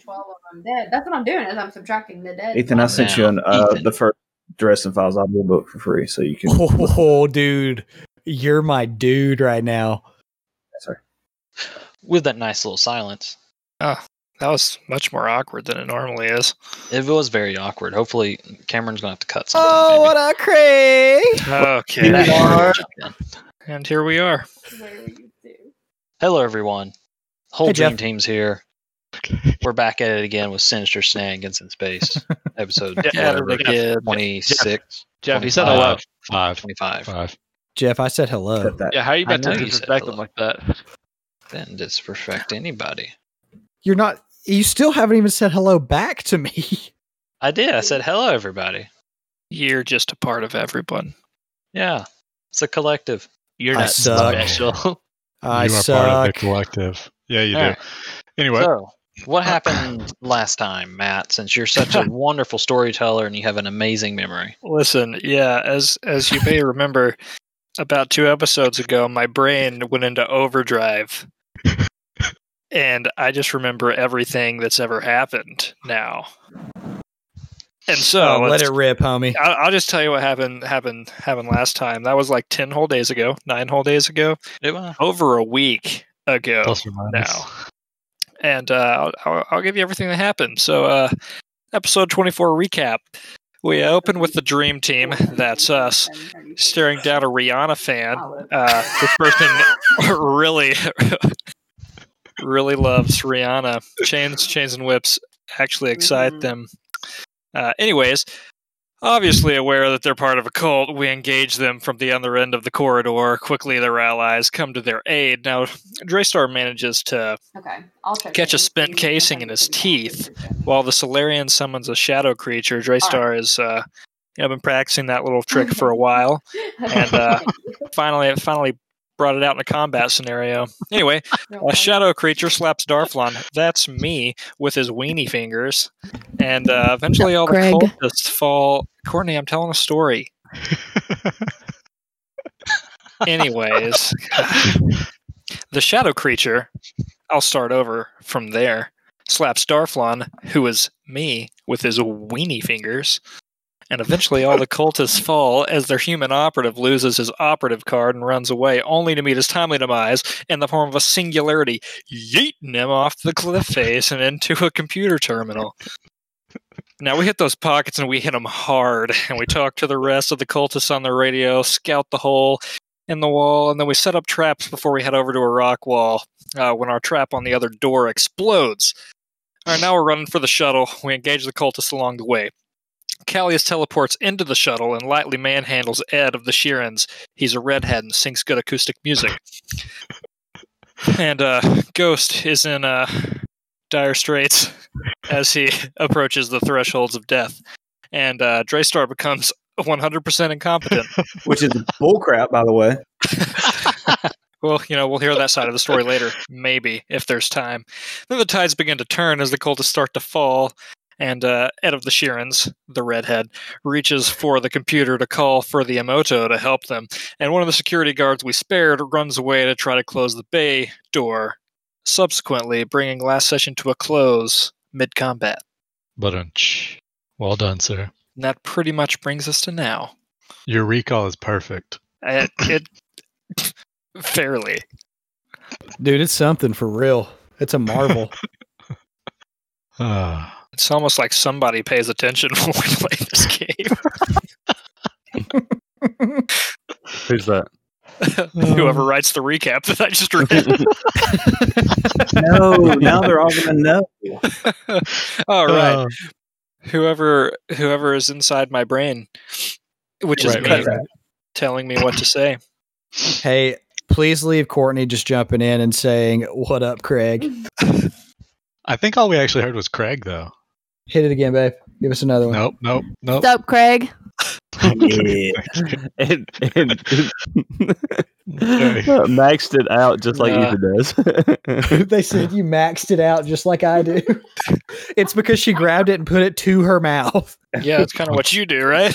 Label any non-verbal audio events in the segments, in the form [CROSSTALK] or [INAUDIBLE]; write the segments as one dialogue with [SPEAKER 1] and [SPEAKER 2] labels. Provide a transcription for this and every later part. [SPEAKER 1] Twelve of them dead. That's what I'm doing is I'm subtracting the dead.
[SPEAKER 2] Ethan, I sent you an, uh, the first Dresden Files audiobook for free, so you can.
[SPEAKER 3] [LAUGHS] Oh, dude, you're my dude right now.
[SPEAKER 2] Sorry.
[SPEAKER 4] with that nice little silence.
[SPEAKER 5] Ah, that was much more awkward than it
[SPEAKER 3] [LAUGHS]
[SPEAKER 5] normally is.
[SPEAKER 4] It was very awkward. Hopefully, Cameron's gonna have to cut something.
[SPEAKER 3] Oh, what
[SPEAKER 4] maybe.
[SPEAKER 3] a cray!
[SPEAKER 4] Maybe
[SPEAKER 5] Okay.
[SPEAKER 4] that
[SPEAKER 3] are.
[SPEAKER 4] Cameron will jump in.
[SPEAKER 5] And here we are.
[SPEAKER 1] Where were you two?
[SPEAKER 4] Hello, everyone. Whole
[SPEAKER 3] Hey,
[SPEAKER 4] dream
[SPEAKER 3] Jeff.
[SPEAKER 4] team's here. We're back at it again with Sinister Shenanigans in
[SPEAKER 3] [LAUGHS]
[SPEAKER 4] Space, episode
[SPEAKER 6] Yeah,
[SPEAKER 4] whatever,
[SPEAKER 6] Jeff.
[SPEAKER 4] kid, 26,
[SPEAKER 6] Jeff, you said
[SPEAKER 7] Uh,
[SPEAKER 6] hello. Five.
[SPEAKER 4] 25.
[SPEAKER 6] Five.
[SPEAKER 3] Jeff, I said hello.
[SPEAKER 2] Cut that.
[SPEAKER 6] Yeah, how are you
[SPEAKER 4] I
[SPEAKER 6] about
[SPEAKER 4] know
[SPEAKER 6] to
[SPEAKER 4] you said
[SPEAKER 6] disrespect
[SPEAKER 4] hello.
[SPEAKER 6] him like that?
[SPEAKER 4] Didn't disrespect anybody.
[SPEAKER 3] You're not. You still haven't even said hello back to me. [LAUGHS]
[SPEAKER 4] I did. I said hello, everybody.
[SPEAKER 5] You're just a part of everyone.
[SPEAKER 4] Yeah, it's a collective.
[SPEAKER 6] You're
[SPEAKER 3] I
[SPEAKER 6] not
[SPEAKER 3] suck.
[SPEAKER 7] [LAUGHS]
[SPEAKER 6] special.
[SPEAKER 3] I
[SPEAKER 6] you are
[SPEAKER 3] suck. Oh,
[SPEAKER 6] part of the collective. Yeah, you do.
[SPEAKER 4] Alright.
[SPEAKER 6] Anyway,
[SPEAKER 4] So, what happened last time, Matt? Since you're such
[SPEAKER 6] [LAUGHS]
[SPEAKER 4] a wonderful storyteller and you have an amazing memory.
[SPEAKER 5] Listen, yeah, as as you may remember, about two episodes ago, my brain went into overdrive, and I just remember everything that's ever happened now. And so
[SPEAKER 3] Oh, let
[SPEAKER 5] let's-
[SPEAKER 3] it rip, homie.
[SPEAKER 5] I'll, I'll just tell you what happened happened happened last time. That was like ten whole days ago, nine whole days ago,
[SPEAKER 4] It was-
[SPEAKER 5] over a week ago.
[SPEAKER 6] plus or minus.
[SPEAKER 5] now. And uh, I'll- I'll, I'll give you everything that happened. So, uh, episode 24 recap. We open with the dream team. That's us. Staring down a Rihanna fan. [LAUGHS] Uh, this person really, [LAUGHS] really loves Rihanna. Chains, chains, and whips actually excite
[SPEAKER 1] Mhm.
[SPEAKER 5] them. Uh, anyways, obviously aware that they're part of a cult, we engage them from the other end of the corridor. Quickly, their allies come to their aid. Now, Draystar manages to
[SPEAKER 1] okay, I'll check
[SPEAKER 5] catch a
[SPEAKER 1] in.
[SPEAKER 5] spent casing in his teeth. While the Solarian summons a shadow creature, Draystar has uh, you know, been practicing that little trick for a while. And
[SPEAKER 1] [LAUGHS]
[SPEAKER 5] uh, finally, it finally brought it out in a combat scenario. Anyway, a shadow creature slaps Darflon, that's me, with his weenie fingers. And uh, eventually all the
[SPEAKER 7] Greg.
[SPEAKER 5] cultists fall. Courtney, I'm telling a story. Anyways, [LAUGHS] the shadow creature, I'll start over from there, slaps Darflon, who is me, with his weenie fingers. And eventually, all the cultists fall as their human operative loses his operative card and runs away, only to meet his timely demise in the form of a singularity, yeeting him off the cliff face and into a computer terminal. Now we hit those pockets and we hit them hard, and we talk to the rest of the cultists on the radio, scout the hole in the wall, and then we set up traps before we head over to a rock wall. Uh, when our trap on the other door explodes, all right, now we're running for the shuttle. We engage the cultists along the way. Callius teleports into the shuttle and lightly manhandles Ed of the Sheerans. He's a redhead and sings good acoustic music. and uh, Ghost is in uh, dire straits as he approaches the thresholds of death. And uh, Draystar becomes 100% incompetent.
[SPEAKER 2] Which is bullcrap, by the way.
[SPEAKER 5] Well, you know, we'll hear that side of the story later, maybe, if there's time. Then the tides begin to turn as the cultists start to fall, and uh, Ed of the Sheerans, the redhead, reaches for the computer to call for the Emoto to help them, and one of the security guards we spared runs away to try to close the bay door, subsequently bringing last session to a close mid combat.
[SPEAKER 6] [LAUGHS] But unch. Well done, sir.
[SPEAKER 5] And that pretty much brings us to now.
[SPEAKER 6] Your recall is perfect. [SIGHS]
[SPEAKER 5] It, it fairly.
[SPEAKER 3] Dude, it's something for real. It's a [LAUGHS] marvel.
[SPEAKER 6] Ah.
[SPEAKER 5] It's almost like somebody pays attention [LAUGHS] when we play this game.
[SPEAKER 8] Who's that?
[SPEAKER 5] [LAUGHS] Whoever writes the recap that I just read.
[SPEAKER 2] [LAUGHS] No, now they're all gonna know.
[SPEAKER 5] All right.
[SPEAKER 6] [LAUGHS] Uh,
[SPEAKER 5] whoever whoever is inside my brain, which is
[SPEAKER 6] Right,
[SPEAKER 5] me,
[SPEAKER 6] right,
[SPEAKER 5] telling me what to say.
[SPEAKER 3] hey, please leave Courtney just jumping in and saying, What up, Craig?
[SPEAKER 6] I think all we actually heard was Craig, though.
[SPEAKER 3] Hit it again, babe. Give us another one.
[SPEAKER 6] Nope, nope, nope.
[SPEAKER 7] What's
[SPEAKER 6] [LAUGHS]
[SPEAKER 7] up, Craig?
[SPEAKER 2] Yeah.
[SPEAKER 8] And, and,
[SPEAKER 6] Okay.
[SPEAKER 8] maxed it out just like
[SPEAKER 5] Nah.
[SPEAKER 8] Ethan does.
[SPEAKER 3] [LAUGHS] they said you maxed it out just like I do. [LAUGHS] it's because she grabbed it and put it to her mouth. [LAUGHS]
[SPEAKER 5] Yeah, that's kind of what you do, right?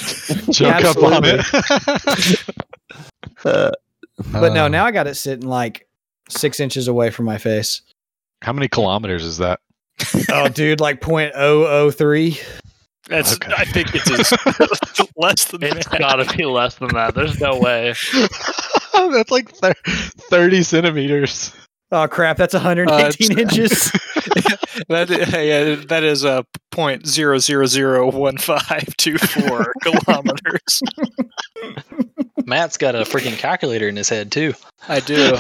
[SPEAKER 6] Joke up on it. [LAUGHS]
[SPEAKER 8] Uh,
[SPEAKER 3] But no,
[SPEAKER 6] Uh,
[SPEAKER 3] now I got it sitting like six inches away from my face.
[SPEAKER 6] How many kilometers is that?
[SPEAKER 3] oh, dude, like point oh oh three.
[SPEAKER 7] That's.
[SPEAKER 6] Okay.
[SPEAKER 7] I think
[SPEAKER 6] [LAUGHS]
[SPEAKER 5] [LAUGHS]
[SPEAKER 7] it's as- less than
[SPEAKER 5] It's
[SPEAKER 7] that. gotta be less than that. There's no way.
[SPEAKER 6] That's like thir-
[SPEAKER 3] [LAUGHS]
[SPEAKER 6] 30 centimeters.
[SPEAKER 3] Oh crap, that's 118
[SPEAKER 5] Uh,
[SPEAKER 6] [LAUGHS]
[SPEAKER 3] inches.
[SPEAKER 5] [LAUGHS] that yeah, that is a point zero zero zero one five two [LAUGHS] four kilometers.
[SPEAKER 4] Matt's got a freaking calculator in his head too.
[SPEAKER 5] I do.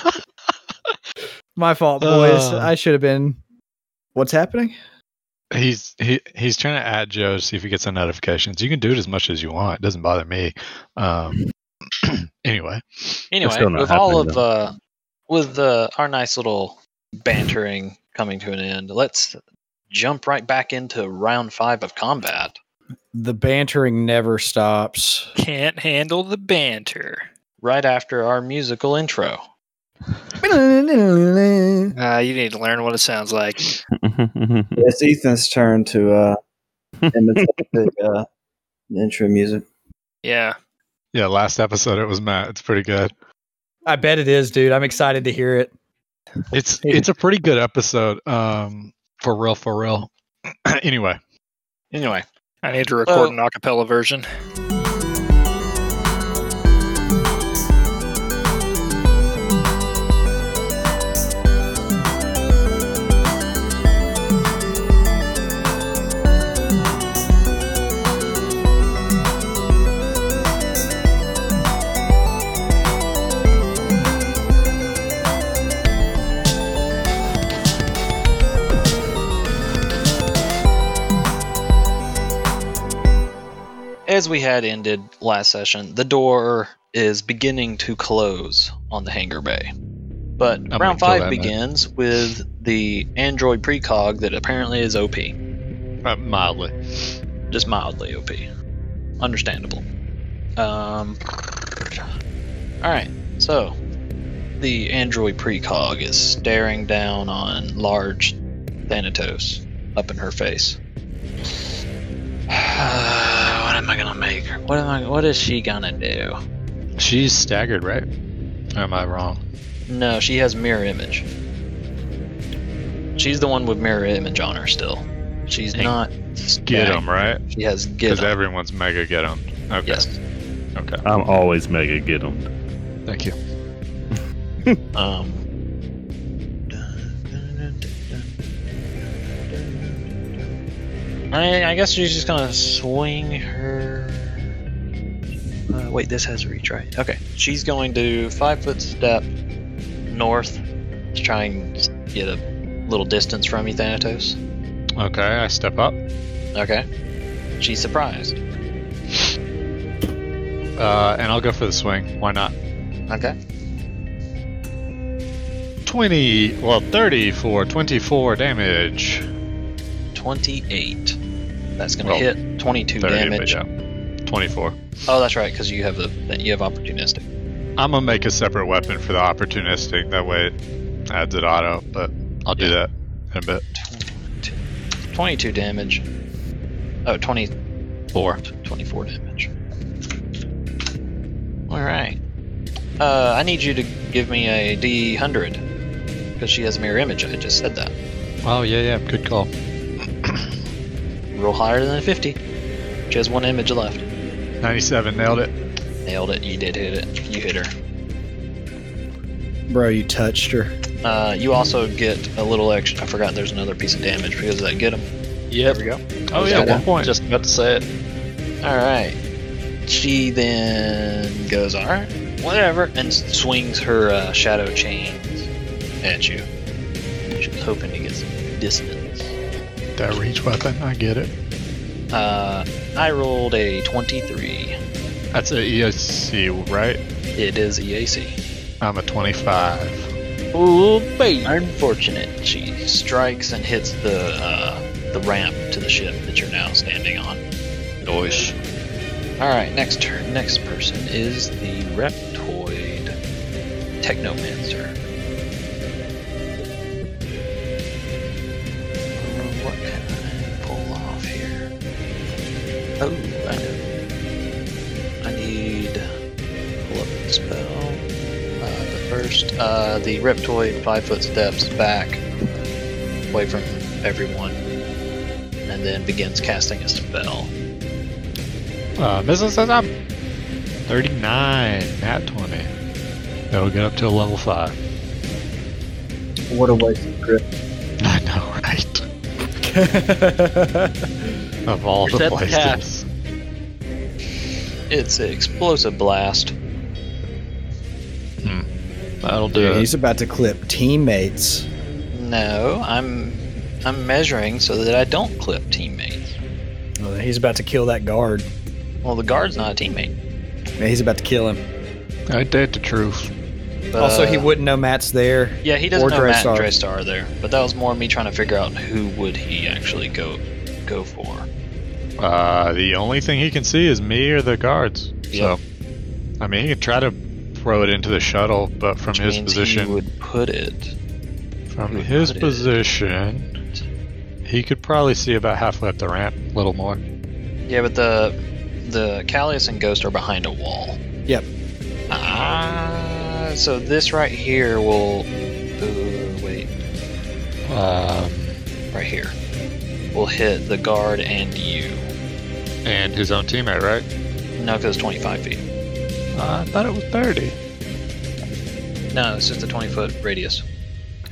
[SPEAKER 3] My fault, boys.
[SPEAKER 6] Uh.
[SPEAKER 3] I should have been. What's happening?
[SPEAKER 6] He's he he's trying to add Joe to see if he gets the notifications. You can do it as much as you want. It doesn't bother me. Um, [CLEARS THROAT] anyway,
[SPEAKER 4] Anyway,
[SPEAKER 8] still not
[SPEAKER 4] with all
[SPEAKER 8] happening,
[SPEAKER 4] of
[SPEAKER 8] though.
[SPEAKER 4] uh, with uh, our nice little bantering coming to an end, let's jump right back into round five of combat.
[SPEAKER 3] The bantering never stops.
[SPEAKER 5] Can't handle the banter.
[SPEAKER 4] Right after our musical intro.
[SPEAKER 3] Wait,
[SPEAKER 5] Uh, you need to learn what it sounds like.
[SPEAKER 2] It's Ethan's turn to uh, imitate the, uh, the intro music.
[SPEAKER 5] Yeah.
[SPEAKER 6] yeah, last episode it was Matt. It's pretty good.
[SPEAKER 3] I bet it is, dude. I'm excited to hear it.
[SPEAKER 6] It's it's a pretty good episode. Um, for real, for real. [CLEARS THROAT] anyway,
[SPEAKER 4] Anyway,
[SPEAKER 5] I need to record
[SPEAKER 4] Well-
[SPEAKER 5] an acapella version.
[SPEAKER 4] as we had ended last session, the door is beginning to close on the hangar bay. But
[SPEAKER 6] gonna
[SPEAKER 4] round
[SPEAKER 6] kill
[SPEAKER 4] five
[SPEAKER 6] that man.
[SPEAKER 4] begins with the android precog that apparently is OP.
[SPEAKER 6] uh, mildly.
[SPEAKER 4] just mildly OP. Understandable. Um, all right, so the android precog is staring down on large Thanatos up in her face. [SIGHS] what am I gonna make? her? What am I? What is she gonna do?
[SPEAKER 6] She's staggered, right? Or am I wrong?
[SPEAKER 4] No, she has mirror image. She's the one with mirror image on her still. She's
[SPEAKER 6] Hey,
[SPEAKER 4] not.
[SPEAKER 6] Get
[SPEAKER 4] stagged.
[SPEAKER 6] him right
[SPEAKER 4] She has get
[SPEAKER 6] because
[SPEAKER 4] 'em.
[SPEAKER 6] everyone's mega get him. Okay,
[SPEAKER 4] Yes.
[SPEAKER 6] okay.
[SPEAKER 8] I'm always mega get 'em.
[SPEAKER 6] Thank you.
[SPEAKER 4] Um. I, I guess she's just gonna swing her. Uh, wait, this has reach, right? Okay, she's going to five foot step north to try and get a little distance from you, Thanatos.
[SPEAKER 6] Okay, I step up.
[SPEAKER 4] Okay, she's surprised.
[SPEAKER 6] Uh, and I'll go for the swing. Why not?
[SPEAKER 4] Okay,
[SPEAKER 6] 20, well, 30 for 24 damage.
[SPEAKER 4] twenty-eight. That's gonna
[SPEAKER 6] Well,
[SPEAKER 4] hit twenty-two
[SPEAKER 6] 30,
[SPEAKER 4] damage.
[SPEAKER 6] but yeah. 24.
[SPEAKER 4] Oh, that's right, because you have the you have opportunistic.
[SPEAKER 6] I'm going to make a separate weapon for the opportunistic. That way it adds it auto, but I'll do that in a bit.
[SPEAKER 4] 22 damage. Oh, 24. 24 damage. Alright. Uh, I need you to give me a D100. Because she has a mirror image. I just said that.
[SPEAKER 6] Oh, yeah, yeah. Good call.
[SPEAKER 4] Roll higher than a 50. She has one image left.
[SPEAKER 6] 97, nailed it.
[SPEAKER 4] Nailed it. You did hit it. You hit her.
[SPEAKER 3] Bro, you touched her. [LAUGHS]
[SPEAKER 4] Uh, you also get a little extra. I forgot there's another piece of damage because of that get him.
[SPEAKER 7] Yep.
[SPEAKER 4] There we go.
[SPEAKER 6] Oh, yeah, one point.
[SPEAKER 7] Just about to say it.
[SPEAKER 4] Alright. She then goes, alright, whatever, and swings her uh, shadow chains at you. She's hoping to get some distance.
[SPEAKER 6] That reach weapon, I get it.
[SPEAKER 4] Uh, I rolled a 23.
[SPEAKER 6] That's a ESC, right?
[SPEAKER 4] It is E EAC.
[SPEAKER 6] I'm a 25.
[SPEAKER 7] Ooh, baby.
[SPEAKER 4] Unfortunate. She strikes and hits the uh, the ramp to the ship that you're now standing on.
[SPEAKER 7] Noish.
[SPEAKER 4] All right, next turn. Next person is the Reptoid Technomancer. Uh, What can I pull off here? Oh, I know. I need pull up the spell. Uh, the first, uh, the Reptoid five foot steps back away from everyone, and then begins casting a spell.
[SPEAKER 6] Uh, misses says I'm 39, nat 20. That'll get up to level 5.
[SPEAKER 2] What a waste of grip.
[SPEAKER 6] [LAUGHS] I know, right? Of all the
[SPEAKER 4] Set the
[SPEAKER 6] places.
[SPEAKER 4] path. It's an explosive blast.
[SPEAKER 6] That'll do
[SPEAKER 3] Dude, he's about to clip teammates.
[SPEAKER 4] No, I'm I'm measuring so that I don't clip teammates.
[SPEAKER 3] Oh, He's about to kill that guard.
[SPEAKER 4] Well, the guard's not a teammate.
[SPEAKER 3] Yeah, he's about to kill him.
[SPEAKER 6] it. I did the truth.
[SPEAKER 4] but- uh,
[SPEAKER 3] also, he wouldn't know Matt's there.
[SPEAKER 4] Yeah, he doesn't
[SPEAKER 3] or
[SPEAKER 4] know Matt and
[SPEAKER 3] Draystar.
[SPEAKER 4] Draystar are there, but that was more me trying to figure out who would he actually go go for.
[SPEAKER 6] Uh, the only thing he can see is me or the guards.
[SPEAKER 4] Yeah.
[SPEAKER 6] So, I mean, he can try to throw it into the shuttle, but from
[SPEAKER 4] Which
[SPEAKER 6] his
[SPEAKER 4] means
[SPEAKER 6] position,
[SPEAKER 4] he would put it.
[SPEAKER 6] from
[SPEAKER 4] he would
[SPEAKER 6] his
[SPEAKER 4] put it-
[SPEAKER 6] position, he could probably see about halfway up the ramp, a little more.
[SPEAKER 4] Yeah, but the the Callius and Ghost are behind a wall.
[SPEAKER 3] Yep.
[SPEAKER 4] Ah, so this right here will. Ooh, wait,
[SPEAKER 6] Um,
[SPEAKER 4] right here will hit the guard and you.
[SPEAKER 6] and his own teammate, right?
[SPEAKER 4] No, because twenty five feet.
[SPEAKER 6] Uh, I thought it was 30.
[SPEAKER 4] No, it's just a twenty foot radius.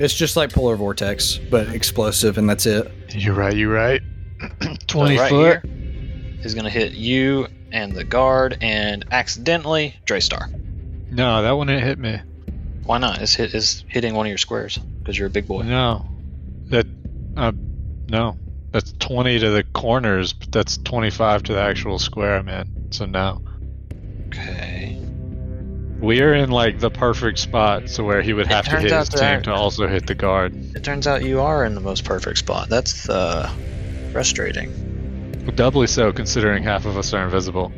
[SPEAKER 3] It's just like polar vortex, but explosive, and that's it.
[SPEAKER 6] You're right, you're
[SPEAKER 4] [CLEARS THROAT]
[SPEAKER 6] right.
[SPEAKER 4] So
[SPEAKER 6] 20
[SPEAKER 4] right
[SPEAKER 6] foot.
[SPEAKER 4] here is gonna hit you and the guard and accidentally Draystar.
[SPEAKER 6] No, that one didn't hit me.
[SPEAKER 4] Why not? It's, hit, it's hitting one of your squares because you're a big boy.
[SPEAKER 6] No. That, uh, no. That's 20 to the corners, but that's 25 to the actual square I'm in. So no.
[SPEAKER 4] Okay.
[SPEAKER 6] We are in like the perfect spot so where he would
[SPEAKER 4] It
[SPEAKER 6] have to
[SPEAKER 4] turns
[SPEAKER 6] hit
[SPEAKER 4] out
[SPEAKER 6] his team
[SPEAKER 4] that-
[SPEAKER 6] to also hit the guard.
[SPEAKER 4] It turns out you are in the most perfect spot. That's uh, frustrating.
[SPEAKER 6] Doubly so considering half of us are invisible.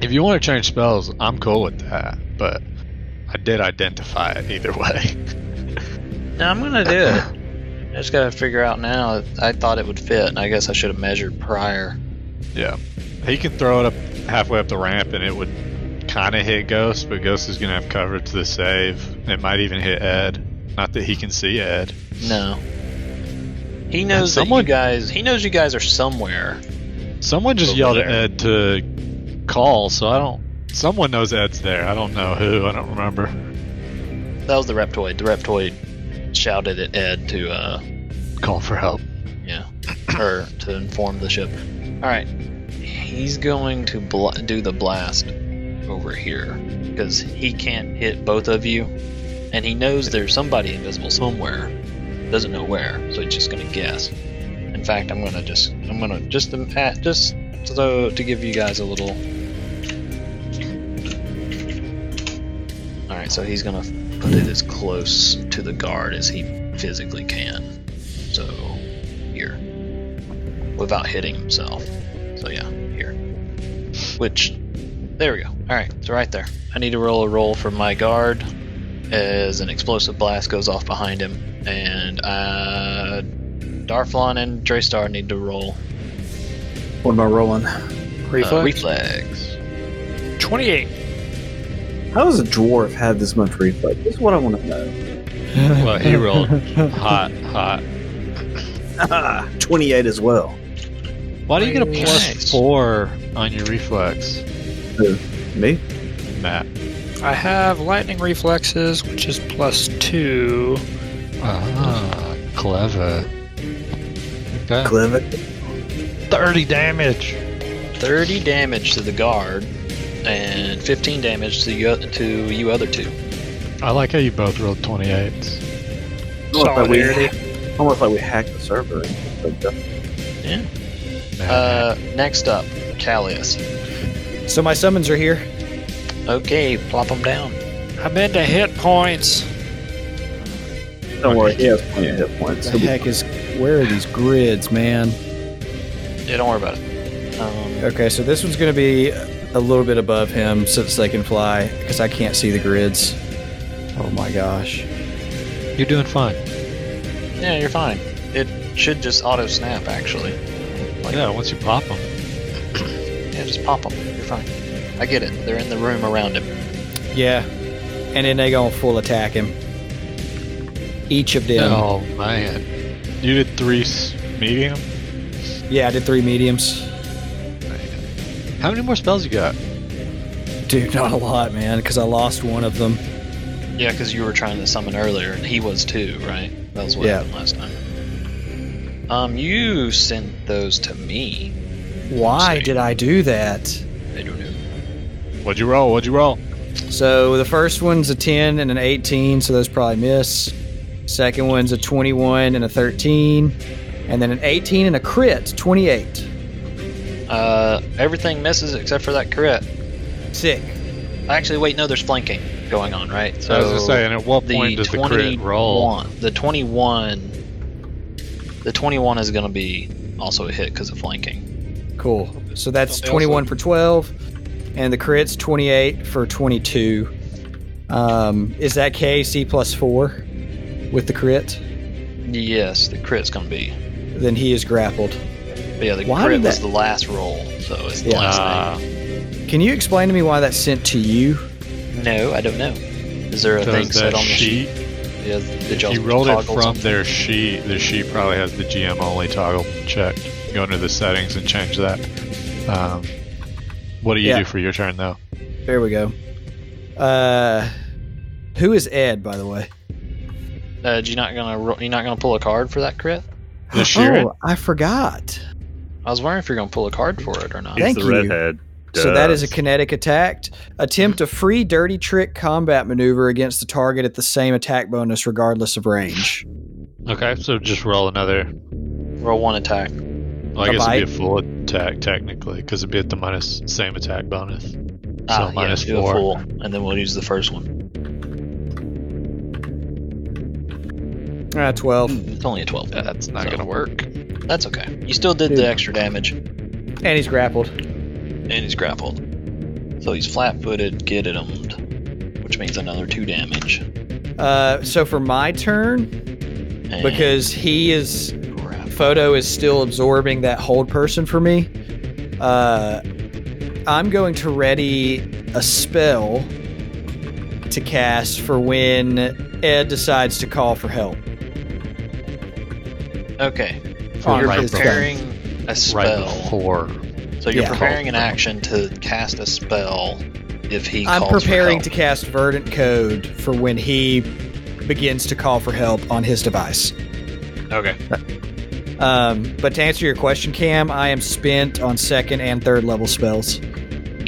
[SPEAKER 6] If you want to change spells, I'm cool with that, but I did identify it either [LAUGHS] way.
[SPEAKER 4] No, I'm gonna do it. [LAUGHS] I just gotta figure out now. I thought it would fit, and I guess I should have measured prior.
[SPEAKER 6] Yeah. He can throw it up halfway up the ramp and it would kind of hit Ghost, but Ghost is going to have cover to the save. It might even hit Ed. Not that he can see Ed.
[SPEAKER 4] No. He knows that
[SPEAKER 6] someone-
[SPEAKER 4] you guys. He knows you guys are somewhere.
[SPEAKER 6] Someone just
[SPEAKER 4] Over
[SPEAKER 6] yelled at
[SPEAKER 4] there.
[SPEAKER 6] Ed to call, so I don't. Someone knows Ed's there. I don't know who. I don't remember.
[SPEAKER 4] That was the reptoid. The reptoid shouted at Ed to uh,
[SPEAKER 6] Call for help.
[SPEAKER 4] Yeah, or to inform the ship. All right, he's going to bl- do the blast over here because he can't hit both of you, and he knows there's somebody invisible somewhere, doesn't know where, so he's just gonna guess. In fact, I'm gonna just I'm gonna just um, uh, just so to give you guys a little. All right, so he's gonna put it as close to the guard as he physically can. So here without hitting himself. So yeah, here. Which there we go. All right, so right there. I need to roll a roll for my guard as an explosive blast goes off behind him, and uh, Darflon and Draystar need to roll
[SPEAKER 2] What am I rolling?
[SPEAKER 4] reflex.
[SPEAKER 5] Uh,
[SPEAKER 4] reflex.
[SPEAKER 5] 28.
[SPEAKER 2] How does a dwarf have this much reflex? That's what I want to know.
[SPEAKER 6] [LAUGHS] Well,
[SPEAKER 2] [LAUGHS]
[SPEAKER 6] he rolled hot, hot.
[SPEAKER 2] Ah, 28 as well.
[SPEAKER 6] Why do you get a plus
[SPEAKER 4] Nice.
[SPEAKER 6] four on your reflex,
[SPEAKER 2] Me?
[SPEAKER 6] Matt?
[SPEAKER 5] I have lightning reflexes, which is plus two.
[SPEAKER 6] Ah, clever. Okay.
[SPEAKER 2] Clever.
[SPEAKER 6] 30 damage.
[SPEAKER 4] 30 damage to the guard, and 15 damage to you to you other two.
[SPEAKER 6] I like how you both rolled 28s.
[SPEAKER 5] Solidarity.
[SPEAKER 2] Almost like we hacked the server. Like, uh,
[SPEAKER 4] Uh, next up, Callius.
[SPEAKER 3] So my summons are here.
[SPEAKER 4] Okay, plop them down.
[SPEAKER 5] I'm into hit points.
[SPEAKER 2] don't worry, he has plenty of hit points.
[SPEAKER 3] The heck is? Where are these grids, man?
[SPEAKER 4] Yeah, don't worry about it. Um,
[SPEAKER 3] Okay, so this one's gonna be a little bit above him since they can fly because I can't see the grids. Oh my gosh!
[SPEAKER 6] You're doing fine.
[SPEAKER 4] Yeah, you're fine. It should just auto snap, actually. Like,
[SPEAKER 6] yeah, once you pop them.
[SPEAKER 4] yeah, just pop them. You're fine. I get it. They're in the room around him.
[SPEAKER 3] Yeah, and then they gonna full attack him. Each of them.
[SPEAKER 6] Oh, man. You did three s- medium.
[SPEAKER 3] Yeah, I did three mediums.
[SPEAKER 6] How many more spells you got?
[SPEAKER 3] Dude, not a lot, man, because I lost one of them.
[SPEAKER 4] Yeah, because you were trying to summon earlier, and he was too, right? That was what
[SPEAKER 3] Yeah.
[SPEAKER 4] happened last time. Um, you sent those to me.
[SPEAKER 3] Why
[SPEAKER 4] Same.
[SPEAKER 3] did I do that?
[SPEAKER 4] I don't know.
[SPEAKER 6] What'd you roll? What'd you roll?
[SPEAKER 3] So the first one's a 10 and an 18, so those probably miss. Second one's a 21 and a 13, and then an 18 and a crit, 28.
[SPEAKER 4] Uh, everything misses except for that crit.
[SPEAKER 3] Sick.
[SPEAKER 4] Actually, wait, no, there's flanking going on, right? So
[SPEAKER 6] I was just saying, at what point does the crit roll?
[SPEAKER 4] 21 The 21. The 21 is going to be also a hit because of flanking.
[SPEAKER 3] Cool. So that's 21 for 12, and the crit's 28 for 22. Um, is that KC plus four with the crit?
[SPEAKER 4] Yes, the crit's going to be.
[SPEAKER 3] Then he is grappled.
[SPEAKER 4] But yeah, the
[SPEAKER 3] Why
[SPEAKER 4] crit
[SPEAKER 3] did
[SPEAKER 4] was
[SPEAKER 3] that-
[SPEAKER 4] the last roll, so it's the
[SPEAKER 3] Yeah.
[SPEAKER 7] Uh,
[SPEAKER 4] last
[SPEAKER 6] Ah,
[SPEAKER 3] Can you explain to me why that's sent to you?
[SPEAKER 4] thing. No, I don't know. Is there a thing
[SPEAKER 6] Uh, does
[SPEAKER 4] set
[SPEAKER 6] that
[SPEAKER 4] on the sheet?
[SPEAKER 6] sheet?
[SPEAKER 4] Yeah, did
[SPEAKER 6] If
[SPEAKER 4] y'all
[SPEAKER 6] you rolled it
[SPEAKER 4] toggle
[SPEAKER 6] from
[SPEAKER 4] something?
[SPEAKER 6] their sheet, the sheet probably has the GM only toggle checked. Go into the settings and change that. Um, what do you
[SPEAKER 3] Yeah.
[SPEAKER 6] do for your turn though?
[SPEAKER 3] There we go. Uh, who is Ed, by the way?
[SPEAKER 4] Uh, you not gonna ro- you not gonna pull a card for that crit?
[SPEAKER 6] Just shear it?
[SPEAKER 3] Oh, I forgot.
[SPEAKER 4] I was wondering if you're gonna pull a card for it or not.
[SPEAKER 8] He's
[SPEAKER 3] Thank
[SPEAKER 8] the
[SPEAKER 3] you.
[SPEAKER 8] redhead.
[SPEAKER 3] So that is a
[SPEAKER 8] Duh.
[SPEAKER 3] kinetic attack. Attempt a free dirty trick combat maneuver against the target at the same attack bonus, regardless of range.
[SPEAKER 6] Okay, so just roll another.
[SPEAKER 4] Roll one attack.
[SPEAKER 6] Well, I
[SPEAKER 3] A
[SPEAKER 6] guess it'd
[SPEAKER 3] bite?
[SPEAKER 6] be a full attack technically, because it'd be at the minus same attack bonus. So
[SPEAKER 4] Ah,
[SPEAKER 6] minus
[SPEAKER 4] yeah, do
[SPEAKER 6] four.
[SPEAKER 4] a full, and then we'll use the first one.
[SPEAKER 3] Ah, twelve.
[SPEAKER 4] Mm, It's only a twelve.
[SPEAKER 6] Yeah, that's not
[SPEAKER 4] So-
[SPEAKER 6] gonna work.
[SPEAKER 4] That's okay. You still did
[SPEAKER 3] Dude.
[SPEAKER 4] the extra damage,
[SPEAKER 3] And he's grappled.
[SPEAKER 4] and he's grappled, so he's flat-footed, giddimed, which means another two damage.
[SPEAKER 3] Uh, so for my turn,
[SPEAKER 4] And
[SPEAKER 3] because he is
[SPEAKER 4] grappled.
[SPEAKER 3] photo is still absorbing that hold person for me. Uh, I'm going to ready a spell to cast for when Ed decides to call for help.
[SPEAKER 4] okay,
[SPEAKER 3] on
[SPEAKER 4] you're
[SPEAKER 3] his
[SPEAKER 4] preparing a
[SPEAKER 6] Right
[SPEAKER 4] spell.
[SPEAKER 6] before.
[SPEAKER 4] So you're
[SPEAKER 3] Yeah.
[SPEAKER 4] preparing an action to cast a spell if he.
[SPEAKER 3] I'm
[SPEAKER 4] calls for
[SPEAKER 3] preparing
[SPEAKER 4] help.
[SPEAKER 3] to cast Verdant Code for when he begins to call for help on his device.
[SPEAKER 4] Okay.
[SPEAKER 3] Um, but to answer your question, Cam, I am spent on second and third level spells.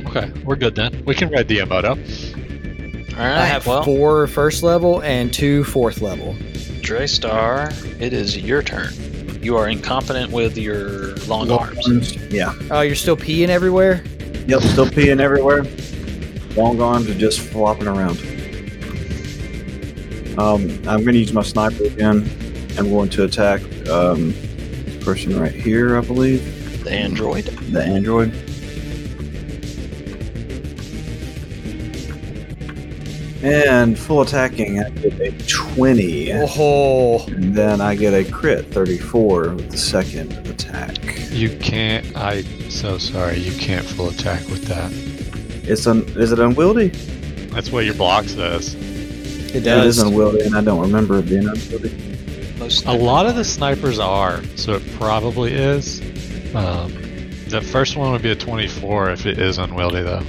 [SPEAKER 6] Okay, we're good then. We can ride the Emoto.
[SPEAKER 4] All right.
[SPEAKER 3] I have
[SPEAKER 4] well,
[SPEAKER 3] four first level and two fourth level.
[SPEAKER 4] Draystar, it is your turn. You are incompetent with your long arms.
[SPEAKER 2] Yeah.
[SPEAKER 3] Oh, you're still peeing everywhere?
[SPEAKER 2] Yep. Still peeing everywhere. Long arms are just flopping around. Um, I'm going to use my sniper again. I'm going to attack um, this person right here, I believe,
[SPEAKER 4] The android.
[SPEAKER 2] the android. And full attacking, I get a 20.
[SPEAKER 3] Oh,
[SPEAKER 2] And then I get a crit 34 with the second attack.
[SPEAKER 6] You can't. I. So sorry. You can't full attack with that.
[SPEAKER 2] It's un, is it unwieldy?
[SPEAKER 6] That's what your block says.
[SPEAKER 3] it
[SPEAKER 2] It
[SPEAKER 3] does.
[SPEAKER 2] is unwieldy, and I don't remember it being unwieldy.
[SPEAKER 4] Most
[SPEAKER 6] A lot of the snipers are, so it probably is. Um, the first one would be a 24 if it is unwieldy, though.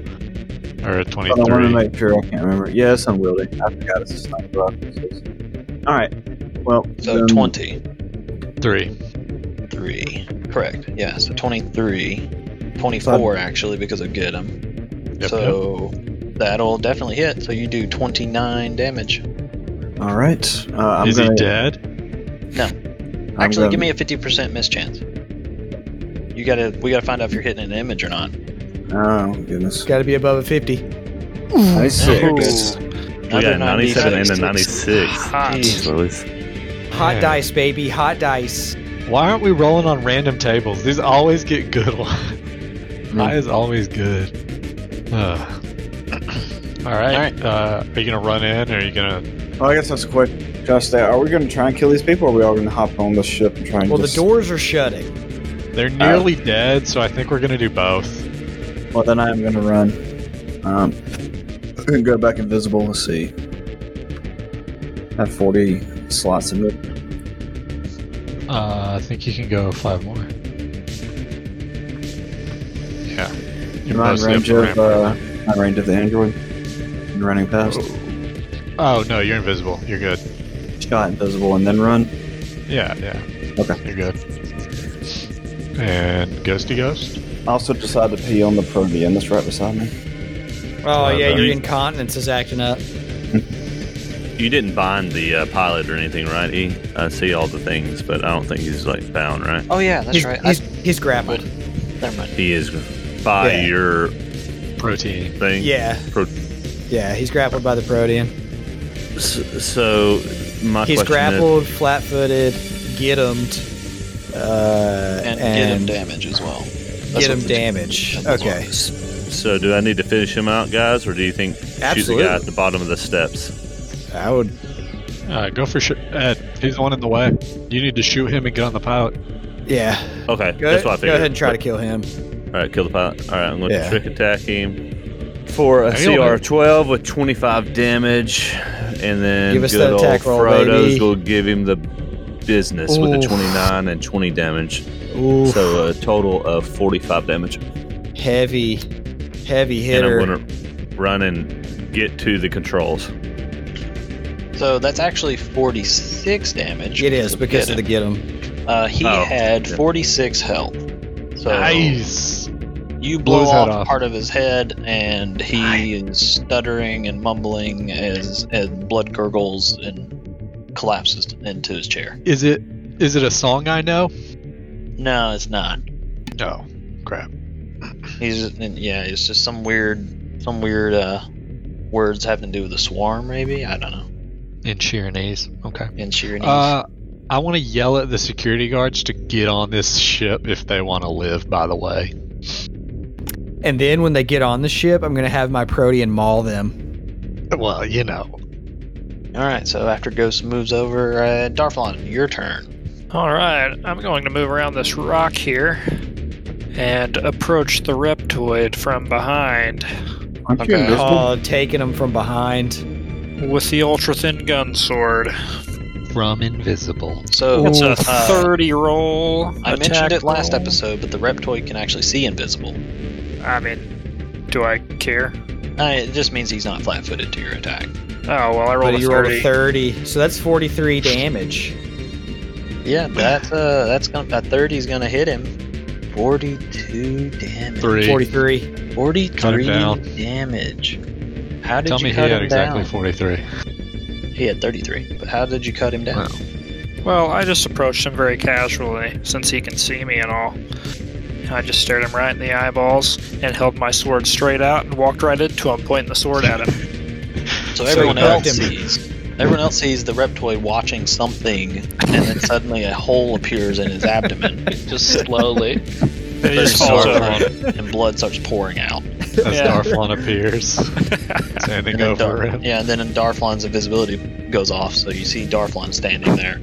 [SPEAKER 6] Or a
[SPEAKER 2] But I want to
[SPEAKER 6] 23.
[SPEAKER 2] make sure I can't remember. Yeah, it's unwieldy. I forgot it's a sniper rifle. All right. Well,
[SPEAKER 4] so
[SPEAKER 2] then-
[SPEAKER 4] twenty
[SPEAKER 6] Three.
[SPEAKER 4] three. Correct. Yeah. So twenty three. 24 actually because of get him.
[SPEAKER 6] Yep,
[SPEAKER 4] so that'll definitely hit. So you do 29 damage.
[SPEAKER 2] All right. Uh, I'm
[SPEAKER 6] is
[SPEAKER 2] gonna,
[SPEAKER 6] he dead?
[SPEAKER 2] I'm
[SPEAKER 4] Actually,
[SPEAKER 2] gonna-
[SPEAKER 4] give me a 50% miss chance. You gotta, we gotta find out if you're hitting an image or not.
[SPEAKER 2] Oh goodness.
[SPEAKER 3] Got to be above a 50.
[SPEAKER 2] Nice.
[SPEAKER 4] Six.
[SPEAKER 8] We
[SPEAKER 4] Another
[SPEAKER 8] got 97 and a
[SPEAKER 4] 96.
[SPEAKER 8] 96.
[SPEAKER 7] Hot.
[SPEAKER 8] Jeez Louise.
[SPEAKER 3] Hot
[SPEAKER 6] Yeah.
[SPEAKER 3] dice, baby. Hot dice.
[SPEAKER 6] Why aren't we rolling on random tables? These always get good [LAUGHS] ones. Mine is always good. [CLEARS THROAT] Ugh. All right.
[SPEAKER 4] All right.
[SPEAKER 6] Uh, are you gonna run in, or are you gonna?
[SPEAKER 2] Well, I guess that's a quick. Just there. Are we going to try and kill these people? Or are we all going to hop on the ship and try and
[SPEAKER 3] Well, the
[SPEAKER 2] just...
[SPEAKER 3] doors are shutting.
[SPEAKER 6] They're nearly dead, so I think we're gonna do both.
[SPEAKER 2] Well, then I'm going to run. Um, [LAUGHS] I can go back invisible. Let's see. I have 40 slots of it.
[SPEAKER 6] Uh, think you can go five more. Yeah. You're
[SPEAKER 2] Not in
[SPEAKER 6] mostly up
[SPEAKER 2] range
[SPEAKER 6] the
[SPEAKER 2] of
[SPEAKER 6] ramp.
[SPEAKER 2] uh, not in range of the android. And running past,
[SPEAKER 6] Oh no, you're invisible. You're good.
[SPEAKER 2] shot invisible, and then run.
[SPEAKER 6] Yeah, yeah.
[SPEAKER 2] Okay.
[SPEAKER 6] You're good. And ghosty ghost.
[SPEAKER 2] I also decided to pee on the protean that's right beside me.
[SPEAKER 3] Oh yeah,
[SPEAKER 6] Okay.
[SPEAKER 3] your incontinence is acting up.
[SPEAKER 9] You didn't bind the uh, pilot or anything, right? E? I see all the things, but I don't think he's like bound, right?
[SPEAKER 4] Oh yeah, that's
[SPEAKER 3] he's,
[SPEAKER 4] right.
[SPEAKER 3] He's, he's grappled.
[SPEAKER 4] I, never mind.
[SPEAKER 9] He is by
[SPEAKER 3] Yeah.
[SPEAKER 9] your
[SPEAKER 6] Protein.
[SPEAKER 9] thing.
[SPEAKER 3] Yeah.
[SPEAKER 9] Pro-
[SPEAKER 3] Yeah, he's grappled by the protean.
[SPEAKER 9] S- So my
[SPEAKER 3] He's
[SPEAKER 9] question
[SPEAKER 3] grappled, flat footed, get him. Uh,
[SPEAKER 4] And, get him damage as well. That's
[SPEAKER 3] get
[SPEAKER 4] what
[SPEAKER 3] him
[SPEAKER 4] the-
[SPEAKER 3] damage.
[SPEAKER 4] that's what
[SPEAKER 3] Okay.
[SPEAKER 4] it is.
[SPEAKER 9] is: So do I need to finish him out, guys, or do you think shoot the
[SPEAKER 3] Absolutely.
[SPEAKER 9] guy at the bottom of the steps?
[SPEAKER 3] I would.
[SPEAKER 6] Uh, go for sh- Ed. He's the one in the way. You need to shoot him and get on the pilot.
[SPEAKER 3] Yeah.
[SPEAKER 9] Okay,
[SPEAKER 3] Go,
[SPEAKER 9] that's what I
[SPEAKER 3] go
[SPEAKER 9] figured.
[SPEAKER 3] ahead and try to kill him.
[SPEAKER 9] All right, kill the pilot. All right, I'm going
[SPEAKER 3] Yeah.
[SPEAKER 9] to trick attack him for a
[SPEAKER 6] Hang on, man.
[SPEAKER 9] CR12 with 25 damage, and then
[SPEAKER 3] Give us
[SPEAKER 9] good
[SPEAKER 3] the attack
[SPEAKER 9] old
[SPEAKER 3] roll,
[SPEAKER 9] Frodo's
[SPEAKER 3] baby.
[SPEAKER 9] will give him the business with a
[SPEAKER 3] Oof.
[SPEAKER 9] 29 and 20 damage.
[SPEAKER 3] Ooh,
[SPEAKER 9] So a total of 45 damage.
[SPEAKER 3] heavy, heavy hitter.
[SPEAKER 9] And I'm going to run and get to the controls.
[SPEAKER 4] So that's actually 46 damage.
[SPEAKER 3] It is because of the get him.
[SPEAKER 4] the. Uh, he
[SPEAKER 9] Oh,
[SPEAKER 4] had
[SPEAKER 9] yeah.
[SPEAKER 4] 46 health. So
[SPEAKER 6] Nice.
[SPEAKER 4] you
[SPEAKER 6] Blew
[SPEAKER 4] blow
[SPEAKER 6] his
[SPEAKER 4] off,
[SPEAKER 6] head off.
[SPEAKER 4] part of his head, and he is stuttering and mumbling as as blood gurgles and collapses into his chair.
[SPEAKER 6] Is it? Is it a song I know?
[SPEAKER 4] No, it's not.
[SPEAKER 6] No. Crap.
[SPEAKER 4] He's and yeah, it's just some weird, some weird uh, words having to do with a swarm, maybe. I don't know.
[SPEAKER 6] In Sheeranese. Okay.
[SPEAKER 4] And Sheeranese.
[SPEAKER 6] Uh, I want to yell at the security guards to get on this ship if they want to live. By the way,
[SPEAKER 3] And then when they get on the ship, I'm going to have my protean maul them.
[SPEAKER 6] well, you know,
[SPEAKER 4] All right, so after Ghost moves over, uh, Darflon, your turn.
[SPEAKER 5] All right, I'm going to move around this rock here and approach the reptoid from behind
[SPEAKER 2] Aren't you
[SPEAKER 4] Okay.
[SPEAKER 2] invisible?
[SPEAKER 6] Uh,
[SPEAKER 3] Oh, taking them from behind.
[SPEAKER 5] with the ultra thin gun sword.
[SPEAKER 6] from invisible.
[SPEAKER 4] So
[SPEAKER 5] It's a
[SPEAKER 4] uh,
[SPEAKER 5] 30 roll.
[SPEAKER 4] I mentioned
[SPEAKER 5] attack
[SPEAKER 4] it last
[SPEAKER 5] roll.
[SPEAKER 4] episode, but the Reptoid can actually see invisible.
[SPEAKER 5] I mean, do I care?
[SPEAKER 4] Uh, it just means he's not flat-footed to your attack.
[SPEAKER 5] Oh well, I rolled
[SPEAKER 3] But
[SPEAKER 5] a
[SPEAKER 3] you rolled a
[SPEAKER 5] 30.
[SPEAKER 3] 30, so that's 43 damage.
[SPEAKER 4] Yeah, that's uh, that's gonna that thirty's gonna hit him. Forty-two damage.
[SPEAKER 6] Three.
[SPEAKER 3] 43.
[SPEAKER 6] Cut
[SPEAKER 4] Forty-three
[SPEAKER 6] him down.
[SPEAKER 4] damage. How did
[SPEAKER 6] Tell
[SPEAKER 4] you
[SPEAKER 6] me he
[SPEAKER 4] cut
[SPEAKER 6] had
[SPEAKER 4] him
[SPEAKER 6] exactly
[SPEAKER 4] down? [LAUGHS]
[SPEAKER 6] forty-three.
[SPEAKER 4] He had thirty-three, but how did you cut him down?
[SPEAKER 6] Wow.
[SPEAKER 5] Well, I just approached him very casually, since he can see me and all. I just stared him right in the eyeballs and held my sword straight out and walked right into him, pointing the sword at him.
[SPEAKER 4] So
[SPEAKER 6] So
[SPEAKER 4] everyone
[SPEAKER 6] you
[SPEAKER 4] else
[SPEAKER 6] cracked
[SPEAKER 3] him.
[SPEAKER 4] sees. Everyone else sees the Reptoid watching something, and then suddenly a hole appears in his
[SPEAKER 5] [LAUGHS]
[SPEAKER 4] abdomen.
[SPEAKER 7] Just [LAUGHS] slowly.
[SPEAKER 5] And he just falls
[SPEAKER 7] [LAUGHS]
[SPEAKER 5] over.
[SPEAKER 4] and blood starts pouring out.
[SPEAKER 6] As
[SPEAKER 5] Yeah.
[SPEAKER 4] [LAUGHS]
[SPEAKER 6] Darflon appears, standing
[SPEAKER 4] And then
[SPEAKER 6] over
[SPEAKER 4] Dar-
[SPEAKER 6] him.
[SPEAKER 4] yeah, and then Darflon's invisibility goes off, so you see Darflon standing
[SPEAKER 5] [LAUGHS]
[SPEAKER 4] there,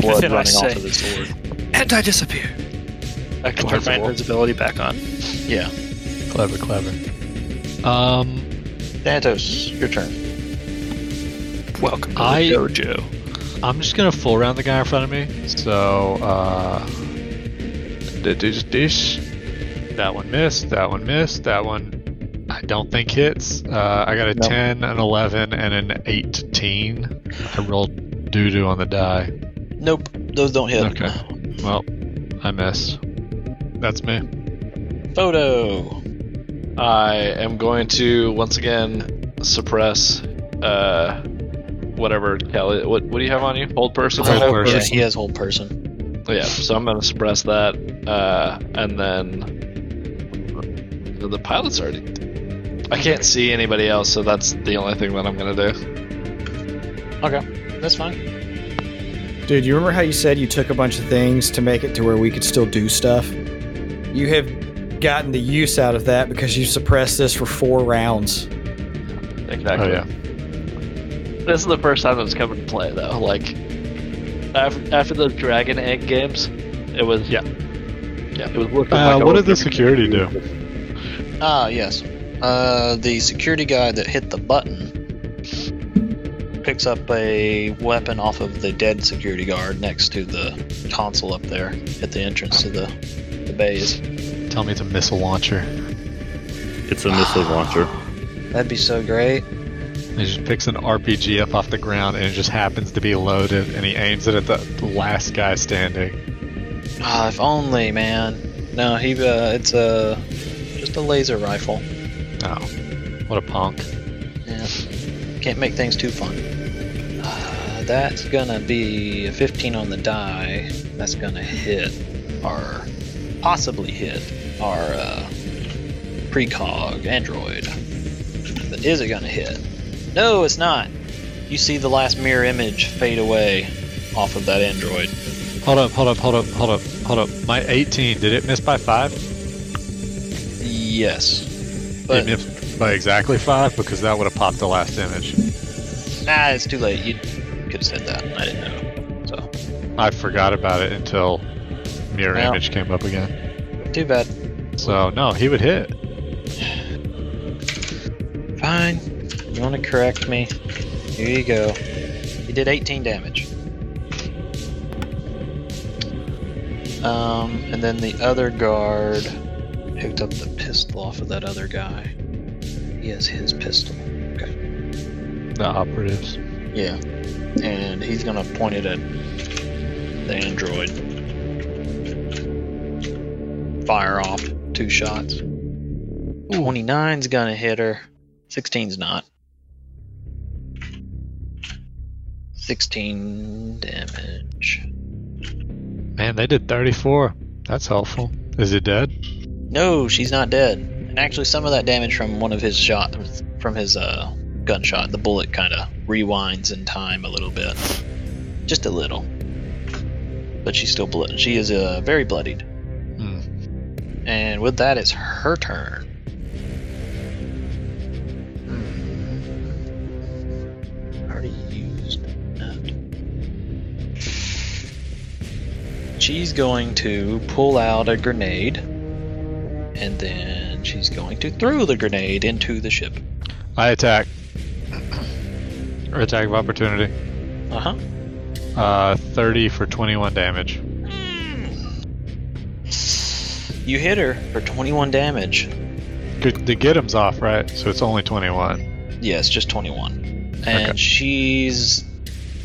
[SPEAKER 4] blood
[SPEAKER 5] then
[SPEAKER 4] running
[SPEAKER 5] I
[SPEAKER 4] off
[SPEAKER 5] say,
[SPEAKER 4] of his sword.
[SPEAKER 5] and I disappear. I can turn my
[SPEAKER 4] Wonderful.
[SPEAKER 5] invisibility back on.
[SPEAKER 4] Yeah.
[SPEAKER 6] Clever, clever. Um,
[SPEAKER 4] Thanatos, your turn.
[SPEAKER 5] Welcome to
[SPEAKER 6] I-
[SPEAKER 5] the dojo.
[SPEAKER 6] I'm just gonna full round the guy in front of me. So, uh, d- dish, dish. That one missed. That one missed. That one, I don't think hits. Uh, I got a
[SPEAKER 2] No.
[SPEAKER 6] ten, an eleven, and an eighteen. I rolled doo doo on the die.
[SPEAKER 4] Nope, those don't hit.
[SPEAKER 6] Okay. Well, I miss. That's me.
[SPEAKER 4] Photo.
[SPEAKER 7] I am going to once again suppress uh whatever Kelly what what do you have on you? Old person?
[SPEAKER 6] Hold
[SPEAKER 7] Oh,
[SPEAKER 6] person.
[SPEAKER 4] Yeah, he has whole person.
[SPEAKER 7] Yeah, so I'm gonna suppress that. Uh and then the pilot's already I can't see anybody else, so that's the only thing that I'm gonna do.
[SPEAKER 4] That's fine.
[SPEAKER 3] Dude, you remember how you said you took a bunch of things to make it to where we could still do stuff? You have gotten the use out of that because you suppressed this for four rounds.
[SPEAKER 7] Exactly.
[SPEAKER 6] Oh yeah.
[SPEAKER 7] This is the first time it's come into play, though. Like, after, after the Dragon Egg games, it was yeah, yeah. It was looking
[SPEAKER 6] Uh,
[SPEAKER 7] like.
[SPEAKER 6] what did the security do?
[SPEAKER 4] Ah, yes. Uh, the security guy that hit the button picks up a weapon off of the dead security guard next to the console up there at the entrance to the, the bays.
[SPEAKER 6] Tell me it's a missile launcher.
[SPEAKER 9] It's a missile launcher.
[SPEAKER 4] That'd be so great.
[SPEAKER 6] He just picks an RPG up off the ground and it just happens to be loaded and he aims it at the last guy standing.
[SPEAKER 4] Ah, if only, man. No, he. Uh, it's a just a laser rifle.
[SPEAKER 6] Oh, what a punk.
[SPEAKER 4] Yeah. Can't make things too fun. Uh, that's gonna be a 15 on the die. That's gonna hit our. possibly hit our uh, precog android. But is it gonna hit? No, it's not! You see the last mirror image fade away off of that android.
[SPEAKER 6] Hold up, hold up, hold up, hold up, hold up. My 18, did it miss by five?
[SPEAKER 4] Yes.
[SPEAKER 6] Even
[SPEAKER 4] But
[SPEAKER 6] if by exactly five, because that would have popped the last image.
[SPEAKER 4] nah, Ah, it's too late. You could have said that. I didn't know. So
[SPEAKER 6] I forgot about it until mirror
[SPEAKER 4] Yeah.
[SPEAKER 6] image came up again.
[SPEAKER 4] too bad.
[SPEAKER 6] So no, he would hit.
[SPEAKER 4] Fine. You want to correct me? Here you go. You did 18 damage. Um, and then the other guard picked up the pistol off of that other guy. He has his pistol.
[SPEAKER 6] The operatives.
[SPEAKER 4] Yeah. And he's gonna point it at the android. Fire off two shots. 29's gonna hit her. 16's not. 16 damage.
[SPEAKER 6] Man, they did 34. That's helpful. Is it dead?
[SPEAKER 4] No, she's not dead. And actually, some of that damage from one of his shot, from his uh, gunshot, the bullet kind of rewinds in time a little bit, just a little. But she's still blood. She is uh, very bloodied.
[SPEAKER 6] Hmm.
[SPEAKER 4] And with that, it's her turn. Hmm. Already used that. She's going to pull out a grenade and then she's going to throw the grenade into the ship.
[SPEAKER 6] I attack. [CLEARS THROAT] Or attack of opportunity.
[SPEAKER 4] Uh huh.
[SPEAKER 6] Uh, 30 for 21 damage.
[SPEAKER 4] You hit her for 21 damage.
[SPEAKER 6] Good, the get 'em's off, right? So it's only 21.
[SPEAKER 4] Yes, just 21. And she's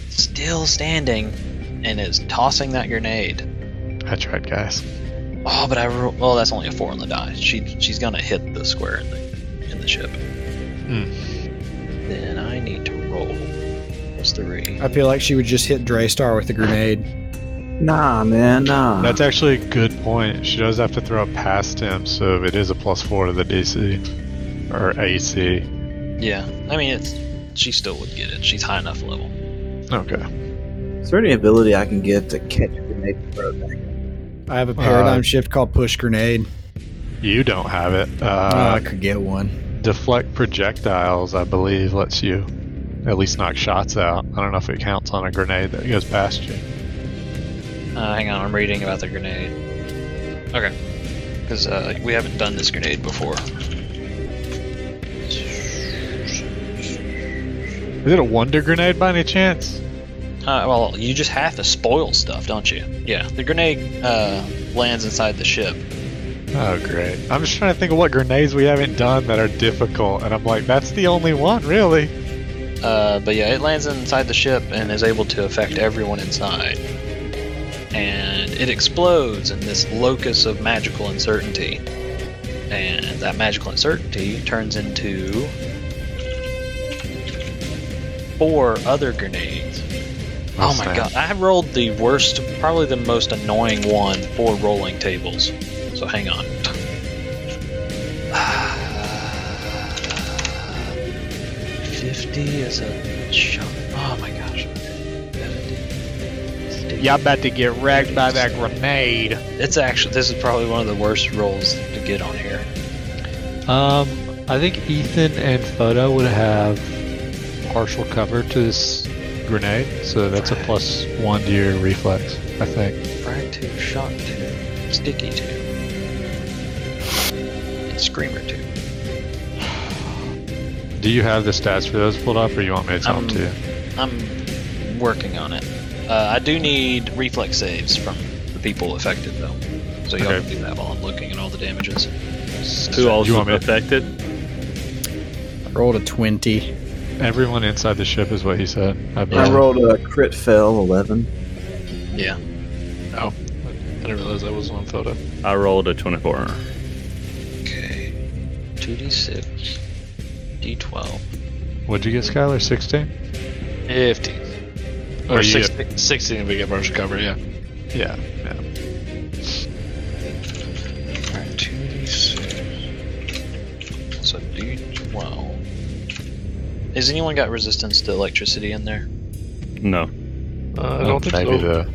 [SPEAKER 4] still standing and is tossing that grenade.
[SPEAKER 6] I tried, guys.
[SPEAKER 4] Oh, but I ro- well, that's only a four on the die. She she's gonna hit the square in the in the ship.
[SPEAKER 6] Hmm.
[SPEAKER 4] Then I need to roll. What's the re?
[SPEAKER 3] I feel like she would just hit Draystar with a grenade.
[SPEAKER 2] Nah, man, nah.
[SPEAKER 6] That's actually a good point. She does have to throw it past him, so it is a plus 4 to the DC. Or AC.
[SPEAKER 4] Yeah, I mean it's she still would get it. She's high enough level.
[SPEAKER 6] Okay.
[SPEAKER 2] Is there any ability I can get to catch a grenade and throw it back?
[SPEAKER 3] I have a paradigm
[SPEAKER 6] Uh,
[SPEAKER 3] shift called push grenade.
[SPEAKER 6] You don't have it.
[SPEAKER 3] Oh, I
[SPEAKER 6] Uh,
[SPEAKER 3] could get one.
[SPEAKER 6] deflect projectiles, I believe, lets you at least knock shots out. I don't know if it counts on a grenade that goes past you.
[SPEAKER 4] Uh, hang on, I'm reading about the grenade. Okay. Because uh, we haven't done this grenade before.
[SPEAKER 6] Is it a wonder grenade by any chance?
[SPEAKER 4] Uh, well, you just have to spoil stuff, don't you? Yeah. The grenade uh, lands inside the ship.
[SPEAKER 6] Oh, great. I'm just trying to think of what grenades we haven't done that are difficult, and I'm like, that's the only one, really.
[SPEAKER 4] Uh, but yeah, it lands inside the ship and is able to affect everyone inside. And it explodes in this locus of magical uncertainty. And that magical uncertainty turns into four other grenades. Oh my god, I rolled the worst, probably the most annoying one for rolling tables. So hang on. [SIGHS] Fifty is a chunk. Oh my gosh.
[SPEAKER 6] Y'all about to get wrecked by that grenade.
[SPEAKER 4] It's actually this is probably one of the worst rolls to get on here.
[SPEAKER 6] Um, I think Ethan and Photo would have partial cover to this grenade, so that's a plus one to your reflex, I think.
[SPEAKER 4] Frag two, shock two, sticky two, and screamer two.
[SPEAKER 6] Do you have the stats for those pulled up, or you want me to tell
[SPEAKER 4] Um,
[SPEAKER 6] them to you?
[SPEAKER 4] I'm working on it. Uh, I do need reflex saves from the people affected, though. So y'all
[SPEAKER 9] Okay.
[SPEAKER 4] can do that while I'm looking at all the damages.
[SPEAKER 9] Who else
[SPEAKER 6] You
[SPEAKER 9] is
[SPEAKER 6] want me to-
[SPEAKER 9] affected?
[SPEAKER 3] Rolled a 20.
[SPEAKER 6] Everyone inside the ship is what he said. I believe.
[SPEAKER 2] I rolled a crit fail eleven.
[SPEAKER 4] Yeah.
[SPEAKER 7] I didn't realize that was on photo.
[SPEAKER 9] I rolled a 24.
[SPEAKER 4] Okay. 2d6, d12,
[SPEAKER 6] What'd you get, Skylar? 16?
[SPEAKER 7] 15.
[SPEAKER 6] Oh,
[SPEAKER 7] Or
[SPEAKER 6] yeah.
[SPEAKER 7] 16, 16 if we get partial cover, yeah.
[SPEAKER 6] Yeah.
[SPEAKER 4] Alright, 2d6. So d12. Has anyone got resistance to electricity in there?
[SPEAKER 9] No.
[SPEAKER 7] Uh, I don't think
[SPEAKER 6] maybe
[SPEAKER 7] so.
[SPEAKER 6] the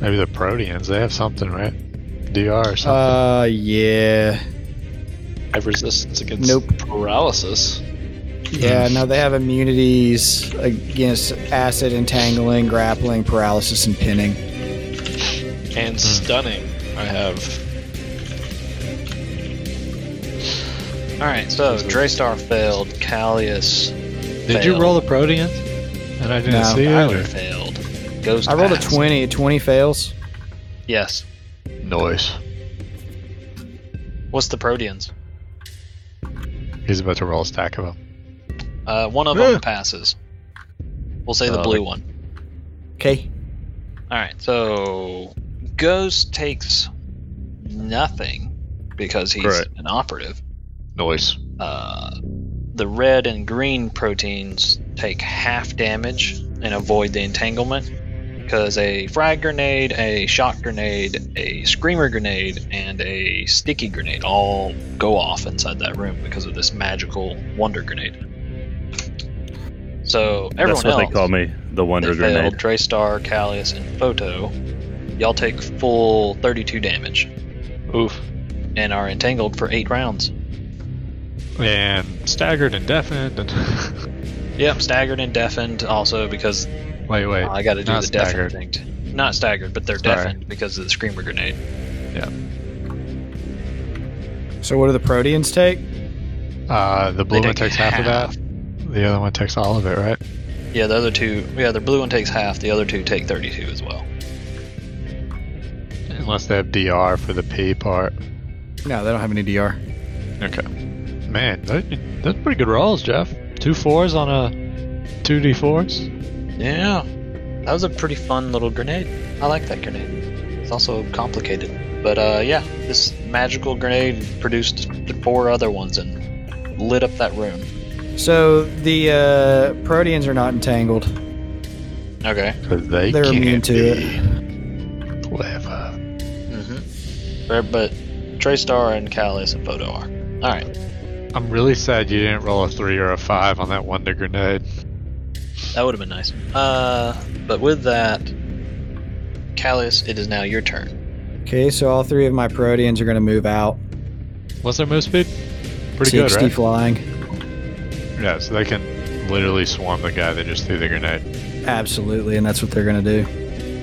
[SPEAKER 6] maybe the proteans. They have something, right? DR or something.
[SPEAKER 3] Uh, yeah.
[SPEAKER 7] I have resistance against
[SPEAKER 3] Nope.
[SPEAKER 7] paralysis.
[SPEAKER 3] Yeah, no, they have immunities against acid entangling, grappling, paralysis, and pinning.
[SPEAKER 7] And stunning, I have.
[SPEAKER 4] Alright, so Draystar failed, Callius
[SPEAKER 6] Did you
[SPEAKER 4] failed.
[SPEAKER 6] roll the proteans? And I didn't
[SPEAKER 3] No.
[SPEAKER 6] see it.
[SPEAKER 4] Tyler
[SPEAKER 6] Or?
[SPEAKER 4] failed. Goes
[SPEAKER 3] I rolled a
[SPEAKER 4] past.
[SPEAKER 3] 20. 20 fails.
[SPEAKER 4] Yes.
[SPEAKER 6] Noise.
[SPEAKER 4] What's the Proteans?
[SPEAKER 6] He's about to roll a stack of them.
[SPEAKER 4] Uh, one of
[SPEAKER 6] Yeah.
[SPEAKER 4] them passes. We'll say the
[SPEAKER 6] Uh,
[SPEAKER 4] blue one.
[SPEAKER 3] Okay.
[SPEAKER 4] All right, so Ghost takes nothing because he's
[SPEAKER 9] Correct.
[SPEAKER 4] an operative.
[SPEAKER 6] Noise.
[SPEAKER 4] Uh, the red and green proteins take half damage and avoid the entanglement because a frag grenade, a shock grenade, a screamer grenade, and a sticky grenade all go off inside that room because of this magical wonder grenade. So everyone
[SPEAKER 9] That's what
[SPEAKER 4] else,
[SPEAKER 9] they call me, the Wonder
[SPEAKER 4] they failed,
[SPEAKER 9] Grenade.
[SPEAKER 4] Draystar, Callius, and Photo. Y'all take full 32 damage
[SPEAKER 7] Oof.
[SPEAKER 4] and are entangled for eight rounds.
[SPEAKER 6] And staggered and [LAUGHS] deafened. And
[SPEAKER 4] Yep, staggered and deafened also because
[SPEAKER 6] wait, wait.
[SPEAKER 4] Oh, I got to do
[SPEAKER 6] not
[SPEAKER 4] the deafened
[SPEAKER 6] staggered.
[SPEAKER 4] thing. t- Not staggered, but they're
[SPEAKER 6] Sorry.
[SPEAKER 4] deafened because of the screamer grenade.
[SPEAKER 3] So what do the Proteans take?
[SPEAKER 6] Uh, the blue
[SPEAKER 4] They
[SPEAKER 6] one
[SPEAKER 4] take
[SPEAKER 6] takes half of
[SPEAKER 4] half.
[SPEAKER 6] that. The other one takes all of it, right?
[SPEAKER 4] Yeah, the other two. Yeah, the blue one takes half. The other two take 32 as well.
[SPEAKER 6] Unless they have DR for the P part.
[SPEAKER 3] No, they don't have any DR.
[SPEAKER 6] Okay. Man, tho- those are pretty good rolls, Jeff. Two fours on a two D fours.
[SPEAKER 4] Yeah, that was a pretty fun little grenade. I like that grenade. It's also complicated, but uh, yeah, this magical grenade produced four other ones and lit up that room.
[SPEAKER 3] So the uh, Proteans are not entangled.
[SPEAKER 4] Okay.
[SPEAKER 6] Because they
[SPEAKER 3] They're
[SPEAKER 6] can't
[SPEAKER 3] immune to it.
[SPEAKER 6] be Clever.
[SPEAKER 4] Mm-hmm. But Traystar and Callius and Photo are. All right.
[SPEAKER 6] I'm really sad you didn't roll a three or a five on that wonder grenade.
[SPEAKER 4] That would have been nice. Uh, but with that, Callus, it is now your turn.
[SPEAKER 3] Okay, so all three of my Proteans are going to move out.
[SPEAKER 6] What's their move speed? Pretty
[SPEAKER 3] 60
[SPEAKER 6] good,
[SPEAKER 3] flying.
[SPEAKER 6] right? Yeah, so they can literally swarm the guy that just threw the grenade,
[SPEAKER 3] Absolutely, and that's what they're going to do.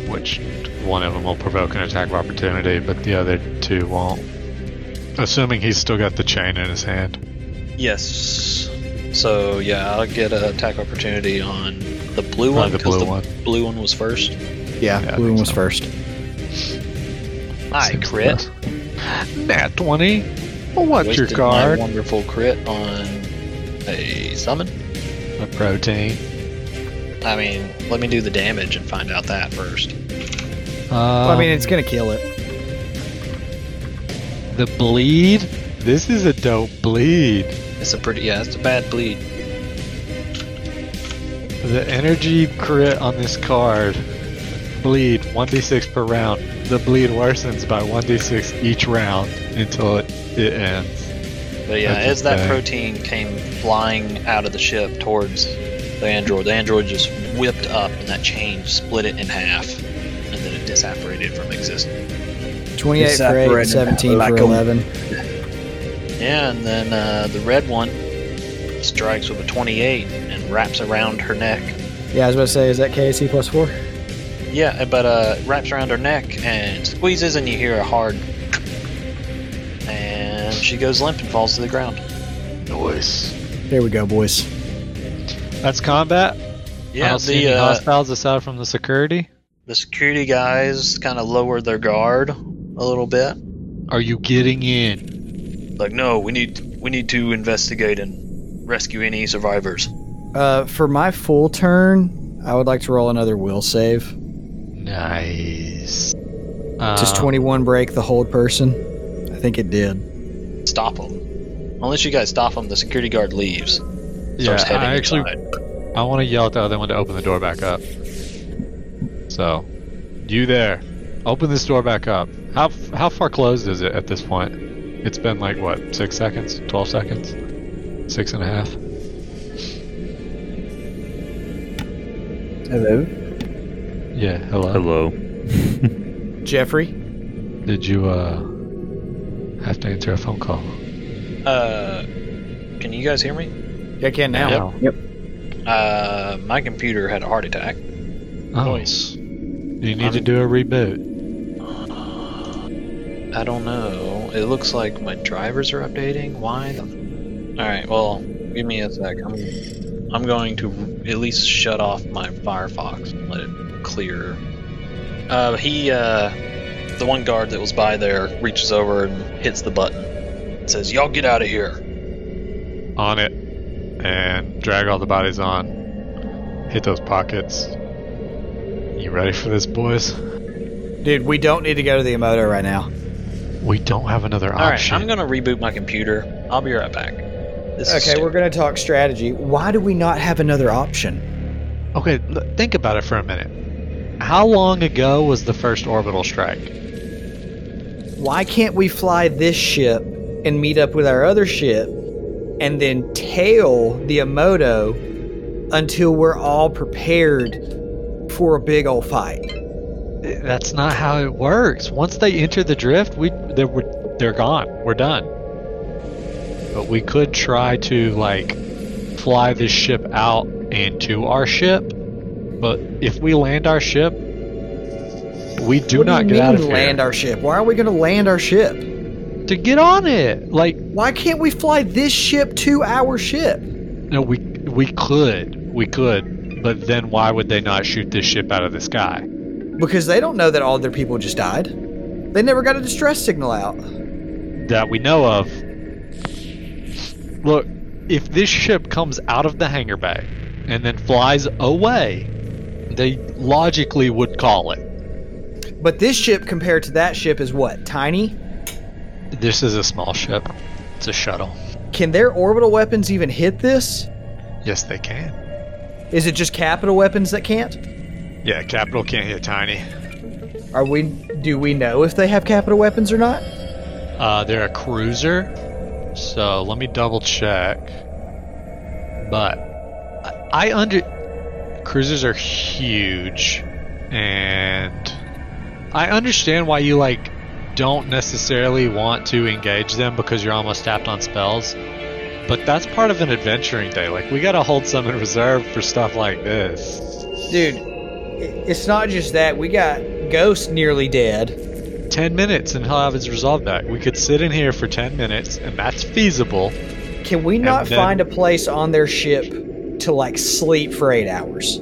[SPEAKER 6] which one of them will provoke an attack of opportunity, but the other two won't. Assuming he's still got the chain in his hand.
[SPEAKER 4] Yes. So yeah, I'll get an attack opportunity on the blue
[SPEAKER 6] Probably
[SPEAKER 4] one
[SPEAKER 6] the
[SPEAKER 4] because
[SPEAKER 6] blue
[SPEAKER 4] the
[SPEAKER 6] one.
[SPEAKER 4] blue one was first.
[SPEAKER 3] Yeah,
[SPEAKER 6] Yeah, I
[SPEAKER 3] blue one
[SPEAKER 6] think
[SPEAKER 3] was
[SPEAKER 6] so.
[SPEAKER 3] first.
[SPEAKER 4] I
[SPEAKER 6] Seems
[SPEAKER 4] crit.
[SPEAKER 6] Nat 20. Well, what's your
[SPEAKER 4] Wasted My
[SPEAKER 6] card?
[SPEAKER 4] wonderful crit on a summon.
[SPEAKER 6] A protein.
[SPEAKER 4] I mean, let me do the damage and find out that first.
[SPEAKER 3] well, I mean, it's going to kill it.
[SPEAKER 6] the bleed. This is a dope bleed.
[SPEAKER 4] It's a pretty yeah, it's a bad bleed.
[SPEAKER 6] The energy crit on this card. Bleed 1d6 per round. The bleed worsens by 1d6 each round until it, it ends.
[SPEAKER 4] But yeah,
[SPEAKER 6] That's
[SPEAKER 4] as that
[SPEAKER 6] okay.
[SPEAKER 4] protein came flying out of the ship towards the android, the android just whipped up and that chain split it in half, and then it disapparated from existence.
[SPEAKER 3] 28 for 8,
[SPEAKER 2] Separated
[SPEAKER 3] 17
[SPEAKER 2] like
[SPEAKER 3] for
[SPEAKER 2] a-
[SPEAKER 3] 11.
[SPEAKER 4] Yeah, and then uh, the red one strikes with a 28 and wraps around her neck.
[SPEAKER 3] Yeah, I was about to say, is that KC plus 4?
[SPEAKER 4] Yeah, but uh, wraps around her neck and squeezes, and you hear a hard. And she goes limp and falls to the ground.
[SPEAKER 6] Noise.
[SPEAKER 3] There we go, boys.
[SPEAKER 6] That's combat? I
[SPEAKER 4] Yeah,
[SPEAKER 6] don't see
[SPEAKER 4] the
[SPEAKER 6] any
[SPEAKER 4] uh,
[SPEAKER 6] hostiles aside from the security.
[SPEAKER 4] the security guys kind of lowered their guard a little bit.
[SPEAKER 6] Are you getting in?
[SPEAKER 4] Like, no, we need we need to investigate and rescue any survivors.
[SPEAKER 3] Uh, for my full turn, I would like to roll another will save.
[SPEAKER 6] Nice.
[SPEAKER 3] Does
[SPEAKER 6] Uh,
[SPEAKER 3] 21 break the hold person? I think it did.
[SPEAKER 4] Stop them. Unless you guys stop them, the security guard leaves.
[SPEAKER 6] Yeah,
[SPEAKER 4] Starts heading
[SPEAKER 6] I actually
[SPEAKER 4] inside.
[SPEAKER 6] I want to yell at the other one to open the door back up. So, you there, open this door back up. How how far closed is it at this point? It's been like what, six seconds, twelve seconds, six and a half.
[SPEAKER 2] Hello.
[SPEAKER 6] Yeah. Hello.
[SPEAKER 9] Hello.
[SPEAKER 3] Jeffrey?
[SPEAKER 6] Did you uh have to answer a phone call?
[SPEAKER 4] Uh, can you guys hear me?
[SPEAKER 3] I can now.
[SPEAKER 6] No.
[SPEAKER 4] Uh, my computer had a heart attack.
[SPEAKER 6] Oh,
[SPEAKER 4] Nice.
[SPEAKER 6] You need to do a reboot.
[SPEAKER 4] I don't know. It looks like my drivers are updating. Why? The... All right. Well, give me a sec. I'm I'm going to at least shut off my Firefox and let it clear. Uh, he uh, the one guard that was by there reaches over and hits the button. It says, "Y'all get out of here."
[SPEAKER 6] On it, and drag all the bodies on. Hit those pockets. You ready for this, boys?
[SPEAKER 3] Dude, we don't need to go to the Emoto right now.
[SPEAKER 6] We don't have another
[SPEAKER 3] Oh,
[SPEAKER 4] All right.
[SPEAKER 6] option.
[SPEAKER 4] I'm gonna reboot my computer. I'll be right back. This is
[SPEAKER 3] Okay, we're
[SPEAKER 4] stupid.
[SPEAKER 3] going to talk strategy. Why do we not have another option?
[SPEAKER 6] Okay, l- think about it for a minute. How long ago was the first orbital strike?
[SPEAKER 3] Why can't we fly this ship and meet up with our other ship and then tail the Emoto until we're all prepared for a big old fight?
[SPEAKER 6] That's not how it works. Once they enter the drift, we they're we're- they're gone. We're done. But we could try to like fly this ship out and to our ship. But if we land our ship, we do
[SPEAKER 3] What
[SPEAKER 6] not
[SPEAKER 3] you
[SPEAKER 6] get
[SPEAKER 3] mean
[SPEAKER 6] out of
[SPEAKER 3] land
[SPEAKER 6] here.
[SPEAKER 3] our ship. Why are we going to land our ship?
[SPEAKER 6] to get on it, like
[SPEAKER 3] Why can't we fly this ship to our ship?
[SPEAKER 6] No, we we could, we could, but then why would they not shoot this ship out of the sky?
[SPEAKER 3] Because they don't know that all their people just died. They never got a distress signal out.
[SPEAKER 6] That we know of. Look, if this ship comes out of the hangar bay and then flies away, they logically would call it.
[SPEAKER 3] But this ship compared to that ship is what? Tiny?
[SPEAKER 6] This is a small ship. It's a shuttle.
[SPEAKER 3] Can their orbital weapons even hit this?
[SPEAKER 6] Yes, they can.
[SPEAKER 3] Is it just capital weapons that can't?
[SPEAKER 6] Yeah, Capital can't hit Tiny.
[SPEAKER 3] Are we do we know if they have capital weapons or not?
[SPEAKER 6] Uh, they're a cruiser, so let me double check. But I- I under cruisers are huge, and I understand why you like don't necessarily want to engage them because you're almost tapped on spells. But that's part of an adventuring day. Like we gotta hold some in reserve for stuff like this.
[SPEAKER 3] Dude, i- it's not just that. We got Ghost nearly dead.
[SPEAKER 6] Ten minutes and he'll have his resolve back. We could sit in here for ten minutes, and that's feasible.
[SPEAKER 3] Can we not
[SPEAKER 6] then-
[SPEAKER 3] find a place on their ship to like sleep for 8 hours?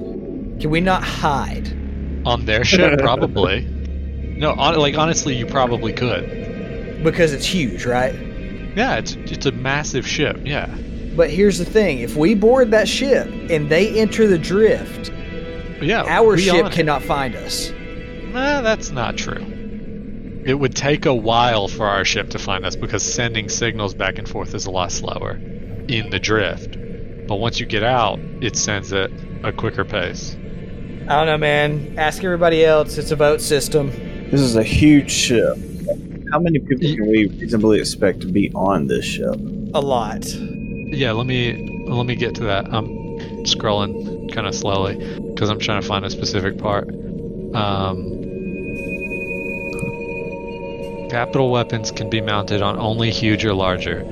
[SPEAKER 3] Can we not hide?
[SPEAKER 6] On their ship, probably. No, on, like honestly, you probably could.
[SPEAKER 3] Because it's huge, right?
[SPEAKER 6] Yeah, it's it's a massive ship. Yeah,
[SPEAKER 3] But here's the thing: if we board that ship and they enter the drift,
[SPEAKER 6] yeah.
[SPEAKER 3] our
[SPEAKER 6] we
[SPEAKER 3] ship
[SPEAKER 6] on it.
[SPEAKER 3] cannot find us.
[SPEAKER 6] Nah, that's not true. It would take a while for our ship to find us because sending signals back and forth is a lot slower in the drift. But once you get out, it sends at a quicker pace.
[SPEAKER 3] I don't know, man. Ask everybody else. It's a vote system.
[SPEAKER 2] This is a huge ship. How many people can we reasonably expect to be on this ship?
[SPEAKER 3] A lot.
[SPEAKER 6] Yeah, let me let me get to that. I'm scrolling kind of slowly because I'm trying to find a specific part. Um, capital weapons can be mounted on only huge or larger,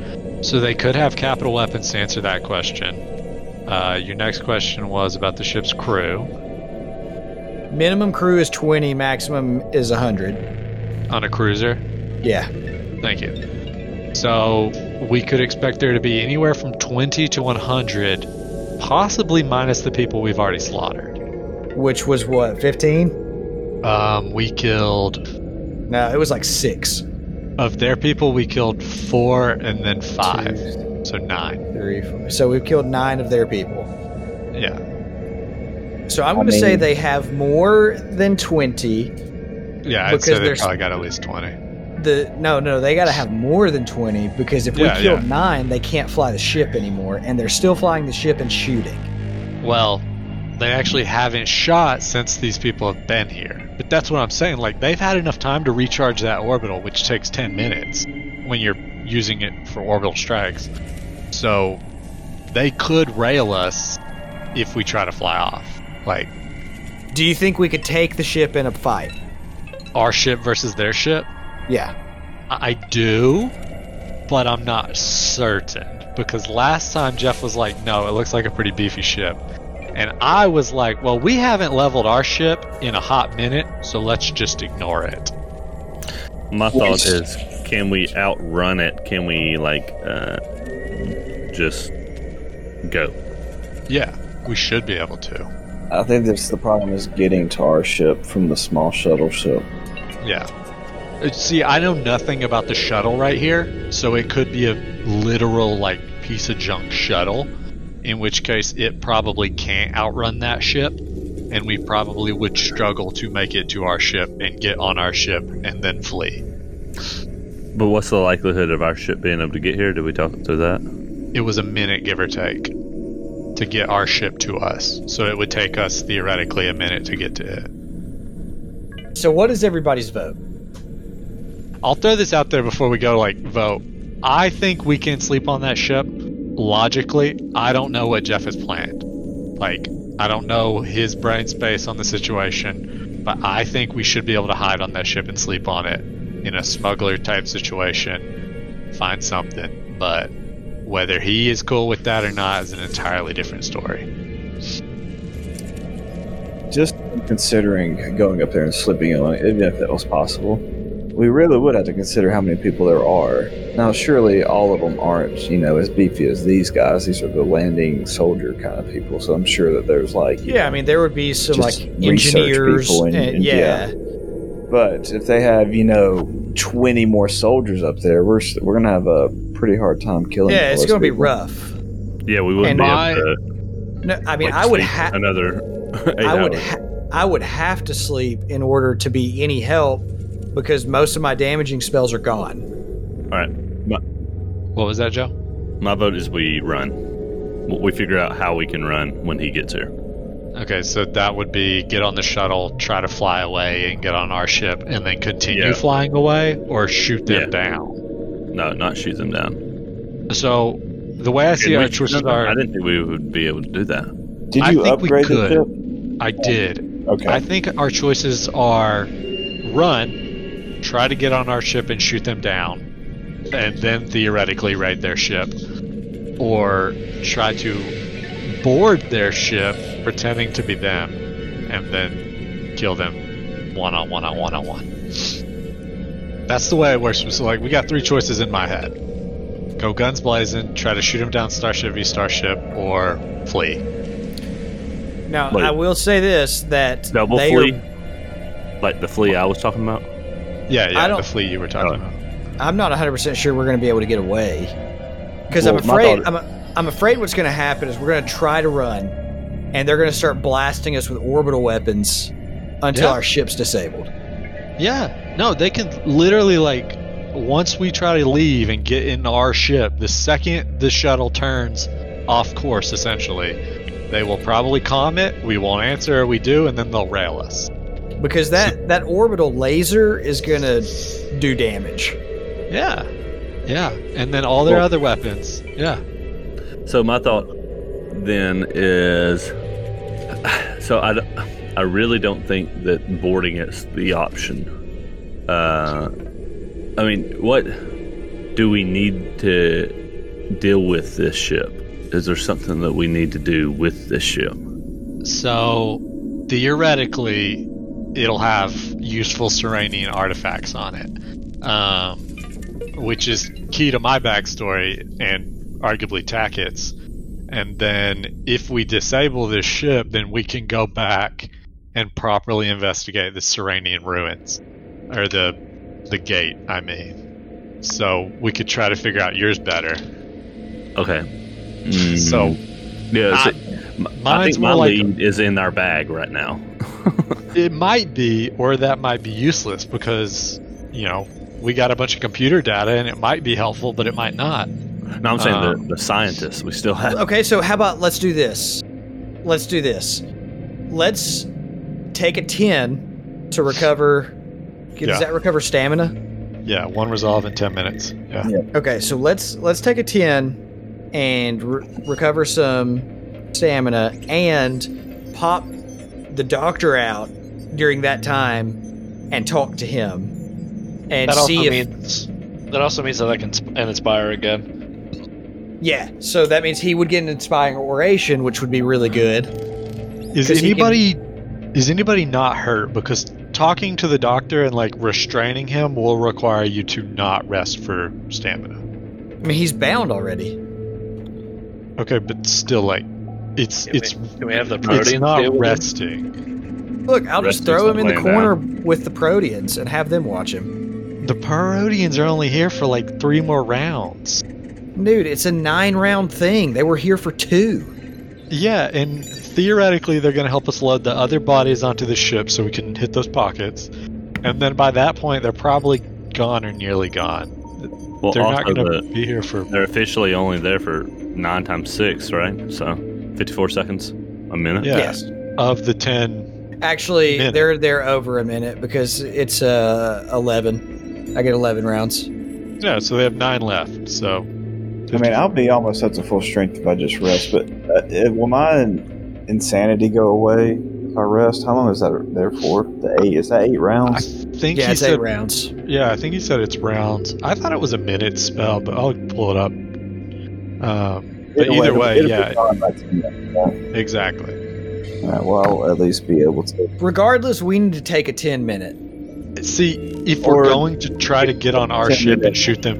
[SPEAKER 6] so they could have capital weapons to answer that question. Uh, your next question was about the ship's crew.
[SPEAKER 3] Minimum crew is 20. Maximum is 100.
[SPEAKER 6] on a cruiser.
[SPEAKER 3] Yeah.
[SPEAKER 6] Thank you. So we could expect there to be anywhere from 20 to 100 possibly minus the people we've already slaughtered.
[SPEAKER 3] which was what, 15?
[SPEAKER 6] Um, we killed
[SPEAKER 3] No, it was like six.
[SPEAKER 6] of their people. We killed four and then five, so nine.
[SPEAKER 3] Three, four. So we've killed nine of their people.
[SPEAKER 6] Yeah,
[SPEAKER 3] So I'm going to
[SPEAKER 2] mean-
[SPEAKER 3] say they have more than 20.
[SPEAKER 6] yeah. I'd
[SPEAKER 3] Because
[SPEAKER 6] say they
[SPEAKER 3] there's-
[SPEAKER 6] probably got at least twenty.
[SPEAKER 3] The no, no, they got to have more than 20 because if
[SPEAKER 6] Yeah,
[SPEAKER 3] we killed
[SPEAKER 6] yeah.
[SPEAKER 3] 9, they can't fly the ship anymore and they're still flying the ship and shooting.
[SPEAKER 6] Well, they actually haven't shot since these people have been here. But that's what I'm saying. Like they've had enough time to recharge that orbital, which takes 10 minutes when you're using it for orbital strikes. So they could rail us if we try to fly off. Like
[SPEAKER 3] Do you think we could take the ship in a fight?
[SPEAKER 6] our ship versus their ship.
[SPEAKER 3] Yeah.
[SPEAKER 6] I I do, but I'm not certain because last time Jeff was like, "No, it looks like a pretty beefy ship," and I was like, "Well, we haven't leveled our ship in a hot minute, so let's just ignore it."
[SPEAKER 9] My thought is, can we outrun it? Can we like uh, just go?
[SPEAKER 6] Yeah, we should be able to.
[SPEAKER 2] I think that's the problem is getting to our ship from the small shuttle ship.
[SPEAKER 6] Yeah. Uh, See, I know nothing about the shuttle right here, so it could be a literal like piece of junk shuttle, in which case it probably can't outrun that ship, and we probably would struggle to make it to our ship and get on our ship and then flee.
[SPEAKER 9] But what's the likelihood of our ship being able to get here? Did we talk through that?
[SPEAKER 6] It was a minute give or take to get our ship to us, so it would take us theoretically a minute to get to it.
[SPEAKER 3] So what is everybody's vote?
[SPEAKER 6] I'll throw this out there before we go like vote. I think we can sleep on that ship. Logically, I don't know what Jeff has planned. Like, I don't know his brain space on the situation, but I think we should be able to hide on that ship and sleep on it in a smuggler type situation. Find something, but whether he is cool with that or not is an entirely different story.
[SPEAKER 2] Just considering going up there and slipping on it, even if that was possible, we really would have to consider how many people there are. Now, surely all of them aren't, you know, as beefy as these guys. These are the landing soldier kind of people, so I'm sure that there's like, you
[SPEAKER 3] Yeah, I mean there would be some
[SPEAKER 2] Just
[SPEAKER 3] like
[SPEAKER 2] research
[SPEAKER 3] engineers
[SPEAKER 2] people and-
[SPEAKER 3] and-
[SPEAKER 2] and-
[SPEAKER 3] yeah.
[SPEAKER 2] But if they have, you know, 20 more soldiers up there, we're, s- we're going to have a pretty hard time killing
[SPEAKER 3] Yeah,
[SPEAKER 2] all
[SPEAKER 3] it's
[SPEAKER 2] those
[SPEAKER 3] going to be
[SPEAKER 2] people.
[SPEAKER 3] rough.
[SPEAKER 9] Yeah, we wouldn't
[SPEAKER 3] And
[SPEAKER 9] be
[SPEAKER 6] my-
[SPEAKER 9] able to.
[SPEAKER 3] No, I mean
[SPEAKER 9] like,
[SPEAKER 3] I would
[SPEAKER 9] sleep
[SPEAKER 3] have
[SPEAKER 9] another. Eight
[SPEAKER 3] I would
[SPEAKER 9] hours.
[SPEAKER 3] ha- I would have to sleep in order to be any help because most of my damaging spells are gone.
[SPEAKER 6] What was that, Joe?
[SPEAKER 9] My vote is we run. We figure out how we can run when he gets here.
[SPEAKER 6] Okay, so that would be get on the shuttle, try to fly away, and get on our ship, and then continue
[SPEAKER 9] Yeah.
[SPEAKER 6] flying away or shoot them
[SPEAKER 9] Yeah.
[SPEAKER 6] down.
[SPEAKER 9] No, not shoot them down.
[SPEAKER 6] So the way I see
[SPEAKER 9] Can
[SPEAKER 6] our
[SPEAKER 9] we-
[SPEAKER 6] choices
[SPEAKER 9] no, no, I
[SPEAKER 6] are,
[SPEAKER 9] didn't think we would be able to do that.
[SPEAKER 2] Did
[SPEAKER 6] I
[SPEAKER 2] you
[SPEAKER 6] think we
[SPEAKER 2] upgrade the
[SPEAKER 6] could.
[SPEAKER 2] ship?
[SPEAKER 6] I did.
[SPEAKER 2] Okay.
[SPEAKER 6] I think our choices are run, try to get on our ship and shoot them down, and then theoretically raid their ship, or try to board their ship pretending to be them, and then kill them one on one on one on one. That's the way it works. So like we got three choices in my head: go guns blazing, try to shoot them down, starship v starship, or flee.
[SPEAKER 3] Now
[SPEAKER 9] Like-
[SPEAKER 3] I will say this that
[SPEAKER 9] Double
[SPEAKER 3] they
[SPEAKER 9] flee,
[SPEAKER 3] Are,
[SPEAKER 9] like the flea I was talking about.
[SPEAKER 6] Yeah, yeah,
[SPEAKER 3] I don't-
[SPEAKER 6] the flea you were talking about.
[SPEAKER 3] I'm not 100 percent sure we're going to be able to get away because I'm
[SPEAKER 2] Well, my
[SPEAKER 3] afraid
[SPEAKER 2] thought-
[SPEAKER 3] I'm, I'm afraid what's going to happen is we're going to try to run and they're going to start blasting us with orbital weapons until
[SPEAKER 6] Yeah.
[SPEAKER 3] our ship's disabled.
[SPEAKER 6] Yeah, no, they can literally like once we try to leave and get in our ship, the second the shuttle turns off course, essentially, they will probably calm it. We won't answer. We do, and then they'll rail us.
[SPEAKER 3] Because that, that orbital laser is going to do damage.
[SPEAKER 6] Yeah, yeah, and then all their
[SPEAKER 9] Well-
[SPEAKER 6] other weapons. Yeah,
[SPEAKER 9] So my thought then is, [SIGHS] so I, d- I really don't think that boarding is the option. Uh, I mean, what do we need to deal with this ship? Is there something that we need to do with this ship?
[SPEAKER 6] So, theoretically, it'll have useful Serenian artifacts on it, um, which is key to my backstory and arguably Tackett's. and then if we disable this ship, then we can go back and properly investigate the Serenian ruins or the the gate. I mean, so we could try to figure out yours better.
[SPEAKER 9] Okay.
[SPEAKER 6] So
[SPEAKER 9] yeah, so
[SPEAKER 6] I-
[SPEAKER 9] m- I,
[SPEAKER 6] mine's
[SPEAKER 9] think my
[SPEAKER 6] more like-
[SPEAKER 9] lead is in our bag right now.
[SPEAKER 6] it might be, or that might be useless because you know we got a bunch of computer data, and it might be helpful, but it might not.
[SPEAKER 9] No, I'm saying
[SPEAKER 6] Um,
[SPEAKER 9] the, the scientists we still have.
[SPEAKER 3] Okay, so how about let's do this? Let's do this. Let's take a 10 to recover. Does
[SPEAKER 6] Yeah.
[SPEAKER 3] that recover stamina?
[SPEAKER 6] Yeah, one resolve in ten minutes. Yeah.
[SPEAKER 3] Okay, so let's let's take a 10 and re- recover some stamina and pop the doctor out during that time and talk to him and
[SPEAKER 7] that also
[SPEAKER 3] see if
[SPEAKER 7] means that also means that I can sp- and inspire again.
[SPEAKER 3] yeah, so that means he would get an inspiring oration, which would be really good.
[SPEAKER 6] Is
[SPEAKER 3] Mm, 'Cause he can-
[SPEAKER 6] anybody is anybody not hurt? Because talking to the doctor and like restraining him will require you to not rest for stamina.
[SPEAKER 3] I mean, he's bound already.
[SPEAKER 6] Okay, but still like it's
[SPEAKER 7] Can we-
[SPEAKER 6] it's
[SPEAKER 7] Can we have the
[SPEAKER 6] it's
[SPEAKER 7] protein?
[SPEAKER 6] not
[SPEAKER 7] deal with it?
[SPEAKER 6] resting.
[SPEAKER 3] Look, I'll just
[SPEAKER 9] Resting's
[SPEAKER 3] throw
[SPEAKER 9] not
[SPEAKER 3] him in the
[SPEAKER 9] laying
[SPEAKER 3] corner with the Proteans and have them watch him.
[SPEAKER 6] The Parodians are only here for like three more rounds.
[SPEAKER 3] Dude, it's a nine round thing. They were here for two.
[SPEAKER 6] Yeah, and theoretically they're gonna help us load the other bodies onto the ship so we can hit those pockets. And then by that point they're probably gone or nearly gone.
[SPEAKER 9] well,
[SPEAKER 6] They're
[SPEAKER 9] also
[SPEAKER 6] not gonna
[SPEAKER 9] the,
[SPEAKER 6] be here for
[SPEAKER 9] they're officially only there for nine times six, right? So, fifty-four seconds, a minute.
[SPEAKER 6] Yeah. of the ten
[SPEAKER 3] Actually,
[SPEAKER 6] Minute.
[SPEAKER 3] they're they're over a minute because it's uh eleven. I get eleven rounds.
[SPEAKER 6] Yeah, so they have nine left. So,
[SPEAKER 2] I mean, I'll be almost up to full strength if I just rest, but uh, it, will my insanity go away if I rest? How long is that there for? The eight is that eight
[SPEAKER 6] I
[SPEAKER 2] rounds?
[SPEAKER 6] think
[SPEAKER 3] Yeah,
[SPEAKER 6] he
[SPEAKER 3] it's eight
[SPEAKER 6] said.
[SPEAKER 3] rounds.
[SPEAKER 6] Yeah, I think he said it's rounds. I thought it was a minute spell, but I'll pull it up. Um, but either way,
[SPEAKER 2] it'll be
[SPEAKER 6] yeah,
[SPEAKER 2] gone by 10 minutes.
[SPEAKER 6] exactly.
[SPEAKER 2] All right, well, I'll at least be able to.
[SPEAKER 3] Regardless, we need to take a ten minute.
[SPEAKER 6] See, if we're
[SPEAKER 2] Or-
[SPEAKER 6] going to try to get on our
[SPEAKER 2] Ten
[SPEAKER 6] ship and
[SPEAKER 2] minutes.
[SPEAKER 6] shoot them,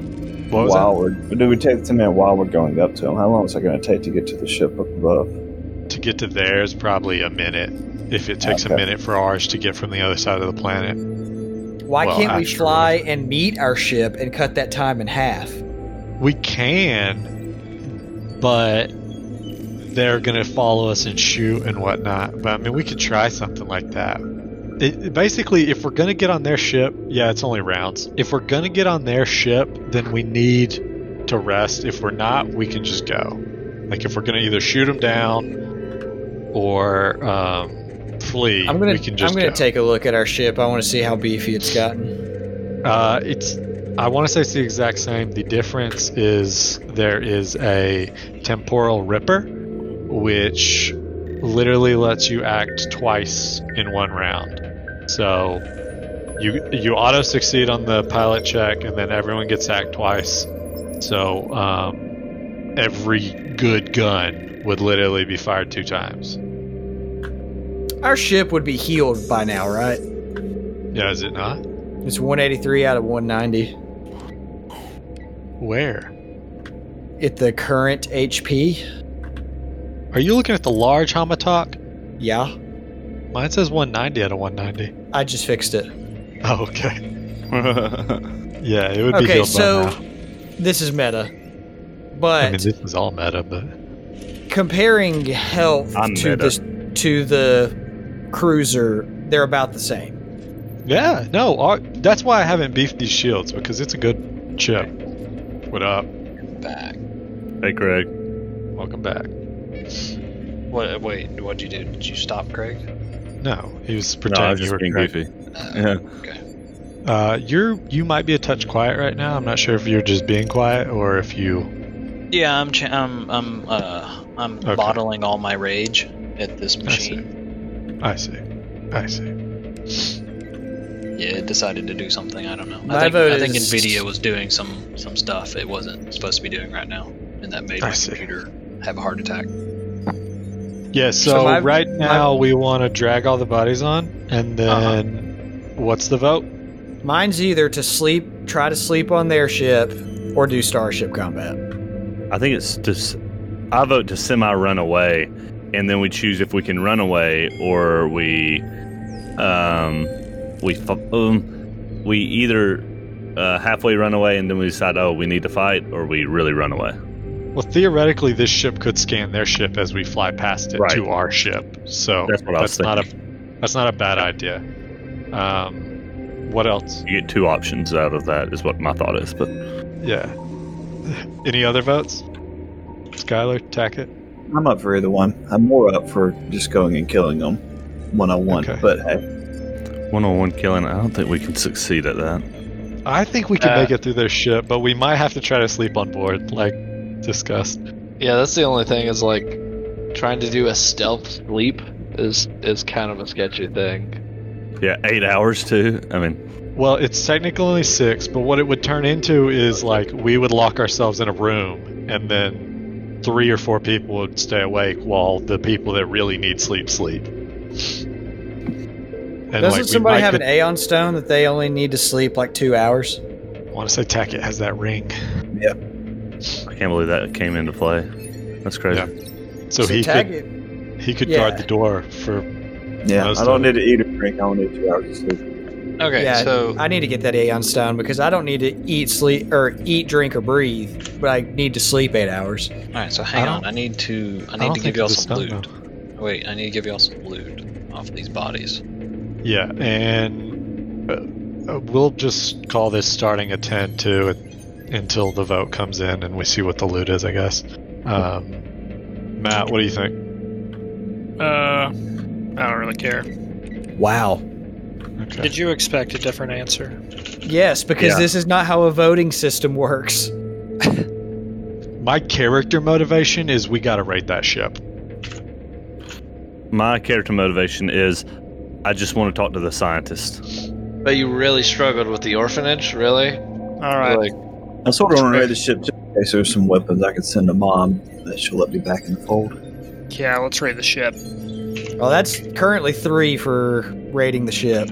[SPEAKER 6] what was
[SPEAKER 2] While we're, do we take the ten minute while we're going up to him? How long is it going to take to get to the ship up above?
[SPEAKER 6] that? To get to theirs, probably a minute. If it takes a
[SPEAKER 2] Okay.
[SPEAKER 6] minute for ours to get from the other side of the planet,
[SPEAKER 3] Why
[SPEAKER 6] Well,
[SPEAKER 3] can't we
[SPEAKER 6] actually-
[SPEAKER 3] fly and meet our ship and cut that time in half?
[SPEAKER 6] we can, but they're gonna follow us and shoot and whatnot. But I mean, we could try something like that. It, basically, if we're gonna get on their ship, yeah, it's only rounds. If we're gonna get on their ship, then we need to rest. If we're not, we can just go. Like if we're gonna either shoot them down or um, flee,
[SPEAKER 3] I'm gonna
[SPEAKER 6] we can just
[SPEAKER 3] I'm gonna
[SPEAKER 6] go.
[SPEAKER 3] take a look at our ship. I want to see how beefy it's gotten.
[SPEAKER 6] Uh, it's. I want to say it's the exact same. The difference is there is a temporal ripper, which literally lets you act twice in one round. So you you auto succeed on the pilot check, and then everyone gets to act twice. So um, every good gun would literally be fired two times.
[SPEAKER 3] Our ship would be healed by now, right?
[SPEAKER 6] Yeah, is it not?
[SPEAKER 3] It's 183 out of 190.
[SPEAKER 6] Where?
[SPEAKER 3] at the current HP.
[SPEAKER 6] Are you looking at the large Hamatok?
[SPEAKER 3] Yeah,
[SPEAKER 6] Mine says 190 out of 190.
[SPEAKER 3] I just fixed it.
[SPEAKER 6] Oh, okay. yeah, it would be
[SPEAKER 3] Okay,
[SPEAKER 6] healed
[SPEAKER 3] so
[SPEAKER 6] by now.
[SPEAKER 3] this is meta,
[SPEAKER 6] I mean,
[SPEAKER 3] but
[SPEAKER 6] this is all meta, but
[SPEAKER 3] comparing health
[SPEAKER 9] I'm
[SPEAKER 3] to
[SPEAKER 9] meta.
[SPEAKER 3] this to the cruiser, they're about the same.
[SPEAKER 6] yeah, no, our, that's why I haven't beefed these shields because it's a good chip. What up?
[SPEAKER 4] Back.
[SPEAKER 9] [LAUGHS] Hey, Craig.
[SPEAKER 6] Welcome back.
[SPEAKER 4] What? Wait. What'd you do? Did you stop, Craig?
[SPEAKER 6] No, he was
[SPEAKER 9] No,
[SPEAKER 6] pretending
[SPEAKER 9] I was
[SPEAKER 6] you
[SPEAKER 9] just
[SPEAKER 6] were
[SPEAKER 9] being
[SPEAKER 6] correct.
[SPEAKER 9] goofy. Yeah.
[SPEAKER 6] Uh, you're you might be a touch quiet right now. I'm not sure if you're just being quiet or if you.
[SPEAKER 4] Yeah, I'm. Ch- I'm. I'm. Uh, I'm
[SPEAKER 6] Okay.
[SPEAKER 4] bottling all my rage at this machine.
[SPEAKER 6] I see. I see.
[SPEAKER 4] Yeah, it decided to do something. I don't know.
[SPEAKER 3] My
[SPEAKER 4] I think,
[SPEAKER 3] vote
[SPEAKER 4] I think
[SPEAKER 3] is-
[SPEAKER 4] Nvidia was doing some some stuff it wasn't supposed to be doing right now, and that made
[SPEAKER 6] I
[SPEAKER 4] my
[SPEAKER 6] see.
[SPEAKER 4] computer have a heart attack.
[SPEAKER 6] Yeah. So,
[SPEAKER 3] So my-
[SPEAKER 6] right now we want to drag all the bodies on, and
[SPEAKER 3] Uh-huh.
[SPEAKER 6] then what's the vote?
[SPEAKER 3] Mine's either to sleep, try to sleep on their ship, or do starship combat.
[SPEAKER 9] I think it's just I vote to semi run away, and then we choose if we can run away or we, um, we fu- um, we either uh, halfway run away and then we decide oh we need to fight or we really run away.
[SPEAKER 6] Well, theoretically, this ship could scan their ship as we fly past it
[SPEAKER 9] Right.
[SPEAKER 6] to our ship. So
[SPEAKER 9] That's what I was
[SPEAKER 6] not a that's not a bad idea. Um, what else?
[SPEAKER 9] You get two options out of that is what my thought is. But
[SPEAKER 6] Yeah. Any other votes? Skylar, tack it.
[SPEAKER 2] I'm up for either one. I'm more up for just going and killing them one on one.
[SPEAKER 6] Okay.
[SPEAKER 2] But hey,
[SPEAKER 9] one on one killing, I don't think we can succeed at that.
[SPEAKER 6] I think we can
[SPEAKER 7] Uh,
[SPEAKER 6] make it through their ship, but we might have to try to sleep on board, like discussed.
[SPEAKER 7] Yeah, that's the only thing is like trying to do a stealth leap is is kind of a sketchy thing.
[SPEAKER 9] Yeah, eight hours too. I mean,
[SPEAKER 6] Well, it's technically only six, but what it would turn into is like we would lock ourselves in a room, and then three or four people would stay awake while the people that really need sleep sleep. And
[SPEAKER 3] Doesn't somebody have an Aeon Stone that they only need to sleep like two hours?
[SPEAKER 6] I want to say Tackett has that ring,
[SPEAKER 9] I can't believe that came into play. That's crazy.
[SPEAKER 6] Yeah. so, he
[SPEAKER 3] tag
[SPEAKER 6] could
[SPEAKER 3] it.
[SPEAKER 6] he could
[SPEAKER 3] yeah.
[SPEAKER 6] guard the door for.
[SPEAKER 2] yeah,
[SPEAKER 6] Most
[SPEAKER 2] I don't
[SPEAKER 6] of
[SPEAKER 2] need to eat or drink. I only need two hours of sleep.
[SPEAKER 4] Okay,
[SPEAKER 3] Yeah,
[SPEAKER 4] so
[SPEAKER 3] I need to get that Aeon Stone because I don't need to eat, sleep, or eat, drink, or breathe, but I need to sleep eight hours.
[SPEAKER 4] all right, so hang
[SPEAKER 6] I
[SPEAKER 4] on. I need to I
[SPEAKER 6] I
[SPEAKER 4] need
[SPEAKER 6] don't
[SPEAKER 4] to
[SPEAKER 6] think
[SPEAKER 4] give y'all
[SPEAKER 6] it's a
[SPEAKER 4] some
[SPEAKER 6] stone,
[SPEAKER 4] loot. Wait, I need to give y'all some loot off these bodies.
[SPEAKER 6] Yeah, and uh, uh, we'll just call this starting a ten too, uh, until the vote comes in and we see what the loot is. I guess. Um, Matt, what do you think?
[SPEAKER 5] Uh, I don't really care.
[SPEAKER 3] Wow.
[SPEAKER 6] Okay.
[SPEAKER 5] Did you expect a different answer?
[SPEAKER 3] Yes, because
[SPEAKER 9] Yeah.
[SPEAKER 3] this is not how a voting system works.
[SPEAKER 6] My character motivation is we gotta raid that ship.
[SPEAKER 9] My character motivation is I just want to talk to the scientist.
[SPEAKER 7] But you really struggled with the orphanage, really?
[SPEAKER 5] All right.
[SPEAKER 7] Like
[SPEAKER 2] I sort of want to raid the ship just in case there's some weapons I can send to mom that she'll let me back in the fold.
[SPEAKER 5] Yeah, let's raid the ship.
[SPEAKER 3] Well, that's currently three for raiding the ship.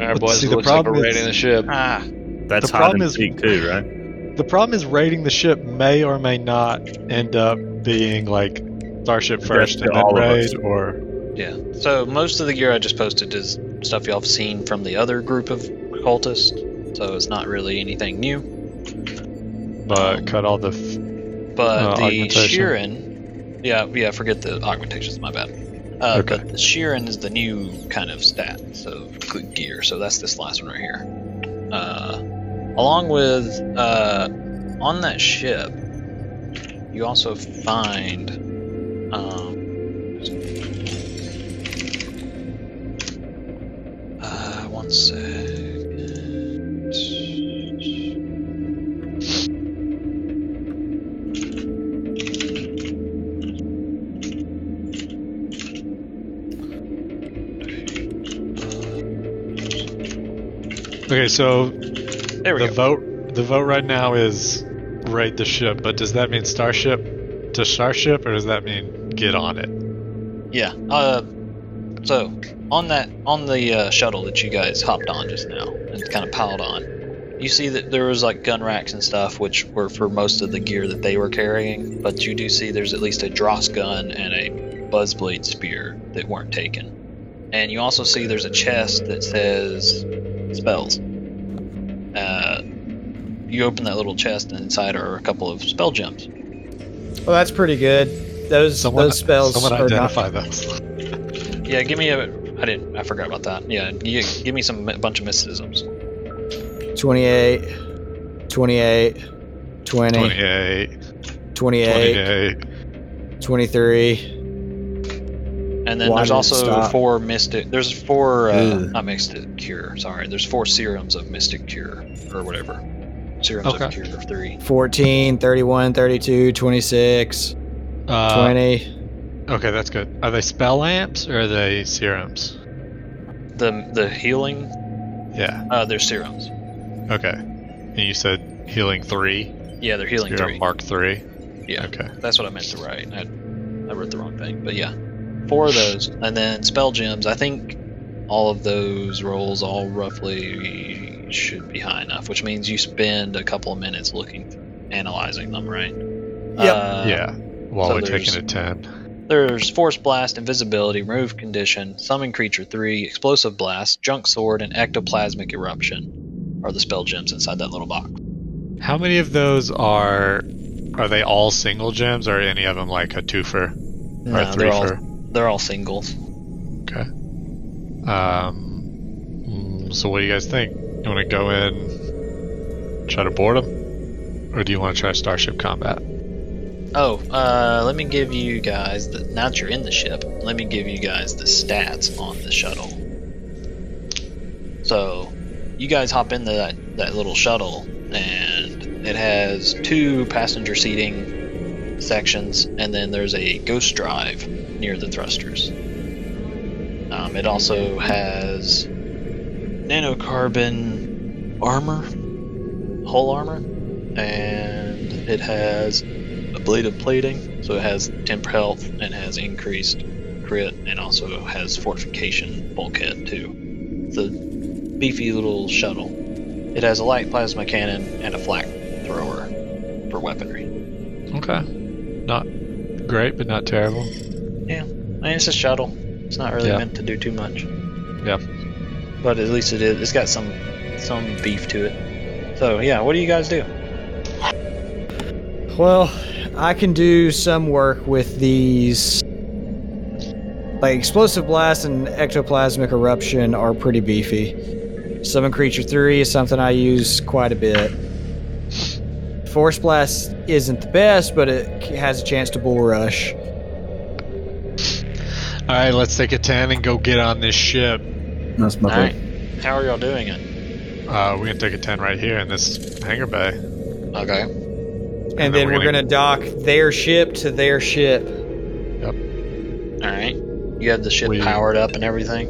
[SPEAKER 7] our
[SPEAKER 6] But
[SPEAKER 7] boys
[SPEAKER 6] see, the
[SPEAKER 7] looks like we're
[SPEAKER 6] problem is-
[SPEAKER 7] raiding the ship.
[SPEAKER 5] Ah,
[SPEAKER 9] That's
[SPEAKER 6] The
[SPEAKER 9] hide
[SPEAKER 6] problem
[SPEAKER 9] and
[SPEAKER 6] is-
[SPEAKER 9] seek too, right?
[SPEAKER 6] The problem is raiding the ship may or may not end up being like starship
[SPEAKER 9] Death
[SPEAKER 6] first
[SPEAKER 9] to
[SPEAKER 6] and then
[SPEAKER 9] all of us.
[SPEAKER 6] raid or
[SPEAKER 4] Yeah. So most of the gear I just posted is stuff y'all have seen from the other group of cultists. So it's not really anything new.
[SPEAKER 6] but cut all the f- Uh,
[SPEAKER 4] But the
[SPEAKER 6] augmentation.
[SPEAKER 4] Sheeran, yeah, yeah. Forget the augmentations. My bad. Uh,
[SPEAKER 6] Okay.
[SPEAKER 4] But the Sheeran is the new kind of stat. So click gear. So that's this last one right here. Uh, along with uh, on that ship, you also find um, uh, one second.
[SPEAKER 6] Okay, so
[SPEAKER 4] There we
[SPEAKER 6] the
[SPEAKER 4] go.
[SPEAKER 6] vote the vote right now is raid the ship, but does that mean starship to starship or does that mean get on it?
[SPEAKER 4] Yeah. Uh, so on that on the uh, shuttle that you guys hopped on just now and kind of piled on, you see that there was like gun racks and stuff, which were for most of the gear that they were carrying. But you do see there's at least a Dross gun and a Buzzblade spear that weren't taken, and you also see there's a chest that says spells. Uh, you open that little chest and inside are a couple of spell gems.
[SPEAKER 3] Well, that's pretty good. Those those spells
[SPEAKER 6] someone
[SPEAKER 3] are not.
[SPEAKER 6] identify those.
[SPEAKER 4] Yeah, give me a. I didn't. I forgot about that. Yeah, you, give me some a bunch of mysticisms.
[SPEAKER 3] 28, 28, 20, 28,
[SPEAKER 6] 28, 28.
[SPEAKER 3] 23.
[SPEAKER 4] And then
[SPEAKER 3] Why
[SPEAKER 4] there's
[SPEAKER 3] did it
[SPEAKER 4] also
[SPEAKER 3] stop?
[SPEAKER 4] four mystic. There's four uh,
[SPEAKER 3] Ugh.
[SPEAKER 4] not mystic cure. Sorry, there's four serums of mystic cure or whatever. Serums of
[SPEAKER 6] Okay.
[SPEAKER 4] cure of three.
[SPEAKER 3] 14, 31, 32, 26,
[SPEAKER 6] Uh,
[SPEAKER 3] 20.
[SPEAKER 6] okay, that's good. Are they spell lamps or are they serums?
[SPEAKER 4] The the healing.
[SPEAKER 6] Yeah.
[SPEAKER 4] Uh, they're serums.
[SPEAKER 6] Okay. And you said healing three.
[SPEAKER 4] Yeah, they're healing
[SPEAKER 6] You're
[SPEAKER 4] three.
[SPEAKER 6] on Mark three.
[SPEAKER 4] Yeah.
[SPEAKER 6] Okay.
[SPEAKER 4] That's what I meant to write. I, I wrote the wrong thing, but yeah, four of those, and then spell gems. I think all of those rolls all roughly should be high enough, which means you spend a couple of minutes looking, analyzing them, right?
[SPEAKER 3] Yep.
[SPEAKER 4] Uh,
[SPEAKER 6] yeah. While
[SPEAKER 4] So
[SPEAKER 6] we're
[SPEAKER 4] there's-
[SPEAKER 6] taking a 10.
[SPEAKER 4] There's Force Blast, Invisibility, Remove Condition, Summon Creature 3, Explosive Blast, Junk Sword, and Ectoplasmic Eruption are the spell gems inside that little box.
[SPEAKER 6] How many of those are. Are they all single gems, or are any of them like a twofer or a
[SPEAKER 4] No, they're all
[SPEAKER 6] threefer?
[SPEAKER 4] they're all singles.
[SPEAKER 6] Um, mm, so, what do you guys think? You want to go in, try to board them? Or do you want to try Starship Combat?
[SPEAKER 4] Oh, uh, let me give you guys the. Now that you're in the ship, let me give you guys the stats on the shuttle. So, you guys hop into that, that little shuttle, and it has two passenger seating sections, and then there's a ghost drive near the thrusters. Um, it also has nanocarbon armor, hull armor, and it has a blade of plating, so it has temp health and has increased crit, and also has fortification bulkhead too. It's a beefy little shuttle. It has a light plasma cannon and a flak thrower for weaponry.
[SPEAKER 6] Okay. Not great, but not terrible.
[SPEAKER 4] I mean, it's a shuttle. It's not really
[SPEAKER 6] Yeah.
[SPEAKER 4] meant to do too much.
[SPEAKER 6] Yeah.
[SPEAKER 4] But at least it is. It's got some some beef to it. So yeah, what do you guys do?
[SPEAKER 3] Well, I can do some work with these. Like explosive blast and ectoplasmic eruption are pretty beefy. Summon creature three is something I use quite a bit. Force blast isn't the best, but it c- has a chance to bull rush.
[SPEAKER 6] All right, let's take a 10 and go get on this ship.
[SPEAKER 2] That's my
[SPEAKER 4] All right.
[SPEAKER 2] thing.
[SPEAKER 4] How are y'all doing it?
[SPEAKER 6] Uh, we're gonna take a ten right here in this hangar bay.
[SPEAKER 4] Okay.
[SPEAKER 3] And, then we're gonna dock their ship to their ship.
[SPEAKER 4] All right. You have the ship
[SPEAKER 6] We-
[SPEAKER 4] powered up and everything.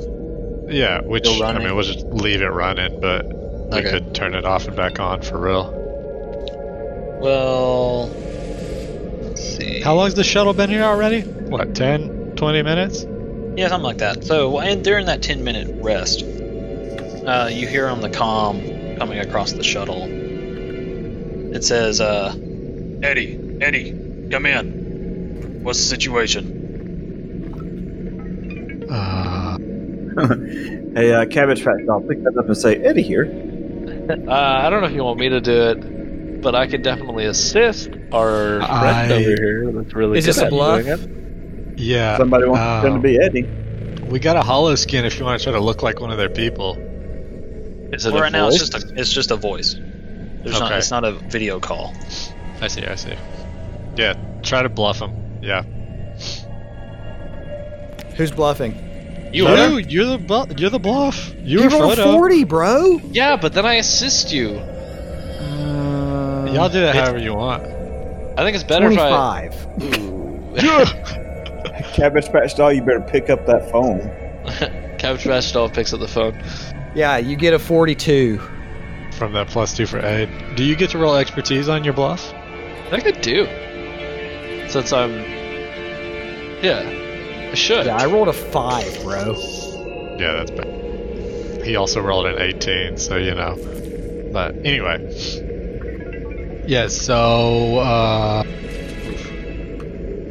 [SPEAKER 6] yeah, which
[SPEAKER 4] Still
[SPEAKER 6] I
[SPEAKER 4] running.
[SPEAKER 6] mean, we'll just leave it running, but we
[SPEAKER 4] Okay.
[SPEAKER 6] could turn it off and back on for real.
[SPEAKER 4] Well, let's see.
[SPEAKER 6] How long's the shuttle been here already? What, 10, 20 minutes?
[SPEAKER 4] Yeah, something like that. So, and during that 10 minute rest, uh, you hear on the comm coming across the shuttle. It says, uh, Eddie, Eddie, come in. What's the situation?
[SPEAKER 6] Uh,
[SPEAKER 2] Hey, uh, Cabbage Patch, I'll pick that up and say, Eddie here.
[SPEAKER 7] Uh, I don't know if you want me to do it, but I could definitely assist our
[SPEAKER 6] I-
[SPEAKER 7] friend over here. That's really
[SPEAKER 3] Is this
[SPEAKER 7] good
[SPEAKER 3] a
[SPEAKER 7] at
[SPEAKER 3] bluff?
[SPEAKER 7] doing it.
[SPEAKER 6] yeah,
[SPEAKER 2] Somebody wants them
[SPEAKER 6] Oh.
[SPEAKER 2] to be Eddie.
[SPEAKER 6] we got a hollow skin if you want to try to look like one of their people.
[SPEAKER 7] Is it
[SPEAKER 4] Well,
[SPEAKER 7] a
[SPEAKER 4] right now, it's
[SPEAKER 7] voice?
[SPEAKER 4] just a, it's just a voice. There's not,
[SPEAKER 6] Okay.
[SPEAKER 4] it's not a video call.
[SPEAKER 6] I see, I see. Yeah, try to bluff them. Yeah.
[SPEAKER 3] Who's bluffing?
[SPEAKER 7] you
[SPEAKER 6] no,
[SPEAKER 7] are.
[SPEAKER 6] you're the bu- you're the bluff. You were
[SPEAKER 3] You rolled a
[SPEAKER 6] Frodo.
[SPEAKER 3] forty, bro.
[SPEAKER 7] Yeah, but then I assist you.
[SPEAKER 6] Y'all do Uh, it
[SPEAKER 7] It's-
[SPEAKER 6] however you want.
[SPEAKER 7] I think it's better if I.
[SPEAKER 3] Twenty-five.
[SPEAKER 2] Cabbage Patch Doll, you better pick up that phone.
[SPEAKER 7] [LAUGHS] Couch Vastov picks up the phone.
[SPEAKER 3] Yeah, you get a forty-two.
[SPEAKER 6] From that plus two for aid. Do you get to roll expertise on your bluff?
[SPEAKER 7] I think I do. Since I'm. Yeah. I should.
[SPEAKER 3] Yeah, I rolled a five, bro.
[SPEAKER 6] Yeah, that's bad. He also rolled an 18, so you know. But anyway. Yeah, so uh,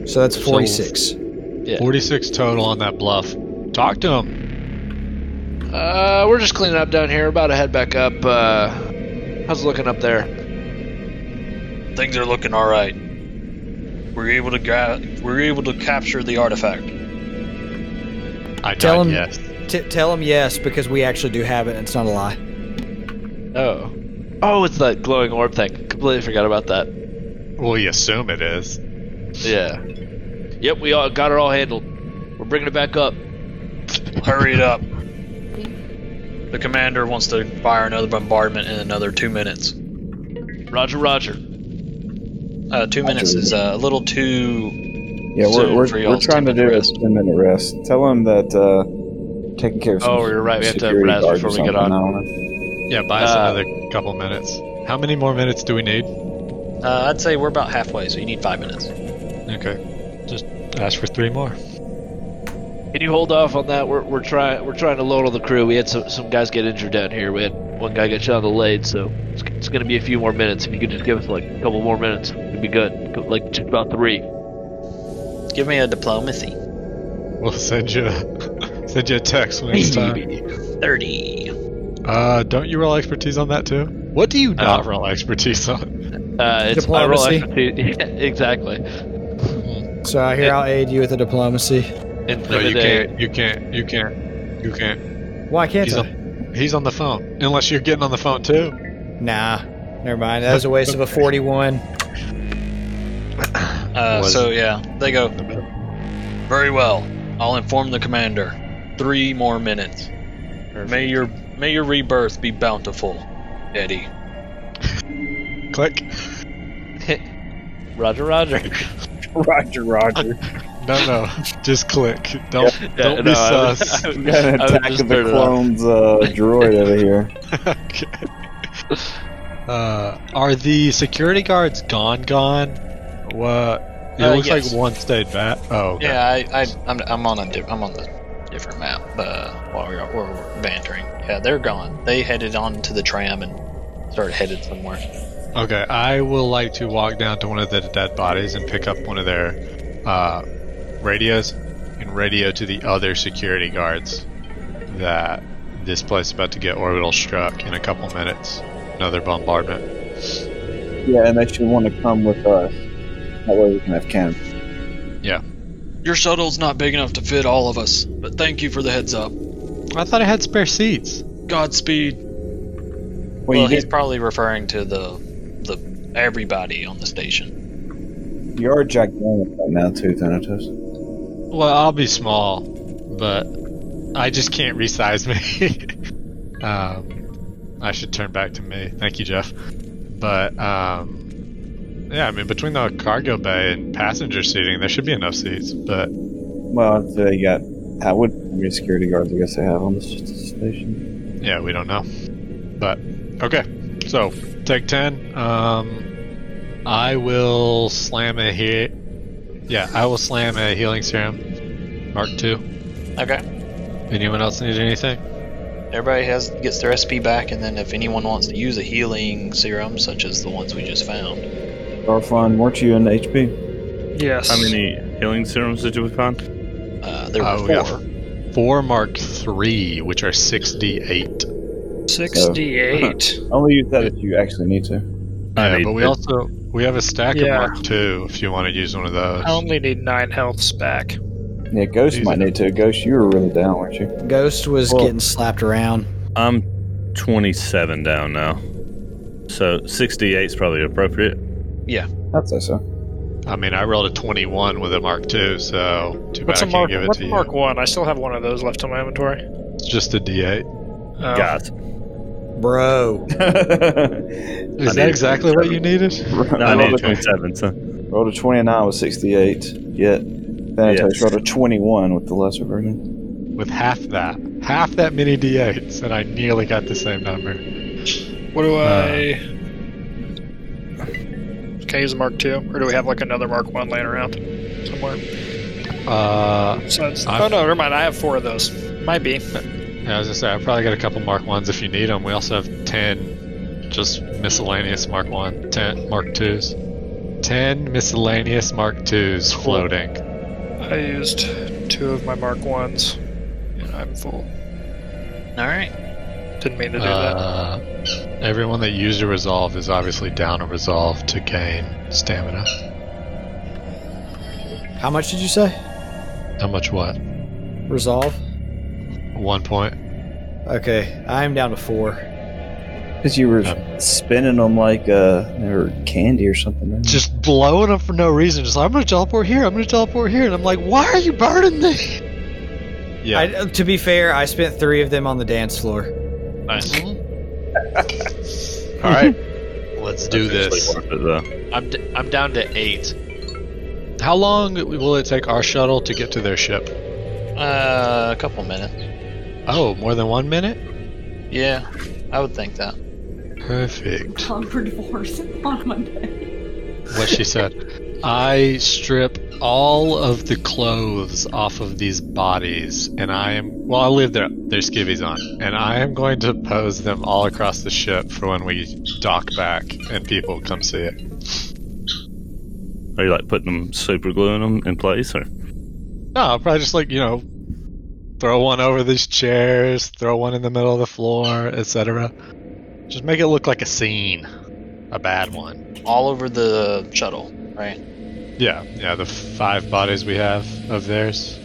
[SPEAKER 3] So that's
[SPEAKER 7] So-
[SPEAKER 3] forty-six.
[SPEAKER 6] 46 total on that bluff. Talk to him.
[SPEAKER 7] Uh, we're just cleaning up down here. About to head back up. Uh, how's it looking up there?
[SPEAKER 4] Things are looking all right. We're able to gra- we're able to capture the artifact.
[SPEAKER 6] I
[SPEAKER 3] Tell
[SPEAKER 6] died
[SPEAKER 3] him-
[SPEAKER 6] yes.
[SPEAKER 3] T- tell him yes because we actually do have it. and It's not a lie.
[SPEAKER 7] Oh. Oh, it's that glowing orb thing. Completely forgot about that.
[SPEAKER 6] Well, we assume it is.
[SPEAKER 7] Yeah. Yep, we all got it all handled. We're bringing it back up.
[SPEAKER 4] Hurry it up. The commander wants to fire another bombardment in another two minutes.
[SPEAKER 7] Roger, Roger.
[SPEAKER 4] Uh, two minutes is uh, a little too.
[SPEAKER 2] Yeah,
[SPEAKER 4] So,
[SPEAKER 2] we're, we're,
[SPEAKER 4] for
[SPEAKER 2] we're
[SPEAKER 4] y'all's
[SPEAKER 2] trying to
[SPEAKER 4] 10 minute
[SPEAKER 2] do a
[SPEAKER 4] rest.
[SPEAKER 2] 10 minute rest. Tell him that uh, taking care of some
[SPEAKER 7] Oh, you're right, we have to
[SPEAKER 2] security
[SPEAKER 7] rest
[SPEAKER 2] guard or
[SPEAKER 7] before we get
[SPEAKER 2] something,
[SPEAKER 7] on.
[SPEAKER 2] I don't [LAUGHS] know.
[SPEAKER 6] Yeah, buy us
[SPEAKER 7] Uh,
[SPEAKER 6] another couple minutes. How many more minutes do we need?
[SPEAKER 4] Uh, I'd say we're about halfway, so you need five minutes.
[SPEAKER 6] Okay. Just ask for three more.
[SPEAKER 7] Can you hold off on that? We're, we're trying we're trying to load on the crew. We had some, some guys get injured down here. We had one guy get shot on the leg, so it's, it's going to be a few more minutes. If you could just give us like a couple more minutes, it'd be good. Like just about three.
[SPEAKER 4] Give me a diplomacy.
[SPEAKER 6] We'll send you send you a [LAUGHS] text when it's time. [LAUGHS]
[SPEAKER 4] Thirty.
[SPEAKER 6] Uh, don't you roll expertise on that too? What do you not roll expertise on?
[SPEAKER 7] Uh, it's I roll
[SPEAKER 3] Diplomacy.
[SPEAKER 7] expertise. [LAUGHS] Yeah, exactly.
[SPEAKER 3] So I hear I'll aid you with the diplomacy.
[SPEAKER 6] No, you
[SPEAKER 7] Intimidate.
[SPEAKER 6] can't. You can't. You can't. You can't.
[SPEAKER 3] Why can't
[SPEAKER 6] He's
[SPEAKER 3] I?
[SPEAKER 6] on, he's on the phone. Unless you're getting on the phone too.
[SPEAKER 3] Nah, never mind. That was a waste of a 41.
[SPEAKER 4] Uh,
[SPEAKER 6] Was-
[SPEAKER 4] so yeah, they go. Very well. I'll inform the commander. Three more minutes. May your may your rebirth be bountiful, Eddie.
[SPEAKER 6] Click.
[SPEAKER 7] Roger, [LAUGHS] Roger.
[SPEAKER 5] Roger, Roger.
[SPEAKER 6] No, [LAUGHS] no. Just click. Don't don't be
[SPEAKER 7] no, I-
[SPEAKER 6] sus.
[SPEAKER 7] [LAUGHS] I-
[SPEAKER 2] We [LAUGHS] got an
[SPEAKER 7] I would
[SPEAKER 2] attack
[SPEAKER 7] just
[SPEAKER 2] of the
[SPEAKER 7] turn it off.
[SPEAKER 2] clones uh, droid over here.
[SPEAKER 6] okay. Uh, are the security guards gone? Gone? What? It
[SPEAKER 4] Uh,
[SPEAKER 6] looks
[SPEAKER 4] yes.
[SPEAKER 6] like one stayed back. Oh, okay.
[SPEAKER 4] Yeah, I, I I'm, I'm on a di- I'm on the different map. Uh, while we're, while we're bantering. Yeah, they're gone. They headed on to the tram and started headed somewhere.
[SPEAKER 6] Okay. I will like to walk down to one of the dead bodies and pick up one of their uh, radios and radio to the other security guards that this place is about to get orbital struck in a couple minutes. Another bombardment.
[SPEAKER 2] [LAUGHS] Yeah, and they should want to come with us. That way we can have camp.
[SPEAKER 4] Your shuttle's not big enough to fit all of us, but thank you for the heads up.
[SPEAKER 6] I thought I had spare seats.
[SPEAKER 4] Godspeed.
[SPEAKER 2] Well,
[SPEAKER 4] Well,
[SPEAKER 2] you,
[SPEAKER 4] he's
[SPEAKER 2] get,
[SPEAKER 4] probably referring to the the everybody on the station.
[SPEAKER 2] you are gigantic right now too, Thanatos.
[SPEAKER 6] Well, I'll be small, but I just can't resize me. [LAUGHS] um, I should turn back to me. Thank you, Jeff. But um, yeah, I mean, between the cargo bay and passenger seating, there should be enough seats. But
[SPEAKER 2] Well, they got. I would how many security guards I guess they have on this station.
[SPEAKER 6] yeah, we don't know. But okay, so take ten. Um, I will slam a hit. Yeah, I will slam a healing serum, Mark two.
[SPEAKER 4] Okay.
[SPEAKER 6] Anyone else need anything?
[SPEAKER 4] Everybody has gets their SP back, and then if anyone wants to use a healing serum, such as the ones we just found,
[SPEAKER 2] Darfon, weren't you in HP?
[SPEAKER 5] yes.
[SPEAKER 9] How many healing serums did you find?
[SPEAKER 4] uh, there were
[SPEAKER 6] Oh, we
[SPEAKER 4] four.
[SPEAKER 6] got Four Mark three, which are six D eight.
[SPEAKER 2] [LAUGHS]
[SPEAKER 5] 68.
[SPEAKER 2] Only use that if you actually need to.
[SPEAKER 9] I
[SPEAKER 6] Yeah,
[SPEAKER 9] need
[SPEAKER 6] but we
[SPEAKER 9] it.
[SPEAKER 6] also we have a stack
[SPEAKER 5] Yeah.
[SPEAKER 6] of Mark Two if you want to use one of those.
[SPEAKER 5] I only need nine healths back.
[SPEAKER 2] Yeah, Ghost
[SPEAKER 6] Use
[SPEAKER 2] might
[SPEAKER 6] it.
[SPEAKER 2] need to. Ghost, you were really down, weren't [LAUGHS] you?
[SPEAKER 3] Ghost was
[SPEAKER 2] Well-
[SPEAKER 3] getting slapped around.
[SPEAKER 9] I'm 27 down now. So 68 is probably appropriate.
[SPEAKER 2] I'd say so.
[SPEAKER 6] I mean, I rolled a twenty-one with a Mark Two, so too bad
[SPEAKER 5] What's
[SPEAKER 6] I
[SPEAKER 5] a
[SPEAKER 6] can't
[SPEAKER 5] mark?
[SPEAKER 6] give it
[SPEAKER 5] What's
[SPEAKER 6] to
[SPEAKER 5] a
[SPEAKER 6] you.
[SPEAKER 5] mark one? I still have one of those left on my inventory.
[SPEAKER 6] It's just a D eight.
[SPEAKER 5] Oh.
[SPEAKER 9] Guys,
[SPEAKER 3] Bro.
[SPEAKER 6] Is
[SPEAKER 9] need
[SPEAKER 6] that exactly what you needed?
[SPEAKER 9] I
[SPEAKER 2] rolled,
[SPEAKER 9] need a
[SPEAKER 2] a,
[SPEAKER 9] 27, son.
[SPEAKER 2] rolled a 29 with 68. Yet, Thanatos
[SPEAKER 9] Yes.
[SPEAKER 2] rolled a 21 with the lesser version.
[SPEAKER 6] With half that, half that many D eights, and I nearly got the same number.
[SPEAKER 5] What do
[SPEAKER 6] Uh,
[SPEAKER 5] I. Can I use a Mark II? Or do we have like another Mark I laying around somewhere?
[SPEAKER 6] Uh,
[SPEAKER 5] Besides-
[SPEAKER 6] I've-
[SPEAKER 5] oh no, never mind. I have four of those. Might be.
[SPEAKER 6] yeah, I was gonna say I probably got a couple Mark Ones if you need them. We also have ten, just miscellaneous Mark One, ten Mark Twos, ten miscellaneous Mark Twos floating.
[SPEAKER 5] I used two of my Mark Ones, and I'm full.
[SPEAKER 4] All right.
[SPEAKER 5] Didn't mean to do that.
[SPEAKER 6] Uh, everyone that used a resolve is obviously down a resolve to gain stamina.
[SPEAKER 3] How much did you say?
[SPEAKER 6] How much? What?
[SPEAKER 3] Resolve?
[SPEAKER 6] One point.
[SPEAKER 3] Okay, I'm down to four.
[SPEAKER 2] Because you were spinning them like uh, they were candy or something. right?
[SPEAKER 6] Just blowing up for no reason. Just like, I'm gonna teleport here. I'm gonna teleport here, and I'm like, why are you burning me? Yeah.
[SPEAKER 3] I, uh, to be fair, I spent three of them on the dance floor.
[SPEAKER 7] Nice.
[SPEAKER 6] Mm-hmm. [LAUGHS] All right. Let's do this.
[SPEAKER 9] Actually worth it, though.
[SPEAKER 7] I'm, d- I'm down to eight.
[SPEAKER 6] How long will it take our shuttle to get to their ship?
[SPEAKER 4] Uh, a couple minutes.
[SPEAKER 6] Oh, more than one minute.
[SPEAKER 4] Yeah, I would think that.
[SPEAKER 6] Perfect.
[SPEAKER 1] Calling for divorce [LAUGHS] on Monday.
[SPEAKER 6] what she [LAUGHS] said. I strip all of the clothes off of these bodies, and I am well. I leave their their skivvies on, and I am going to pose them all across the ship for when we dock back and people come see it.
[SPEAKER 9] Are you like putting them super gluing them in place or?
[SPEAKER 6] No, I'll probably just like you know, throw one over these chairs, throw one in the middle of the floor, etc. Just make it look like a scene, a bad one.
[SPEAKER 4] all over the shuttle, right?
[SPEAKER 6] Yeah, yeah. The five bodies we have of theirs.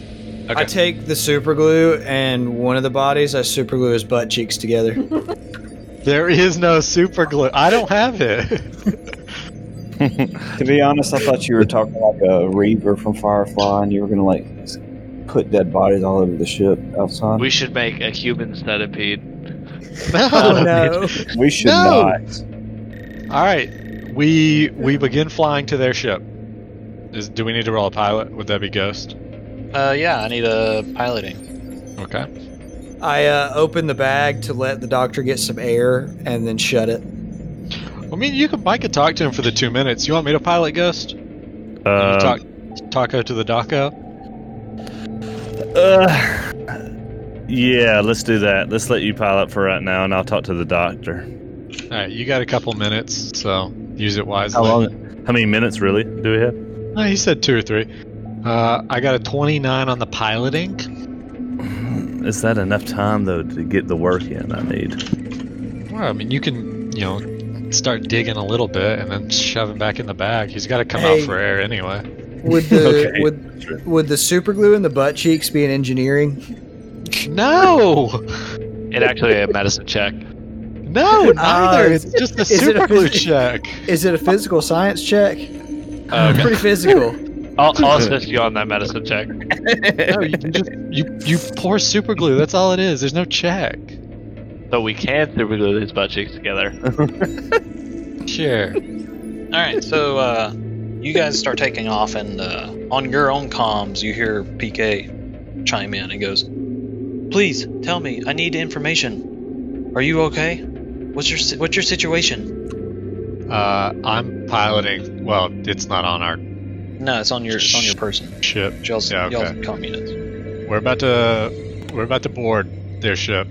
[SPEAKER 3] I take the super glue and one of the bodies, I super glue his butt cheeks together. [LAUGHS]
[SPEAKER 6] There is no super glue. I don't have it. [LAUGHS]
[SPEAKER 2] To be honest, I thought you were talking like a Reaver from Firefly, and you were gonna like s- put dead bodies all over the ship outside.
[SPEAKER 7] We should make a human centipede.
[SPEAKER 3] oh
[SPEAKER 6] [LAUGHS]
[SPEAKER 3] no.
[SPEAKER 2] We should
[SPEAKER 6] No!
[SPEAKER 2] not.
[SPEAKER 6] All right, we we begin flying to their ship. Is do we need to roll a pilot? Would that be Ghost?
[SPEAKER 4] Uh, yeah, I need a piloting.
[SPEAKER 6] Okay.
[SPEAKER 3] I uh, open the bag to let the doctor get some air and then shut it.
[SPEAKER 6] I mean, you could I could talk to him for the two minutes. You want me to pilot Ghost?
[SPEAKER 9] Uh,
[SPEAKER 6] talk Taco to the Daco.
[SPEAKER 9] uh, yeah, let's do that. Let's let you pilot for right now, and I'll talk to the doctor.
[SPEAKER 6] All right, you got a couple minutes, so use it wisely.
[SPEAKER 9] How long? How many minutes really do we have?
[SPEAKER 6] Uh, he said two or three. Uh, I got a 29 on the piloting.
[SPEAKER 9] Is that enough time though to get the work in I need?
[SPEAKER 6] Well, I mean, you can, you know, start digging a little bit and then shove him back in the bag. He's got to come
[SPEAKER 3] Hey.
[SPEAKER 6] out for air anyway.
[SPEAKER 3] Would
[SPEAKER 6] [LAUGHS]
[SPEAKER 3] the
[SPEAKER 9] Okay.
[SPEAKER 3] would
[SPEAKER 9] Sure.
[SPEAKER 3] would the super glue and the butt cheeks be an engineering?
[SPEAKER 6] No!
[SPEAKER 7] It actually a medicine check.
[SPEAKER 6] No, neither.
[SPEAKER 3] Uh,
[SPEAKER 6] it's just a
[SPEAKER 3] is it a
[SPEAKER 6] super glue
[SPEAKER 3] physics-
[SPEAKER 6] check.
[SPEAKER 3] Is it a physical science check?
[SPEAKER 6] Uh,
[SPEAKER 3] [LAUGHS]
[SPEAKER 7] Okay.
[SPEAKER 3] Pretty
[SPEAKER 6] [LAUGHS]
[SPEAKER 3] physical.
[SPEAKER 7] I'll, I'll assist you on that medicine check.
[SPEAKER 6] No, you can just you you pour super glue. That's all it is. There's no check.
[SPEAKER 7] So we can super glue these butt cheeks together.
[SPEAKER 6] Sure.
[SPEAKER 4] All right, so uh, you guys start taking off, and uh, on your own comms, you hear PK chime in and goes, "Please tell me, I need information. Are you okay? What's your si- what's your situation?"
[SPEAKER 6] Uh, I'm piloting. Well, it's not on our
[SPEAKER 4] No, it's on your it's on your person.
[SPEAKER 6] ship.
[SPEAKER 4] Y'all's,
[SPEAKER 6] Yeah, okay.
[SPEAKER 4] y'all's comm units.
[SPEAKER 6] We're about to we're about to board their ship.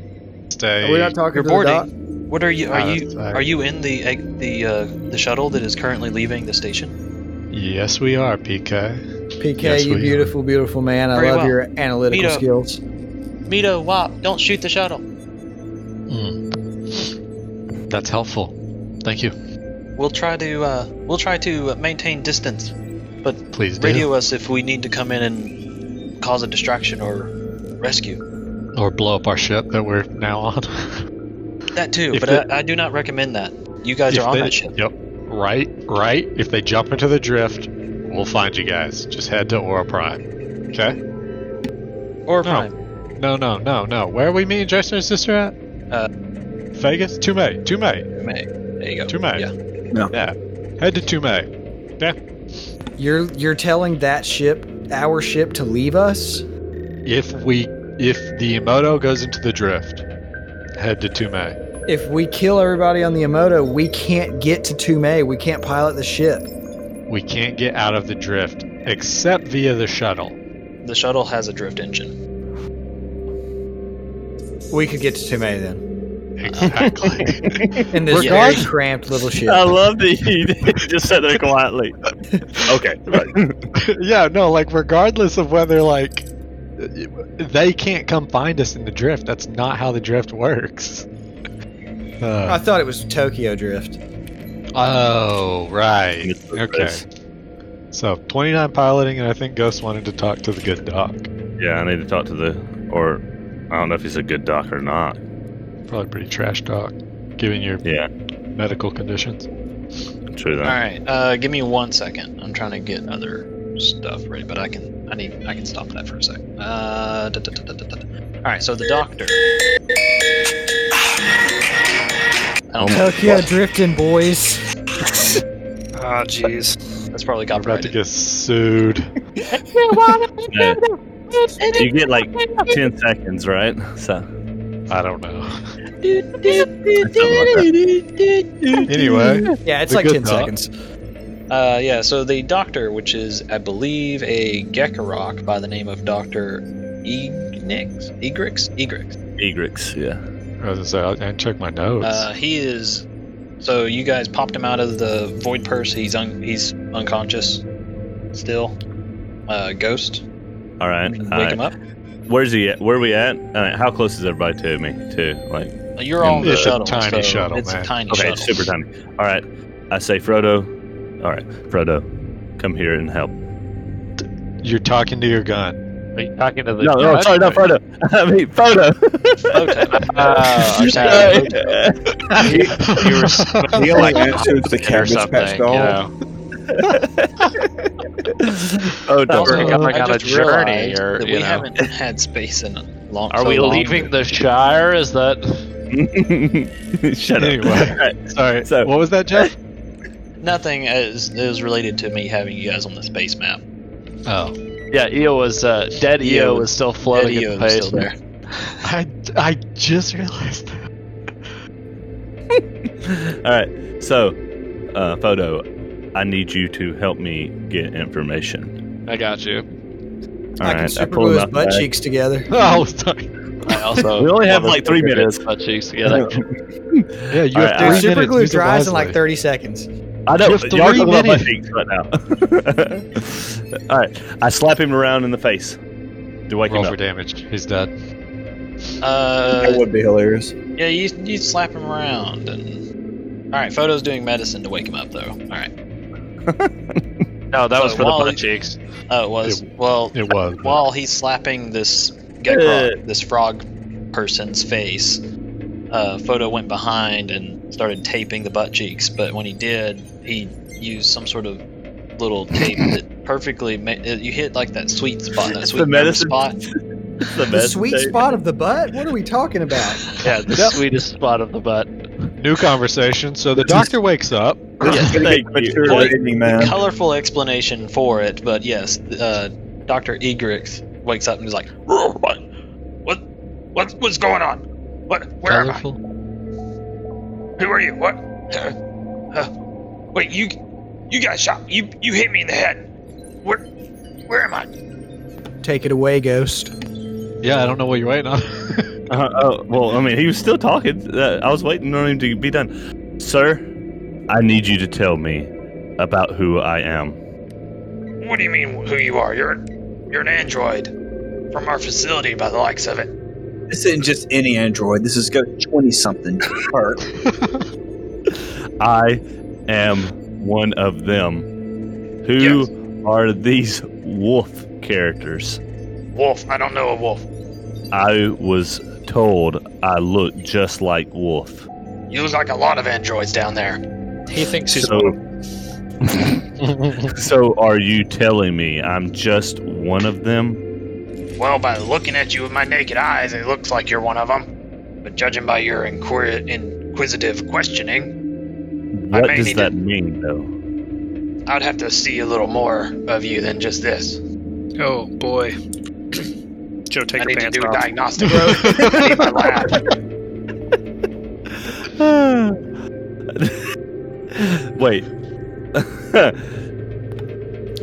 [SPEAKER 6] Stay.
[SPEAKER 3] We're not
[SPEAKER 4] You're
[SPEAKER 3] talking to the doc-
[SPEAKER 4] boarding. What are you? Are
[SPEAKER 6] Uh,
[SPEAKER 4] you
[SPEAKER 6] sorry.
[SPEAKER 4] are you in the egg- the uh, the shuttle that is currently leaving the station?
[SPEAKER 6] Yes, we are, PK.
[SPEAKER 3] PK,
[SPEAKER 6] Yes,
[SPEAKER 3] you
[SPEAKER 6] we are.
[SPEAKER 3] beautiful, beautiful man. I
[SPEAKER 4] Very
[SPEAKER 3] love
[SPEAKER 4] well.
[SPEAKER 3] your analytical
[SPEAKER 4] Meet up.
[SPEAKER 3] skills.
[SPEAKER 4] Mito, Wop, don't shoot the shuttle.
[SPEAKER 6] Hmm. That's helpful. Thank you.
[SPEAKER 4] We'll try to uh, we'll try to maintain distance.
[SPEAKER 6] Please do.
[SPEAKER 4] Radio us if we need to come in and cause a distraction or rescue.
[SPEAKER 6] Or blow up our ship that we're now on.
[SPEAKER 4] That too,
[SPEAKER 6] If
[SPEAKER 4] but
[SPEAKER 6] it-
[SPEAKER 4] I, I do not recommend that. You guys
[SPEAKER 6] If
[SPEAKER 4] are on
[SPEAKER 6] they-
[SPEAKER 4] that ship.
[SPEAKER 6] Yep. Right, right. If they jump into the drift, we'll find you guys. Just head to Aura Prime. Okay?
[SPEAKER 4] Or
[SPEAKER 6] No.
[SPEAKER 4] Prime.
[SPEAKER 6] No, no, no, no. Where are we meeting Jester and Sister at?
[SPEAKER 4] Uh,
[SPEAKER 6] Vegas? Tume. Tume.
[SPEAKER 4] May. There you go.
[SPEAKER 6] Tume.
[SPEAKER 4] Yeah.
[SPEAKER 2] No.
[SPEAKER 6] Yeah. Head to Tume.
[SPEAKER 3] You're you're telling that ship, our ship, to leave us?
[SPEAKER 6] If we if the Emoto goes into the drift, head to Tume.
[SPEAKER 3] If we kill everybody on the Emoto, we can't get to Toomey. We can't pilot the ship.
[SPEAKER 6] We can't get out of the drift except via the shuttle.
[SPEAKER 4] The shuttle has a drift engine.
[SPEAKER 3] We could get to Toomey then.
[SPEAKER 6] Exactly.
[SPEAKER 9] [LAUGHS]
[SPEAKER 6] [LAUGHS]
[SPEAKER 3] In this very
[SPEAKER 6] Regardless-
[SPEAKER 4] [LAUGHS]
[SPEAKER 3] cramped little ship.
[SPEAKER 9] I love that you [LAUGHS] just sat there quietly. okay.
[SPEAKER 6] yeah, no, like regardless of whether like they can't come find us in the drift. That's not how the drift works. [LAUGHS]
[SPEAKER 3] I
[SPEAKER 6] Uh,
[SPEAKER 3] thought it was Tokyo
[SPEAKER 6] [LAUGHS]
[SPEAKER 3] Drift.
[SPEAKER 6] oh, right.
[SPEAKER 9] It's the
[SPEAKER 6] Okay. So 29 piloting, and I think Ghost wanted to talk to the good doc.
[SPEAKER 9] Yeah, I need to talk to the or I don't know if he's a good doc or not.
[SPEAKER 6] Probably pretty trash doc, given your
[SPEAKER 9] Yeah.
[SPEAKER 6] medical conditions.
[SPEAKER 9] True that.
[SPEAKER 4] All right. Uh, give me one second. I'm trying to get other stuff ready, but I can I need I can stop that for a sec. Uh, da, da, da, da, da, da. All right. So the doctor.
[SPEAKER 6] Oh
[SPEAKER 4] I don't know.
[SPEAKER 3] Tokyo Drifting,
[SPEAKER 6] [LAUGHS]
[SPEAKER 3] boys.
[SPEAKER 5] Ah, jeez.
[SPEAKER 4] That's probably
[SPEAKER 6] I'm about to
[SPEAKER 4] copyrighted.
[SPEAKER 6] get sued.
[SPEAKER 9] Yeah. You get like ten seconds, right? So
[SPEAKER 6] I don't know.
[SPEAKER 9] something like
[SPEAKER 6] Anyway,
[SPEAKER 3] Yeah, it's
[SPEAKER 6] The
[SPEAKER 3] like 10
[SPEAKER 6] good doc.
[SPEAKER 3] seconds.
[SPEAKER 4] Uh, yeah, so the doctor, which is, I believe, a Gekarok by the name of Dr. Egnix? Egrix? Egrix.
[SPEAKER 9] that. Egrix, yeah.
[SPEAKER 6] I was gonna say I, I check my notes.
[SPEAKER 4] Uh, he is. So you guys popped him out of the void purse. He's un- he's unconscious. still. Uh, ghost,
[SPEAKER 9] All right.
[SPEAKER 4] wake
[SPEAKER 9] all right.
[SPEAKER 4] him up.
[SPEAKER 9] Where's he at? Where are we at? All right, how close is everybody to me? To like
[SPEAKER 4] Uh, You're
[SPEAKER 9] In
[SPEAKER 4] on the
[SPEAKER 6] It's a
[SPEAKER 4] shuttle.
[SPEAKER 6] tiny
[SPEAKER 4] so
[SPEAKER 6] shuttle,
[SPEAKER 4] It's
[SPEAKER 6] man.
[SPEAKER 4] a tiny
[SPEAKER 9] okay,
[SPEAKER 4] shuttle.
[SPEAKER 9] it's super tiny. All right, I say Frodo. All right, Frodo, come here and help.
[SPEAKER 6] You're talking to your gun.
[SPEAKER 7] Are you talking to the?
[SPEAKER 9] No, no, sorry, not Frodo. [LAUGHS] I mean Frodo. [LAUGHS]
[SPEAKER 7] [LAUGHS] Oh,
[SPEAKER 4] You're
[SPEAKER 7] okay.
[SPEAKER 9] he,
[SPEAKER 6] [LAUGHS]
[SPEAKER 9] he was
[SPEAKER 2] He only answers the
[SPEAKER 7] or
[SPEAKER 2] Cabbage
[SPEAKER 7] something.
[SPEAKER 2] Patch Doll.
[SPEAKER 7] You know,
[SPEAKER 9] oh, don't
[SPEAKER 7] we're
[SPEAKER 9] worry.
[SPEAKER 7] going
[SPEAKER 4] I
[SPEAKER 7] on a
[SPEAKER 4] just
[SPEAKER 7] journey,
[SPEAKER 4] realized
[SPEAKER 7] or
[SPEAKER 4] that
[SPEAKER 7] you
[SPEAKER 4] we
[SPEAKER 7] know.
[SPEAKER 4] haven't had space in a long.
[SPEAKER 7] Are
[SPEAKER 4] so
[SPEAKER 7] we
[SPEAKER 4] long.
[SPEAKER 7] leaving the Shire? Is that?
[SPEAKER 9] [LAUGHS] Shut up.
[SPEAKER 6] Anyway.
[SPEAKER 9] All right,
[SPEAKER 6] Sorry.
[SPEAKER 9] So-
[SPEAKER 6] what was that, Jeff?
[SPEAKER 4] Nothing is is related to me having you guys on the space map.
[SPEAKER 6] Oh,
[SPEAKER 7] Yeah, Eo was uh, dead. Eo
[SPEAKER 4] Eo-
[SPEAKER 7] was still
[SPEAKER 4] That
[SPEAKER 7] floating in
[SPEAKER 4] is
[SPEAKER 7] space.
[SPEAKER 4] E still there.
[SPEAKER 6] I, I just realized [LAUGHS] that.
[SPEAKER 9] All right. So, uh, Frodo, I need you to help me get information.
[SPEAKER 7] I got you.
[SPEAKER 9] All
[SPEAKER 3] I
[SPEAKER 9] right,
[SPEAKER 3] can super
[SPEAKER 9] pull
[SPEAKER 3] glue
[SPEAKER 9] him
[SPEAKER 3] his
[SPEAKER 9] out
[SPEAKER 3] butt
[SPEAKER 9] back.
[SPEAKER 3] cheeks together.
[SPEAKER 6] Oh, sorry.
[SPEAKER 7] I also
[SPEAKER 9] [LAUGHS] We only have, like, three
[SPEAKER 7] Put
[SPEAKER 9] minutes.
[SPEAKER 7] butt cheeks
[SPEAKER 9] [LAUGHS]
[SPEAKER 7] together.
[SPEAKER 6] Yeah, you
[SPEAKER 9] All
[SPEAKER 6] have
[SPEAKER 9] right,
[SPEAKER 6] three
[SPEAKER 9] I-
[SPEAKER 6] minutes.
[SPEAKER 3] super glue
[SPEAKER 6] Use it
[SPEAKER 3] dries in like
[SPEAKER 6] wisely.
[SPEAKER 3] 30 seconds.
[SPEAKER 9] I know.
[SPEAKER 6] You have
[SPEAKER 9] Y'all are
[SPEAKER 6] three
[SPEAKER 9] talking about my
[SPEAKER 6] minutes.
[SPEAKER 9] cheeks right now. [LAUGHS] All right. I slap him around in the face. Do wake
[SPEAKER 6] Roll
[SPEAKER 9] him
[SPEAKER 6] for
[SPEAKER 9] up.
[SPEAKER 6] damage. He's dead.
[SPEAKER 4] Uh,
[SPEAKER 2] That would be hilarious.
[SPEAKER 4] yeah, you you slap him around and. All right, Photo's doing medicine to wake him up though. All right.
[SPEAKER 7] No, that
[SPEAKER 4] So
[SPEAKER 7] was for the
[SPEAKER 4] while
[SPEAKER 7] butt
[SPEAKER 4] he- [LAUGHS]
[SPEAKER 7] cheeks.
[SPEAKER 4] Oh, it was well
[SPEAKER 6] It was.
[SPEAKER 4] while he's slapping this
[SPEAKER 9] Yeah.
[SPEAKER 4] Gekron, this frog person's face. Uh, Photo went behind and started taping the butt cheeks, but when he did, he used some sort of little tape that perfectly ma- uh, you hit like that sweet spot, that
[SPEAKER 9] It's
[SPEAKER 4] sweet
[SPEAKER 9] the
[SPEAKER 4] nerve
[SPEAKER 9] medicine.
[SPEAKER 4] spot.
[SPEAKER 9] It's the
[SPEAKER 3] The
[SPEAKER 9] best
[SPEAKER 3] sweet
[SPEAKER 9] thing.
[SPEAKER 3] spot of the butt? What are we talking about?
[SPEAKER 7] Yeah, the sweetest spot of the butt.
[SPEAKER 6] New conversation. So the doctor wakes up.
[SPEAKER 2] It's gonna
[SPEAKER 9] Thank
[SPEAKER 2] get
[SPEAKER 9] you.
[SPEAKER 2] mature
[SPEAKER 4] Point-
[SPEAKER 2] ending, man.
[SPEAKER 4] colorful explanation for it, but yes, uh, Doctor Egrix wakes up and is like, "Oh, "What? What? What? What's going on? What? Where am I?
[SPEAKER 6] Colorful.
[SPEAKER 4] Who are you? What? [LAUGHS] Uh, uh, wait, you, you got shot. You, you hit me in the head. Where, where am I?
[SPEAKER 3] Take it away, ghost.
[SPEAKER 6] Yeah, I don't know what you're waiting on. [LAUGHS]
[SPEAKER 9] Uh, oh, well, I mean, he was still talking. Uh, I was waiting on him to be done. Sir, I need you to tell me about who I am.
[SPEAKER 4] What do you mean? Who you are? You're, you're an android from our facility, by the likes of it.
[SPEAKER 2] This isn't just any android. This is go twenty something.
[SPEAKER 9] I am one of them. Who
[SPEAKER 4] Yes.
[SPEAKER 9] are these wolf characters?
[SPEAKER 4] Wolf. I don't know a wolf.
[SPEAKER 9] I was told I look just like Wolf.
[SPEAKER 4] You look like a lot of androids down there.
[SPEAKER 5] He thinks he's
[SPEAKER 9] So, so are you telling me I'm just one of them?
[SPEAKER 4] Well, by looking at you with my naked eyes, it looks like you're one of them. But judging by your inquir- inquisitive questioning,
[SPEAKER 9] What
[SPEAKER 4] may
[SPEAKER 9] does
[SPEAKER 4] need
[SPEAKER 9] that
[SPEAKER 4] to-
[SPEAKER 9] mean, though? [LAUGHS]
[SPEAKER 4] I'd have to see a little more of you than just this.
[SPEAKER 5] Oh boy. Joe, take
[SPEAKER 4] I
[SPEAKER 5] your
[SPEAKER 4] need to
[SPEAKER 5] pants
[SPEAKER 4] do a
[SPEAKER 5] off.
[SPEAKER 6] [LAUGHS]
[SPEAKER 4] diagnostic. I need my lab.
[SPEAKER 9] Wait. [LAUGHS]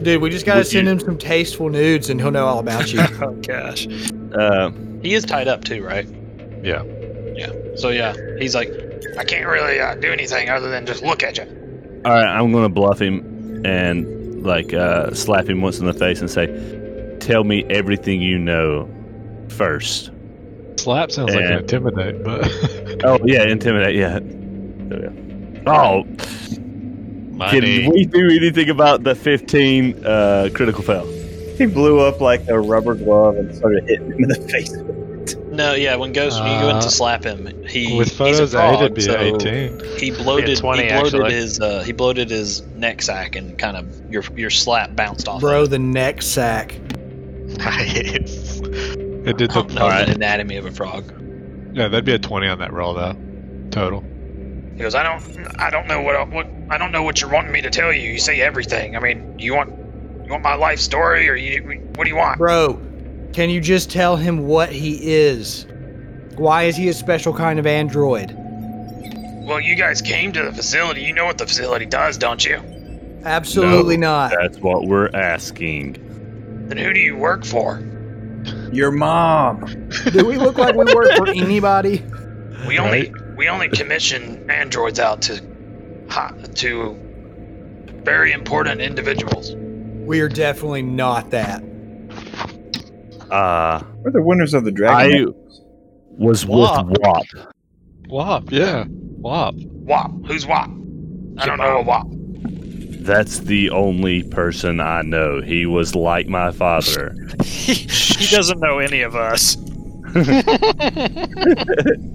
[SPEAKER 3] Dude, we just gotta
[SPEAKER 9] Would
[SPEAKER 3] send
[SPEAKER 9] you-
[SPEAKER 3] him some tasteful nudes and he'll know all about [LAUGHS]
[SPEAKER 9] [LAUGHS]
[SPEAKER 3] you.
[SPEAKER 5] Oh [LAUGHS] gosh.
[SPEAKER 9] uh,
[SPEAKER 4] He is tied up too, right?
[SPEAKER 6] Yeah.
[SPEAKER 4] Yeah. So yeah, he's like, I can't really uh, do anything other than just look at you.
[SPEAKER 9] all right, I'm gonna bluff him and like uh, slap him once in the face and say, "Tell me everything you know first.
[SPEAKER 6] Slap sounds like
[SPEAKER 9] Yeah.
[SPEAKER 6] an intimidate, but
[SPEAKER 9] Oh yeah, intimidate. Yeah. There we go. Oh, Can we do anything about the 15 uh, critical fail?
[SPEAKER 2] [LAUGHS] He blew up like a rubber glove and started hitting him in the face.
[SPEAKER 4] No, yeah. When Ghost, when you go in
[SPEAKER 6] Uh,
[SPEAKER 4] to slap him, he
[SPEAKER 6] [LAUGHS] with
[SPEAKER 4] he's
[SPEAKER 6] photos,
[SPEAKER 4] a
[SPEAKER 6] I
[SPEAKER 4] frog,
[SPEAKER 6] it'd be
[SPEAKER 4] so
[SPEAKER 6] 18.
[SPEAKER 4] He bloated.
[SPEAKER 7] Yeah, 20
[SPEAKER 4] he bloated
[SPEAKER 7] actually.
[SPEAKER 4] his. Uh, he bloated his neck sack and kind of your your slap bounced off.
[SPEAKER 3] Bro,
[SPEAKER 4] of it.
[SPEAKER 3] the neck sack.
[SPEAKER 7] Nice.
[SPEAKER 6] It
[SPEAKER 4] I
[SPEAKER 6] did the.
[SPEAKER 4] don't know
[SPEAKER 9] Alright.
[SPEAKER 4] the anatomy of a frog.
[SPEAKER 6] Yeah, that'd be a 20 on that roll though, total.
[SPEAKER 4] He goes, I don't, I don't know what, I- what, I don't know what you're wanting me to tell you. You say everything. I mean, you want, you want my life story, or you, what do you want?
[SPEAKER 3] Bro, can you just tell him what he is? Why is he a special kind of android?
[SPEAKER 4] Well, you guys came to the facility. You know what the facility does, don't you?
[SPEAKER 3] Absolutely
[SPEAKER 9] [LAUGHS]
[SPEAKER 3] not.
[SPEAKER 9] That's what we're asking.
[SPEAKER 4] Then who do you work for?
[SPEAKER 2] Your mom.
[SPEAKER 3] Do we look like we work for anybody?
[SPEAKER 4] We only, we only commission androids out to, ha- to, very important individuals.
[SPEAKER 3] We are definitely not that.
[SPEAKER 9] Uh,
[SPEAKER 2] We're the winners of the
[SPEAKER 10] I
[SPEAKER 2] dragon.
[SPEAKER 10] was
[SPEAKER 11] Wop.
[SPEAKER 10] with Wop.
[SPEAKER 6] Wop, yeah. Wop.
[SPEAKER 4] Wop. Who's Wop? I don't know a Wop.
[SPEAKER 9] that's the only person I know. He was like my father.
[SPEAKER 12] he, he doesn't know any of us.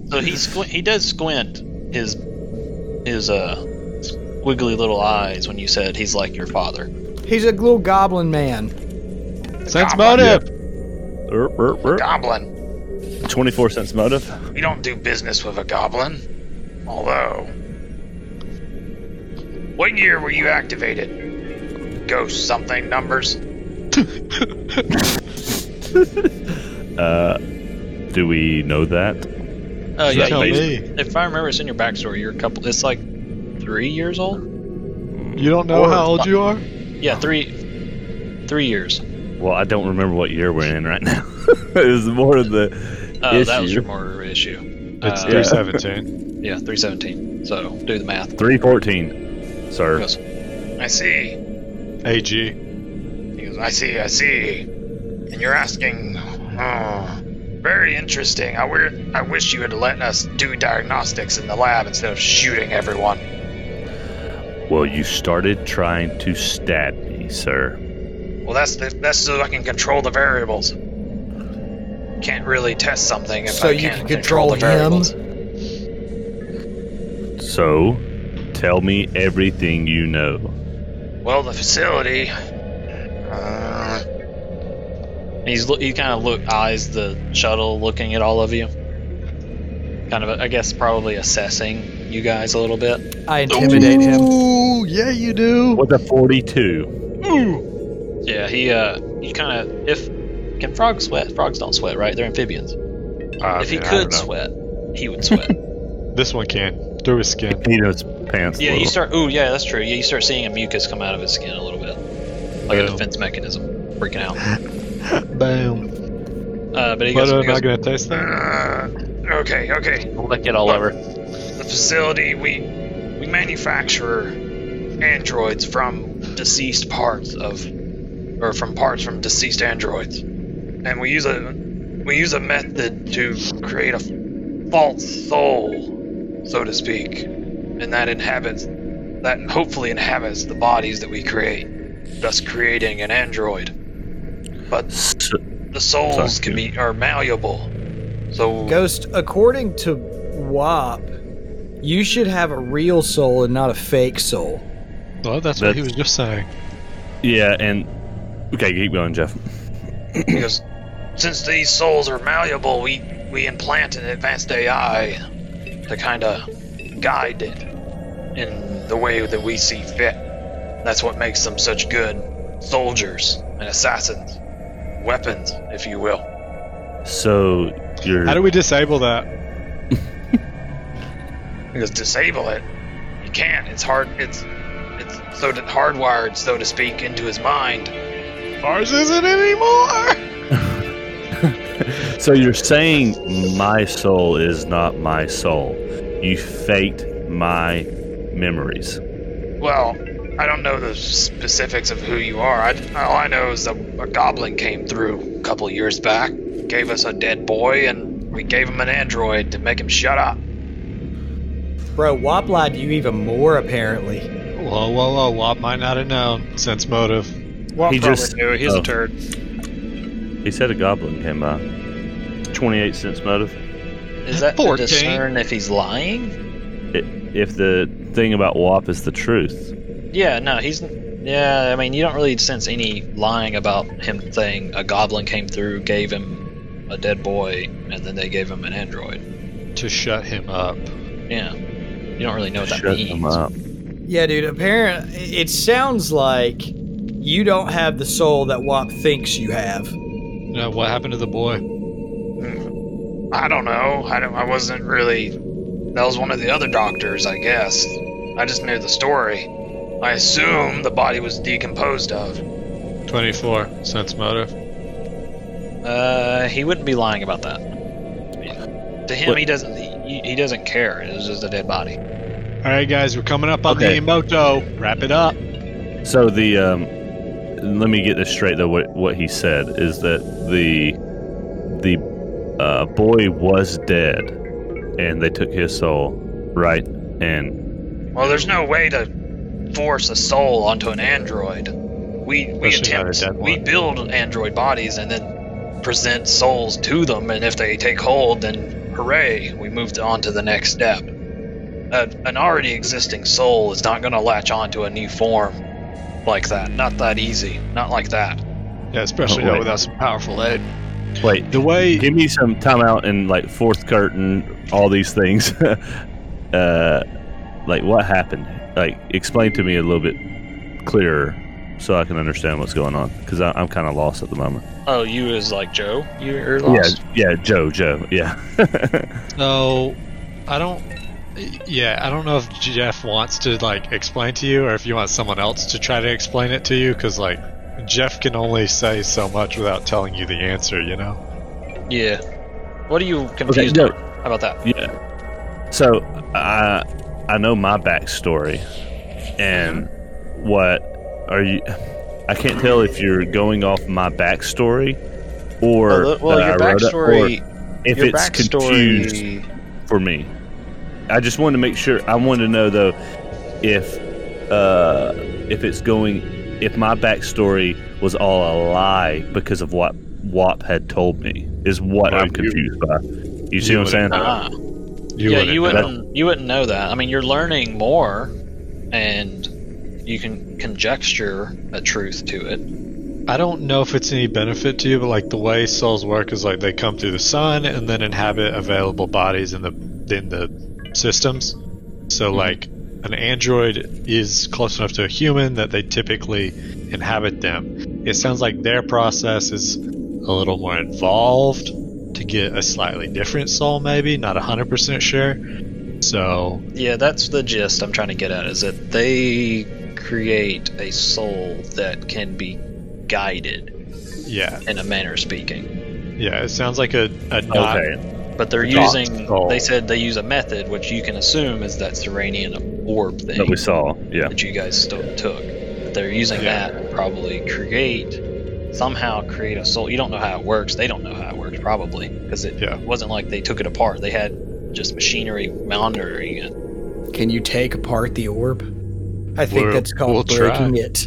[SPEAKER 5] So he squint. He does squint his his uh squiggly little eyes when you said he's like your father.
[SPEAKER 3] He's a little goblin man.
[SPEAKER 5] Ah,
[SPEAKER 6] Sense
[SPEAKER 4] Goblin.
[SPEAKER 6] motive.
[SPEAKER 9] Er, er, er.
[SPEAKER 4] Goblin.
[SPEAKER 9] 24 cents motive.
[SPEAKER 4] We don't do business with a goblin. Although. What year were you activated? Ghost something numbers?
[SPEAKER 9] Uh, do we know that?
[SPEAKER 5] Oh yeah,
[SPEAKER 9] Tell
[SPEAKER 5] you-
[SPEAKER 6] me.
[SPEAKER 5] if I remember, it's in your backstory. You're a couple. It's like three years old.
[SPEAKER 6] You don't know
[SPEAKER 5] Or- Uh,
[SPEAKER 6] how old you are?
[SPEAKER 5] Yeah, three three years.
[SPEAKER 9] Well, I don't remember what year we're in right [LAUGHS] now. it was more of the.
[SPEAKER 5] Uh, That was
[SPEAKER 9] Issue.
[SPEAKER 5] your more issue.
[SPEAKER 6] It's
[SPEAKER 5] Uh,
[SPEAKER 6] 317.
[SPEAKER 5] yeah, three seventeen. So do the math.
[SPEAKER 9] 314,
[SPEAKER 5] He
[SPEAKER 9] sir.
[SPEAKER 5] goes,
[SPEAKER 4] I see.
[SPEAKER 6] AG.
[SPEAKER 4] He goes, I see, I see. And you're asking. Oh, very interesting. I, wi- I wish you had let us do diagnostics in the lab instead of shooting everyone.
[SPEAKER 9] Well, you started trying to stab me, sir.
[SPEAKER 4] Well, that's the, that's so I can control the variables. Can't really test something if
[SPEAKER 3] So
[SPEAKER 4] I
[SPEAKER 3] you
[SPEAKER 4] can't
[SPEAKER 3] can
[SPEAKER 4] control, the
[SPEAKER 3] control him?
[SPEAKER 4] variables.
[SPEAKER 9] So, tell me everything you know.
[SPEAKER 4] Well, the facility. Uh,
[SPEAKER 5] and he's look. He kind of look eyes the shuttle, looking at all of you. Kind of, I guess, probably assessing you guys a little bit.
[SPEAKER 3] I intimidate him.
[SPEAKER 6] Ooh, yeah, you do.
[SPEAKER 9] With a 42.
[SPEAKER 5] Yeah, he uh, you kind of if can frogs sweat? Frogs don't sweat, right? They're amphibians.
[SPEAKER 6] I
[SPEAKER 5] if
[SPEAKER 6] mean,
[SPEAKER 5] he
[SPEAKER 6] Ah, I
[SPEAKER 5] could
[SPEAKER 6] don't know.
[SPEAKER 5] sweat, he would [LAUGHS] sweat.
[SPEAKER 6] This one can. Through his skin.
[SPEAKER 9] He knows pants. a
[SPEAKER 5] yeah, you
[SPEAKER 9] little.
[SPEAKER 5] start. Ooh, yeah, that's true. Yeah, you start seeing a mucus come out of his skin a little bit, like a
[SPEAKER 6] Boom.
[SPEAKER 5] defense mechanism, freaking out.
[SPEAKER 6] Boom.
[SPEAKER 5] Uh, but he
[SPEAKER 6] But
[SPEAKER 5] goes,
[SPEAKER 6] am
[SPEAKER 5] he
[SPEAKER 6] I
[SPEAKER 5] goes
[SPEAKER 6] going to taste that?
[SPEAKER 4] uh, okay, okay.
[SPEAKER 5] lick it all over.
[SPEAKER 4] The facility we we manufacture androids from deceased parts of, or from parts from deceased androids, and we use a we use a method to create a false soul, so to speak, and that inhabits that hopefully inhabits the bodies that we create, thus creating an android. But
[SPEAKER 9] S-
[SPEAKER 4] The souls
[SPEAKER 9] Sounds
[SPEAKER 4] can
[SPEAKER 9] good.
[SPEAKER 4] be are malleable. So
[SPEAKER 3] Ghost, according to Wop, you should have a real soul and not a fake soul.
[SPEAKER 6] Well, that's what he
[SPEAKER 9] That's-
[SPEAKER 6] was just saying.
[SPEAKER 9] Yeah, and. Okay, keep going, Jeff.
[SPEAKER 4] because since these souls are malleable, we we implant an advanced AI to kind of guide it in the way that we see fit. That's what makes them such good soldiers and assassins, weapons, if you will.
[SPEAKER 9] So, you're.
[SPEAKER 6] How do we disable that?
[SPEAKER 4] Because disable it, you can't. It's hard. It's it's so that hardwired, so to speak, into his mind.
[SPEAKER 6] Ours isn't anymore!
[SPEAKER 9] So you're saying my soul is not my soul. You faked my memories.
[SPEAKER 4] Well, I don't know the specifics of who you are. I, all I know is a, a goblin came through a couple years back, gave us a dead boy, and we gave him an android to make him shut up.
[SPEAKER 3] Bro, Wop lied to you even more, apparently.
[SPEAKER 6] Whoa, whoa, whoa. Wop might not have known. Sense motive.
[SPEAKER 12] Well,
[SPEAKER 9] He
[SPEAKER 12] he probably
[SPEAKER 9] just-
[SPEAKER 12] knew. He's
[SPEAKER 9] oh.
[SPEAKER 12] a turd.
[SPEAKER 9] He said a goblin came by. 28 cents motive.
[SPEAKER 5] Is that to
[SPEAKER 6] 14.
[SPEAKER 5] discern if he's lying?
[SPEAKER 9] If the thing about WAP is the truth,
[SPEAKER 5] Yeah, no, he's. Yeah, I mean, you don't really sense any lying about him saying a goblin came through, gave him a dead boy, and then they gave him an android.
[SPEAKER 6] To shut him up.
[SPEAKER 5] Yeah, you don't really know what that
[SPEAKER 9] shut
[SPEAKER 5] means.
[SPEAKER 9] them up.
[SPEAKER 3] Yeah, dude, apparent it sounds like you don't have the soul that Wop thinks you have.
[SPEAKER 6] Now, what happened to the boy?
[SPEAKER 4] I don't know. I, don't, I wasn't really. That was one of the other doctors, I guess. I just knew the story. I assume the body was decomposed of.
[SPEAKER 6] 24. Sense motive.
[SPEAKER 5] Uh, he wouldn't be lying about that. I mean, to him,
[SPEAKER 9] What-
[SPEAKER 5] he doesn't. He, he doesn't care. It was just a dead body.
[SPEAKER 6] Alright, guys, we're coming up on
[SPEAKER 9] Okay.
[SPEAKER 6] the Emoto. Wrap it up.
[SPEAKER 9] So the um, let me get this straight though. What what he said is that the the uh, boy was dead, and they took his soul, right? And
[SPEAKER 13] Well, there's no way to force a soul onto an android. We we
[SPEAKER 6] Especially not a
[SPEAKER 13] attempt
[SPEAKER 6] dead
[SPEAKER 13] we
[SPEAKER 6] one.
[SPEAKER 13] build android bodies and then present souls to them, and if they take hold, then hooray, we moved on to the next step. A, an already existing soul is not going to latch onto a new form like that. Not that easy. Not like that.
[SPEAKER 6] Yeah, especially
[SPEAKER 9] Oh,
[SPEAKER 6] not
[SPEAKER 9] wait.
[SPEAKER 6] without some powerful aid.
[SPEAKER 9] wait,
[SPEAKER 6] The way
[SPEAKER 9] give me some time out and like fourth curtain, all these things. [LAUGHS] uh, like what happened? Like explain to me a little bit clearer, so I can understand what's going on because I'm kind of lost at the moment.
[SPEAKER 4] Oh, you is like Joe. You, you're lost.
[SPEAKER 9] Yeah, yeah, Joe, Joe, yeah.
[SPEAKER 6] So, I don't. Yeah, I don't know if Jeff wants to like explain to you, or if you want someone else to try to explain it to you, because like Jeff can only say so much without telling you the answer. You know.
[SPEAKER 4] Yeah. What are you confused
[SPEAKER 9] no.
[SPEAKER 4] about? How about that?
[SPEAKER 9] Yeah. So I I know my backstory and what are you I can't tell if you're going off my backstory or
[SPEAKER 4] well, the- well,
[SPEAKER 9] that
[SPEAKER 4] your
[SPEAKER 9] I wrote up, or
[SPEAKER 4] backstory.
[SPEAKER 9] if
[SPEAKER 4] your
[SPEAKER 9] it's
[SPEAKER 4] backstory.
[SPEAKER 9] confused for me. I just wanted to make sure. I wanted to know though if uh, if it's going if my backstory was all a lie because of what WAP had told me is what
[SPEAKER 6] Well,
[SPEAKER 9] I'm
[SPEAKER 6] you-
[SPEAKER 9] confused by. You see
[SPEAKER 6] you
[SPEAKER 9] what I'm saying?
[SPEAKER 6] wouldn't
[SPEAKER 4] Ah.
[SPEAKER 6] You
[SPEAKER 4] yeah, you
[SPEAKER 6] know.
[SPEAKER 4] wouldn't you wouldn't know that. I mean, you're learning more, and you can conjecture a truth to it.
[SPEAKER 6] I don't know if it's any benefit to you, but like the way souls work is like they come through the sun and then inhabit available bodies in the in the systems. So like an android is close enough to a human that they typically inhabit them. It sounds like their process is a little more involved to get a slightly different soul, maybe not hundred percent sure. So
[SPEAKER 4] Yeah, that's the gist I'm trying to get at. Is that they create a soul that can be guided
[SPEAKER 6] yeah,
[SPEAKER 4] in a manner of speaking,
[SPEAKER 6] yeah, it sounds like a, a not
[SPEAKER 9] Okay.
[SPEAKER 4] but they're
[SPEAKER 6] Not
[SPEAKER 4] using.
[SPEAKER 6] soul.
[SPEAKER 4] They said they use a method, which you can assume is that Serenian orb thing.
[SPEAKER 9] That we saw. Yeah.
[SPEAKER 4] that you guys still took. But they're using
[SPEAKER 6] Yeah.
[SPEAKER 4] that to probably create somehow create a soul. You don't know how it works. They don't know how it works probably because it
[SPEAKER 6] Yeah.
[SPEAKER 4] wasn't like they took it apart. They had just machinery monitoring it.
[SPEAKER 3] Can you take apart the orb? I think
[SPEAKER 6] We'll-
[SPEAKER 3] that's called
[SPEAKER 6] we'll try.
[SPEAKER 3] breaking it.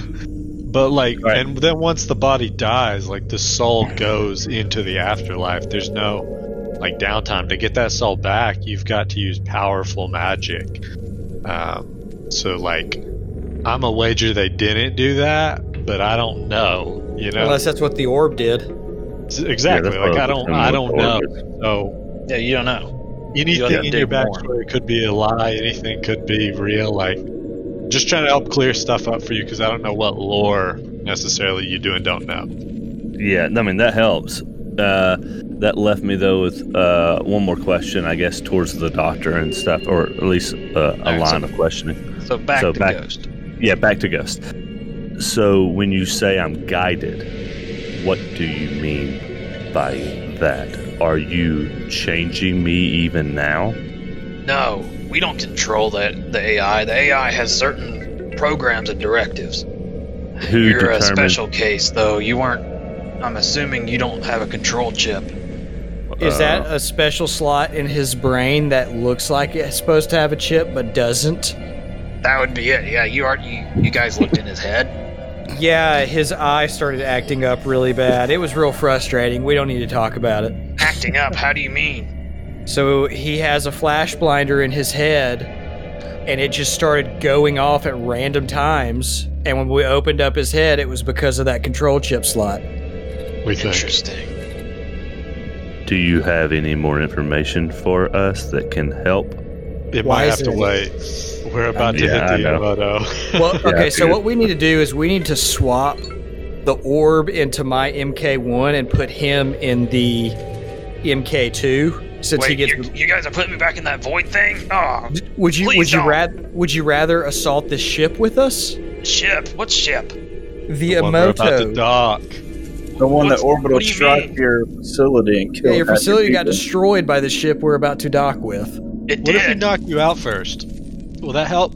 [SPEAKER 6] But like,
[SPEAKER 9] Right.
[SPEAKER 6] and then once the body dies, like the soul goes into the afterlife. There's no like downtime to get that soul back. You've got to use powerful magic. Um, so like, I'm a wager they didn't do that, but I don't know. You know
[SPEAKER 3] Unless that's what the orb did.
[SPEAKER 6] S- exactly. like
[SPEAKER 9] Yeah, that's what
[SPEAKER 6] I
[SPEAKER 9] was
[SPEAKER 6] don't,
[SPEAKER 9] gonna
[SPEAKER 6] I don't
[SPEAKER 9] look
[SPEAKER 6] know.
[SPEAKER 9] forward
[SPEAKER 6] So
[SPEAKER 4] Yeah, you don't know. gotta
[SPEAKER 6] anything in your
[SPEAKER 4] dig more.
[SPEAKER 6] backstory could be a lie. Anything could be real. Like just trying to help clear stuff up for you because I don't know what lore necessarily you do and don't know.
[SPEAKER 9] to. Yeah, I mean that helps. Uh, that left me though with uh, one more question, I guess, towards the doctor and stuff, or at least uh, a
[SPEAKER 4] right,
[SPEAKER 9] line
[SPEAKER 4] so-
[SPEAKER 9] of questioning.
[SPEAKER 4] So back
[SPEAKER 9] So
[SPEAKER 4] to
[SPEAKER 9] back-
[SPEAKER 4] Ghost.
[SPEAKER 9] Yeah, back to Ghost. So when you say I'm guided, what do you mean by that? Are you changing me even now?
[SPEAKER 13] No, we don't control that the AI. The AI has certain programs and directives.
[SPEAKER 9] Who
[SPEAKER 13] You're
[SPEAKER 9] determines?
[SPEAKER 13] a special case, though. You weren't. I'm assuming you don't have a control chip.
[SPEAKER 3] Is that
[SPEAKER 9] uh,
[SPEAKER 3] a special slot in his brain that looks like it's supposed to have a chip but doesn't?
[SPEAKER 13] That would be it. Yeah, you are. You, you guys looked in his
[SPEAKER 4] [LAUGHS]
[SPEAKER 13] head.
[SPEAKER 3] Yeah, his eye started acting up really bad. It was real frustrating. We don't need to talk about it.
[SPEAKER 13] Acting up. How do you mean?
[SPEAKER 3] So he has a flash blinder in his head, and it just started going off at random times. And when we opened up his head, it was because of that control chip
[SPEAKER 13] [LAUGHS]
[SPEAKER 3] slot.
[SPEAKER 6] We think.
[SPEAKER 13] Interesting.
[SPEAKER 9] Do you have any more information for us that can help?
[SPEAKER 6] It
[SPEAKER 3] Why
[SPEAKER 6] might
[SPEAKER 3] is
[SPEAKER 6] have to
[SPEAKER 3] it-
[SPEAKER 6] wait. We're about to
[SPEAKER 9] Yeah, I
[SPEAKER 6] hit the
[SPEAKER 9] know.
[SPEAKER 6] Yamato. [LAUGHS]
[SPEAKER 3] Well,
[SPEAKER 9] Yeah,
[SPEAKER 3] okay, so
[SPEAKER 9] dude.
[SPEAKER 3] what we need to do is we need to swap the orb into my MK1 and put him in the MK2 since he
[SPEAKER 13] Wait,
[SPEAKER 3] gets
[SPEAKER 13] you, you guys are putting me back in that void thing? Oh,
[SPEAKER 3] Would you
[SPEAKER 13] Please
[SPEAKER 3] would you
[SPEAKER 13] don't.
[SPEAKER 3] rather would you rather assault this ship with us?
[SPEAKER 13] ship. What ship?
[SPEAKER 3] The
[SPEAKER 6] When we're about to
[SPEAKER 3] Emoto.
[SPEAKER 6] dock.
[SPEAKER 2] The one
[SPEAKER 13] What's-
[SPEAKER 2] that orbital
[SPEAKER 13] what do you
[SPEAKER 2] struck
[SPEAKER 13] mean?
[SPEAKER 2] your facility and
[SPEAKER 3] Yeah,
[SPEAKER 2] killed.
[SPEAKER 3] your
[SPEAKER 2] half
[SPEAKER 3] facility got
[SPEAKER 2] people.
[SPEAKER 3] destroyed by the ship we're about to dock with.
[SPEAKER 13] It
[SPEAKER 6] What if we
[SPEAKER 13] did.
[SPEAKER 6] knock you out first? Will that help?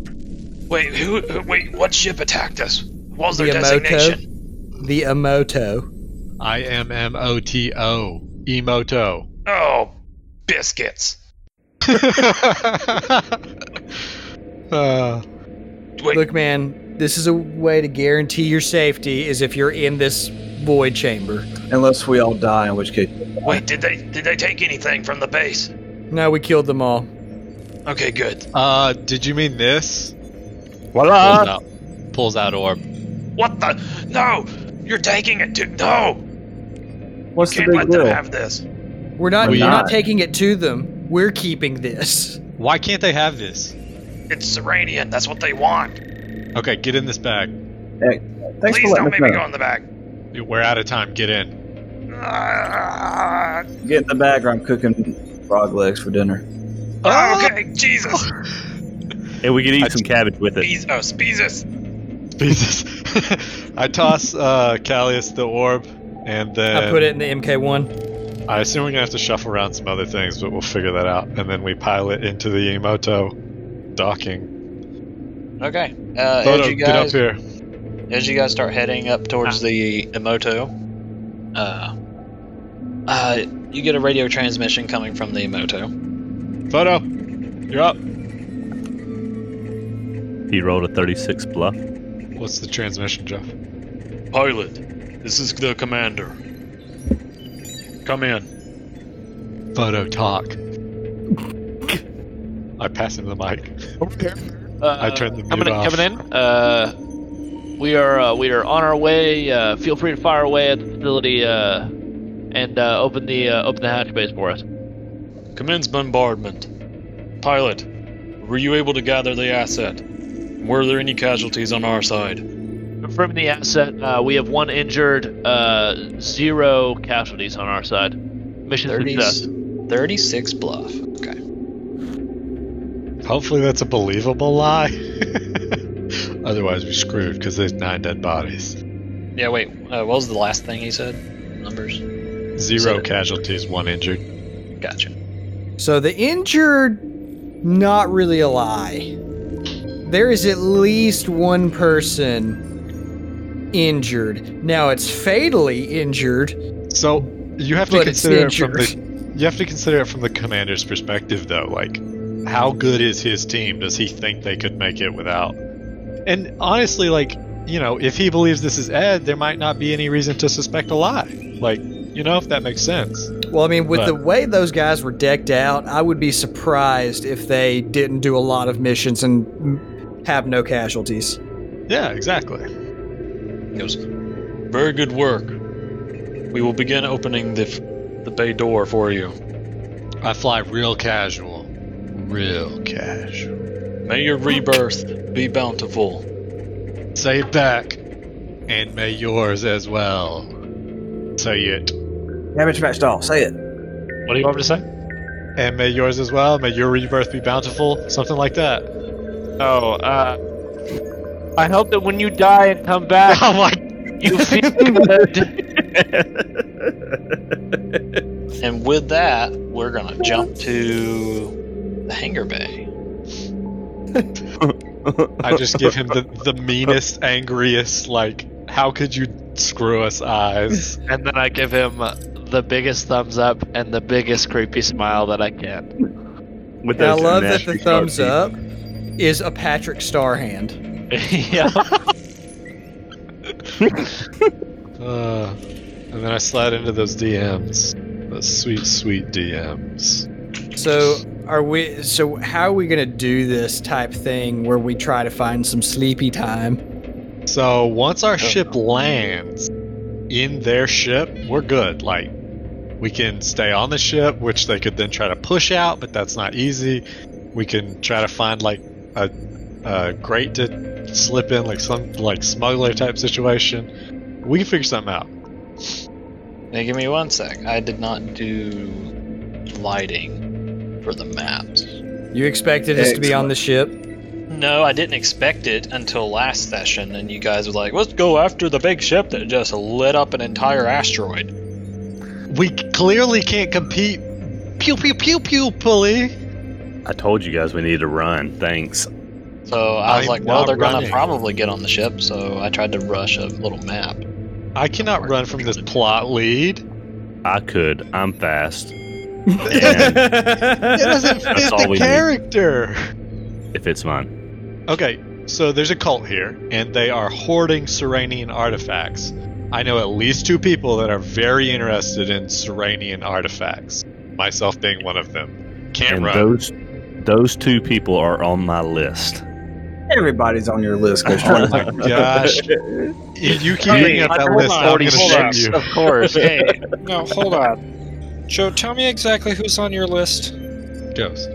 [SPEAKER 13] wait, who, who? Wait, what ship attacked us? was their
[SPEAKER 3] Miyamoto?
[SPEAKER 13] designation.
[SPEAKER 3] The Emoto.
[SPEAKER 6] I M M O T O. Emoto.
[SPEAKER 13] Oh, biscuits.
[SPEAKER 6] [LAUGHS] uh,
[SPEAKER 13] Wait,
[SPEAKER 3] Look, man, this is a way to guarantee your safety is if you're in this void chamber.
[SPEAKER 2] Unless we all die, in which case,
[SPEAKER 13] wait, did they did they take anything from the base?
[SPEAKER 3] No, we killed them all.
[SPEAKER 13] Okay, good.
[SPEAKER 6] uh, did you mean this?
[SPEAKER 8] Voila!
[SPEAKER 7] Pulls out, pulls out orb.
[SPEAKER 13] What the? No, you're taking it to no.
[SPEAKER 2] what's the
[SPEAKER 13] Can't
[SPEAKER 2] big
[SPEAKER 13] let them
[SPEAKER 2] deal?
[SPEAKER 13] have this.
[SPEAKER 3] We're not.
[SPEAKER 6] We're
[SPEAKER 3] you're not
[SPEAKER 2] not.
[SPEAKER 3] taking it to them. We're keeping this.
[SPEAKER 6] Why can't they have this?
[SPEAKER 13] It's Serenian. That's what they want.
[SPEAKER 6] Okay, get in this bag.
[SPEAKER 2] Thanks
[SPEAKER 13] Please
[SPEAKER 2] for
[SPEAKER 13] don't
[SPEAKER 2] letting us
[SPEAKER 13] make me
[SPEAKER 2] know.
[SPEAKER 13] go in the back.
[SPEAKER 6] We're out of time. Get in.
[SPEAKER 13] Ah,
[SPEAKER 2] Get in the bag, or I'm cooking frog legs for dinner.
[SPEAKER 13] okay, Jesus,
[SPEAKER 8] And we could eat some cabbage with it.
[SPEAKER 13] Bezos, Bezos.
[SPEAKER 6] [LAUGHS] Jesus. [LAUGHS] I toss uh, Callius the orb, and then
[SPEAKER 3] I put it in the MK1.
[SPEAKER 6] I assume we're gonna have to shuffle around some other things, but we'll figure that out. And then we pile it into the Emoto docking.
[SPEAKER 4] Okay. Uh,
[SPEAKER 6] Photo,
[SPEAKER 4] as you
[SPEAKER 6] get up
[SPEAKER 4] guys
[SPEAKER 6] here.
[SPEAKER 4] as you guys start heading up towards the Emoto, uh, uh, you get a radio transmission coming from the Emoto.
[SPEAKER 6] Photo, you're up.
[SPEAKER 9] He rolled a 36 bluff.
[SPEAKER 6] What's the transmission, Jeff?
[SPEAKER 13] Pilot, this is the commander. Come in.
[SPEAKER 6] Photo talk. I pass him the mic.
[SPEAKER 7] Uh,
[SPEAKER 6] I turned the mute
[SPEAKER 7] coming, in-
[SPEAKER 6] off.
[SPEAKER 7] coming in. Uh, we are uh, we are on our way. Uh, feel free to fire away at the facility uh, and uh, open the uh, open the hatch base for us.
[SPEAKER 13] Commence bombardment. Pilot, were you able to gather the asset? Were there any casualties on our side?
[SPEAKER 7] Confirming the asset. Uh, we have one injured, uh, zero casualties on our side. Mission
[SPEAKER 4] 30,
[SPEAKER 7] success.
[SPEAKER 4] 36 bluff. Okay.
[SPEAKER 6] Hopefully that's a believable lie. [LAUGHS] Otherwise, we screwed because there's nine dead bodies.
[SPEAKER 4] Yeah. Wait. Uh, what was the last thing he said? Numbers.
[SPEAKER 6] Zero
[SPEAKER 4] So-
[SPEAKER 6] casualties, one injured.
[SPEAKER 4] Gotcha.
[SPEAKER 3] So the injured, not really a lie. There is at least one person injured. Now it's fatally injured.
[SPEAKER 6] So you have to
[SPEAKER 3] But it's
[SPEAKER 6] consider it from the you have to consider it from the commander's perspective, though. Like, how good is his team? Does he think they could make it without? And honestly, like you know, if he believes this is Ed, there might not be any reason to suspect a lie. Like, you know, if that makes sense.
[SPEAKER 3] Well, I mean, with
[SPEAKER 6] But-
[SPEAKER 3] the way those guys were decked out, I would be surprised if they didn't do a lot of missions and mm, have no casualties.
[SPEAKER 6] Yeah, exactly.
[SPEAKER 4] He goes.
[SPEAKER 13] Very good work. We will begin opening the f- the bay door for you.
[SPEAKER 6] I fly real casual, real casual.
[SPEAKER 13] May your rebirth be bountiful.
[SPEAKER 6] Say it back, and may yours as well. Say it.
[SPEAKER 2] Cabbage match doll, say it.
[SPEAKER 6] What do you want me to say? And may yours as well. May your rebirth be bountiful. Something like that.
[SPEAKER 7] Oh, uh, I hope that when you die and come back,
[SPEAKER 6] [LAUGHS] Oh my!
[SPEAKER 7] [LAUGHS] you feel good.
[SPEAKER 4] And with that, we're gonna jump to the hangar bay.
[SPEAKER 6] I just give him the, the meanest, angriest, like, how could you screw us [LAUGHS] eyes?
[SPEAKER 7] And then I give him the biggest thumbs up and the biggest creepy smile that I can.
[SPEAKER 8] With
[SPEAKER 3] And I
[SPEAKER 8] those
[SPEAKER 3] love that the
[SPEAKER 8] nasty
[SPEAKER 3] thumbs
[SPEAKER 8] sharp
[SPEAKER 3] up is a Patrick Star hand.
[SPEAKER 7] [LAUGHS] [LAUGHS] yeah.
[SPEAKER 6] Uh, and then I slide into those DMs, those sweet, sweet DMs.
[SPEAKER 3] So are we? So how are we gonna do this type thing where we try to find some sleepy time?
[SPEAKER 6] So once our ship lands in their ship, we're good. Like we can stay on the ship, which they could then try to push out, but that's not easy. We can try to find like a, a grate to slip in, like some like smuggler type situation. We can figure something out.
[SPEAKER 4] Now give me one sec. I did not do lighting for the maps.
[SPEAKER 3] You expected us to be on the ship.
[SPEAKER 4] No, I didn't expect it until last session, and you guys were like, "Let's go after the big ship that just lit up an entire asteroid."
[SPEAKER 6] We clearly can't compete. Pew pew pew pew pulley.
[SPEAKER 9] [LAUGHS] I told you guys we needed to run. Thanks.
[SPEAKER 4] So I was
[SPEAKER 6] I'm
[SPEAKER 4] like, well,
[SPEAKER 6] not
[SPEAKER 4] they're going to
[SPEAKER 6] running.
[SPEAKER 4] probably get on the ship. So I tried to rush a little map.
[SPEAKER 6] I cannot run from this plot lead.
[SPEAKER 9] I could. I'm fast. And
[SPEAKER 6] it doesn't
[SPEAKER 9] [LAUGHS] That's
[SPEAKER 6] fit
[SPEAKER 9] all
[SPEAKER 6] the
[SPEAKER 9] we need.
[SPEAKER 6] character.
[SPEAKER 9] if it's mine,
[SPEAKER 6] Okay, so there's a cult here, and they are hoarding Serenian artifacts. I know at least two people that are very interested in Serenian artifacts, myself being one of them. Can't
[SPEAKER 9] and
[SPEAKER 6] run.
[SPEAKER 9] those those two people are on my list.
[SPEAKER 2] Everybody's on your [LAUGHS] list.
[SPEAKER 6] oh my gosh. If you keep bringing up that
[SPEAKER 5] Hold
[SPEAKER 6] list,
[SPEAKER 5] on,
[SPEAKER 6] I'm going to
[SPEAKER 5] hold on.
[SPEAKER 6] shoot you.
[SPEAKER 5] Of course.
[SPEAKER 7] [LAUGHS]
[SPEAKER 5] hey, no, hold on. Joe, tell me exactly who's on your list.
[SPEAKER 6] Ghost.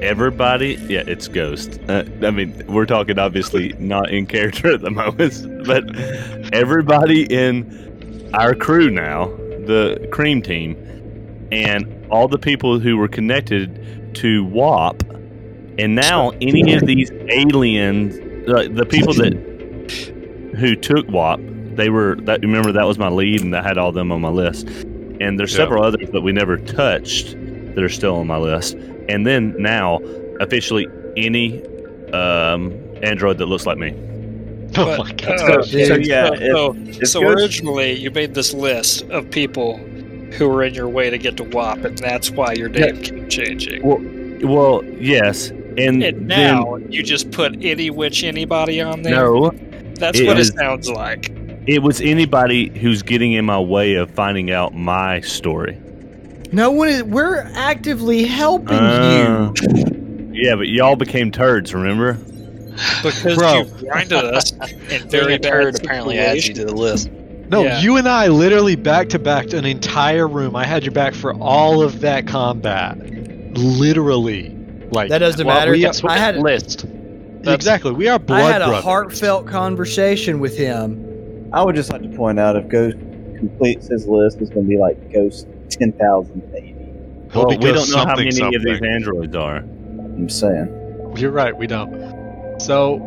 [SPEAKER 9] Everybody, yeah, it's Ghost. Uh, I mean, we're talking obviously not in character at the moment, [LAUGHS] but everybody in our crew now, the cream team, and all the people who were connected to WAP, and now any of these aliens, like the people that who took WAP, they were that. Remember that was my lead, and I had all them on my list. And there's
[SPEAKER 6] Yeah.
[SPEAKER 9] several others that we never touched that are still on my list. And then now, officially, any um, android that looks like me.
[SPEAKER 6] Oh
[SPEAKER 5] But,
[SPEAKER 6] my god.
[SPEAKER 5] uh,
[SPEAKER 2] So, so, yeah,
[SPEAKER 5] so-
[SPEAKER 2] if-
[SPEAKER 5] so-
[SPEAKER 2] if
[SPEAKER 5] so
[SPEAKER 2] Ghost-
[SPEAKER 5] originally you made this list of people who were in your way to get to WAP, and that's why your name kept changing.
[SPEAKER 9] Well, yes,
[SPEAKER 5] And
[SPEAKER 9] and, Mm, then
[SPEAKER 5] now you just put any witch anybody on there.
[SPEAKER 9] no,
[SPEAKER 5] that's
[SPEAKER 9] it
[SPEAKER 5] what
[SPEAKER 9] is-
[SPEAKER 5] it sounds like.
[SPEAKER 9] it was anybody who's getting in my way of finding out my story.
[SPEAKER 3] No one is. We're actively helping
[SPEAKER 9] Uh, yeah, but y'all became turds, remember?
[SPEAKER 5] because
[SPEAKER 6] Bro.
[SPEAKER 5] you blinded us in
[SPEAKER 4] Very
[SPEAKER 5] very
[SPEAKER 4] turd
[SPEAKER 5] bad
[SPEAKER 4] apparently adds you
[SPEAKER 5] situations.
[SPEAKER 4] to the list.
[SPEAKER 6] No,
[SPEAKER 5] Yeah.
[SPEAKER 6] you and I literally back to backed an entire room. I had your back for all of that combat. Literally. Like
[SPEAKER 3] That doesn't
[SPEAKER 7] Well,
[SPEAKER 3] matter.
[SPEAKER 7] we- that's what
[SPEAKER 3] I had
[SPEAKER 7] it list. that's-
[SPEAKER 6] exactly. We are blood
[SPEAKER 3] I had a
[SPEAKER 6] brothers.
[SPEAKER 3] heartfelt conversation with him.
[SPEAKER 2] I would just like to point out if Ghost completes his list, it's going to be like Ghost 10,080.
[SPEAKER 6] He'll
[SPEAKER 9] well, we
[SPEAKER 6] become
[SPEAKER 9] don't know how
[SPEAKER 6] something,
[SPEAKER 9] many of
[SPEAKER 6] something.
[SPEAKER 9] these androids are.
[SPEAKER 2] I'm saying.
[SPEAKER 6] You're right, we don't. So,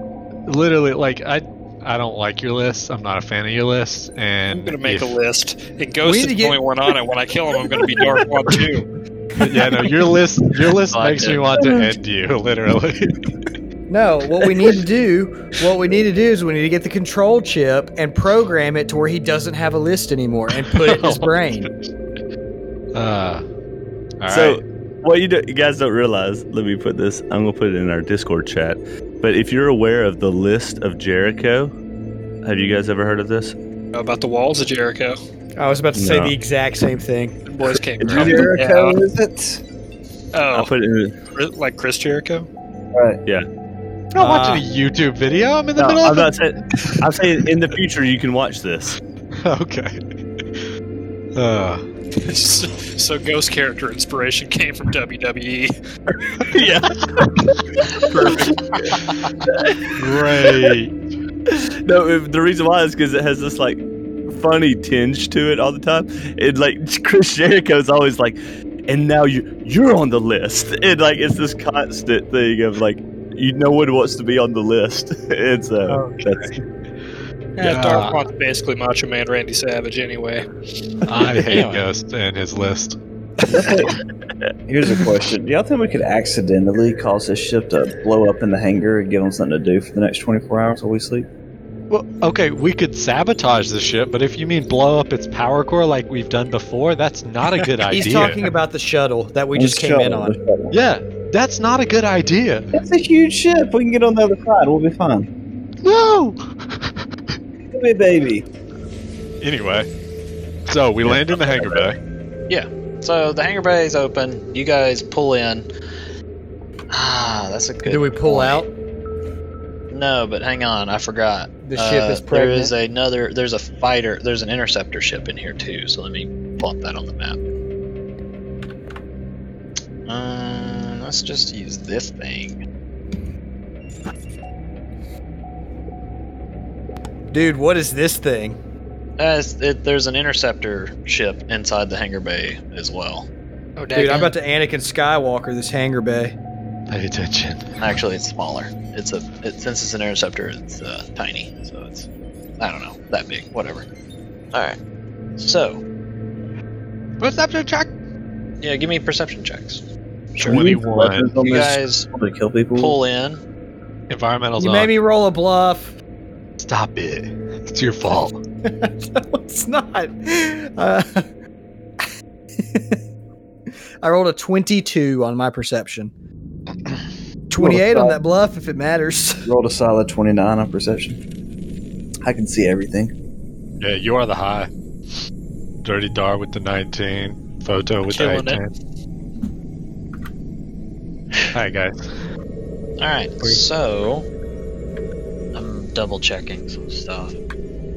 [SPEAKER 6] literally, like I, I don't like your list. I'm not a fan of your list, and
[SPEAKER 5] I'm gonna make
[SPEAKER 6] if-
[SPEAKER 5] a list, and Ghost
[SPEAKER 3] We
[SPEAKER 5] is
[SPEAKER 3] need to
[SPEAKER 5] the
[SPEAKER 3] get-
[SPEAKER 5] only one on it. When I kill him, I'm gonna be Dark One too.
[SPEAKER 6] yeah, no, your list, your list
[SPEAKER 7] Like
[SPEAKER 6] makes
[SPEAKER 7] it.
[SPEAKER 6] me want to end you. [LAUGHS] Literally,
[SPEAKER 3] No, what we need to do, what we need to do is we need to get the control chip and program it to where he doesn't have a list anymore and put it in [LAUGHS] his brain.
[SPEAKER 6] uh, all
[SPEAKER 9] so,
[SPEAKER 6] right.
[SPEAKER 9] what you, do, you guys don't realize, let me put this, I'm going to put it in our Discord chat. But if you're aware of the list of Jericho, have you guys ever heard of this?
[SPEAKER 5] About the walls of Jericho,
[SPEAKER 3] I was about to say
[SPEAKER 9] No.
[SPEAKER 3] the exact same thing.
[SPEAKER 5] the boys came.
[SPEAKER 9] Did
[SPEAKER 13] Oh,
[SPEAKER 5] from-
[SPEAKER 9] you
[SPEAKER 2] Jericho, is it?
[SPEAKER 9] I'll
[SPEAKER 5] Oh,
[SPEAKER 9] put it in
[SPEAKER 5] Chris- like Chris Jericho. [LAUGHS]
[SPEAKER 2] Right.
[SPEAKER 6] I'm not watching a YouTube video. I'm in the
[SPEAKER 9] No,
[SPEAKER 6] middle
[SPEAKER 9] I'm
[SPEAKER 6] of.
[SPEAKER 9] not saying. I'm saying in the future you can watch this.
[SPEAKER 6] [LAUGHS] okay. Uh,
[SPEAKER 5] so Ghost character inspiration came from E. WWE.
[SPEAKER 9] yeah.
[SPEAKER 6] great.
[SPEAKER 9] No, if- the reason why is because it has this like funny tinge to it all the time. And like [LAUGHS] Chris Jericho's always like, and now you you're on the list. [LAUGHS] And like it's this constant thing of like, you no one wants to be on the list. [LAUGHS] uh, And so that's
[SPEAKER 5] Yeah,
[SPEAKER 6] Yeah.
[SPEAKER 5] Dark One's basically Macho Man Randy Savage anyway.
[SPEAKER 6] I hate
[SPEAKER 4] Anyway.
[SPEAKER 6] Ghost and his list.
[SPEAKER 2] Here's a question. Do y'all think we could accidentally cause this ship to blow up in the hangar and give them something to do for the next 24 hours while we sleep?
[SPEAKER 6] Well, okay, we could sabotage the ship, but if you mean blow up its power core like we've done before, that's not a good idea.
[SPEAKER 3] [LAUGHS] He's talking about the shuttle that we just came in on.
[SPEAKER 6] Yeah, that's not a good idea.
[SPEAKER 2] It's a huge ship. We can get on the other side. We'll be fine.
[SPEAKER 6] No.
[SPEAKER 2] Give me a baby.
[SPEAKER 6] Anyway, so we land in the hangar bay.
[SPEAKER 4] So the hangar bay is open. You guys pull in. Ah, that's a good.
[SPEAKER 3] Do we pull
[SPEAKER 4] point.
[SPEAKER 3] out?
[SPEAKER 4] No, but hang on, I forgot. Uh,
[SPEAKER 3] The ship is
[SPEAKER 4] There is
[SPEAKER 3] pregnant.
[SPEAKER 4] another. There's a fighter. There's an interceptor ship in here too. So let me plop that on the map. Um, let's just use this thing.
[SPEAKER 3] Dude, what is this thing?
[SPEAKER 4] As it, there's an interceptor ship inside the hangar bay as well.
[SPEAKER 5] Oh,
[SPEAKER 3] Dude, I'm about to Anakin Skywalker this hangar bay.
[SPEAKER 6] Pay attention.
[SPEAKER 4] Actually, it's smaller. It's a it, since it's an interceptor, it's uh, tiny. So it's I don't know that big. Whatever. All right. So
[SPEAKER 6] Perception check.
[SPEAKER 4] yeah, give me perception checks.
[SPEAKER 2] Can we use
[SPEAKER 6] 21.
[SPEAKER 2] weapons on
[SPEAKER 4] You
[SPEAKER 2] this
[SPEAKER 4] guys
[SPEAKER 2] to kill people.
[SPEAKER 4] pull in,
[SPEAKER 7] Environmental's
[SPEAKER 3] You
[SPEAKER 7] on.
[SPEAKER 3] made me roll a bluff.
[SPEAKER 7] Stop it. It's your
[SPEAKER 3] [LAUGHS]
[SPEAKER 7] fault.
[SPEAKER 3] no, it's not. Uh, [LAUGHS] I rolled a 22 on my perception. 28 on that bluff if it matters. [LAUGHS]
[SPEAKER 2] Rolled a solid 29 on perception. I can see everything.
[SPEAKER 6] Yeah, you are the high. Dirty Dar with the 19. Photo with
[SPEAKER 5] Killing
[SPEAKER 6] the
[SPEAKER 5] it.
[SPEAKER 6] 18. Hi, guys.
[SPEAKER 4] All right, so I'm double checking some stuff.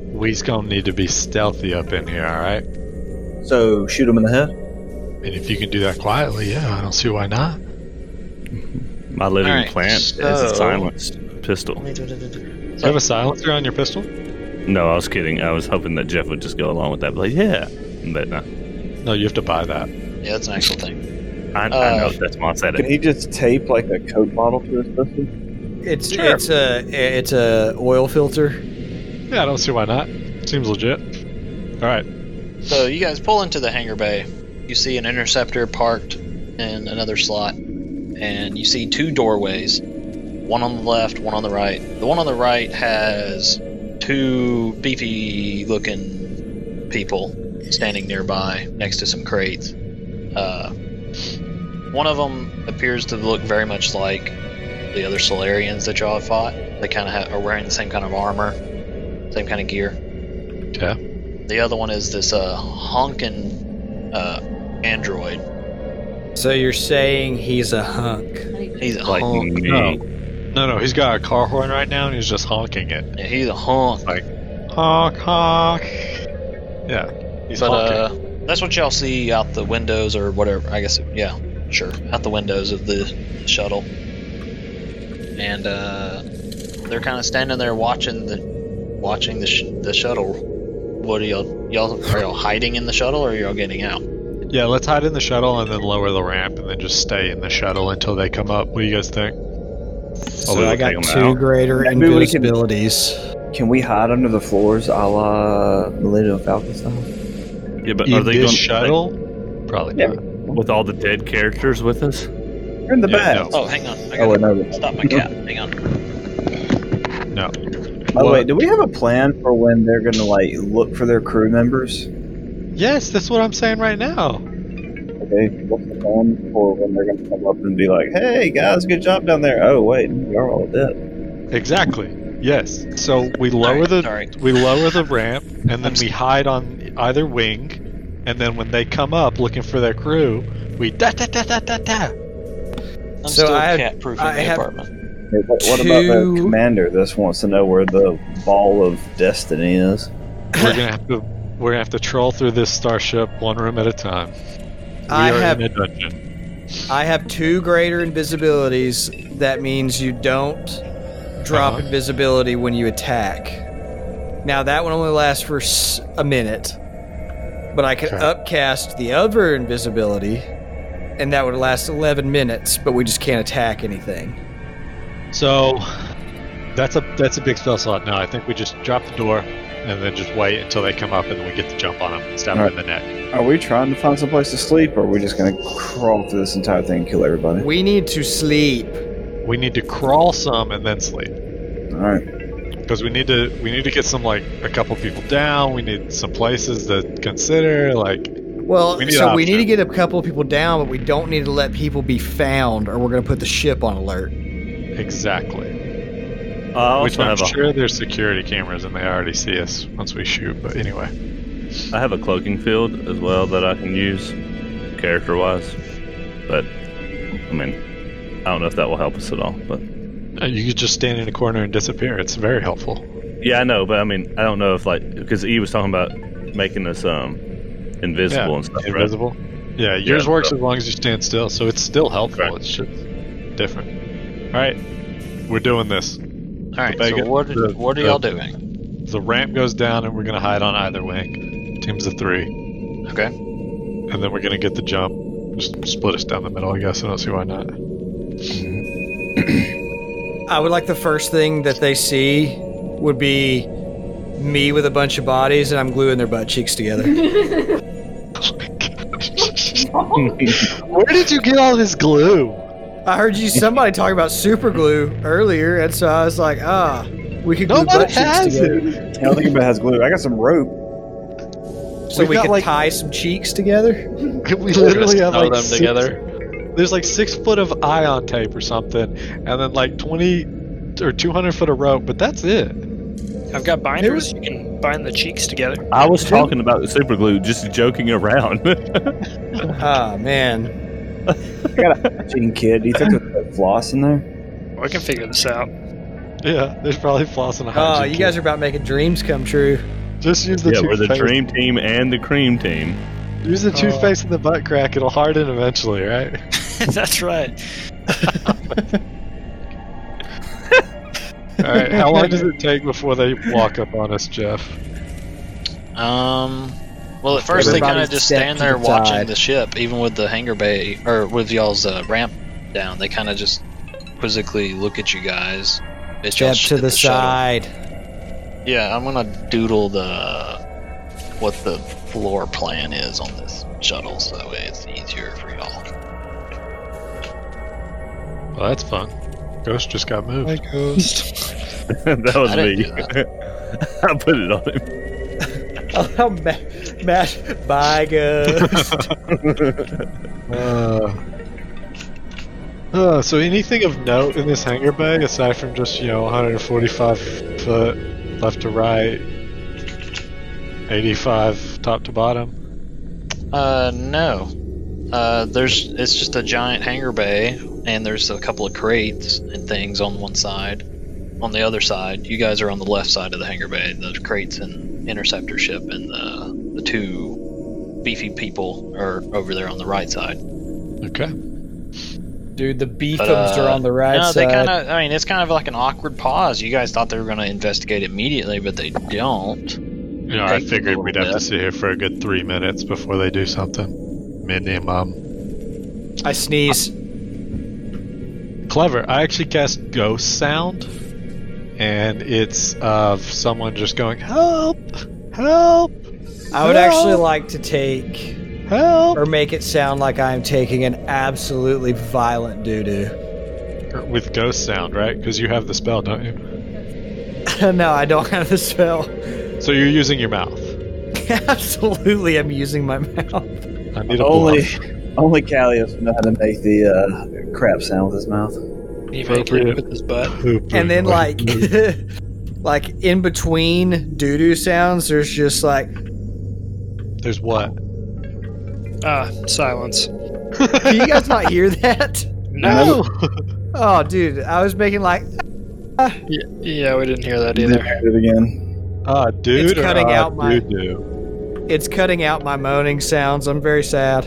[SPEAKER 6] We's gonna need to be stealthy up in here, alright?
[SPEAKER 2] So shoot him in the head.
[SPEAKER 6] And if you can do that quietly, yeah, I don't see why not.
[SPEAKER 9] My living
[SPEAKER 4] Alright,
[SPEAKER 9] plant is
[SPEAKER 4] so-
[SPEAKER 9] a silenced pistol.
[SPEAKER 6] Do you have a silencer on your pistol?
[SPEAKER 9] No, I was kidding. I was hoping that Jeff would just go along with that. Like, yeah, but uh, no.
[SPEAKER 6] No, you have to buy that.
[SPEAKER 4] Yeah, that's an actual thing.
[SPEAKER 9] I, I
[SPEAKER 4] Uh,
[SPEAKER 9] know that's why I said
[SPEAKER 2] Can
[SPEAKER 9] it.
[SPEAKER 2] he just tape like a coat model to his pistol?
[SPEAKER 3] It's it's a it's a oil filter.
[SPEAKER 6] Yeah, I don't see why not. Seems legit. Alright.
[SPEAKER 4] So you guys pull into the hangar bay. You see an interceptor parked in another slot, and you see two doorways. One on the left, one on the right. The one on the right has two beefy looking people standing nearby next to some crates. Uh, one of them appears to look very much like the other Solarians that y'all have fought. They kind of ha- are wearing the same kind of armor, same kind of gear.
[SPEAKER 6] Okay.
[SPEAKER 4] The other one is this uh, honking uh, android.
[SPEAKER 3] So you're saying he's a hunk.
[SPEAKER 1] [LAUGHS]
[SPEAKER 4] He's a
[SPEAKER 9] Like
[SPEAKER 4] honk.
[SPEAKER 9] me.
[SPEAKER 6] No. No, no, he's got a car horn right now and he's just honking it.
[SPEAKER 4] Yeah, he's a honk.
[SPEAKER 6] Honk, honk. Yeah. He's
[SPEAKER 4] But
[SPEAKER 6] honking.
[SPEAKER 4] uh, that's what y'all see out the windows or whatever. I guess yeah, sure. Out the windows of the shuttle, and uh, they're kind of standing there watching the watching the, sh- the shuttle. What are y'all y'all are y'all hiding in the shuttle or are y'all getting out?
[SPEAKER 6] Yeah, let's hide in the shuttle and then lower the ramp and then just stay in the shuttle until they come up. What do you guys think?
[SPEAKER 9] we
[SPEAKER 3] So
[SPEAKER 9] will
[SPEAKER 3] I got
[SPEAKER 9] take him
[SPEAKER 3] two
[SPEAKER 9] out.
[SPEAKER 3] greater
[SPEAKER 2] Maybe we can-
[SPEAKER 3] invisibilities.
[SPEAKER 2] Can we hide under the floors a la Millennium Falcon style?
[SPEAKER 9] Yeah, but
[SPEAKER 6] In
[SPEAKER 9] are they
[SPEAKER 6] this
[SPEAKER 9] going
[SPEAKER 6] shuttle? Probably
[SPEAKER 2] Yeah.
[SPEAKER 6] not.
[SPEAKER 9] with all the dead characters with us?
[SPEAKER 2] You're in the
[SPEAKER 6] Yeah,
[SPEAKER 2] back.
[SPEAKER 4] Oh, hang on.
[SPEAKER 2] [LAUGHS]
[SPEAKER 4] I
[SPEAKER 2] Oh,
[SPEAKER 4] gotta
[SPEAKER 2] wait, no.
[SPEAKER 4] stop my cat. Hang on.
[SPEAKER 2] By the
[SPEAKER 6] What?
[SPEAKER 2] way, do we have a plan for when they're gonna like look for their crew members?
[SPEAKER 6] Yes, that's what I'm saying right now.
[SPEAKER 2] Okay, what's the plan for when they're gonna come up and be like, "Hey guys, good job down there." Oh wait, you're all dead.
[SPEAKER 6] Exactly. Yes. So we lower the
[SPEAKER 4] Sorry.
[SPEAKER 6] we lower the
[SPEAKER 4] [LAUGHS]
[SPEAKER 6] ramp and then we hide on either wing and then when they come up looking for their crew, we da da da da da da.
[SPEAKER 4] I'm
[SPEAKER 3] So
[SPEAKER 4] still
[SPEAKER 3] I have-
[SPEAKER 4] cat proofing
[SPEAKER 3] I
[SPEAKER 4] the
[SPEAKER 3] have-
[SPEAKER 4] apartment.
[SPEAKER 2] Hey, What, what about the
[SPEAKER 3] Two-
[SPEAKER 2] commander? This wants to know where the ball of destiny is.
[SPEAKER 6] We're gonna have to we're gonna have to troll through this starship one room at a time. We
[SPEAKER 3] I
[SPEAKER 6] are
[SPEAKER 3] have
[SPEAKER 6] in a dungeon.
[SPEAKER 3] I have two greater invisibilities. That means you don't drop
[SPEAKER 6] Uh-huh.
[SPEAKER 3] invisibility when you attack. Now that one only lasts for s- a minute, but I could
[SPEAKER 6] Okay.
[SPEAKER 3] upcast the other invisibility, and that would last eleven minutes. But we just can't attack anything.
[SPEAKER 6] So that's a that's a big spell slot. No, I think we just drop the door and then just wait until they come up and then we get the jump on them and stab 'em in the neck.
[SPEAKER 2] Are we trying to find someplace to sleep, or are we just gonna crawl through this entire thing and kill everybody?
[SPEAKER 3] We need to sleep.
[SPEAKER 6] We need to crawl some and then sleep.
[SPEAKER 2] All right,
[SPEAKER 6] because we need to we need to get some like a couple people down we need some places to consider like
[SPEAKER 3] Well,
[SPEAKER 6] We need
[SPEAKER 3] so we need to
[SPEAKER 6] options.
[SPEAKER 3] get a couple of people down, but we don't need to let people be found, or we're going to put the ship on alert.
[SPEAKER 6] exactly
[SPEAKER 9] I also
[SPEAKER 6] which Uh, i'm
[SPEAKER 9] have a,
[SPEAKER 6] sure there's security cameras and they already see us once we shoot but anyway
[SPEAKER 9] I have a cloaking field as well that I can use, character wise. But I mean, I don't know if that will help us at all. But
[SPEAKER 6] Uh, you could just stand in a corner and disappear it's very helpful
[SPEAKER 9] yeah, I know. But I mean, I don't know if like because E was talking about making us um invisible and stuff. right?
[SPEAKER 6] invisible yeah yours
[SPEAKER 9] Yeah.
[SPEAKER 6] works as long as you stand still so it's still helpful
[SPEAKER 9] Correct.
[SPEAKER 6] it's just different all right we're doing this
[SPEAKER 4] All right.
[SPEAKER 6] Vega-
[SPEAKER 4] So what
[SPEAKER 6] the-
[SPEAKER 4] what are
[SPEAKER 6] the-
[SPEAKER 4] y'all doing?
[SPEAKER 6] the ramp goes down and we're gonna hide on either wing teams of three
[SPEAKER 4] Okay.
[SPEAKER 6] and then we're gonna get the jump. Just split us down the middle, I guess. I don't see why not.
[SPEAKER 3] I would like the first thing that they see would be me with a bunch of bodies, and I'm gluing their butt cheeks together.
[SPEAKER 1] Oh,
[SPEAKER 6] Where did you get all this glue?
[SPEAKER 3] [LAUGHS] I heard you somebody talk about super glue earlier, and so I was like, ah, we could glue
[SPEAKER 7] Nobody
[SPEAKER 3] butt cheeks
[SPEAKER 7] has
[SPEAKER 3] together.
[SPEAKER 2] I don't think anybody has glue. I got some rope.
[SPEAKER 3] So
[SPEAKER 7] We've
[SPEAKER 3] we
[SPEAKER 7] got,
[SPEAKER 3] could
[SPEAKER 7] like-
[SPEAKER 3] tie some cheeks together.
[SPEAKER 7] We
[SPEAKER 6] literally have, like,
[SPEAKER 7] them
[SPEAKER 6] six-
[SPEAKER 7] together.
[SPEAKER 6] There's like six foot of ion tape or something, and then like 20 or 200 foot of rope, but that's it.
[SPEAKER 5] I've got binders. You can bind the cheeks together.
[SPEAKER 9] I was talking about the super glue, just joking around. [LAUGHS]
[SPEAKER 3] Ah man,
[SPEAKER 2] I got a gene kid. Do you think there's floss in there?
[SPEAKER 5] I can figure this out.
[SPEAKER 6] Yeah, there's probably floss and a
[SPEAKER 3] oh,
[SPEAKER 6] hygiene
[SPEAKER 3] you guys
[SPEAKER 6] kit.
[SPEAKER 3] are about making dreams come true.
[SPEAKER 6] just use the
[SPEAKER 9] yeah, we're
[SPEAKER 6] toothpaste.
[SPEAKER 9] the dream team and the cream team. [LAUGHS]
[SPEAKER 6] Use the toothpaste in the butt crack; it'll harden eventually, right?
[SPEAKER 5] [LAUGHS] That's right.
[SPEAKER 6] [LAUGHS] All right. How long
[SPEAKER 5] [LAUGHS]
[SPEAKER 6] does it take before they walk up on us, Jeff?
[SPEAKER 4] Um. Well, at first they kind
[SPEAKER 3] Everybody's
[SPEAKER 4] of just
[SPEAKER 3] stepped
[SPEAKER 4] stand
[SPEAKER 3] to
[SPEAKER 4] there
[SPEAKER 3] the
[SPEAKER 4] watching
[SPEAKER 3] side.
[SPEAKER 4] the ship, even with the hangar bay or with y'all's uh, ramp down. They kind of just quizzically look at you guys. At
[SPEAKER 3] Step to the
[SPEAKER 4] shuttle.
[SPEAKER 3] side.
[SPEAKER 4] Yeah, I'm gonna doodle the what the floor plan is on this shuttle, so that way it's easier for y'all.
[SPEAKER 6] Well, that's fun. Ghost just got moved.
[SPEAKER 9] that was
[SPEAKER 4] I didn't
[SPEAKER 9] me.
[SPEAKER 4] do
[SPEAKER 9] [LAUGHS] I put it on him.
[SPEAKER 3] Oh, how ma- Matt, bye,
[SPEAKER 9] [LAUGHS]
[SPEAKER 3] Ghost.
[SPEAKER 6] [LAUGHS] Uh, uh, so anything of note in this hangar bay aside from just you know 145 foot left to right, 85 top to bottom?
[SPEAKER 4] Uh, no. Uh, there's it's just a giant hangar bay, and there's a couple of crates and things on one side. On the other side, you guys are on the left side of the hangar bay. The crates and interceptor ship, and the the two beefy people are over there on the right side.
[SPEAKER 6] Okay.
[SPEAKER 3] Dude, the beefums
[SPEAKER 4] But, uh,
[SPEAKER 3] are on the right
[SPEAKER 4] no,
[SPEAKER 3] side.
[SPEAKER 4] they kind of. I mean, it's kind of like an awkward pause. You guys thought they were going to investigate immediately, but they don't.
[SPEAKER 6] You know, I
[SPEAKER 4] Takes a
[SPEAKER 6] figured
[SPEAKER 4] little
[SPEAKER 6] we'd have to
[SPEAKER 4] bit.
[SPEAKER 6] sit here for a good three minutes before they do something. Mindy and Mom.
[SPEAKER 3] I sneeze.
[SPEAKER 6] Clever. I actually cast Ghost Sound, and it's of someone just going, Help! Help!
[SPEAKER 3] I would
[SPEAKER 6] No.
[SPEAKER 3] actually like to take
[SPEAKER 6] Help!
[SPEAKER 3] or make it sound like I am taking an absolutely violent doo doo.
[SPEAKER 6] With Ghost Sound, right? Because you have the spell, don't
[SPEAKER 3] [LAUGHS]
[SPEAKER 6] you?
[SPEAKER 3] no, I don't have the spell. [LAUGHS]
[SPEAKER 6] So you're using your mouth.
[SPEAKER 3] absolutely, I'm using my mouth.
[SPEAKER 6] I need a
[SPEAKER 2] Only,
[SPEAKER 6] bluff.
[SPEAKER 2] only Callius would know how to make the uh, crap sound with his mouth.
[SPEAKER 5] You make it with his butt.
[SPEAKER 6] Poop
[SPEAKER 3] And then,
[SPEAKER 6] noise.
[SPEAKER 3] like, like [LAUGHS] in between doo doo sounds, there's just like,
[SPEAKER 6] [LAUGHS] there's what?
[SPEAKER 3] [LAUGHS]
[SPEAKER 5] Ah, silence.
[SPEAKER 3] can
[SPEAKER 6] [LAUGHS]
[SPEAKER 3] you guys not hear that? [LAUGHS]
[SPEAKER 5] No.
[SPEAKER 3] Oh, dude, I was making like,
[SPEAKER 5] Y- Yeah, we didn't hear that
[SPEAKER 2] Do
[SPEAKER 5] either.
[SPEAKER 2] it again.
[SPEAKER 6] Ah, dude.
[SPEAKER 3] It's cutting
[SPEAKER 6] or, ah,
[SPEAKER 3] out my-
[SPEAKER 6] doo-doo?
[SPEAKER 3] it's cutting out my moaning sounds. I'm very sad.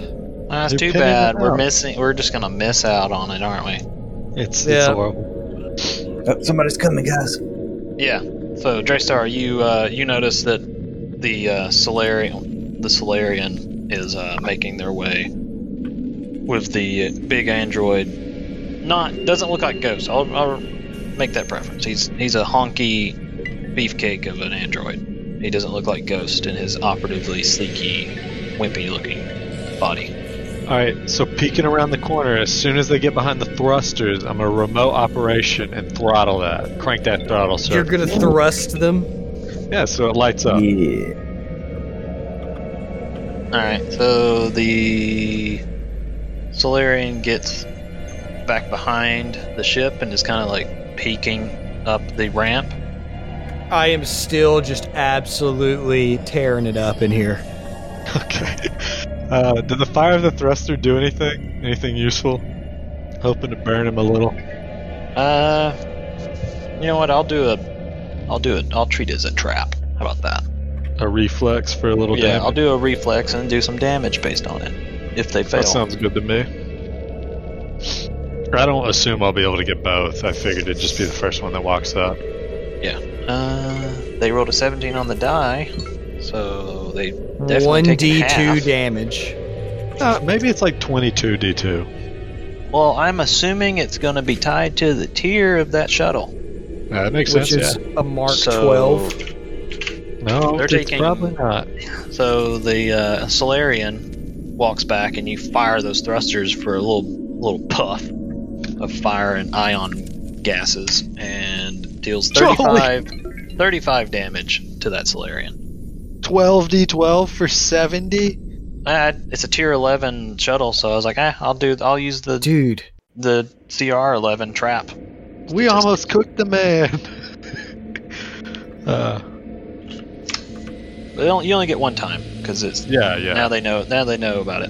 [SPEAKER 4] That's
[SPEAKER 6] You're
[SPEAKER 4] too
[SPEAKER 6] pinning
[SPEAKER 4] bad.
[SPEAKER 6] it
[SPEAKER 4] We're
[SPEAKER 6] out.
[SPEAKER 4] missing. We're just going to miss out on it, aren't we?
[SPEAKER 6] It's, it's
[SPEAKER 3] Yeah.
[SPEAKER 6] horrible.
[SPEAKER 2] Oh, somebody's coming, guys.
[SPEAKER 4] Yeah. So Draystar, you uh, you notice that the uh, Solarian the Solarian is uh, making their way with the big android. Not doesn't look like Ghost. I'll, I'll make that preference. He's he's a honky beefcake of an android. He doesn't look like Ghost in his operatively sleeky, wimpy looking body.
[SPEAKER 6] Alright, so peeking around the corner, as soon as they get behind the thrusters, I'm going to remote operation and throttle that. Crank that throttle, sir.
[SPEAKER 3] You're gonna thrust them.
[SPEAKER 6] Yeah, so it lights up.
[SPEAKER 2] Yeah.
[SPEAKER 4] All right. So the Solarian gets back behind the ship and is kind of like peeking up the ramp.
[SPEAKER 3] I am still just absolutely tearing it up in here.
[SPEAKER 6] [LAUGHS] Okay. Uh, did the fire of the thruster do anything? Anything useful? Hoping to burn him a little.
[SPEAKER 4] Uh, you know what? I'll do a, I'll do it. I'll treat it as a trap. How about that?
[SPEAKER 6] A reflex for a little
[SPEAKER 4] yeah,
[SPEAKER 6] damage.
[SPEAKER 4] I'll do a reflex and do some damage based on it. If they fail,
[SPEAKER 6] That sounds good to me. I don't assume I'll be able to get both. I figured it'd just be the first one that walks up.
[SPEAKER 4] uh, they rolled a 17 on the die, so they definitely
[SPEAKER 3] One
[SPEAKER 4] taking
[SPEAKER 3] D two
[SPEAKER 4] half.
[SPEAKER 3] damage.
[SPEAKER 6] Uh, maybe it's like 22 D2.
[SPEAKER 4] Well, I'm assuming it's going to be tied to the tier of that shuttle.
[SPEAKER 6] Yeah, that makes
[SPEAKER 3] which
[SPEAKER 6] sense.
[SPEAKER 3] is a Mark
[SPEAKER 4] So-
[SPEAKER 3] 12.
[SPEAKER 6] yeah. No,
[SPEAKER 4] They're
[SPEAKER 6] it's
[SPEAKER 4] taking-
[SPEAKER 6] probably not.
[SPEAKER 4] So the uh, Solarian walks back, and you fire those thrusters for a little little puff, of fire and ion gases and deals 35, 35 damage to that Solarian.
[SPEAKER 7] 12d12 for 70?
[SPEAKER 4] Uh, it's a tier 11 shuttle, so I was like, eh, I'll do. I'll use the
[SPEAKER 3] Dude,
[SPEAKER 4] the CR 11 trap.
[SPEAKER 7] We almost cooked the man.
[SPEAKER 6] [LAUGHS]
[SPEAKER 7] uh,
[SPEAKER 4] They don't, you only get one time because it's
[SPEAKER 6] Yeah, yeah.
[SPEAKER 4] now they know now they know about it.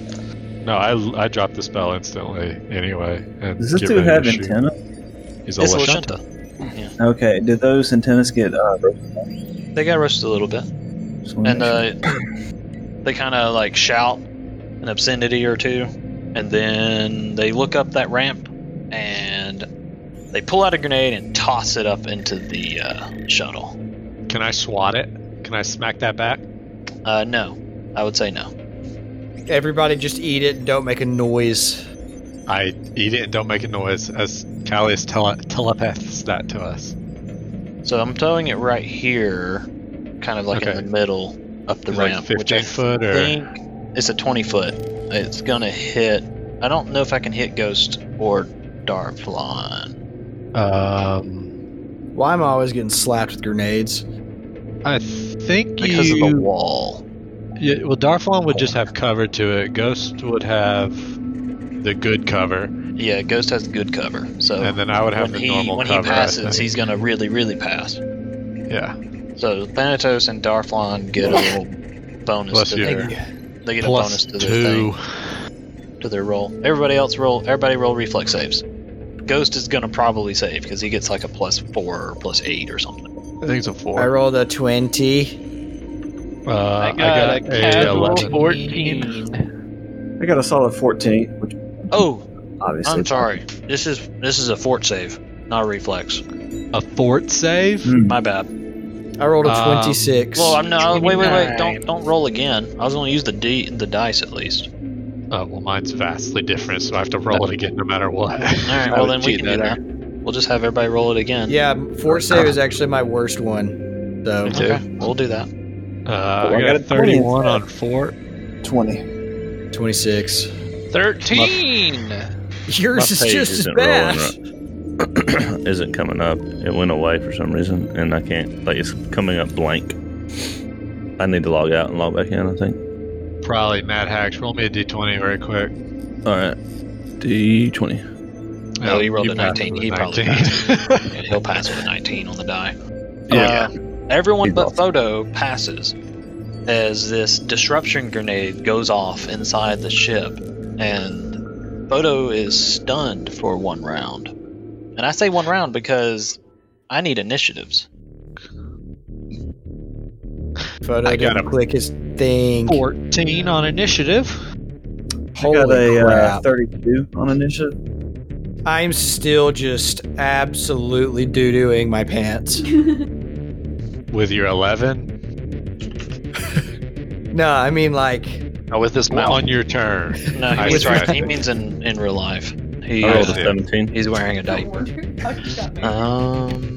[SPEAKER 6] no, I, I dropped the spell instantly anyway. And
[SPEAKER 2] Does this
[SPEAKER 6] get
[SPEAKER 2] dude
[SPEAKER 6] ready to
[SPEAKER 2] have
[SPEAKER 6] shoot.
[SPEAKER 2] antenna?
[SPEAKER 6] He's a
[SPEAKER 4] It's
[SPEAKER 6] Lashunta.
[SPEAKER 4] Lashunta.
[SPEAKER 2] Okay, did those antennas get uh,
[SPEAKER 4] They got roasted a little bit. and uh, they kind of like shout an obscenity or two, and then they look up that ramp and they pull out a grenade and toss it up into the uh, shuttle.
[SPEAKER 6] Can I swat it? Can I smack that back?
[SPEAKER 4] Uh, no, I would say no.
[SPEAKER 3] everybody just eat it and don't make a noise.
[SPEAKER 6] I eat it and don't make a noise as Callius tele- telepaths that to us.
[SPEAKER 4] So I'm throwing it right here, kind of like in
[SPEAKER 6] Okay.
[SPEAKER 4] the middle up the
[SPEAKER 6] Is it like
[SPEAKER 4] ramp, which
[SPEAKER 6] 15
[SPEAKER 4] I
[SPEAKER 6] foot or-
[SPEAKER 4] think it's a 20 foot. It's gonna hit. I don't know if I can hit Ghost or Darflon.
[SPEAKER 6] Um,
[SPEAKER 3] Why am I always getting slapped with grenades?
[SPEAKER 6] I think
[SPEAKER 4] because
[SPEAKER 6] you,
[SPEAKER 4] of the wall.
[SPEAKER 6] Yeah, well, Darflon would just have cover to it. Ghost would have the good cover,
[SPEAKER 4] Yeah, Ghost has good cover, so
[SPEAKER 6] and then I would have
[SPEAKER 4] when
[SPEAKER 6] the
[SPEAKER 4] he
[SPEAKER 6] normal
[SPEAKER 4] when
[SPEAKER 6] cover.
[SPEAKER 4] he
[SPEAKER 6] I
[SPEAKER 4] passes,
[SPEAKER 6] think.
[SPEAKER 4] he's gonna really really pass.
[SPEAKER 6] yeah,
[SPEAKER 4] So Thanatos and Darflon get a little bonus
[SPEAKER 6] Bless
[SPEAKER 4] to
[SPEAKER 6] you.
[SPEAKER 4] their they get
[SPEAKER 6] plus
[SPEAKER 4] a bonus to their
[SPEAKER 6] two.
[SPEAKER 4] thing to their roll. Everybody else roll everybody roll reflex saves. Ghost is gonna probably save because he gets like a plus four or plus eight or something.
[SPEAKER 6] I think it's a
[SPEAKER 3] I
[SPEAKER 6] four.
[SPEAKER 3] rolled a 20.
[SPEAKER 6] Uh, I,
[SPEAKER 7] I got a casual
[SPEAKER 6] 11.
[SPEAKER 7] 14.
[SPEAKER 2] I got a solid 14, which
[SPEAKER 4] Oh,
[SPEAKER 2] obviously.
[SPEAKER 4] I'm sorry. This is this is a fort save, not a reflex.
[SPEAKER 6] A fort save.
[SPEAKER 2] Hmm.
[SPEAKER 4] My bad.
[SPEAKER 3] I rolled a
[SPEAKER 6] Um,
[SPEAKER 3] 26.
[SPEAKER 4] Well, I'm no wait wait wait. Don't
[SPEAKER 5] 29.
[SPEAKER 4] don't roll again. I was gonna use the d the dice at least.
[SPEAKER 6] Oh well, mine's vastly different, so I have to roll it again no matter what.
[SPEAKER 4] All
[SPEAKER 6] [LAUGHS]
[SPEAKER 4] right.
[SPEAKER 7] I
[SPEAKER 4] Well
[SPEAKER 7] would
[SPEAKER 4] then we
[SPEAKER 7] cheat
[SPEAKER 4] can do
[SPEAKER 7] there.
[SPEAKER 4] that. We'll just have everybody roll it again.
[SPEAKER 3] yeah, force save is actually my worst one. So,
[SPEAKER 6] Okay.
[SPEAKER 4] Okay. We'll do that.
[SPEAKER 6] Uh,
[SPEAKER 2] Well,
[SPEAKER 6] I
[SPEAKER 2] I
[SPEAKER 6] got
[SPEAKER 2] got
[SPEAKER 6] a
[SPEAKER 2] a 20
[SPEAKER 6] thirty-one on fort.
[SPEAKER 2] 20.
[SPEAKER 3] 26.
[SPEAKER 7] 13!
[SPEAKER 9] My
[SPEAKER 3] Yours is
[SPEAKER 9] page
[SPEAKER 3] just as
[SPEAKER 9] isn't
[SPEAKER 3] bad.
[SPEAKER 9] rolling right. [CLEARS THROAT] isn't coming up. It went away for some reason, and I can't. Like it's coming up blank. I need to log out and log back in. I think.
[SPEAKER 6] Probably Mad Hacks. Roll me a d20 very quick.
[SPEAKER 9] All right. D twenty.
[SPEAKER 4] No,
[SPEAKER 6] Yeah,
[SPEAKER 4] he rolled a
[SPEAKER 6] passed
[SPEAKER 4] 19.
[SPEAKER 6] with
[SPEAKER 4] He probably
[SPEAKER 6] 19. [LAUGHS]
[SPEAKER 4] Yeah, he'll pass with a 19 on the die.
[SPEAKER 6] Yeah.
[SPEAKER 4] Uh, everyone but Photo passes as this disruption grenade goes off inside the ship, and Photo is stunned for one round. And I say one round because I need initiatives.
[SPEAKER 3] Photo
[SPEAKER 6] I got
[SPEAKER 3] didn't
[SPEAKER 6] him.
[SPEAKER 3] click his thing.
[SPEAKER 7] 14 on initiative.
[SPEAKER 2] I
[SPEAKER 3] Holy
[SPEAKER 2] got a uh,
[SPEAKER 3] crap.
[SPEAKER 2] 32 on initiative.
[SPEAKER 3] I'm still just absolutely doo dooing my pants.
[SPEAKER 6] With your 11
[SPEAKER 3] no, I mean, like,
[SPEAKER 7] Oh, with this mouth.
[SPEAKER 6] on your turn.
[SPEAKER 4] No,
[SPEAKER 6] I
[SPEAKER 4] he, means, [LAUGHS]
[SPEAKER 6] tried.
[SPEAKER 4] he means in, in real life. He, uh,
[SPEAKER 9] I rolled a
[SPEAKER 6] Yeah.
[SPEAKER 9] seventeen.
[SPEAKER 4] he's wearing a diaper.
[SPEAKER 5] Uh,
[SPEAKER 4] Um,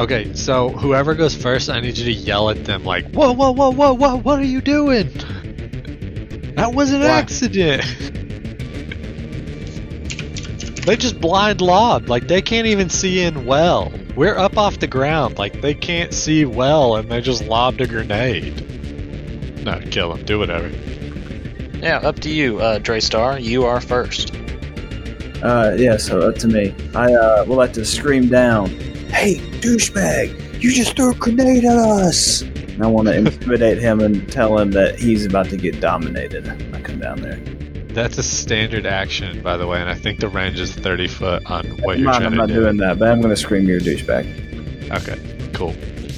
[SPEAKER 6] Okay, so whoever goes first, I need you to yell at them like, "Whoa, whoa, whoa, whoa, whoa! What are you doing? That was an accident." they just blind lobbed. Like they can't even see in well. We're up off the ground. Like they can't see well, and they just lobbed a grenade. No, kill them. Do whatever.
[SPEAKER 4] yeah, up to you, uh, Draystar. You are first.
[SPEAKER 2] Uh, yeah, so up to me. I uh, would like to scream down, "Hey, douchebag! You just threw a grenade at us!" And I want to intimidate him and tell him that he's about to get dominated. I come down there.
[SPEAKER 6] That's a standard action, by the way, and I think the range is 30 foot on what
[SPEAKER 2] Never
[SPEAKER 6] you're
[SPEAKER 2] mind,
[SPEAKER 6] trying
[SPEAKER 2] I'm
[SPEAKER 6] to
[SPEAKER 2] not
[SPEAKER 6] do.
[SPEAKER 2] doing that, but I'm going to scream, "You're a douchebag!"
[SPEAKER 6] Okay, cool.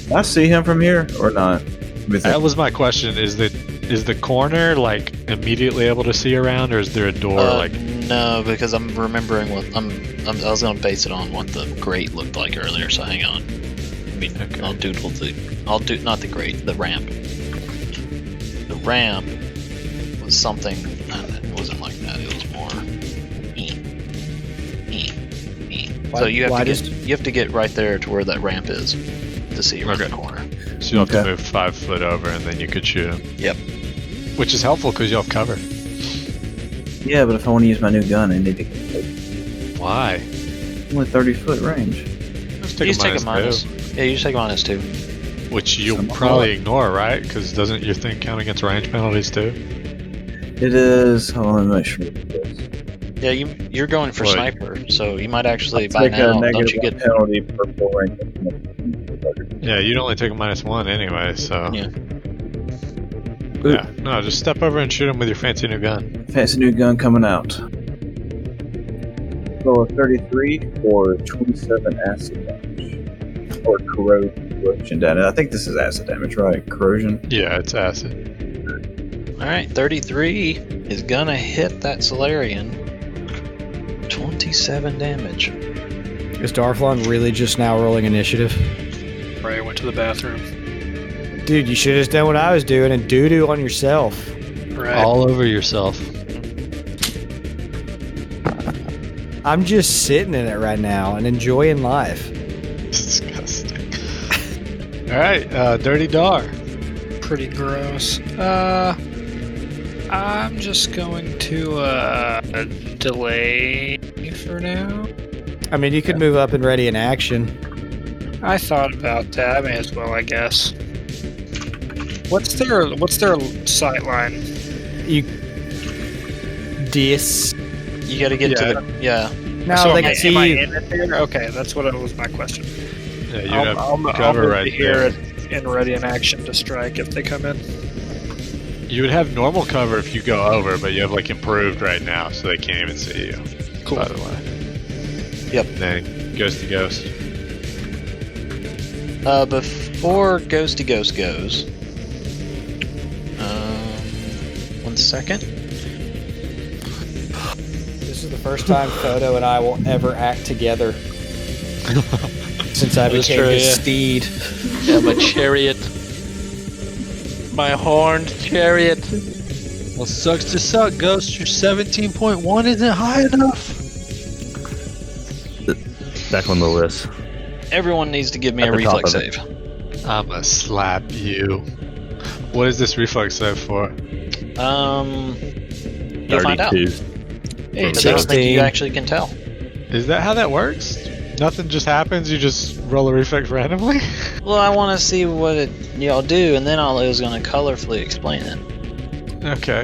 [SPEAKER 2] Can I see him from here or not? Let me think.
[SPEAKER 6] That was my question. Is the is the corner like immediately able to see around, or is there a door
[SPEAKER 4] Uh,
[SPEAKER 6] like?
[SPEAKER 4] no, because I'm remembering what I'm, I'm. I was gonna base it on what the grate looked like earlier. So hang on. I mean,
[SPEAKER 6] Okay.
[SPEAKER 4] I'll doodle the. I'll do not the grate, the ramp. The ramp was something. No, it wasn't like that. It was more. eh, eh, eh.
[SPEAKER 3] Why-
[SPEAKER 4] so you have
[SPEAKER 3] why
[SPEAKER 4] to get
[SPEAKER 3] does-
[SPEAKER 4] you have to get right there to where that ramp is to see around the corner.
[SPEAKER 6] So you'll have to
[SPEAKER 2] okay.
[SPEAKER 6] move five foot over, and then you could shoot him.
[SPEAKER 4] Yep.
[SPEAKER 6] Which is helpful because you'll have cover.
[SPEAKER 2] Yeah, but if I want to use my new gun, I need to
[SPEAKER 6] Why?
[SPEAKER 2] only thirty foot range.
[SPEAKER 6] Just
[SPEAKER 4] You
[SPEAKER 6] take
[SPEAKER 4] just
[SPEAKER 6] a
[SPEAKER 4] take a minus.
[SPEAKER 6] minus
[SPEAKER 4] Yeah, you just take a minus two.
[SPEAKER 6] two, which you'll
[SPEAKER 2] Somewhat.
[SPEAKER 6] probably ignore, right? Because doesn't your thing count against range penalties too?
[SPEAKER 2] It is. Hold on, let me make sure.
[SPEAKER 4] Yeah, you you're going for
[SPEAKER 6] Right.
[SPEAKER 4] sniper, so you might actually
[SPEAKER 2] Take
[SPEAKER 4] by now
[SPEAKER 2] a
[SPEAKER 4] don't
[SPEAKER 2] negative
[SPEAKER 4] you get
[SPEAKER 2] penalty for full range.
[SPEAKER 6] Yeah, you'd only take a minus one anyway, so.
[SPEAKER 4] Yeah.
[SPEAKER 6] Yeah, No, just step over and shoot him with your fancy new gun.
[SPEAKER 2] Fancy new gun coming out. Roll a 33 or 27 acid damage. Or corrosion damage. I think this is acid damage, right? Corrosion?
[SPEAKER 6] Yeah, it's acid.
[SPEAKER 4] All right, 33 is gonna hit that Solarian. 27 damage.
[SPEAKER 3] Is Darflon really just now rolling initiative?
[SPEAKER 5] Ray went to the bathroom.
[SPEAKER 3] Dude, you should have just done what I was doing and doo doo on yourself.
[SPEAKER 5] Right.
[SPEAKER 6] All over yourself.
[SPEAKER 3] I'm just sitting in it right now and enjoying life.
[SPEAKER 6] Disgusting. All right, uh, Dirty Dar.
[SPEAKER 5] Pretty gross. Uh, I'm just going to uh delay for now.
[SPEAKER 3] I mean, you could move up and ready in action.
[SPEAKER 5] I thought about that. I may as well, I guess. What's their What's their sight line?
[SPEAKER 3] You. Dis.
[SPEAKER 4] You gotta get
[SPEAKER 6] Yeah.
[SPEAKER 4] to the. Yeah.
[SPEAKER 3] No,
[SPEAKER 5] So
[SPEAKER 3] they
[SPEAKER 5] am I-
[SPEAKER 3] can see
[SPEAKER 5] am I
[SPEAKER 3] you.
[SPEAKER 5] in it there? Okay, that's what was my question.
[SPEAKER 6] Yeah, you
[SPEAKER 5] I'll,
[SPEAKER 6] have
[SPEAKER 5] I'll, I'll
[SPEAKER 6] cover
[SPEAKER 5] move
[SPEAKER 6] right
[SPEAKER 5] to here
[SPEAKER 6] there.
[SPEAKER 5] and, and ready in action to strike if they come in.
[SPEAKER 6] You would have normal cover if you go over, but you have like improved right now, so they can't even see you. Cool. By the way.
[SPEAKER 4] Yep.
[SPEAKER 6] Then ghost to ghost.
[SPEAKER 4] Uh, before Ghost to Ghost goes. Um, one second.
[SPEAKER 3] This is the first time Photo and I will ever act together since [LAUGHS] I
[SPEAKER 7] That's
[SPEAKER 3] became
[SPEAKER 7] true,
[SPEAKER 3] his
[SPEAKER 7] yeah.
[SPEAKER 3] steed.
[SPEAKER 7] Yeah, my chariot. My horned chariot. Well, sucks to suck, Ghost. Your 17.1 isn't high enough.
[SPEAKER 9] Back on the list.
[SPEAKER 4] Everyone needs to give me
[SPEAKER 9] At
[SPEAKER 4] a
[SPEAKER 9] the top
[SPEAKER 4] reflex
[SPEAKER 9] of
[SPEAKER 4] save.
[SPEAKER 6] I'ma slap you. What is this reflex save for?
[SPEAKER 4] Um, you'll find out.
[SPEAKER 9] 32.
[SPEAKER 4] Because I don't think you
[SPEAKER 3] 16.
[SPEAKER 4] actually can tell.
[SPEAKER 6] Is that how that works? Nothing just happens. You just roll a reflex randomly. [LAUGHS]
[SPEAKER 4] Well, I want to see what it, y'all do, and then I was going to colorfully explain it.
[SPEAKER 6] okay,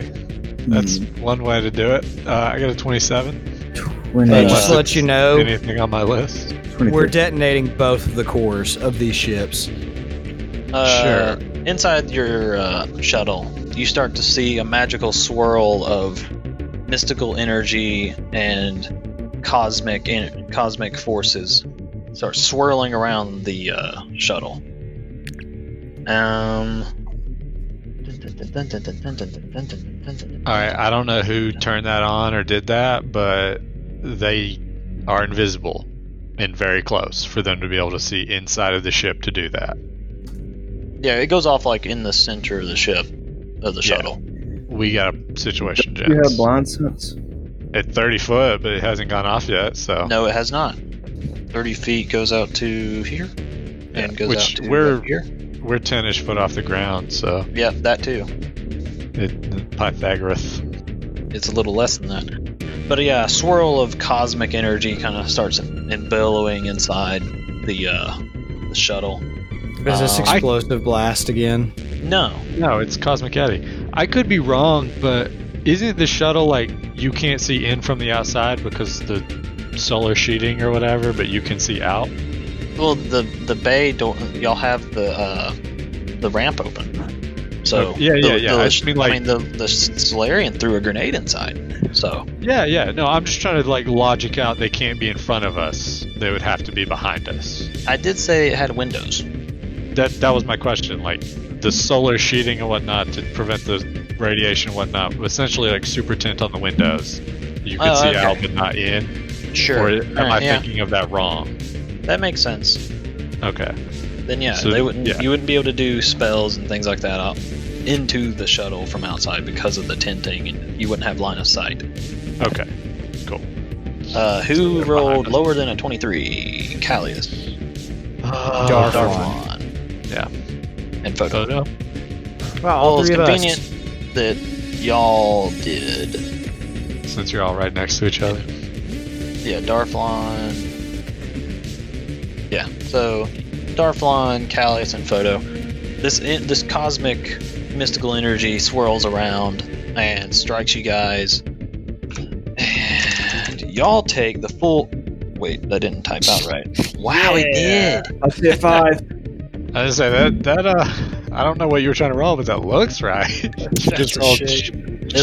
[SPEAKER 6] that's one way to do it. Uh, I got a 27.
[SPEAKER 3] Hey,
[SPEAKER 6] Uh,
[SPEAKER 3] just to let you know,
[SPEAKER 6] Anything on my list?
[SPEAKER 3] we're detonating both of the cores of these ships.
[SPEAKER 4] Uh, Inside your uh, shuttle, you start to see a magical swirl of mystical energy and cosmic en- cosmic forces start swirling around the uh, shuttle. Um.
[SPEAKER 6] All right, I don't know who turned that on or did that, but they are invisible and very close for them to be able to see inside of the ship to do that.
[SPEAKER 4] Yeah, it goes off like in the center of the ship, of the
[SPEAKER 6] Yeah.
[SPEAKER 4] shuttle.
[SPEAKER 6] We got a situation,
[SPEAKER 2] Do you have
[SPEAKER 6] Jets.
[SPEAKER 2] blind sense?
[SPEAKER 6] At 30 foot, but it hasn't gone off yet, so.
[SPEAKER 4] No, it has not. 30 feet goes out to here. And
[SPEAKER 6] Yeah,
[SPEAKER 4] goes
[SPEAKER 6] which
[SPEAKER 4] out to
[SPEAKER 6] we're-
[SPEAKER 4] up here.
[SPEAKER 6] We're 10 ish foot off the ground, so.
[SPEAKER 4] Yeah, that too.
[SPEAKER 6] It, Pythagoras.
[SPEAKER 4] It's a little less than that. But yeah, a swirl of cosmic energy kind of starts in, in billowing inside the, uh, the shuttle.
[SPEAKER 3] Is this
[SPEAKER 4] Uh, I-
[SPEAKER 3] explosive blast again?
[SPEAKER 4] No.
[SPEAKER 6] No, it's Cosmic Eddie. I could be wrong, but isn't the shuttle like you can't see in from the outside because the solar sheeting or whatever, but you can see out?
[SPEAKER 4] Well, the the bay don't. Y'all have the uh, the ramp open. So
[SPEAKER 6] Oh, yeah,
[SPEAKER 4] the-
[SPEAKER 6] yeah,
[SPEAKER 4] the-
[SPEAKER 6] yeah. I just mean, like-
[SPEAKER 4] I mean the the Solarian threw a grenade inside. So
[SPEAKER 6] Yeah, yeah. No, I'm just trying to like logic out. They can't be in front of us. They would have to be behind us.
[SPEAKER 4] I did say it had windows.
[SPEAKER 6] That that was my question. Like the solar sheeting and whatnot to prevent the radiation and whatnot. Essentially, like super tint on the windows. You can
[SPEAKER 4] Oh,
[SPEAKER 6] see
[SPEAKER 4] okay.
[SPEAKER 6] out but not in.
[SPEAKER 4] Sure.
[SPEAKER 6] Or am I
[SPEAKER 4] Alright, yeah,
[SPEAKER 6] thinking of that wrong?
[SPEAKER 4] that makes sense.
[SPEAKER 6] Okay.
[SPEAKER 4] then yeah,
[SPEAKER 6] So,
[SPEAKER 4] they wouldn't.
[SPEAKER 6] yeah.
[SPEAKER 4] You wouldn't be able to do spells and things like that out into the shuttle from outside because of the tinting, and you wouldn't have line of sight.
[SPEAKER 6] Okay. Cool.
[SPEAKER 4] Uh, who
[SPEAKER 6] They're
[SPEAKER 4] rolled
[SPEAKER 6] behind us.
[SPEAKER 4] lower than a twenty-three? Callius, Uh,
[SPEAKER 6] Uh,
[SPEAKER 3] Darflon.
[SPEAKER 4] Darflon,
[SPEAKER 6] Yeah.
[SPEAKER 4] and Photo.
[SPEAKER 6] Photo.
[SPEAKER 3] Well,
[SPEAKER 4] Well,
[SPEAKER 3] all
[SPEAKER 4] it's
[SPEAKER 3] three of us.
[SPEAKER 4] convenient that y'all did.
[SPEAKER 6] since you're all right next to each other.
[SPEAKER 4] Yeah, Darflon. Yeah, so Darflon, Callius, and Photo. This en- this cosmic mystical energy swirls around and strikes you guys, and y'all take the full. Wait, that didn't type out right. Wow, it did.
[SPEAKER 2] I see a five.
[SPEAKER 6] I was say that that uh, I don't know what you were trying to roll, but that looks [LAUGHS] right. Just rolled
[SPEAKER 4] It's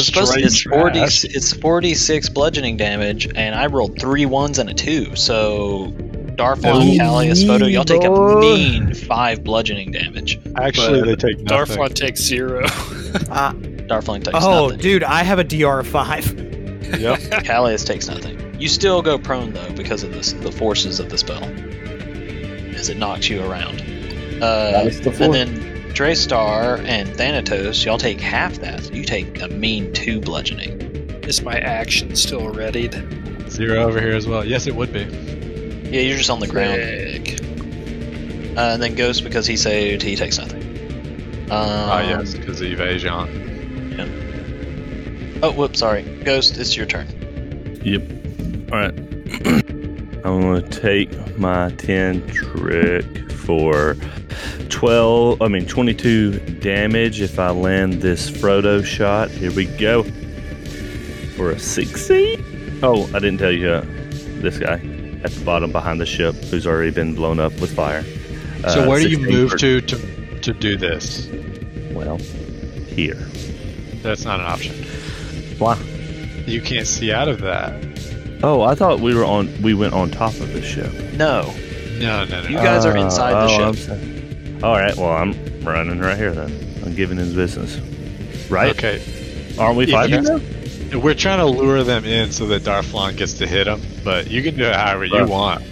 [SPEAKER 4] supposed to, it's
[SPEAKER 6] straight
[SPEAKER 4] forty.
[SPEAKER 6] trash.
[SPEAKER 4] It's forty-six bludgeoning damage, and I rolled three ones and a two. So, Darflon, Callius, Photo, y'all take a
[SPEAKER 6] boy.
[SPEAKER 4] mean five bludgeoning damage.
[SPEAKER 6] Actually, they take nothing.
[SPEAKER 5] Darflon takes zero. [LAUGHS]
[SPEAKER 4] Darfling takes
[SPEAKER 3] Oh,
[SPEAKER 4] nothing.
[SPEAKER 3] dude, I have a DR of five.
[SPEAKER 6] Yep.
[SPEAKER 4] Callias takes nothing. You still go prone though because of this, the forces of the spell, as it knocks you around. [LAUGHS] Uh,
[SPEAKER 2] That's the
[SPEAKER 4] and
[SPEAKER 2] fourth.
[SPEAKER 4] then Draystar and Thanatos, y'all take half that. You take a mean two bludgeoning.
[SPEAKER 5] Is my action still readied?
[SPEAKER 6] Zero over here as well. Yes, it would be.
[SPEAKER 4] Yeah, you're just on the ground.
[SPEAKER 5] Sick.
[SPEAKER 4] Uh, and then Ghost because he saved, he takes nothing. Um,
[SPEAKER 6] Ah, yes, because of evasion.
[SPEAKER 4] Oh, whoops, sorry. Ghost, it's your turn.
[SPEAKER 9] Yep. All right. [CLEARS THROAT] I'm gonna take my ten trick for twelve. I mean twenty-two damage if I land this Frodo shot. Here we go. For a sixteen. Oh, I didn't tell you uh, this guy at the bottom behind the ship who's already been blown up with fire.
[SPEAKER 6] So
[SPEAKER 9] Uh,
[SPEAKER 6] where do you
[SPEAKER 9] 16
[SPEAKER 6] move
[SPEAKER 9] for-
[SPEAKER 6] to to to do this?
[SPEAKER 9] Well, here.
[SPEAKER 6] That's not an option.
[SPEAKER 9] Why?
[SPEAKER 6] You can't see out of that.
[SPEAKER 9] Oh, I thought we were on. We went on top of the ship.
[SPEAKER 4] No.
[SPEAKER 6] No, no, no.
[SPEAKER 4] You guys
[SPEAKER 6] Uh,
[SPEAKER 4] are inside the
[SPEAKER 9] oh,
[SPEAKER 4] ship.
[SPEAKER 9] I'm so- All right. Well, I'm running right here then. I'm giving his business. Right?
[SPEAKER 6] Okay,
[SPEAKER 9] Aren't we
[SPEAKER 6] Yeah,
[SPEAKER 9] fighting?
[SPEAKER 6] you we're trying to lure them in so that Darflon gets to hit them, but you can do it however you
[SPEAKER 9] Right.
[SPEAKER 6] want.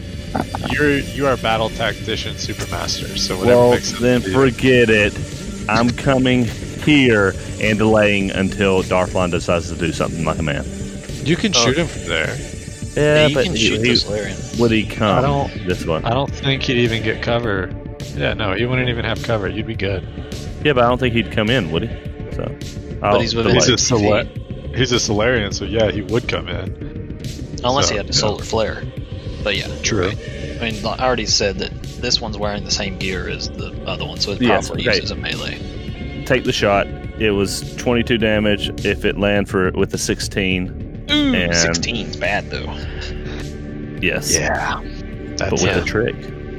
[SPEAKER 6] You're you are battle tactician supermaster, so whatever
[SPEAKER 9] well,
[SPEAKER 6] makes sense
[SPEAKER 9] then
[SPEAKER 6] to you.
[SPEAKER 9] forget it. I'm coming here and delaying until Darflon decides to do something like a man.
[SPEAKER 6] you can shoot him from Oh. there.
[SPEAKER 9] Yeah,
[SPEAKER 4] you
[SPEAKER 9] but
[SPEAKER 4] can
[SPEAKER 9] he-
[SPEAKER 4] shoot
[SPEAKER 9] he-
[SPEAKER 4] this Larian.
[SPEAKER 9] would he come?
[SPEAKER 6] I don't-
[SPEAKER 9] This one.
[SPEAKER 6] I don't think he'd even get cover. Yeah, no, he wouldn't even have cover. You'd be good.
[SPEAKER 9] yeah, but I don't think he'd come in, would he? So. I'll
[SPEAKER 4] he's within-
[SPEAKER 9] delay.
[SPEAKER 6] He's a
[SPEAKER 4] Like,
[SPEAKER 6] Solar- He's a Solarian, so yeah, he would come in.
[SPEAKER 4] Unless
[SPEAKER 6] So,
[SPEAKER 4] he had a
[SPEAKER 6] yeah.
[SPEAKER 4] solar flare. But yeah.
[SPEAKER 6] True.
[SPEAKER 4] I mean, I already said that this one's wearing the same gear as the other one, so it
[SPEAKER 9] Yeah,
[SPEAKER 4] probably
[SPEAKER 9] right.
[SPEAKER 4] uses a melee.
[SPEAKER 9] take the shot. It was 22 damage. If it land for with a 16,
[SPEAKER 4] Ooh,
[SPEAKER 9] And-
[SPEAKER 4] 16's bad though.
[SPEAKER 9] yes.
[SPEAKER 4] Yeah.
[SPEAKER 9] But with
[SPEAKER 6] That's
[SPEAKER 9] a trick.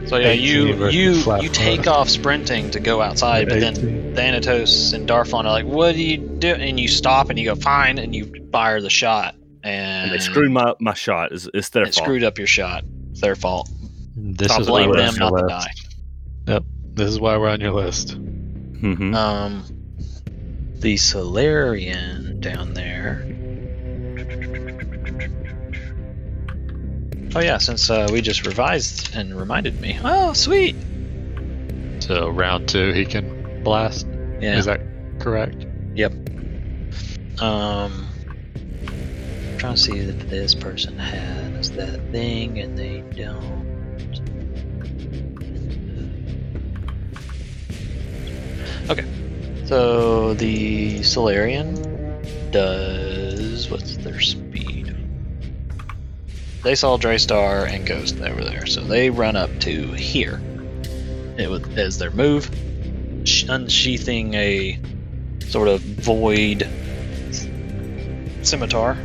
[SPEAKER 4] So yeah,
[SPEAKER 6] 18
[SPEAKER 4] you
[SPEAKER 6] versus
[SPEAKER 4] you
[SPEAKER 6] flat
[SPEAKER 4] you
[SPEAKER 6] front.
[SPEAKER 4] take off sprinting to go outside, but then Thanatos and Darfon are like, "What do you do?" And you stop and you go, "Fine," and you fire the shot, and,
[SPEAKER 9] And they screwed my, my shot. It's, it's their
[SPEAKER 4] it
[SPEAKER 9] fault.
[SPEAKER 4] screwed up your shot. It's their fault.
[SPEAKER 6] This
[SPEAKER 4] So I
[SPEAKER 6] is why
[SPEAKER 4] blame
[SPEAKER 6] we're
[SPEAKER 4] them,
[SPEAKER 6] on your
[SPEAKER 4] not the
[SPEAKER 6] list.
[SPEAKER 4] die.
[SPEAKER 6] This is why we're on your list.
[SPEAKER 9] Mhm.
[SPEAKER 4] Um, the Solarian down there. Oh yeah, since uh, we just revised and reminded me. Oh sweet.
[SPEAKER 6] So round two, he can blast.
[SPEAKER 4] Yeah.
[SPEAKER 6] Is that correct?
[SPEAKER 4] Um, trying to see if this person has that thing and they don't. Okay, so the Solarian does what's their speed? They saw Draystar and Ghost over there, so they run up to here. It was as their move, sh- unsheathing a sort of void scimitar.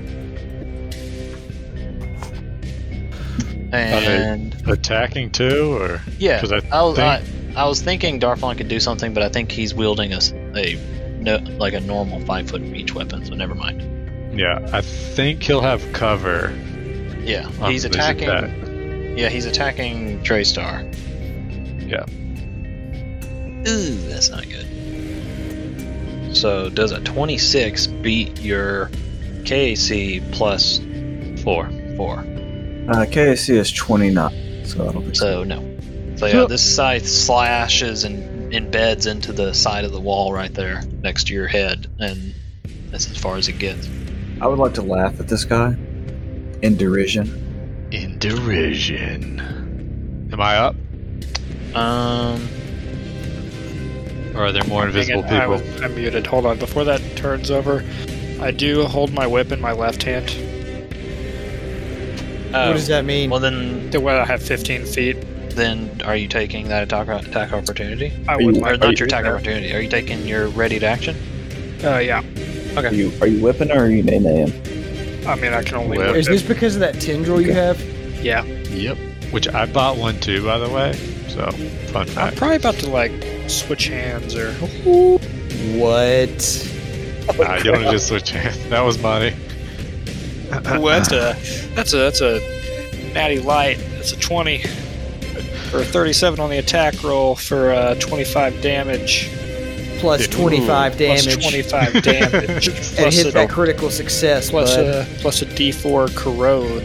[SPEAKER 4] And
[SPEAKER 6] Attacking two, or
[SPEAKER 4] yeah,
[SPEAKER 6] 'Cause
[SPEAKER 4] I,
[SPEAKER 6] I
[SPEAKER 4] was, I,
[SPEAKER 6] think-
[SPEAKER 4] I was thinking Darflon could do something, but I think he's wielding a, s- a no, like a normal five foot reach weapon, so never mind.
[SPEAKER 6] yeah, I think he'll have cover.
[SPEAKER 4] Yeah,
[SPEAKER 6] on
[SPEAKER 4] he's
[SPEAKER 6] his
[SPEAKER 4] attacking.
[SPEAKER 6] attack.
[SPEAKER 4] Yeah, he's attacking Draystar.
[SPEAKER 6] Yeah.
[SPEAKER 4] Ooh, that's not good. So does a twenty six beat your KC plus
[SPEAKER 6] Four.
[SPEAKER 4] four?
[SPEAKER 2] Uh, KSC is 29, so I don't think so.
[SPEAKER 4] So no. So yeah, this scythe slashes and embeds into the side of the wall right there next to your head, and that's as far as it gets.
[SPEAKER 2] I would like to laugh at this guy in derision.
[SPEAKER 6] In derision. Am I up?
[SPEAKER 4] Um,
[SPEAKER 6] Or are there more
[SPEAKER 5] Hang
[SPEAKER 6] invisible
[SPEAKER 5] on, I
[SPEAKER 6] people?
[SPEAKER 5] was- I'm muted. Hold on. Before that turns over, I do hold my whip in my left hand.
[SPEAKER 4] Oh,
[SPEAKER 5] Oh.
[SPEAKER 3] What does that mean?
[SPEAKER 4] well then,
[SPEAKER 5] The way I have 15 feet.
[SPEAKER 4] then are you taking that attack attack opportunity?
[SPEAKER 5] I
[SPEAKER 2] Are you-
[SPEAKER 5] would
[SPEAKER 4] Or
[SPEAKER 5] like.
[SPEAKER 4] not your attack opportunity? Are you taking your ready to action?
[SPEAKER 5] Uh, yeah.
[SPEAKER 2] Are you are you whipping her or are you nailing?
[SPEAKER 5] I mean, I can only.
[SPEAKER 6] Well-
[SPEAKER 5] whip
[SPEAKER 3] Is
[SPEAKER 5] it.
[SPEAKER 3] this because of that tendril you have?
[SPEAKER 6] Yep. Which I bought one too, by the way. So fun
[SPEAKER 4] [LAUGHS]
[SPEAKER 5] I'm
[SPEAKER 6] fact.
[SPEAKER 5] probably about to like switch hands or.
[SPEAKER 3] What?
[SPEAKER 4] Oh
[SPEAKER 6] I don't wanna just switch hands. That was money.
[SPEAKER 5] Ooh, that's a that's a that's a natty light. That's a twenty or a thirty-seven on the attack roll for uh, twenty-five damage.
[SPEAKER 3] Plus
[SPEAKER 6] Ooh,
[SPEAKER 3] 25 damage. [LAUGHS]
[SPEAKER 5] Plus twenty-five
[SPEAKER 6] [LAUGHS]
[SPEAKER 5] damage. plus
[SPEAKER 3] and
[SPEAKER 5] a,
[SPEAKER 3] hit that critical success,
[SPEAKER 5] plus
[SPEAKER 3] bud.
[SPEAKER 5] a plus a D four corrode.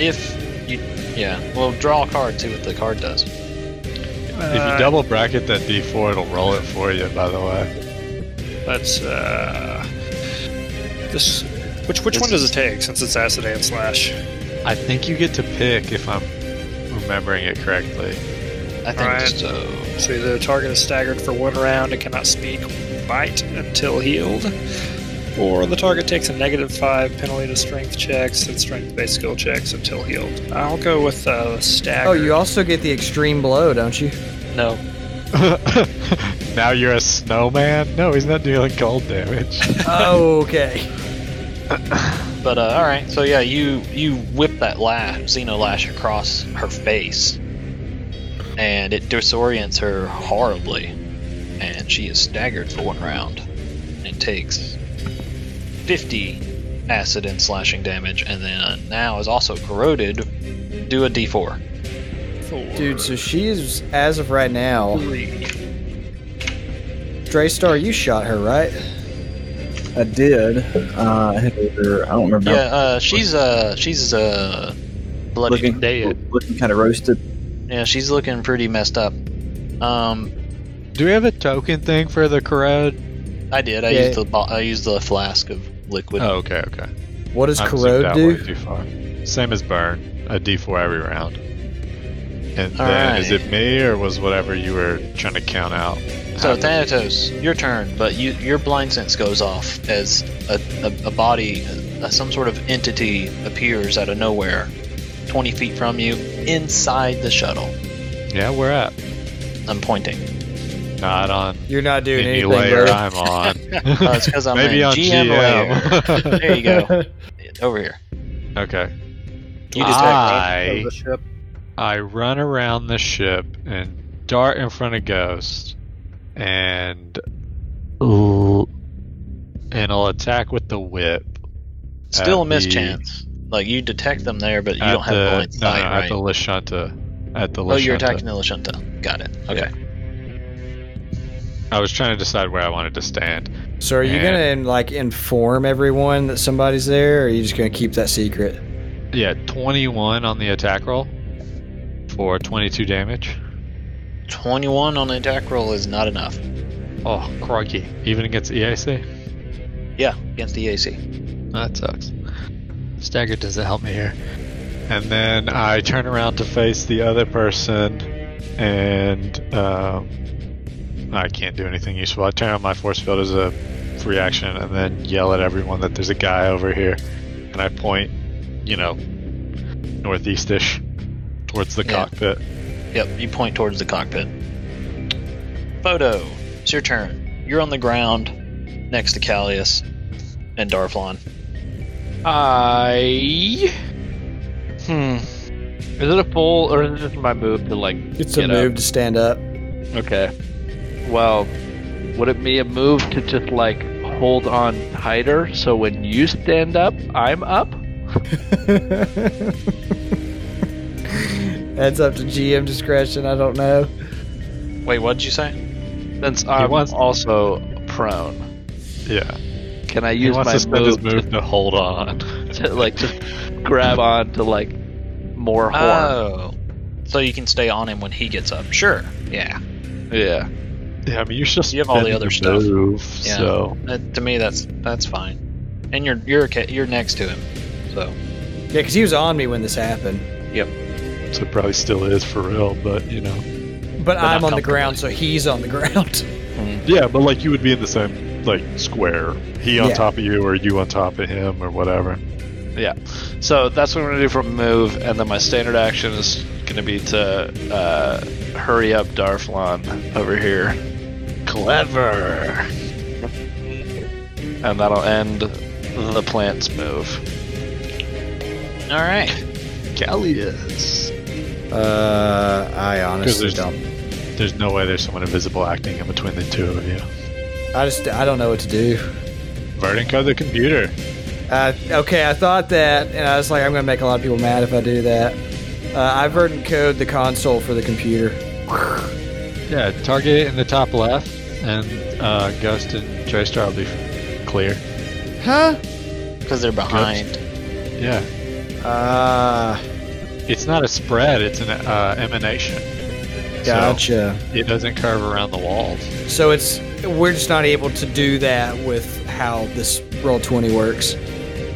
[SPEAKER 4] If you, yeah, well, draw a card. See what the card does.
[SPEAKER 6] if
[SPEAKER 5] Uh,
[SPEAKER 6] you double bracket that D4, it'll roll it for you. By the way,
[SPEAKER 5] That's uh. This which which one does it take since it's acid and slash?
[SPEAKER 6] I think you get to pick if I'm remembering it correctly.
[SPEAKER 4] I think
[SPEAKER 5] Alright.
[SPEAKER 4] so.
[SPEAKER 5] So the target is staggered for one round and cannot speak, bite until healed, or the target takes a negative five penalty to strength checks and strength-based skill checks until healed. I'll go with uh, stagger.
[SPEAKER 3] Oh, you also get the extreme blow, don't
[SPEAKER 5] [LAUGHS]
[SPEAKER 3] you?
[SPEAKER 4] No.
[SPEAKER 6] [LAUGHS] now you're a snowman. No, he's not dealing cold damage.
[SPEAKER 3] oh, okay.
[SPEAKER 4] But uh, all right, so yeah, you you whip that lash, Xeno lash, across her face, and it disorients her horribly, and she is staggered for one round, and takes fifty acid and slashing damage, and then uh, now is also corroded. Do a D4.
[SPEAKER 3] Dude, so she is, as of right now. Draystar, you shot her, right?
[SPEAKER 2] I did. Uh, I hit her. I don't remember.
[SPEAKER 4] Yeah, uh, she's uh she's uh bloody
[SPEAKER 2] looking
[SPEAKER 4] uh,
[SPEAKER 7] dead.
[SPEAKER 2] looking kind of roasted.
[SPEAKER 4] Yeah, she's looking pretty messed up. Um,
[SPEAKER 6] Do we have a token thing for the corrode?
[SPEAKER 4] I did. I
[SPEAKER 3] Yeah.
[SPEAKER 4] used the bo- I used the flask of liquid.
[SPEAKER 6] Oh, okay, okay.
[SPEAKER 3] What does
[SPEAKER 6] I'm
[SPEAKER 3] corrode
[SPEAKER 6] zipped out
[SPEAKER 3] do?
[SPEAKER 6] way too far. Same as burn, a D4 every round. And
[SPEAKER 4] All
[SPEAKER 6] then is
[SPEAKER 4] right.
[SPEAKER 6] it me or was whatever you were trying to count out?
[SPEAKER 4] So
[SPEAKER 6] happening?
[SPEAKER 4] Thanatos, your turn, but you, your blind sense goes off as a, a, a body, uh some sort of entity appears out of nowhere, 20 feet from you, inside the shuttle.
[SPEAKER 6] yeah, we're at
[SPEAKER 4] I'm
[SPEAKER 6] [LAUGHS]
[SPEAKER 4] pointing.
[SPEAKER 6] not on
[SPEAKER 3] You're not doing
[SPEAKER 6] any
[SPEAKER 3] anything,
[SPEAKER 6] layer
[SPEAKER 3] bro.
[SPEAKER 6] I'm on.
[SPEAKER 3] [LAUGHS]
[SPEAKER 4] Uh, it's because I'm
[SPEAKER 6] Maybe
[SPEAKER 4] in
[SPEAKER 6] on
[SPEAKER 4] GM, layer.
[SPEAKER 6] GM.
[SPEAKER 4] There you go. [LAUGHS] Over here.
[SPEAKER 6] [LAUGHS] okay. Ah,
[SPEAKER 4] You just
[SPEAKER 6] I I run around the ship and dart in front of Ghost, and and I'll attack with the whip.
[SPEAKER 4] still a
[SPEAKER 6] at the-
[SPEAKER 4] mischance. Like you detect them there, but you
[SPEAKER 6] at
[SPEAKER 4] don't have
[SPEAKER 6] the,
[SPEAKER 4] blind
[SPEAKER 6] no, no,
[SPEAKER 4] sight,
[SPEAKER 6] at
[SPEAKER 4] right?
[SPEAKER 6] the Lashunta. At the
[SPEAKER 4] oh, you're
[SPEAKER 6] Lashunta.
[SPEAKER 4] attacking the Lashunta. Got it. Okay.
[SPEAKER 6] I was trying to decide where I wanted to stand.
[SPEAKER 3] So are you gonna like inform everyone that somebody's there, or are you just gonna keep that secret?
[SPEAKER 6] Yeah, 21 on the attack roll for 22 damage.
[SPEAKER 4] 21 on the attack roll is not enough.
[SPEAKER 6] Oh, crikey. Even against E EAC?
[SPEAKER 4] Yeah, against the E AC.
[SPEAKER 6] That sucks. Stagger doesn't help me here. And then I turn around to face the other person, and um, I can't do anything useful. I turn on my force field as a free action and then yell at everyone that there's a guy over here. And I point, you know, northeastish towards the
[SPEAKER 4] Yeah.
[SPEAKER 6] cockpit.
[SPEAKER 4] Yep, you point towards the cockpit. Photo, it's your turn. You're on the ground next to Callius and Darflon.
[SPEAKER 7] I. Hmm. Is it a full or is it just my move to like?
[SPEAKER 3] It's a
[SPEAKER 7] get
[SPEAKER 3] move to stand up.
[SPEAKER 7] Up? Okay. Well, would it be a move to just like hold on tighter so when you stand up, I'm up?
[SPEAKER 3] That's up to GM discretion. I don't know.
[SPEAKER 4] Wait, what did you say?
[SPEAKER 7] Since I'm
[SPEAKER 6] wants-
[SPEAKER 7] also prone,
[SPEAKER 6] Yeah.
[SPEAKER 7] can I
[SPEAKER 6] He
[SPEAKER 7] use
[SPEAKER 6] wants
[SPEAKER 7] my
[SPEAKER 6] to spend his
[SPEAKER 7] move,
[SPEAKER 6] move to hold on.
[SPEAKER 7] to like just grab on to like more horn?
[SPEAKER 4] Oh. So you can stay on him when he gets up. Sure. Yeah.
[SPEAKER 7] yeah.
[SPEAKER 6] Yeah, I mean, you're just
[SPEAKER 4] You have all the other stuff.
[SPEAKER 6] Move,
[SPEAKER 4] Yeah.
[SPEAKER 6] So
[SPEAKER 4] That, to me that's that's fine. And you're you're okay, you're next to him. So
[SPEAKER 3] Yeah, because he was on me when this happened,
[SPEAKER 6] so it probably still is for real, but you know.
[SPEAKER 3] but,
[SPEAKER 4] not
[SPEAKER 3] I'm on the
[SPEAKER 4] comfortably.
[SPEAKER 3] ground, so he's on the [LAUGHS] ground.
[SPEAKER 6] Yeah, but like you would be in the same like square. He on
[SPEAKER 3] Yeah.
[SPEAKER 6] top of you, or you on top of him, or whatever.
[SPEAKER 7] Yeah. So that's what I'm gonna do for move, and then my standard action is gonna be to uh, hurry up Darflon over here. Clever. And that'll end the plant's move.
[SPEAKER 4] All right.
[SPEAKER 7] Gallius.
[SPEAKER 3] Uh, I honestly
[SPEAKER 6] there's-
[SPEAKER 3] don't.
[SPEAKER 6] There's no way there's someone invisible acting in between the two of you.
[SPEAKER 3] I just I don't know what to do.
[SPEAKER 6] Vertico the computer.
[SPEAKER 3] Uh, okay, I thought that, and I was like, I'm gonna make a lot of people mad if I do that. Uh, I verdant code the console for the computer.
[SPEAKER 6] Yeah, target it in the top left, and uh, Gust and Joystar will be clear.
[SPEAKER 3] Huh?
[SPEAKER 4] Because they're behind.
[SPEAKER 6] Yeah,
[SPEAKER 3] Ah,
[SPEAKER 6] it's not a spread; it's an uh, emanation. So
[SPEAKER 3] gotcha.
[SPEAKER 6] it doesn't curve around the walls.
[SPEAKER 3] So, it's we're just not able to do that with how this roll twenty works.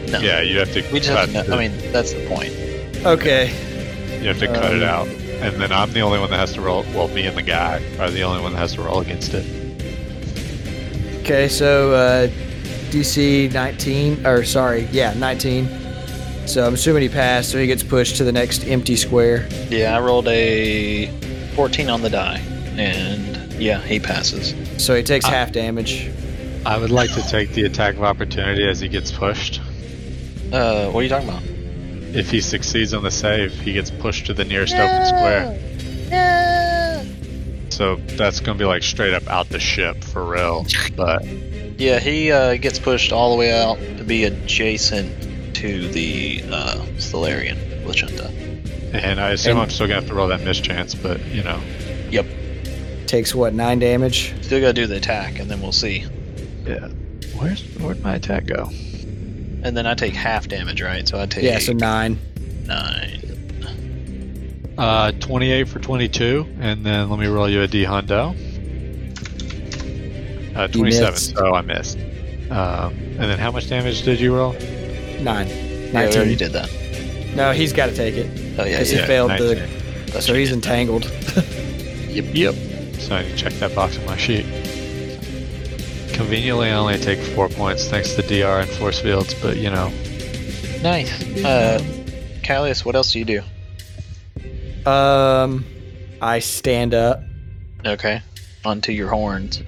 [SPEAKER 4] No.
[SPEAKER 6] Yeah, you have to.
[SPEAKER 4] We just have
[SPEAKER 6] cut
[SPEAKER 4] to know. I mean, that's the point.
[SPEAKER 3] Okay,
[SPEAKER 6] You have to cut it out, and then I'm the only one that has to roll. Well, me and the guy are the only one that has to roll against it.
[SPEAKER 3] okay. So uh, DC 19, or sorry, yeah, 19. So I'm assuming he passed, so he gets pushed to the next empty square.
[SPEAKER 4] Yeah, I rolled a 14 on the die, and yeah, he passes.
[SPEAKER 3] So he
[SPEAKER 4] Uh,
[SPEAKER 3] takes half damage.
[SPEAKER 6] I would like to take the attack of opportunity as he gets pushed.
[SPEAKER 4] Uh, what are you talking about?
[SPEAKER 6] If he succeeds on the save, he gets pushed to the nearest open square. So that's gonna be like straight up out the ship for real. But
[SPEAKER 4] Yeah, he uh, gets pushed all the way out to be adjacent to the uh, Stellarian Lachunta.
[SPEAKER 6] and I assume I'm still gonna have to roll that mischance, but you know.
[SPEAKER 3] Takes what nine damage?
[SPEAKER 4] Still gotta do the attack, and then we'll see.
[SPEAKER 6] Yeah. Where's where'd my attack go?
[SPEAKER 4] And then I take half damage, right? So I take
[SPEAKER 3] Yeah, so nine.
[SPEAKER 4] nine.
[SPEAKER 6] Uh twenty eight for twenty two, and then let me roll you a D Hondo. Uh twenty seven,
[SPEAKER 3] missed.
[SPEAKER 6] so I missed. Um, and then how much damage did you roll?
[SPEAKER 3] Nine.
[SPEAKER 4] Yeah, we already
[SPEAKER 3] Nineteen.
[SPEAKER 4] did that.
[SPEAKER 3] no, he's got to take it
[SPEAKER 4] Oh yeah,
[SPEAKER 3] because
[SPEAKER 4] yeah.
[SPEAKER 3] he failed the.
[SPEAKER 4] That's
[SPEAKER 3] So he's entangled.
[SPEAKER 6] Yep, yep. So I need to check that box on my sheet. Conveniently, I only take four points thanks to DR and force fields, but you know,
[SPEAKER 4] nice. Uh, Callius, what else do you do?
[SPEAKER 3] Um, I stand up.
[SPEAKER 4] Okay, onto your horns.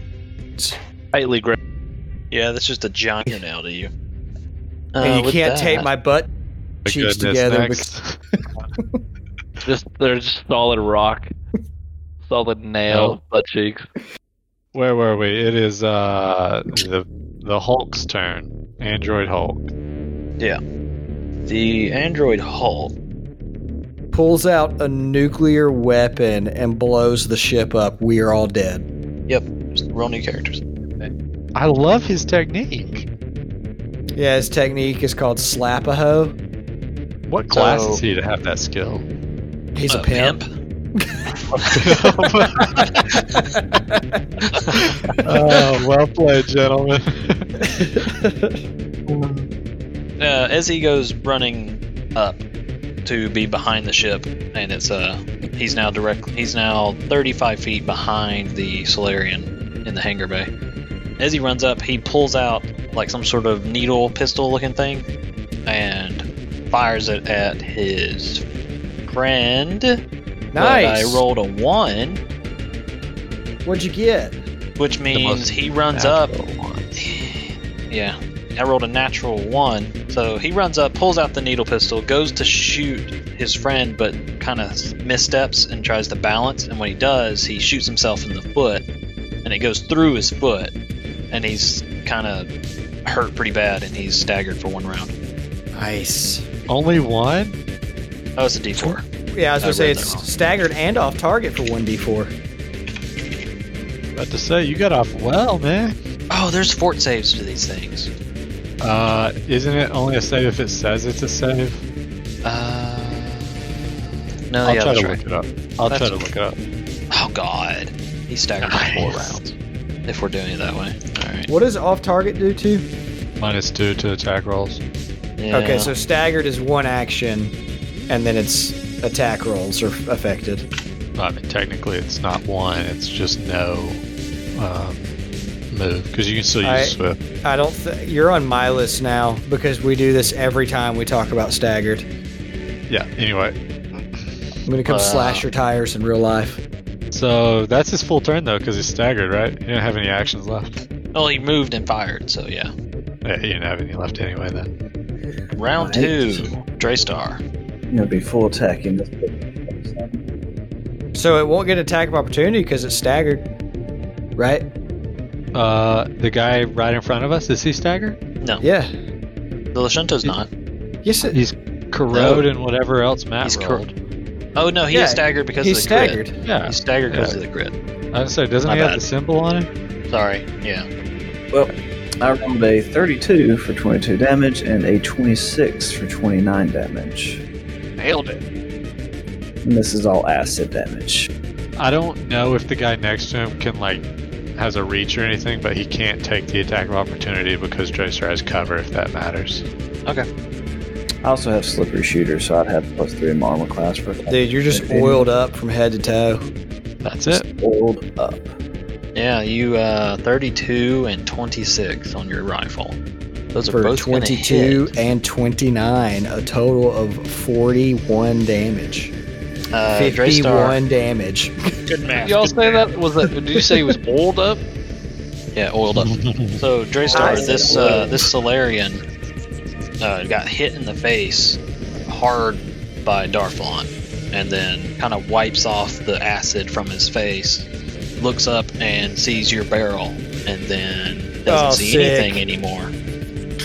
[SPEAKER 7] Tightly grip.
[SPEAKER 4] Yeah, that's just a giant
[SPEAKER 3] [LAUGHS]
[SPEAKER 4] nail to you.
[SPEAKER 3] and
[SPEAKER 4] Uh,
[SPEAKER 3] you
[SPEAKER 4] with
[SPEAKER 3] can't
[SPEAKER 4] that-
[SPEAKER 3] tape my butt
[SPEAKER 6] the
[SPEAKER 3] cheeks
[SPEAKER 6] goodness
[SPEAKER 3] together.
[SPEAKER 6] next. [LAUGHS]
[SPEAKER 7] Just they're just solid rock, solid nail, butt cheeks.
[SPEAKER 6] Where were we? It is uh the the Hulk's turn. Android Hulk.
[SPEAKER 4] The android Hulk.
[SPEAKER 3] bec- pulls out a nuclear weapon and blows the ship up. We are all dead.
[SPEAKER 4] Just roll new characters.
[SPEAKER 6] I love his technique.
[SPEAKER 3] Yeah, his technique is called slap a hoe.
[SPEAKER 6] What class
[SPEAKER 4] So-
[SPEAKER 6] is he to have that skill?
[SPEAKER 3] He's a
[SPEAKER 4] Uh,
[SPEAKER 3] pimp.
[SPEAKER 6] oh, well played, gentlemen.
[SPEAKER 4] Uh, as he goes running up to be behind the ship, and it's uh, he's now direct. He's now 35 feet behind the Solarian in the hangar bay. As he runs up, he pulls out like some sort of needle pistol-looking thing, and fires it at his friend. But I
[SPEAKER 3] nice.
[SPEAKER 4] rolled a one,
[SPEAKER 3] What'd you get?
[SPEAKER 4] which means
[SPEAKER 6] most
[SPEAKER 4] he runs up [SIGHS] Yeah. I rolled a natural one. So he runs up, pulls out the needle pistol, goes to shoot his friend, but kind of missteps and tries to balance. And when he does, he shoots himself in the foot, and it goes through his foot. And he's kind of hurt pretty bad, and he's staggered for one round.
[SPEAKER 3] Nice.
[SPEAKER 6] Only one?
[SPEAKER 4] Oh, it's a d4.
[SPEAKER 3] Yeah, I was
[SPEAKER 4] I
[SPEAKER 3] gonna say
[SPEAKER 4] read that
[SPEAKER 3] it's
[SPEAKER 4] wrong.
[SPEAKER 3] staggered and off target for one d four.
[SPEAKER 6] About to say you got off well, man.
[SPEAKER 4] Oh, there's fort saves to these things.
[SPEAKER 6] Uh, isn't it only a save if it says it's a save?
[SPEAKER 4] Uh, no,
[SPEAKER 6] I'll
[SPEAKER 4] Oh, yeah,
[SPEAKER 6] try
[SPEAKER 4] that's
[SPEAKER 6] to
[SPEAKER 4] right.
[SPEAKER 6] look it up. I'll
[SPEAKER 4] That's-
[SPEAKER 6] try to look it up.
[SPEAKER 4] Oh, God. He's staggered for four rounds. If we're doing it that way. All right.
[SPEAKER 3] What does off target do to?
[SPEAKER 6] Minus two to attack rolls.
[SPEAKER 4] Yeah.
[SPEAKER 3] Okay, so staggered is one action, and then its attack rolls are affected.
[SPEAKER 6] I mean, technically, it's not one. It's just no um, move because you can still use
[SPEAKER 3] I-
[SPEAKER 6] Swift.
[SPEAKER 3] I don't. Th- you're on my list now because we do this every time we talk about staggered.
[SPEAKER 6] Yeah. Anyway,
[SPEAKER 3] I'm gonna come slash your tires in real life.
[SPEAKER 6] so that's his full turn though because he's staggered, right? He didn't have any actions left.
[SPEAKER 4] Well, he moved and fired, so yeah.
[SPEAKER 6] Yeah, he didn't have any left anyway. Then
[SPEAKER 4] Round
[SPEAKER 2] Nice.
[SPEAKER 4] two, Draystar.
[SPEAKER 2] You know, be full attacking.
[SPEAKER 3] So it won't get attack of opportunity because it's staggered, right?
[SPEAKER 6] uh, the guy right in front of us is he staggered?
[SPEAKER 3] Yeah.
[SPEAKER 4] The Lashunto's not.
[SPEAKER 3] Yes. It,
[SPEAKER 6] He's corrode and whatever else Matt
[SPEAKER 4] He's
[SPEAKER 6] rolled.
[SPEAKER 4] Oh no, he
[SPEAKER 3] Yeah,
[SPEAKER 4] is staggered because
[SPEAKER 3] he's
[SPEAKER 4] of the
[SPEAKER 3] staggered.
[SPEAKER 4] grid.
[SPEAKER 6] Yeah.
[SPEAKER 4] He's staggered because of the grid.
[SPEAKER 6] I was gonna say, doesn't
[SPEAKER 4] My
[SPEAKER 6] he
[SPEAKER 4] bad.
[SPEAKER 6] have the symbol on him?
[SPEAKER 4] Sorry. Yeah.
[SPEAKER 2] I rolled a 32 for 22 damage and a 26 for 29 damage.
[SPEAKER 5] Nailed it.
[SPEAKER 2] And this is all acid damage.
[SPEAKER 6] I don't know if the guy next to him can like has a reach or anything, but he can't take the attack of opportunity because Dracer has cover if that matters.
[SPEAKER 2] I also have slippery shooter, so I'd have plus three in my armor class for
[SPEAKER 3] Dude, you're just oiled up from head to toe.
[SPEAKER 6] That's it.
[SPEAKER 2] oiled up.
[SPEAKER 4] Yeah, you uh 32 and 26 on your rifle. Those are
[SPEAKER 3] for
[SPEAKER 4] both
[SPEAKER 3] 22
[SPEAKER 4] 22.
[SPEAKER 3] and 29, a total of 41 damage.
[SPEAKER 4] Uh, Draystar.
[SPEAKER 3] 51 damage.
[SPEAKER 5] Good math.
[SPEAKER 7] Did y'all say that? Was that? Did you say he was old up?
[SPEAKER 4] Yeah, oiled up. So Draystar, this uh, this Solarian uh, got hit in the face hard by Darflon, and then kind of wipes off the acid from his face. Looks up and sees your barrel, and then doesn't
[SPEAKER 3] Oh,
[SPEAKER 4] see
[SPEAKER 3] sick.
[SPEAKER 4] anything anymore.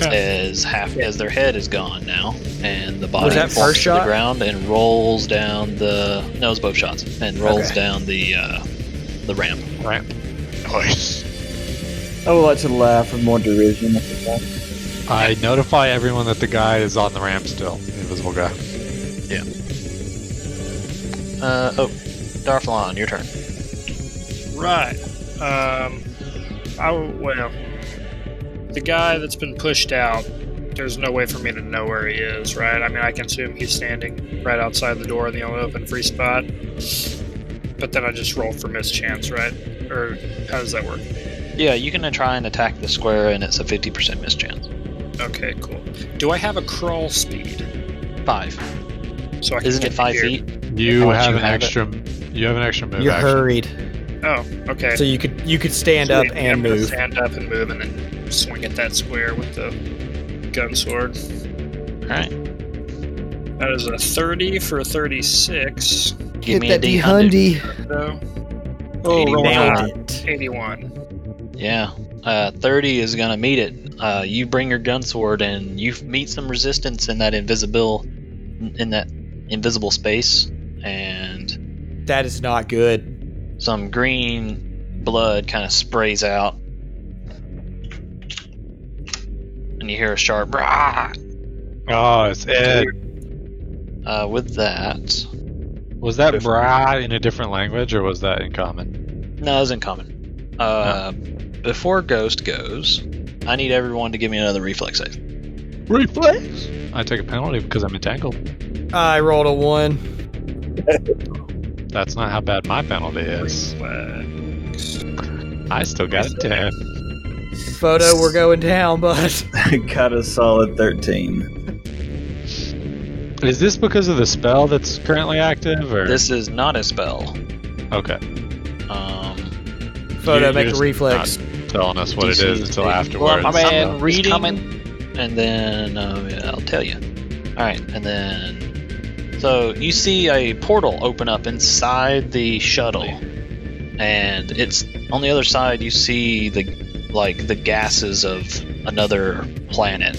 [SPEAKER 4] As half as their head is gone now, and the body
[SPEAKER 3] that
[SPEAKER 4] falls
[SPEAKER 3] first
[SPEAKER 4] to
[SPEAKER 3] shot?
[SPEAKER 4] the ground and rolls down the no, it's both shots and rolls
[SPEAKER 3] Okay.
[SPEAKER 4] down the uh, the ramp.
[SPEAKER 6] Nice.
[SPEAKER 2] I would like to laugh with more derision. [LAUGHS] at the fact.
[SPEAKER 6] I notify everyone that the guy is on the ramp still, the invisible guy.
[SPEAKER 4] Uh, oh, Darflon, your turn.
[SPEAKER 5] Right. Um, I well, the guy that's been pushed out. There's no way for me to know where he is, right? I mean, I can assume he's standing right outside the door in the only open free spot. But then I just roll for mischance, right? Or how does that work?
[SPEAKER 4] Yeah, you can try and attack the square, and it's a 50% mischance.
[SPEAKER 5] Okay, cool. Do I have a crawl speed?
[SPEAKER 4] Five.
[SPEAKER 5] So I can
[SPEAKER 4] Isn't
[SPEAKER 5] get
[SPEAKER 4] it five
[SPEAKER 5] here?
[SPEAKER 4] feet?
[SPEAKER 6] You
[SPEAKER 4] Once
[SPEAKER 6] have
[SPEAKER 4] you
[SPEAKER 6] an
[SPEAKER 4] have it.
[SPEAKER 6] extra. You have an extra move.
[SPEAKER 3] You're
[SPEAKER 6] action.
[SPEAKER 3] hurried.
[SPEAKER 5] Oh, okay.
[SPEAKER 3] So you could you could stand up
[SPEAKER 5] Sweet.
[SPEAKER 3] and
[SPEAKER 5] I'm gonna
[SPEAKER 3] move.
[SPEAKER 5] Stand up and move, and then swing at that square with the gun sword.
[SPEAKER 4] All right.
[SPEAKER 5] That is a 30 for a 36.
[SPEAKER 4] Give me a D100.
[SPEAKER 5] So,
[SPEAKER 4] Oh, roll a
[SPEAKER 5] Nailed
[SPEAKER 4] high.
[SPEAKER 3] it.
[SPEAKER 5] 81.
[SPEAKER 4] Yeah. Uh, 30 is going to meet it. Uh, you bring your gun sword, and you meet some resistance in that invisible, in that invisible space, and
[SPEAKER 3] That is not good.
[SPEAKER 4] some green blood kind of sprays out, and you hear a sharp rah.
[SPEAKER 6] Oh, it's Ed.
[SPEAKER 4] Uh, with that,
[SPEAKER 6] Was that brah in a different language or was that in common?
[SPEAKER 4] No, isn't common. Uh, Before Ghost goes, I need everyone to give me another reflex save.
[SPEAKER 6] Reflex. I take a penalty because I'm entangled.
[SPEAKER 3] I rolled a one.
[SPEAKER 6] That's not how bad my penalty is. I still got a ten.
[SPEAKER 3] Photo, we're going down, bud.
[SPEAKER 2] I got a solid 13.
[SPEAKER 6] Is this because of the spell that's currently active, or
[SPEAKER 4] This is not a spell.
[SPEAKER 6] Okay,
[SPEAKER 4] Um,
[SPEAKER 3] Photo,
[SPEAKER 6] You-
[SPEAKER 3] make
[SPEAKER 6] you're
[SPEAKER 3] a reflex.
[SPEAKER 6] telling us what it
[SPEAKER 4] DC
[SPEAKER 6] is until
[SPEAKER 4] big.
[SPEAKER 6] afterwards.
[SPEAKER 4] Well,
[SPEAKER 7] Man,
[SPEAKER 4] I'm
[SPEAKER 7] reading-
[SPEAKER 4] coming, and then uh, yeah, I'll tell you. All right, and then so you see a portal open up inside the shuttle, and it's on the other side. You see the like the gases of another planet,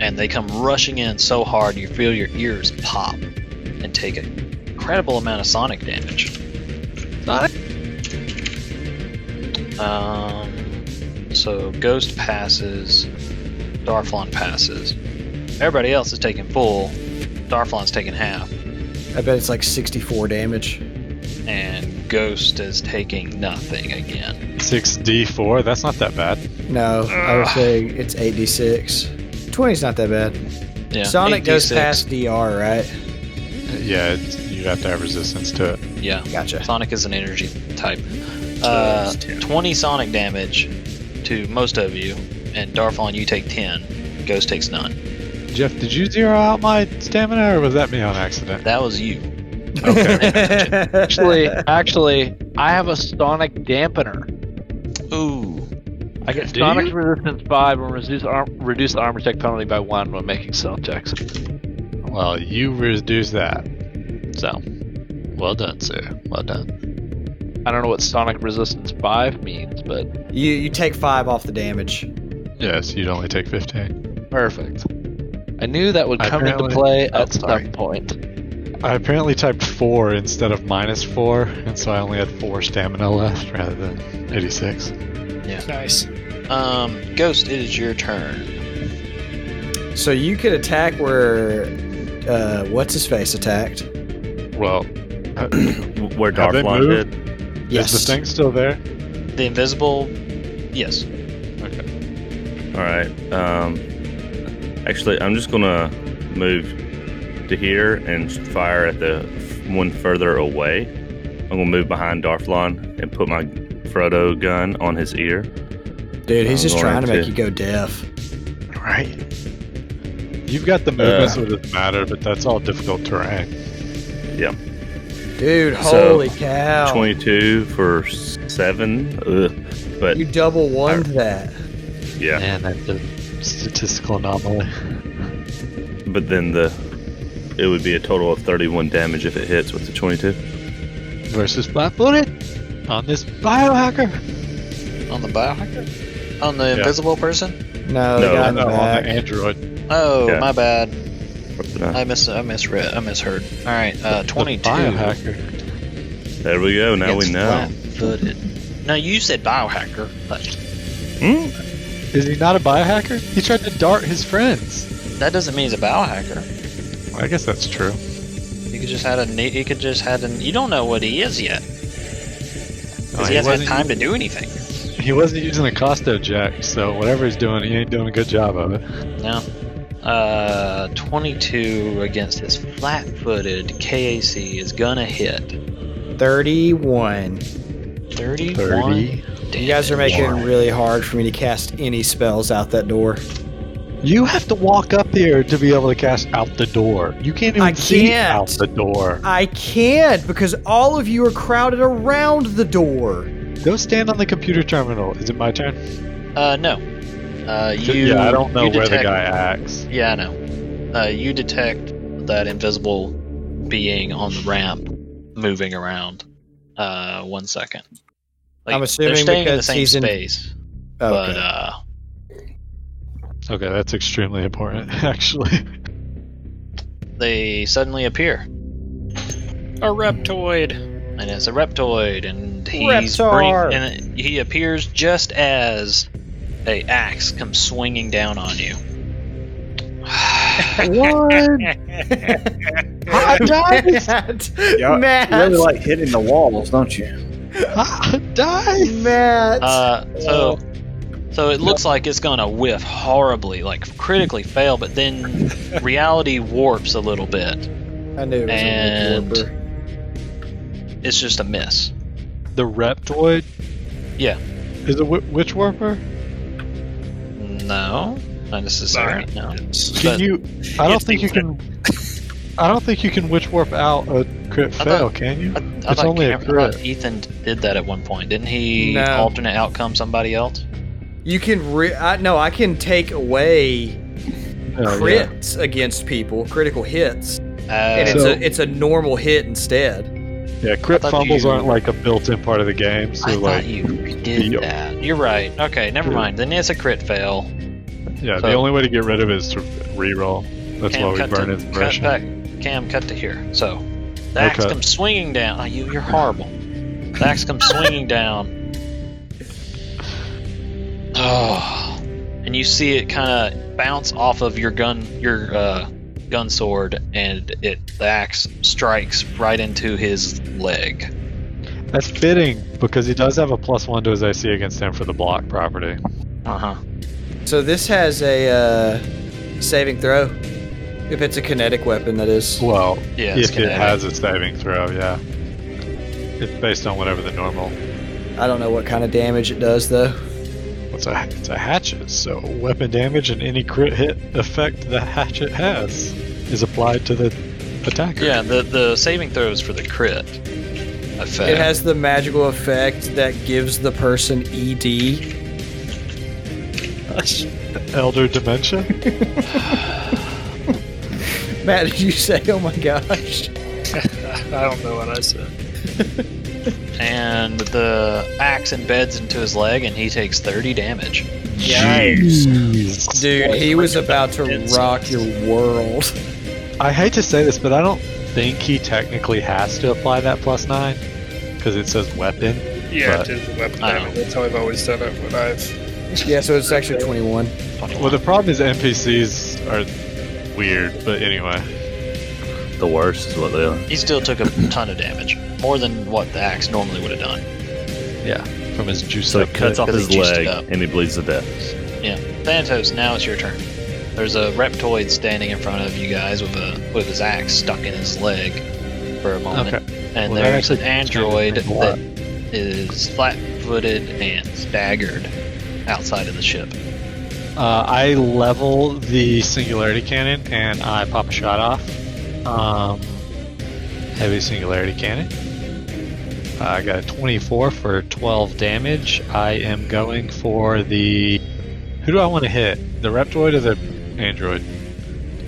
[SPEAKER 4] and they come rushing in so hard you feel your ears pop and take an incredible amount of sonic damage. Um, so Ghost passes, Darflon passes. Everybody else is taking full, Darflon's taking half,
[SPEAKER 3] I bet it's like 64 damage.
[SPEAKER 4] and Ghost is taking nothing again.
[SPEAKER 6] Six D four. That's not that bad.
[SPEAKER 3] No, I was saying it's 8d6. 20's not that bad.
[SPEAKER 4] Yeah,
[SPEAKER 3] Sonic goes
[SPEAKER 4] 8d6.
[SPEAKER 3] past DR, right?
[SPEAKER 6] Yeah, it's, you have to have resistance to it.
[SPEAKER 4] Yeah,
[SPEAKER 3] Gotcha.
[SPEAKER 4] Sonic is an energy type. Uh, 20 Sonic damage to most of you, and Darfon, you take 10. Ghost takes none.
[SPEAKER 6] Jeff, did you zero out my stamina, or was that me on accident?
[SPEAKER 4] That was you.
[SPEAKER 3] [LAUGHS]
[SPEAKER 7] Actually, actually, I have a sonic dampener.
[SPEAKER 4] Ooh.
[SPEAKER 7] I get
[SPEAKER 6] Do
[SPEAKER 7] sonic
[SPEAKER 6] you?
[SPEAKER 7] resistance five and reduce arm, reduce the armor check penalty by one when making stealth checks.
[SPEAKER 6] Well, you reduce that.
[SPEAKER 7] So, well done, sir. Well done. I don't know what sonic resistance five means, but
[SPEAKER 3] You you take five off the damage.
[SPEAKER 6] Yes, you'd only take 15.
[SPEAKER 7] perfect. I knew that would
[SPEAKER 6] I
[SPEAKER 7] come into
[SPEAKER 6] apparently-
[SPEAKER 7] play
[SPEAKER 6] oh,
[SPEAKER 7] at
[SPEAKER 6] sorry.
[SPEAKER 7] some point.
[SPEAKER 6] I apparently typed 4 instead of minus 4, and so I only had 4 stamina left rather than 86.
[SPEAKER 5] Nice.
[SPEAKER 4] Um, Ghost, it is your turn.
[SPEAKER 3] So you could attack where uh, what's his face attacked.
[SPEAKER 6] Well,
[SPEAKER 9] Where
[SPEAKER 6] Have they
[SPEAKER 9] Darflon
[SPEAKER 6] moved?
[SPEAKER 9] did.
[SPEAKER 6] is the thing still there?
[SPEAKER 4] The invisible. Yes.
[SPEAKER 6] Okay.
[SPEAKER 9] All right. Um, actually, I'm just gonna move to here and fire at the f- one further away. I'm gonna move behind Darflon and put my Frodo gun on his ear.
[SPEAKER 3] Dude, he's
[SPEAKER 9] I'm
[SPEAKER 3] just trying
[SPEAKER 9] going
[SPEAKER 3] to make
[SPEAKER 9] to.
[SPEAKER 3] you go deaf.
[SPEAKER 6] Right. You've got the movement, so it doesn't matter, but that's all difficult terrain.
[SPEAKER 3] Dude,
[SPEAKER 9] So,
[SPEAKER 3] holy cow.
[SPEAKER 9] 22 for seven. Ugh. But
[SPEAKER 3] You double one that.
[SPEAKER 9] yeah.
[SPEAKER 6] And that's a statistical anomaly.
[SPEAKER 9] But then the it would be a total of 31 damage if it hits with the 22.
[SPEAKER 6] Versus flat footed on this biohacker.
[SPEAKER 4] On the biohacker? On the invisible person?
[SPEAKER 3] No, the
[SPEAKER 9] No,
[SPEAKER 3] guy in
[SPEAKER 6] no,
[SPEAKER 3] the
[SPEAKER 6] on the
[SPEAKER 3] back.
[SPEAKER 6] android.
[SPEAKER 4] Oh,
[SPEAKER 9] Yeah.
[SPEAKER 4] my bad.
[SPEAKER 9] Uh,
[SPEAKER 4] I miss I misread I misheard. All right, uh,
[SPEAKER 6] The
[SPEAKER 4] 22.
[SPEAKER 6] biohacker.
[SPEAKER 9] There we go. Now we know.
[SPEAKER 4] Flat-footed. No, you said biohacker, but
[SPEAKER 9] Hmm?
[SPEAKER 6] Is he not a biohacker? He tried to dart his friends.
[SPEAKER 4] that doesn't mean he's a biohacker.
[SPEAKER 6] I guess that's true.
[SPEAKER 4] He could just had a ne- he could just had an you don't know what he is yet
[SPEAKER 6] Oh,
[SPEAKER 4] because he, hasn't had time to do anything.
[SPEAKER 6] He wasn't using a Costo jack, so whatever he's doing, he ain't doing a good job of it.
[SPEAKER 4] No. Uh, 22 against his flat-footed KAC is gonna hit
[SPEAKER 3] 31.
[SPEAKER 4] 31.
[SPEAKER 3] You guys are making it really hard for me to cast any spells out that door.
[SPEAKER 6] You have to walk up here to be able to cast out the door. You can't even
[SPEAKER 3] I
[SPEAKER 6] see
[SPEAKER 3] can't.
[SPEAKER 6] out the door.
[SPEAKER 3] I can't because all of you are crowded around the door.
[SPEAKER 6] Go stand on the computer terminal. Is it my turn?
[SPEAKER 4] Uh, no. Uh, you.
[SPEAKER 6] yeah, I don't know
[SPEAKER 4] you
[SPEAKER 6] where the
[SPEAKER 4] detect-
[SPEAKER 6] guy acts.
[SPEAKER 4] Yeah, I know. Uh, you detect that invisible being on the ramp moving around. Uh, one second.
[SPEAKER 3] I'm assuming
[SPEAKER 4] they're staying in the
[SPEAKER 3] because
[SPEAKER 4] same
[SPEAKER 3] he's in-
[SPEAKER 4] space, but
[SPEAKER 3] Okay.
[SPEAKER 4] uh,
[SPEAKER 6] Okay, that's extremely important, [LAUGHS] actually.
[SPEAKER 4] they suddenly appear,
[SPEAKER 5] A reptoid.
[SPEAKER 4] and it's a reptoid, and he's
[SPEAKER 3] Reptar!
[SPEAKER 4] and he appears just as a axe comes swinging down on
[SPEAKER 5] [SIGHS]
[SPEAKER 4] you. [SIGHS]
[SPEAKER 6] I died!
[SPEAKER 3] [LAUGHS] Matt,
[SPEAKER 2] Yeah,
[SPEAKER 3] Matt,
[SPEAKER 2] You really
[SPEAKER 3] [LAUGHS]
[SPEAKER 2] like hitting the walls, don't you?
[SPEAKER 6] I died!
[SPEAKER 3] Matt.
[SPEAKER 4] Uh, so, so it looks like it's gonna whiff horribly, like critically fail, but then reality warps a little bit.
[SPEAKER 3] I knew it was
[SPEAKER 4] and-
[SPEAKER 3] a good
[SPEAKER 4] It's just a miss.
[SPEAKER 6] The Reptoid?
[SPEAKER 4] Yeah.
[SPEAKER 6] Is it Witch Witch Warper?
[SPEAKER 4] No, not necessarily. No.
[SPEAKER 6] Can
[SPEAKER 4] But
[SPEAKER 6] you? I don't
[SPEAKER 5] It's
[SPEAKER 6] think you can. I don't think you can witch warp out a crit
[SPEAKER 4] I
[SPEAKER 6] fail, can you?
[SPEAKER 4] I, I
[SPEAKER 6] it's
[SPEAKER 4] thought
[SPEAKER 6] only a
[SPEAKER 4] Cam- I thought
[SPEAKER 6] crit.
[SPEAKER 4] Ethan did that at one point, didn't he?
[SPEAKER 3] No.
[SPEAKER 4] Alternate outcome, somebody else.
[SPEAKER 3] word. You can re- I, no, I can take away
[SPEAKER 6] Oh, yeah.
[SPEAKER 3] crits against people, critical hits,
[SPEAKER 4] Uh,
[SPEAKER 3] and it's
[SPEAKER 6] So-
[SPEAKER 3] a it's a normal hit instead.
[SPEAKER 6] Yeah, crit
[SPEAKER 4] I thought
[SPEAKER 6] fumbles
[SPEAKER 4] you-
[SPEAKER 6] aren't like a built-in part of the game, so
[SPEAKER 4] I
[SPEAKER 6] like,
[SPEAKER 4] thought you did
[SPEAKER 6] Yeah.
[SPEAKER 4] that. You're right. Okay, never
[SPEAKER 6] Yeah.
[SPEAKER 4] mind. Then it's a crit fail.
[SPEAKER 6] yeah, the
[SPEAKER 4] so-
[SPEAKER 6] only way to get rid of it is to reroll. That's
[SPEAKER 4] Cam,
[SPEAKER 6] why we
[SPEAKER 4] cut
[SPEAKER 6] burn
[SPEAKER 4] to, cut
[SPEAKER 6] inspiration.
[SPEAKER 4] back. Cam, cut to here. So, the axe
[SPEAKER 6] Okay.
[SPEAKER 4] comes swinging down. Oh, you, you're horrible. The axe comes swinging down. Oh, and you see it kind of bounce off of your gun, your uh, gun sword, and it the axe strikes right into his leg.
[SPEAKER 6] That's fitting because he does have a plus one to his AC against him for the block property.
[SPEAKER 4] Uh huh.
[SPEAKER 3] So this has a uh, saving throw, if it's a kinetic weapon, that is.
[SPEAKER 6] Well,
[SPEAKER 4] Yeah, it's
[SPEAKER 6] if it
[SPEAKER 4] kinetic.
[SPEAKER 6] has a saving throw, yeah. It's based on whatever the normal.
[SPEAKER 3] I don't know what kind of damage it does though.
[SPEAKER 6] It's a, it's a hatchet, so weapon damage and any crit hit effect the hatchet has is applied to the attacker.
[SPEAKER 4] Yeah, the the saving throws for the crit effect.
[SPEAKER 3] It has the magical effect that gives the person E ED.
[SPEAKER 6] Elder [LAUGHS]
[SPEAKER 3] [LAUGHS]
[SPEAKER 6] Dementia?
[SPEAKER 3] Matt, did you say, oh my gosh?
[SPEAKER 5] I don't know what I said.
[SPEAKER 4] and the axe embeds into his leg, and he takes 30 damage.
[SPEAKER 3] Dude, he was about to rock your world. [LAUGHS]
[SPEAKER 6] I hate to say this, but I don't think he technically has to apply that plus nine because it says weapon.
[SPEAKER 5] Yeah, it
[SPEAKER 6] But-
[SPEAKER 5] is the weapon
[SPEAKER 4] I
[SPEAKER 5] damage. That's how I've always done it when I've.
[SPEAKER 3] Yeah, so it's actually 21.
[SPEAKER 6] Well, the problem is NPCs are weird, but anyway.
[SPEAKER 9] The worst is what they are.
[SPEAKER 4] He still took a ton of damage, more than what the axe normally would have done.
[SPEAKER 6] Yeah, from his juice
[SPEAKER 9] So it cuts off
[SPEAKER 4] Because
[SPEAKER 9] his
[SPEAKER 4] he juiced it
[SPEAKER 9] leg
[SPEAKER 4] up.
[SPEAKER 9] and he bleeds to death.
[SPEAKER 4] Yeah, Thanatos, now it's your turn. There's a reptoid standing in front of you guys with a with his axe stuck in his leg for a moment, and
[SPEAKER 6] Well, that
[SPEAKER 4] there's an
[SPEAKER 6] actually
[SPEAKER 4] android
[SPEAKER 6] changes things a lot.
[SPEAKER 4] that is flat-footed and staggered outside of the ship.
[SPEAKER 6] Uh, I level the singularity cannon and I pop a shot off. Um, heavy singularity cannon. I got a 24 for 12 damage. I am going for the. Who do I want to hit? The Reptoid or the Android?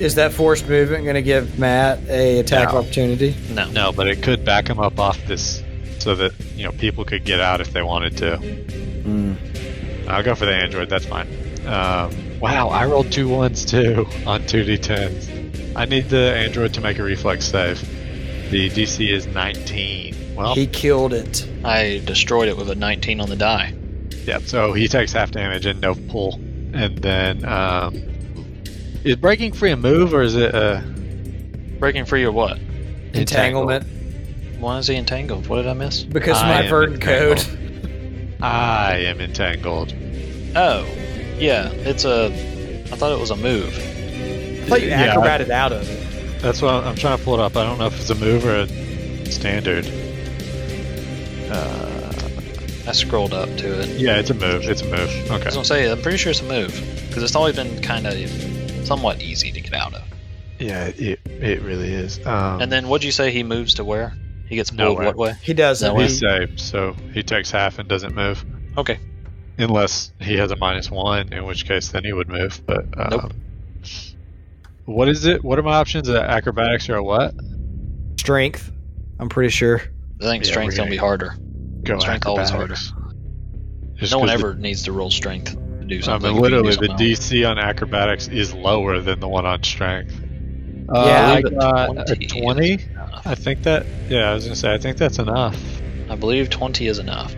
[SPEAKER 3] Is that forced movement going to give Matt a attack
[SPEAKER 6] No.
[SPEAKER 3] of opportunity?
[SPEAKER 4] No,
[SPEAKER 6] No, but it could back him up off this so that, you know, people could get out if they wanted to.
[SPEAKER 2] Mm.
[SPEAKER 6] I'll go for the Android, that's fine. Um, wow, I rolled two ones too [LAUGHS] on 2d10s. I need the Android to make a reflex save. The DC is 19. Well,
[SPEAKER 3] He killed it.
[SPEAKER 4] I destroyed it with a 19 on the die.
[SPEAKER 6] yeah, so he takes half damage and no pull. And then, um, is breaking free a move or is it a.
[SPEAKER 4] Breaking free or what?
[SPEAKER 3] Entanglement.
[SPEAKER 4] Why is he entangled? What did I miss?
[SPEAKER 3] Because
[SPEAKER 6] I
[SPEAKER 3] my
[SPEAKER 6] am
[SPEAKER 3] verdant code. [LAUGHS]
[SPEAKER 6] I am entangled.
[SPEAKER 4] Oh, yeah, it's a. I thought it was a move.
[SPEAKER 3] I thought you
[SPEAKER 6] Yeah, I-
[SPEAKER 3] acrobated out of it.
[SPEAKER 6] That's what I'm, I'm trying to pull it up. I don't know if it's a move or a standard.
[SPEAKER 4] I scrolled up to it.
[SPEAKER 6] Yeah, it's a move. It's a move.
[SPEAKER 4] I was
[SPEAKER 6] Okay.
[SPEAKER 4] gonna say, I'm pretty sure it's a move because it's always been kind of somewhat easy to get out of.
[SPEAKER 6] Yeah, it it really is. Um,
[SPEAKER 4] And then, what'd you say he moves to where? He gets pulled
[SPEAKER 6] Nowhere.
[SPEAKER 4] what way?
[SPEAKER 3] He does
[SPEAKER 4] That
[SPEAKER 3] it.
[SPEAKER 4] way.
[SPEAKER 6] he's
[SPEAKER 3] He-
[SPEAKER 6] saved, so he takes half and doesn't move,
[SPEAKER 4] Okay,
[SPEAKER 6] unless he has a minus one, in which case then he would move. But um,
[SPEAKER 4] Nope.
[SPEAKER 6] What is it? What are my options? Uh, acrobatics or what?
[SPEAKER 3] Strength, I'm pretty sure.
[SPEAKER 4] I think
[SPEAKER 6] Yeah,
[SPEAKER 4] strength's
[SPEAKER 6] we're
[SPEAKER 4] gonna be
[SPEAKER 6] gonna-
[SPEAKER 4] harder.
[SPEAKER 6] Go
[SPEAKER 4] Strength always
[SPEAKER 6] acrobatics. Just
[SPEAKER 4] No one
[SPEAKER 6] 'cause
[SPEAKER 4] ever needs to roll strength to do
[SPEAKER 6] The, I
[SPEAKER 4] something.
[SPEAKER 6] mean,
[SPEAKER 4] if you can do
[SPEAKER 6] literally, the
[SPEAKER 4] something else.
[SPEAKER 6] DC on acrobatics is lower than the one on strength. Uh,
[SPEAKER 3] Yeah,
[SPEAKER 6] I
[SPEAKER 4] I believe
[SPEAKER 6] got
[SPEAKER 4] a
[SPEAKER 6] a
[SPEAKER 4] 20.
[SPEAKER 6] twenty. I think that. Yeah, I was gonna say. I think that's enough.
[SPEAKER 4] I believe 20 is enough.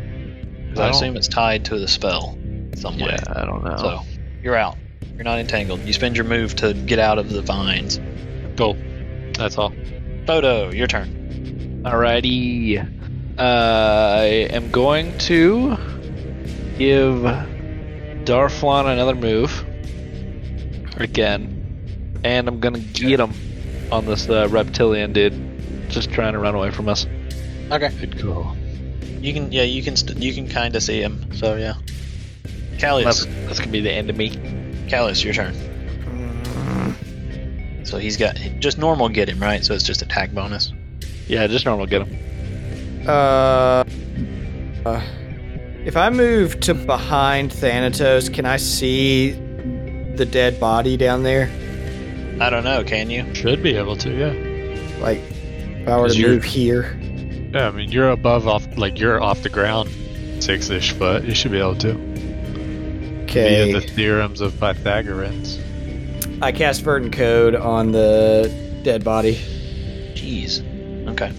[SPEAKER 4] 'Cause
[SPEAKER 6] I
[SPEAKER 4] I,
[SPEAKER 6] don't-
[SPEAKER 4] assume it's tied to the spell some way.
[SPEAKER 6] I don't know.
[SPEAKER 4] So you're out. You're not entangled. You spend your move to get out of the vines.
[SPEAKER 6] Cool. That's all.
[SPEAKER 4] Photo, your turn.
[SPEAKER 7] Alrighty. Uh, I am going to give Darflon another move. Again. And I'm going to get him on this uh, reptilian dude. Just trying to run away from us.
[SPEAKER 6] Good call.
[SPEAKER 4] You can, yeah, you can, st- you can kind of see him. So yeah. Callius,
[SPEAKER 7] That's, that's going to be the end of me.
[SPEAKER 4] Callius, your turn. So he's got just normal get him right. So it's just attack bonus.
[SPEAKER 7] Yeah, just normal get him.
[SPEAKER 3] Uh, uh, if I move to behind Thanatos, can I see the dead body down there?
[SPEAKER 4] I don't know. Can you?
[SPEAKER 6] Should be able to, yeah.
[SPEAKER 3] Like, if I were
[SPEAKER 6] Is
[SPEAKER 3] to
[SPEAKER 6] your-
[SPEAKER 3] move here,
[SPEAKER 6] Yeah, I mean you're above off like you're off the ground six ish foot. You should be able to. Via the
[SPEAKER 3] okay.
[SPEAKER 6] theorems of Pythagoreans.
[SPEAKER 3] I cast Verdant Code on the dead body.
[SPEAKER 4] Jeez. Okay.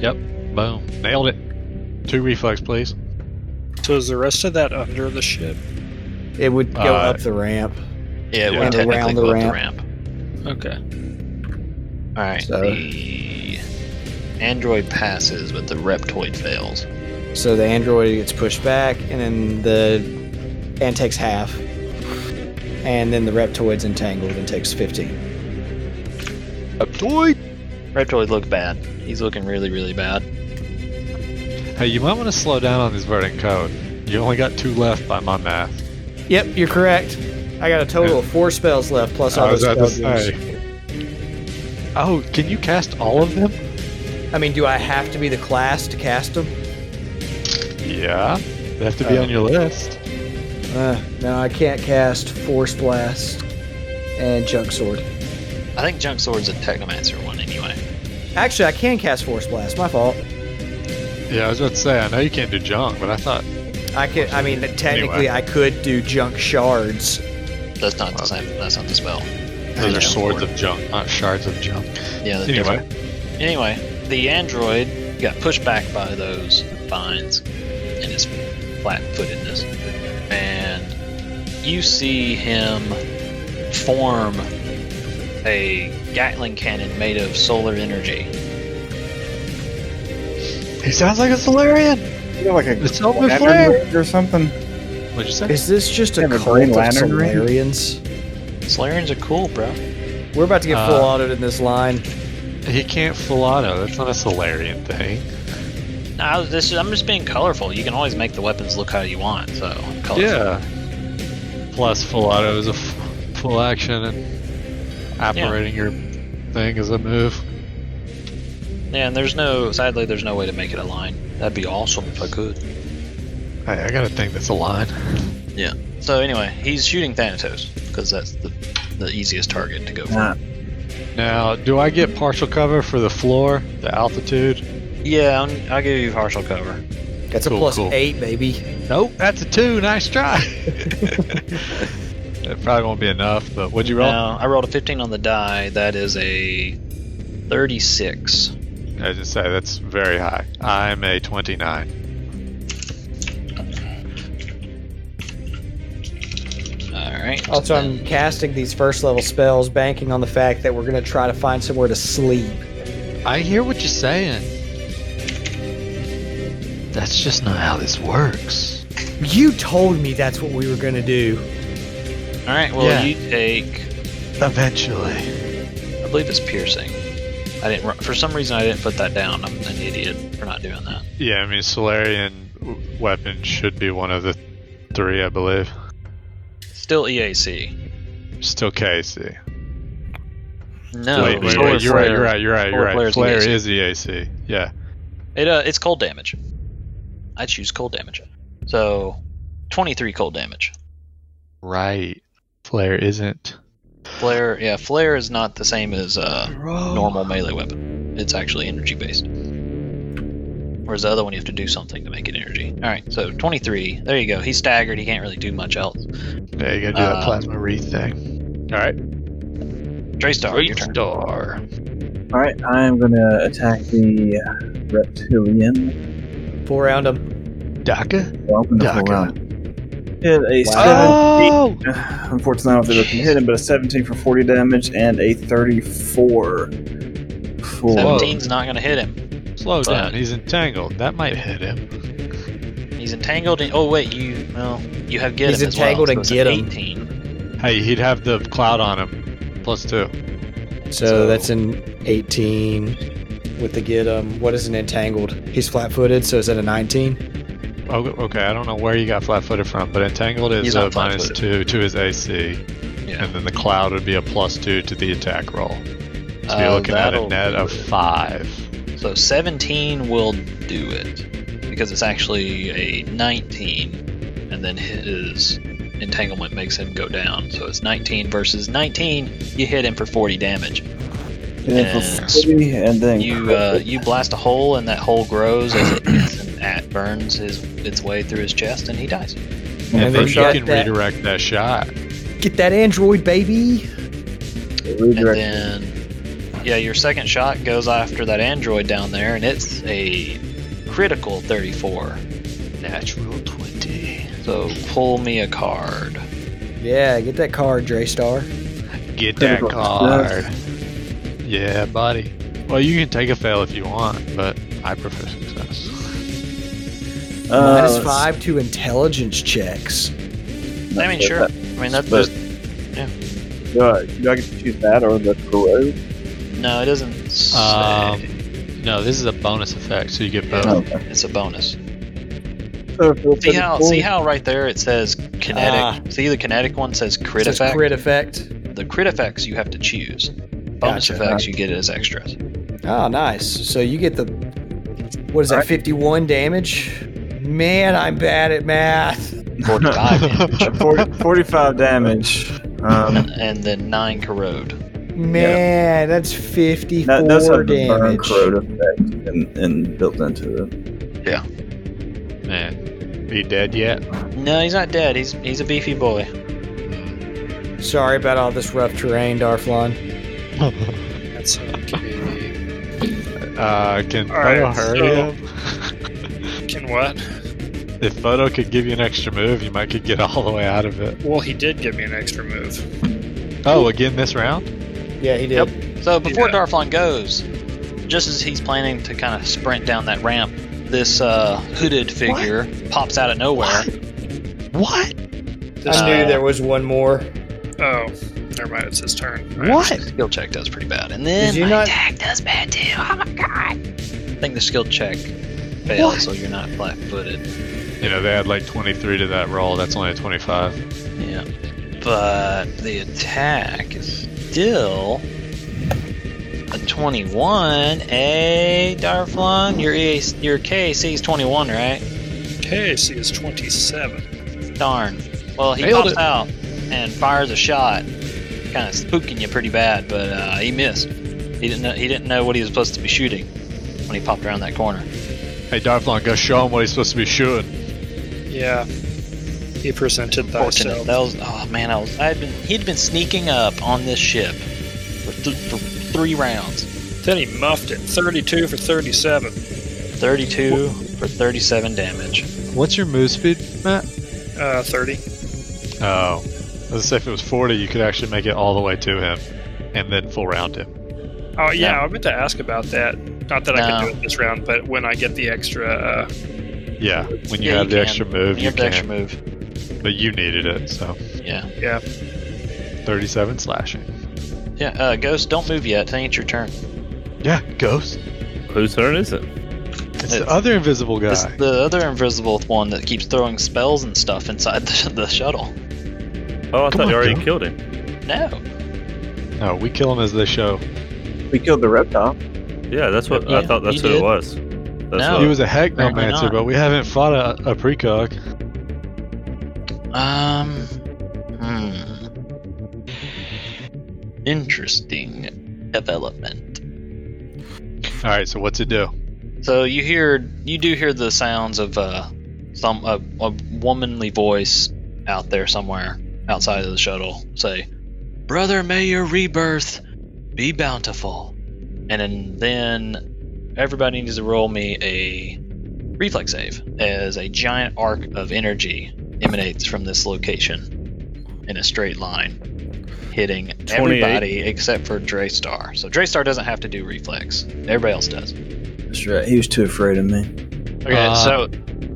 [SPEAKER 6] Yep. Boom. Nailed it. Two reflex, please.
[SPEAKER 5] So is the rest of that under the ship?
[SPEAKER 3] It would go
[SPEAKER 6] Uh,
[SPEAKER 3] up the ramp.
[SPEAKER 4] Yeah,
[SPEAKER 6] Yeah.
[SPEAKER 4] we
[SPEAKER 6] Around
[SPEAKER 4] technically
[SPEAKER 3] the
[SPEAKER 4] go up the
[SPEAKER 3] ramp.
[SPEAKER 4] ramp.
[SPEAKER 5] Okay.
[SPEAKER 4] All right.
[SPEAKER 3] So-
[SPEAKER 4] The android passes, but the reptoid fails.
[SPEAKER 3] So the android gets pushed back, and then the and takes half, and then the reptoid's entangled and takes fifteen.
[SPEAKER 4] Reptoid look bad. He's looking really, really bad.
[SPEAKER 6] Hey, you might want to slow down on this verdant code. You only got two left by my math.
[SPEAKER 3] Yep, you're correct. I got a total of four spells left, plus all
[SPEAKER 6] I
[SPEAKER 3] those
[SPEAKER 6] was
[SPEAKER 3] spell
[SPEAKER 6] about to
[SPEAKER 3] dues.
[SPEAKER 6] say. Oh, can you cast all of them?
[SPEAKER 3] I mean, do I have to be the class to cast them?
[SPEAKER 6] Yeah. They have to be
[SPEAKER 3] Uh,
[SPEAKER 6] on your list.
[SPEAKER 3] Uh, no, I can't cast Force Blast and Junk Sword.
[SPEAKER 4] I think Junk Sword's a Technomancer one anyway.
[SPEAKER 3] Actually, I can cast Force Blast. My fault.
[SPEAKER 6] Yeah, I was about to say, I know you can't do junk, but I thought
[SPEAKER 3] I could. I mean, technically,
[SPEAKER 6] Anyway.
[SPEAKER 3] I could do Junk Shards.
[SPEAKER 4] That's not the same. That's not the spell.
[SPEAKER 6] those are
[SPEAKER 4] Junk
[SPEAKER 6] swords
[SPEAKER 4] Sword.
[SPEAKER 6] of junk, not shards of junk.
[SPEAKER 4] Yeah. They're
[SPEAKER 6] Anyway.
[SPEAKER 4] Different. Anyway, the android got pushed back by those vines and his flat-footedness, and you see him form a Gatling cannon made of solar energy.
[SPEAKER 6] He sounds like a Solarian!
[SPEAKER 2] You know, like a
[SPEAKER 6] It's not
[SPEAKER 2] lantern
[SPEAKER 6] flare!
[SPEAKER 2] ring or something.
[SPEAKER 6] What'd you say?
[SPEAKER 3] Is this just a
[SPEAKER 2] Have a
[SPEAKER 3] cult
[SPEAKER 2] Green
[SPEAKER 3] of
[SPEAKER 2] Lantern ring?
[SPEAKER 3] Solarians?
[SPEAKER 4] Solarians are cool, bro.
[SPEAKER 3] We're about to get full
[SPEAKER 6] Uh,
[SPEAKER 3] autoed in this line.
[SPEAKER 6] He can't full auto. That's not a Solarian thing.
[SPEAKER 4] No, I was- this is- I'm just being colorful. You can always make the weapons look how you want. So I'm colorful.
[SPEAKER 6] Yeah. Plus, full auto is a f- full action, and operating your thing is a move.
[SPEAKER 4] Yeah, and there's no, sadly, there's no way to make it a line. That'd be awesome if I could.
[SPEAKER 6] Hey, I got a thing that's a line.
[SPEAKER 4] Yeah. So anyway, he's shooting Thanatos because that's the the easiest target to go for.
[SPEAKER 6] Now, do I get partial cover for the floor, the altitude?
[SPEAKER 4] Yeah, I'm, I'll give you partial cover.
[SPEAKER 3] That's a
[SPEAKER 6] cool,
[SPEAKER 3] plus
[SPEAKER 6] cool.
[SPEAKER 3] eight, baby.
[SPEAKER 6] Nope, that's a two. Nice try. [LAUGHS] that probably won't be enough, but what'd you roll?
[SPEAKER 4] Now, I rolled a 15 on the die. That is a 36.
[SPEAKER 6] I was just say that's very high. I'm a 29.
[SPEAKER 4] All right.
[SPEAKER 3] Also, I'm casting these first level spells, banking on the fact that we're going to try to find somewhere to sleep.
[SPEAKER 6] I hear what you're saying. That's just not how this works.
[SPEAKER 3] You told me that's what we were going to do.
[SPEAKER 4] All right. Well,
[SPEAKER 6] Yeah.
[SPEAKER 4] you take.
[SPEAKER 6] Eventually.
[SPEAKER 4] I believe it's piercing. I didn't. ru- For some reason, I didn't put that down. I'm an idiot for not doing that.
[SPEAKER 6] Yeah, I mean, Solarian w- weapon should be one of the three, I believe.
[SPEAKER 4] Still E EAC.
[SPEAKER 6] Still KC.
[SPEAKER 4] No.
[SPEAKER 6] wait, wait,
[SPEAKER 4] solar
[SPEAKER 6] wait, you're right,
[SPEAKER 4] flare.
[SPEAKER 6] you're right, Uh, you're right,
[SPEAKER 4] Solar
[SPEAKER 6] you're
[SPEAKER 4] flare
[SPEAKER 6] right.
[SPEAKER 4] is
[SPEAKER 6] Flare
[SPEAKER 4] EAC.
[SPEAKER 6] is EAC. Yeah.
[SPEAKER 4] It uh, it's cold damage. I choose cold damage. So, 23 cold damage.
[SPEAKER 6] Right. Flare isn't.
[SPEAKER 4] Flare, yeah, flare is not the same as uh, normal melee weapon. It's actually energy based. Whereas the other one, you have to do something to make it energy. All right, so 23. There you go. He's staggered. He can't really do much else.
[SPEAKER 6] Yeah, you gotta do
[SPEAKER 4] Uh,
[SPEAKER 6] that plasma wreath thing. All right.
[SPEAKER 4] Draystar, your turn.
[SPEAKER 6] Star.
[SPEAKER 2] All right, I am going to attack the uh, reptilian.
[SPEAKER 3] Four round them.
[SPEAKER 6] Daka?
[SPEAKER 2] Well, I'm gonna
[SPEAKER 6] Yeah,
[SPEAKER 2] pull
[SPEAKER 6] okay.
[SPEAKER 2] around. Hit a
[SPEAKER 6] Oh!
[SPEAKER 2] 17. Unfortunately, I don't think I can hit him, but a 17 for 40 damage and a 34 for
[SPEAKER 4] 17's not going to hit him.
[SPEAKER 6] Slow
[SPEAKER 4] But-
[SPEAKER 6] down. He's entangled. That might hit him.
[SPEAKER 4] He's entangled in. Oh, wait, you. Well, you have get
[SPEAKER 3] He's
[SPEAKER 4] him. as well,
[SPEAKER 3] entangled
[SPEAKER 4] so
[SPEAKER 3] and
[SPEAKER 4] it's an
[SPEAKER 3] get him.
[SPEAKER 4] 18.
[SPEAKER 6] Hey, he'd have the cloud on him. Plus two.
[SPEAKER 3] So, that's an 18 with the get um what is an entangled? He's flat footed, so is that a 19?
[SPEAKER 6] Oh, okay, I don't know where you got flat footed from, but entangled
[SPEAKER 4] He's
[SPEAKER 6] is
[SPEAKER 4] not
[SPEAKER 6] a minus
[SPEAKER 4] flat-footed.
[SPEAKER 6] two to his AC,
[SPEAKER 4] Yeah.
[SPEAKER 6] and then the cloud would be a plus two to the attack roll. So you're
[SPEAKER 4] Uh,
[SPEAKER 6] looking at a
[SPEAKER 4] that'll
[SPEAKER 6] net
[SPEAKER 4] do
[SPEAKER 6] of
[SPEAKER 4] it.
[SPEAKER 6] five.
[SPEAKER 4] So 17 will do it because it's actually a 19, and then his entanglement makes him go down. So it's 19 versus 19. You hit him for 40 damage.
[SPEAKER 2] And then for
[SPEAKER 4] Yes.
[SPEAKER 2] 40, and then
[SPEAKER 4] You uh, you blast a hole, and that hole grows as it hits and at burns his its way through his chest, and he dies.
[SPEAKER 6] And,
[SPEAKER 3] And
[SPEAKER 2] Uh,
[SPEAKER 6] then
[SPEAKER 3] then
[SPEAKER 6] you
[SPEAKER 3] shot
[SPEAKER 6] can
[SPEAKER 3] that-
[SPEAKER 6] redirect that shot.
[SPEAKER 3] Get that android baby.
[SPEAKER 4] And
[SPEAKER 2] redirect.
[SPEAKER 4] then yeah, your second shot goes after that android down there, and it's a critical 34.
[SPEAKER 6] Natural 20.
[SPEAKER 4] So pull me a card.
[SPEAKER 3] Yeah, get that card, Draystar.
[SPEAKER 6] Get that
[SPEAKER 2] Critical
[SPEAKER 6] card. Yeah, buddy. Well, you can take a fail if you want, but I prefer success.
[SPEAKER 2] Uh,
[SPEAKER 3] Minus
[SPEAKER 2] let's-
[SPEAKER 3] five to intelligence checks.
[SPEAKER 4] I mean, sure. I mean, that's
[SPEAKER 2] But-
[SPEAKER 4] just
[SPEAKER 2] Do I, do I get to choose that or the corrode?
[SPEAKER 4] no. It doesn't. Say. Oh.
[SPEAKER 6] [LAUGHS] Um, no, this is a bonus effect, so you get both.
[SPEAKER 2] Okay.
[SPEAKER 4] it's a bonus.
[SPEAKER 2] So also feel
[SPEAKER 4] See
[SPEAKER 2] pretty
[SPEAKER 4] how
[SPEAKER 2] cool.
[SPEAKER 4] see how right there it says kinetic.
[SPEAKER 3] Ah.
[SPEAKER 4] see the kinetic one says crit
[SPEAKER 3] Says
[SPEAKER 4] effect.
[SPEAKER 3] Crit effect.
[SPEAKER 4] the crit effects you have to choose. Bonus
[SPEAKER 3] Gotcha.
[SPEAKER 4] effects you get it as extras.
[SPEAKER 3] Oh, nice. So you get the what is that? Fifty-one damage. Man, I'm bad at math. [LAUGHS]
[SPEAKER 4] 45 damage
[SPEAKER 2] 40, 45 damage. Um,
[SPEAKER 4] and then 9 corrode.
[SPEAKER 3] Man, that's fifty-four
[SPEAKER 2] that does have the burn
[SPEAKER 3] damage.
[SPEAKER 2] corrode effect and, and built into it.
[SPEAKER 6] Man, [LAUGHS] be dead yet?
[SPEAKER 4] No, he's not dead. He's he's a beefy boy.
[SPEAKER 3] Sorry about all this rough terrain, Darflon.
[SPEAKER 5] That's okay.
[SPEAKER 6] Uh, can
[SPEAKER 5] All right,
[SPEAKER 6] photo hurt
[SPEAKER 5] so-
[SPEAKER 6] him? [LAUGHS]
[SPEAKER 5] Can what?
[SPEAKER 6] If photo could give you an extra move, you might could get all the way out of it.
[SPEAKER 5] Well, he did give me an extra move.
[SPEAKER 6] Oh, again this round?
[SPEAKER 3] Yeah, he did.
[SPEAKER 4] So before
[SPEAKER 5] Yeah.
[SPEAKER 4] Darflon goes, just as he's planning to kind of sprint down that ramp, this uh, hooded figure pops out of nowhere.
[SPEAKER 6] What?
[SPEAKER 5] This
[SPEAKER 3] I
[SPEAKER 2] Uh,
[SPEAKER 3] knew there was one more.
[SPEAKER 5] Oh, never mind. It's his turn. All right.
[SPEAKER 4] What? Skill check does pretty bad, and then
[SPEAKER 3] Did you
[SPEAKER 4] my
[SPEAKER 3] not-
[SPEAKER 4] attack does bad too. Oh my god! I think the skill check failed, so you're not flat-footed.
[SPEAKER 6] You know, they had like 23 to that roll. That's only a 25.
[SPEAKER 4] Yeah, but the attack is still a 21. A Darflon, your EAC, your KAC is 21, right?
[SPEAKER 5] KAC is 27.
[SPEAKER 4] Darn. Well, he
[SPEAKER 7] Nailed
[SPEAKER 4] pops
[SPEAKER 7] it.
[SPEAKER 4] out and fires a shot, kind of spooking you pretty bad, but uh, he missed. He didn't know, he didn't know what he was supposed to be shooting when he popped around that corner.
[SPEAKER 6] Hey, Darflon, go show him what he's supposed to be shooting.
[SPEAKER 5] Yeah. He presented
[SPEAKER 4] Fortunate.
[SPEAKER 5] thyself.
[SPEAKER 4] That was oh man, I was I had been he'd been sneaking up on this ship for, th- for three rounds,
[SPEAKER 5] Then he muffed it. 32 for 37.
[SPEAKER 4] 32 for 37 damage.
[SPEAKER 6] What's your move speed, Matt?
[SPEAKER 5] Uh, 30.
[SPEAKER 6] Oh. Let's say if it was 40, you could actually make it all the way to him and then full round him.
[SPEAKER 5] Oh yeah, I meant to ask about that. Not that I can
[SPEAKER 4] No.
[SPEAKER 5] do it this round, but when I get the extra, uh,
[SPEAKER 6] Yeah, when you
[SPEAKER 4] Yeah,
[SPEAKER 6] have
[SPEAKER 4] you can.
[SPEAKER 6] the extra move,
[SPEAKER 4] you
[SPEAKER 6] you
[SPEAKER 4] have the
[SPEAKER 6] can.
[SPEAKER 4] extra move.
[SPEAKER 6] But you needed it, so
[SPEAKER 4] Yeah,
[SPEAKER 6] 37 slashing.
[SPEAKER 4] yeah. Uh, Ghost, don't move yet. It ain't your turn.
[SPEAKER 6] Yeah, ghost.
[SPEAKER 9] Whose turn is it?
[SPEAKER 6] It's,
[SPEAKER 4] It's-
[SPEAKER 6] the other invisible guy.
[SPEAKER 4] It's the other invisible one that keeps throwing spells and stuff inside [LAUGHS] the, the shuttle.
[SPEAKER 9] Oh,
[SPEAKER 6] Come
[SPEAKER 9] I thought you
[SPEAKER 6] on,
[SPEAKER 9] already
[SPEAKER 6] Joe.
[SPEAKER 9] killed him.
[SPEAKER 4] No,
[SPEAKER 6] No, we kill him as they show.
[SPEAKER 2] We killed the reptile.
[SPEAKER 9] Yeah, that's what I
[SPEAKER 4] Yeah,
[SPEAKER 9] thought. That's
[SPEAKER 4] you
[SPEAKER 9] who
[SPEAKER 4] did.
[SPEAKER 9] it was. That's
[SPEAKER 4] No.
[SPEAKER 9] what-
[SPEAKER 6] he was a heck
[SPEAKER 4] Oh. apparently
[SPEAKER 6] nomancer,
[SPEAKER 4] not.
[SPEAKER 6] but we haven't fought a, a precog.
[SPEAKER 4] Um. Hmm. Interesting development.
[SPEAKER 6] All right, so what's it do?
[SPEAKER 4] [LAUGHS] So you hear, you do hear the sounds of uh, some a, a womanly voice out there somewhere outside of the shuttle say, "Brother, may your rebirth be bountiful." And then, then everybody needs to roll me a reflex save as a giant arc of energy emanates from this location in a straight line, hitting
[SPEAKER 9] 28.
[SPEAKER 4] everybody except for Draystar. So Draystar doesn't have to do reflex. Everybody else does.
[SPEAKER 2] That's right. He was too afraid of me.
[SPEAKER 7] Okay,
[SPEAKER 6] Uh,
[SPEAKER 7] so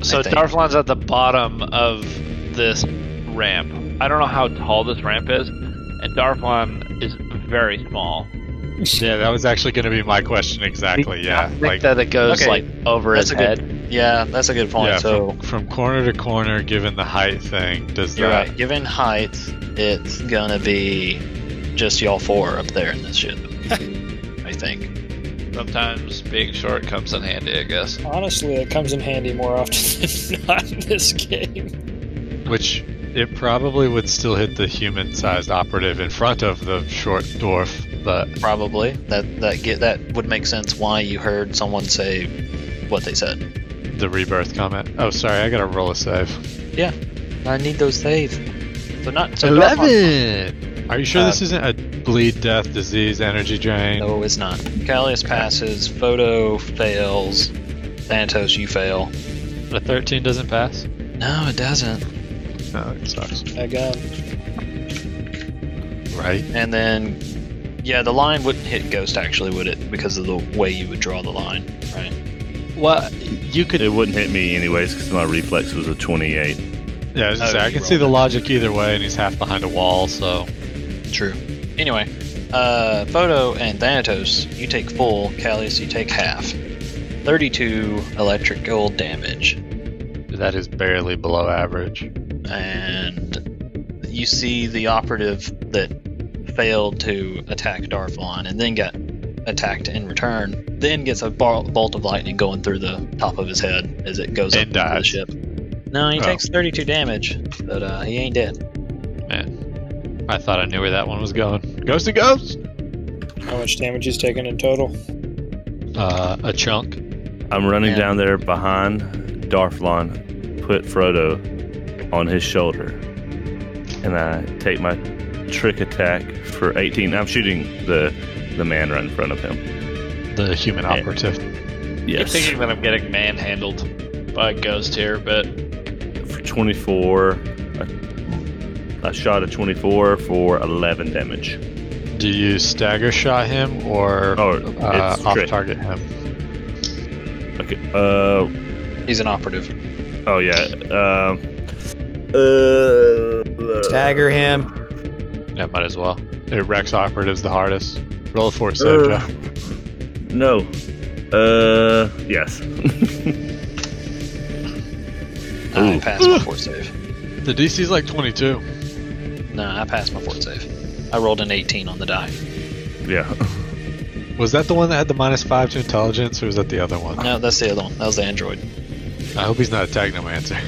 [SPEAKER 7] so
[SPEAKER 4] I think.
[SPEAKER 7] Darflon's at the bottom of this ramp. I don't know how tall this ramp is, and Darflon is very small.
[SPEAKER 6] Yeah, that was actually going to be my question exactly.
[SPEAKER 7] I
[SPEAKER 6] Yeah,
[SPEAKER 7] think
[SPEAKER 6] like
[SPEAKER 7] that it goes
[SPEAKER 4] Okay,
[SPEAKER 7] like over
[SPEAKER 4] that's
[SPEAKER 7] his
[SPEAKER 4] a good-
[SPEAKER 7] head.
[SPEAKER 4] Yeah, that's a good point.
[SPEAKER 6] yeah,
[SPEAKER 4] so
[SPEAKER 6] from, from corner to corner, given the height thing, does
[SPEAKER 4] you're
[SPEAKER 6] that?
[SPEAKER 4] right. Given height, it's gonna be just y'all four up there in this
[SPEAKER 6] [LAUGHS]
[SPEAKER 4] ship. I think.
[SPEAKER 7] Sometimes being short comes in handy, I guess.
[SPEAKER 5] honestly, it comes in handy more often [LAUGHS] than not in this game.
[SPEAKER 6] Which it probably would still hit the human-sized operative in front of the short dwarf, but
[SPEAKER 4] Probably that that get that would make sense why you heard someone say what they said.
[SPEAKER 6] the rebirth comment. Oh, sorry, I got to roll a save.
[SPEAKER 4] I need those saves. So not so Darth Maul-
[SPEAKER 6] Eleven. Are you sure
[SPEAKER 4] Uh,
[SPEAKER 6] this isn't a bleed, death, disease, energy drain?
[SPEAKER 4] No, it's not. Callius passes. Photo fails. Santos, you fail.
[SPEAKER 6] The thirteen doesn't pass.
[SPEAKER 4] No, it doesn't.
[SPEAKER 6] No, it sucks.
[SPEAKER 5] Again,
[SPEAKER 6] Right.
[SPEAKER 4] And then, yeah, the line wouldn't hit Ghost actually, would it? Because of the way you would draw the line, right?
[SPEAKER 7] Well, you could
[SPEAKER 9] It wouldn't hit me anyways because my reflex was a 28.
[SPEAKER 6] Yeah, I, was gonna
[SPEAKER 4] Oh,
[SPEAKER 6] say, I
[SPEAKER 4] you
[SPEAKER 6] can
[SPEAKER 4] rolled
[SPEAKER 6] see the
[SPEAKER 4] it.
[SPEAKER 6] logic either way, and he's half behind a wall, so
[SPEAKER 4] True. Anyway, uh, Photo and Thanatos, you take full. Callius, you take half. 32 electrical damage.
[SPEAKER 6] That is barely below average.
[SPEAKER 4] and you see the operative that failed to attack Darflon and then got attacked in return, then gets a bol- bolt of lightning going through the top of his head as it goes
[SPEAKER 6] And
[SPEAKER 4] up into the
[SPEAKER 6] dies.
[SPEAKER 4] ship. No, he
[SPEAKER 6] Oh.
[SPEAKER 4] takes 32 damage, but uh, he ain't dead.
[SPEAKER 6] Man, I thought I knew where that one was going. Ghosty ghost.
[SPEAKER 5] How much damage he's taken in total?
[SPEAKER 6] Uh, a chunk.
[SPEAKER 9] I'm running
[SPEAKER 4] Yeah.
[SPEAKER 9] down there behind Darflon, put Frodo on his shoulder, and I take my trick attack for 18. I'm shooting the the man right in front of him.
[SPEAKER 6] The human
[SPEAKER 9] Yeah.
[SPEAKER 6] operative.
[SPEAKER 7] Keep
[SPEAKER 9] Yes,
[SPEAKER 7] thinking that I'm getting manhandled by a ghost here, but
[SPEAKER 9] for 24. I, I shot a 24 for 11 damage.
[SPEAKER 6] Do you stagger shot him or
[SPEAKER 9] Oh,
[SPEAKER 6] uh,
[SPEAKER 9] it's
[SPEAKER 6] off
[SPEAKER 9] trick.
[SPEAKER 6] target him?
[SPEAKER 9] Okay. Uh.
[SPEAKER 4] He's an operative.
[SPEAKER 9] Oh yeah. Um. Uh.
[SPEAKER 3] Stagger him.
[SPEAKER 6] Yeah, might as well. It wrecks operatives the hardest. Roll for it, Sergio.
[SPEAKER 9] No. Uh.
[SPEAKER 4] [LAUGHS]
[SPEAKER 9] Yes.
[SPEAKER 4] I passed my fort save.
[SPEAKER 6] The DC's like 22.
[SPEAKER 4] No, I passed my fort save. I rolled an 18 on the die.
[SPEAKER 9] yeah.
[SPEAKER 6] Was that the one that had the minus five to intelligence, or was that the other one?
[SPEAKER 4] No, that's the other one. That was the android.
[SPEAKER 6] I hope he's not a technomancer.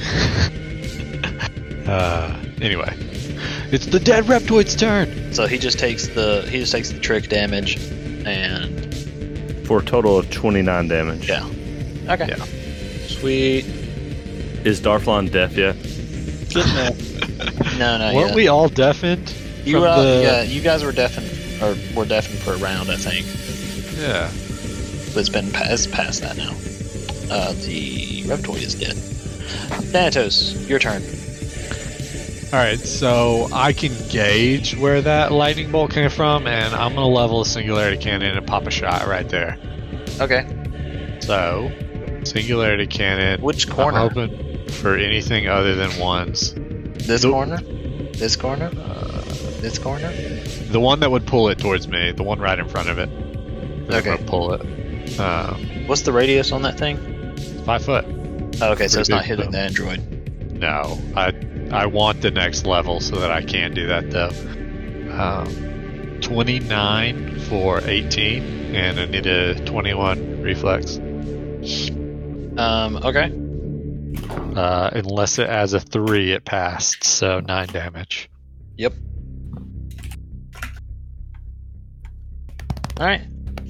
[SPEAKER 6] [LAUGHS] uh, anyway, it's the dead reptoid's turn.
[SPEAKER 4] So he just takes the he just takes the trick damage, and
[SPEAKER 9] For a total of 29 damage.
[SPEAKER 4] yeah. Okay.
[SPEAKER 6] Yeah.
[SPEAKER 4] Sweet.
[SPEAKER 9] Is Darflon deaf yet?
[SPEAKER 4] No, no.
[SPEAKER 6] Weren't
[SPEAKER 4] yeah.
[SPEAKER 6] we all deafened?
[SPEAKER 4] You
[SPEAKER 6] from
[SPEAKER 4] uh,
[SPEAKER 6] the-
[SPEAKER 4] yeah, you guys were deafened or were deafened for a round, I think.
[SPEAKER 6] Yeah.
[SPEAKER 4] But it's been pa- it's past that now. Uh, the reptoid is dead. Thanatos, your turn.
[SPEAKER 6] All right, so I can gauge where that lightning bolt came from, and I'm gonna level a singularity cannon and pop a shot right there.
[SPEAKER 4] Okay.
[SPEAKER 6] So, singularity cannon.
[SPEAKER 4] Which corner?
[SPEAKER 6] I'm hoping for anything other than ones.
[SPEAKER 4] This
[SPEAKER 6] the-
[SPEAKER 4] corner. This corner. Uh, This corner.
[SPEAKER 6] The one that would pull it towards me, the one right in front of it. That
[SPEAKER 4] Okay.
[SPEAKER 6] would pull it. Um,
[SPEAKER 4] What's the radius on that thing?
[SPEAKER 6] five foot.
[SPEAKER 4] Oh, okay, so it's not
[SPEAKER 6] Pretty
[SPEAKER 4] hitting
[SPEAKER 6] big,
[SPEAKER 4] the
[SPEAKER 6] though.
[SPEAKER 4] android.
[SPEAKER 6] No, I I want the next level so that I can do that though. Um, 29 for 18, and I need a 21 reflex.
[SPEAKER 4] Um. Okay.
[SPEAKER 6] Uh, unless it adds a three, it passed, so nine damage.
[SPEAKER 4] All right.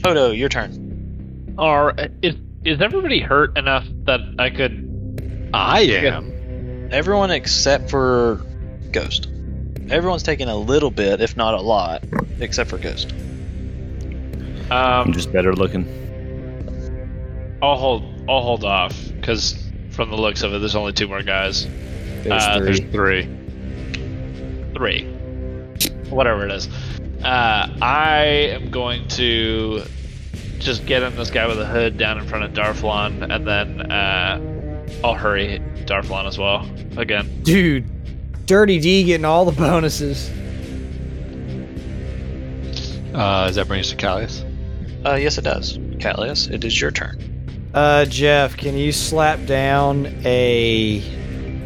[SPEAKER 4] Photo, your turn.
[SPEAKER 7] Are is is everybody hurt enough that I could?
[SPEAKER 6] I am.
[SPEAKER 4] Everyone except for Ghost. Everyone's taking a little bit, if not a lot, except for Ghost.
[SPEAKER 7] Um,
[SPEAKER 9] I'm just better looking.
[SPEAKER 7] I'll hold. I'll hold off because from the looks of it, there's only two more guys.
[SPEAKER 3] There's
[SPEAKER 7] Uh,
[SPEAKER 6] There's
[SPEAKER 3] three.
[SPEAKER 6] three.
[SPEAKER 7] Three, whatever it is. Uh, I am going to just get in this guy with a hood down in front of Darflon, and then uh, I'll hurry Darflon as well again.
[SPEAKER 3] Dude, Dirty D getting all the bonuses.
[SPEAKER 6] Uh, does that bring us to Callias?
[SPEAKER 4] Uh, yes, it does. Catlius, it is your turn.
[SPEAKER 3] Uh, Jeff, can you slap down a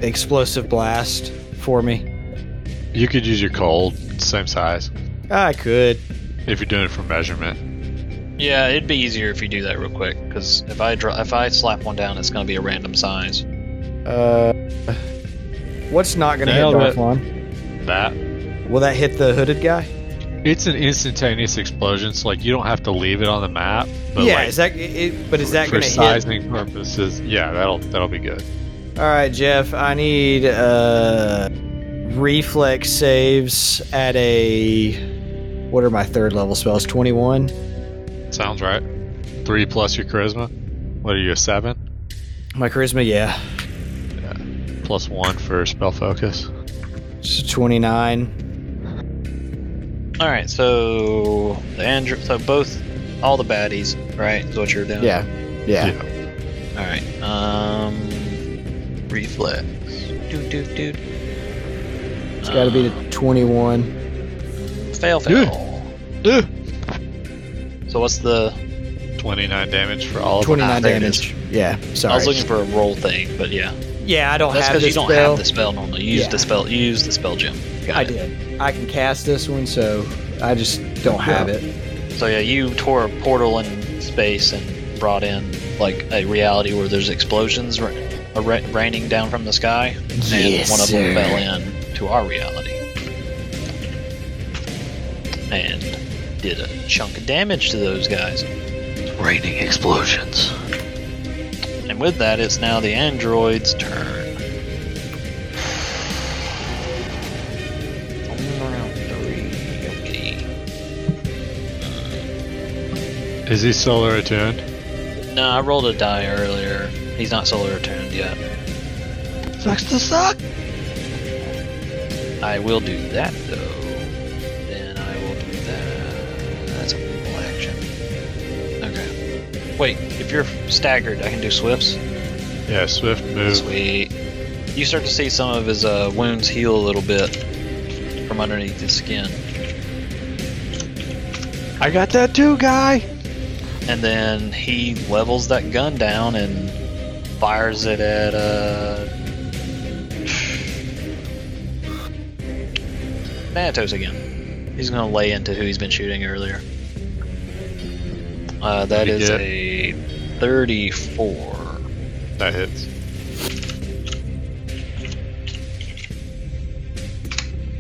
[SPEAKER 3] explosive blast for me?
[SPEAKER 6] You could use your cold, same size,
[SPEAKER 3] I could.
[SPEAKER 6] if you're doing it for measurement.
[SPEAKER 4] Yeah, it'd be easier if you do that real quick, because if I draw, if I slap one down, it's gonna be a random size.
[SPEAKER 3] Uh, what's not gonna
[SPEAKER 6] Nailed
[SPEAKER 3] hit
[SPEAKER 6] it.
[SPEAKER 3] Darflon?
[SPEAKER 7] That
[SPEAKER 3] Will that hit the hooded guy?
[SPEAKER 6] It's an instantaneous explosion, so like you don't have to leave it on the map. But
[SPEAKER 3] yeah,
[SPEAKER 6] like,
[SPEAKER 3] is that? It, but is that
[SPEAKER 6] for
[SPEAKER 3] gonna
[SPEAKER 6] sizing purposes, yeah, that'll that'll be good.
[SPEAKER 3] hit? All right, Jeff, I need uh reflex saves at a. What are my third level spells? Twenty one.
[SPEAKER 6] Sounds right. Three plus your charisma. What are you a seven?
[SPEAKER 3] My charisma, yeah.
[SPEAKER 6] Plus one for spell focus.
[SPEAKER 3] So twenty nine.
[SPEAKER 4] All right, so the Andrew, so both, all the baddies, right? Is what you're doing.
[SPEAKER 3] Yeah. Yeah.
[SPEAKER 4] All right. Um, reflex. Do do do.
[SPEAKER 3] It's got to be to 21.
[SPEAKER 4] Uh, fail fail.
[SPEAKER 6] Ugh.
[SPEAKER 4] So what's the?
[SPEAKER 6] Twenty-nine damage for all of them.
[SPEAKER 3] 29
[SPEAKER 4] there it
[SPEAKER 3] damage. Yeah, sorry.
[SPEAKER 4] I was looking for a roll thing, but yeah.
[SPEAKER 3] Yeah, I don't
[SPEAKER 4] That's
[SPEAKER 3] have
[SPEAKER 4] because
[SPEAKER 3] this
[SPEAKER 4] you don't
[SPEAKER 3] spell.
[SPEAKER 4] have the spell normally. You use
[SPEAKER 3] Yeah.
[SPEAKER 4] the spell. You use the spell gem. Got
[SPEAKER 3] I
[SPEAKER 4] it.
[SPEAKER 3] did. I can cast this one, so I just don't have it.
[SPEAKER 4] So yeah, you tore a portal in space and brought in like a reality where there's explosions ra- a ra- raining down from the sky, and
[SPEAKER 3] Yes,
[SPEAKER 4] one of them
[SPEAKER 3] sir.
[SPEAKER 4] fell in to our reality and did a chunk of damage to those guys. Raining explosions. And with that, it's now the android's turn. On round three, okay.
[SPEAKER 6] Is he solar attuned?
[SPEAKER 4] No, I rolled a die earlier. He's not solar attuned yet.
[SPEAKER 7] Sucks to suck.
[SPEAKER 4] I will do that though. Then I will do that. That's a full action. Okay. Wait, if you're staggered, I can do swifts.
[SPEAKER 6] Yeah, swift move.
[SPEAKER 4] Sweet. You start to see some of his uh, wounds heal a little bit from underneath his skin,
[SPEAKER 7] I got that too, guy.
[SPEAKER 4] and then he levels that gun down and fires it at uh. Natos again. He's gonna lay into who he's been shooting earlier. Uh, that
[SPEAKER 6] Pretty
[SPEAKER 4] is
[SPEAKER 6] good.
[SPEAKER 4] a 34.
[SPEAKER 6] That hits.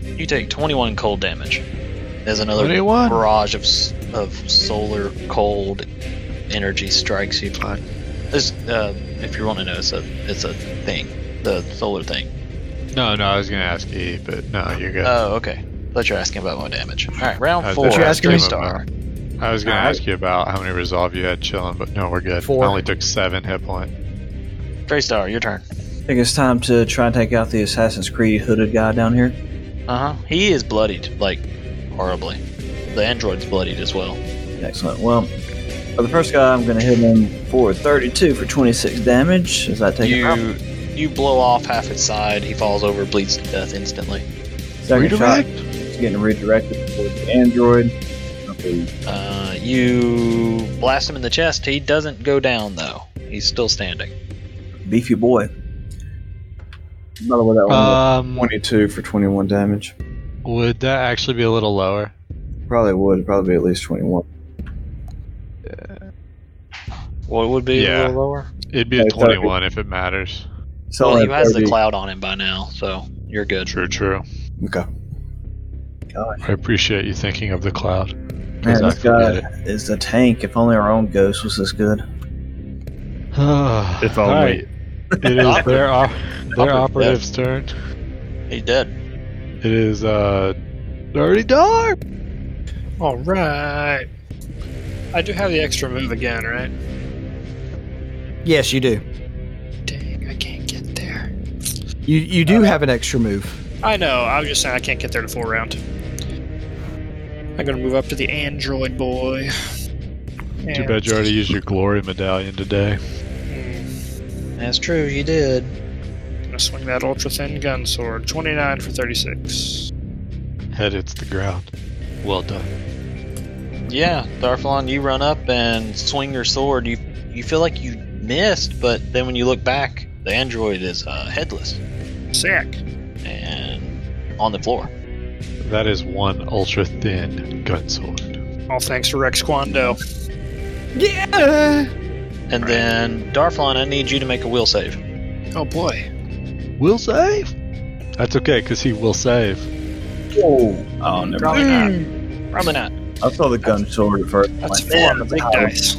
[SPEAKER 4] You take 21 cold damage. There's another
[SPEAKER 6] 21.
[SPEAKER 4] barrage of s- of solar cold energy strikes you. This, uh, if you want to know, it's a it's a thing, the solar thing.
[SPEAKER 6] No, no, I was gonna ask E, but no, you're good.
[SPEAKER 4] Oh, okay. Thought you were asking about my damage. All right, round
[SPEAKER 6] I thought
[SPEAKER 4] four.
[SPEAKER 6] Uh, you were asking
[SPEAKER 4] Three
[SPEAKER 6] me
[SPEAKER 4] star.
[SPEAKER 6] I was gonna
[SPEAKER 2] Alright.
[SPEAKER 6] ask you about how many resolve you had chilling, but no, we're good.
[SPEAKER 3] Four.
[SPEAKER 6] I only took seven hit point.
[SPEAKER 4] Three star. Your turn.
[SPEAKER 2] I think it's time to try and take out the Assassin's Creed hooded guy down here.
[SPEAKER 4] Uh huh. He is bloodied, like horribly. The android's bloodied as well.
[SPEAKER 2] Excellent. Well, for the first guy, I'm going to hit him for 32 for 26 damage. Is that taking out?
[SPEAKER 4] You you blow off half its side. He falls over, bleeds to death instantly.
[SPEAKER 2] Second shot. It's getting redirected towards the android. Okay.
[SPEAKER 4] Uh, you blast him in the chest. He doesn't go down though. He's still standing.
[SPEAKER 2] Beefy boy. By the way, that one was
[SPEAKER 6] Um,
[SPEAKER 2] 22 for 21 damage.
[SPEAKER 6] would that actually be a little lower?
[SPEAKER 2] Probably would. Probably at least 21.
[SPEAKER 4] What would be a
[SPEAKER 6] Yeah.
[SPEAKER 4] little lower?
[SPEAKER 6] It'd be a
[SPEAKER 2] Okay, sorry.
[SPEAKER 6] 21 if it matters.
[SPEAKER 2] So
[SPEAKER 4] Well,
[SPEAKER 2] I'm
[SPEAKER 4] he
[SPEAKER 2] at
[SPEAKER 4] has the
[SPEAKER 2] 30.
[SPEAKER 4] cloud on him by now, so you're good.
[SPEAKER 6] True, true.
[SPEAKER 2] Okay.
[SPEAKER 6] I appreciate you thinking of the cloud.
[SPEAKER 2] Man, this
[SPEAKER 6] forget
[SPEAKER 2] guy is a tank. If only our own ghost was this good.
[SPEAKER 6] if
[SPEAKER 8] only.
[SPEAKER 6] It is their, op- their operative's turn.
[SPEAKER 4] He's dead.
[SPEAKER 6] It is, uh, Dirty Dark!
[SPEAKER 5] All right. I do have the extra move again, right?
[SPEAKER 3] Yes, you do.
[SPEAKER 5] Dang, I can't get there.
[SPEAKER 3] You you do have an extra move.
[SPEAKER 5] I know. I was just saying I can't get there to full round. I'm gonna move up to the android boy.
[SPEAKER 6] Too bad you already used your glory medallion today.
[SPEAKER 5] Mm,
[SPEAKER 4] That's true. You did.
[SPEAKER 5] I'm gonna swing that ultra thin gun sword. 29 for 36.
[SPEAKER 6] Head hits the ground. Well done.
[SPEAKER 4] Yeah, Darflon, you run up and swing your sword. You you feel like you missed, but then when you look back, the android is uh, headless
[SPEAKER 5] Sick.
[SPEAKER 4] and on the floor.
[SPEAKER 6] That is one ultra thin gun sword.
[SPEAKER 5] All thanks to Rex Quando.
[SPEAKER 3] Yeah.
[SPEAKER 4] And then Darflon, I need you to make a will save.
[SPEAKER 5] Oh boy.
[SPEAKER 6] Will save? That's okay, because he will save.
[SPEAKER 2] Oh, oh never
[SPEAKER 5] Probably not.
[SPEAKER 4] Probably not.
[SPEAKER 2] I saw the gun sword at first.
[SPEAKER 5] That's
[SPEAKER 2] Like,
[SPEAKER 5] four on the
[SPEAKER 2] that's
[SPEAKER 5] big
[SPEAKER 2] how-
[SPEAKER 5] dice.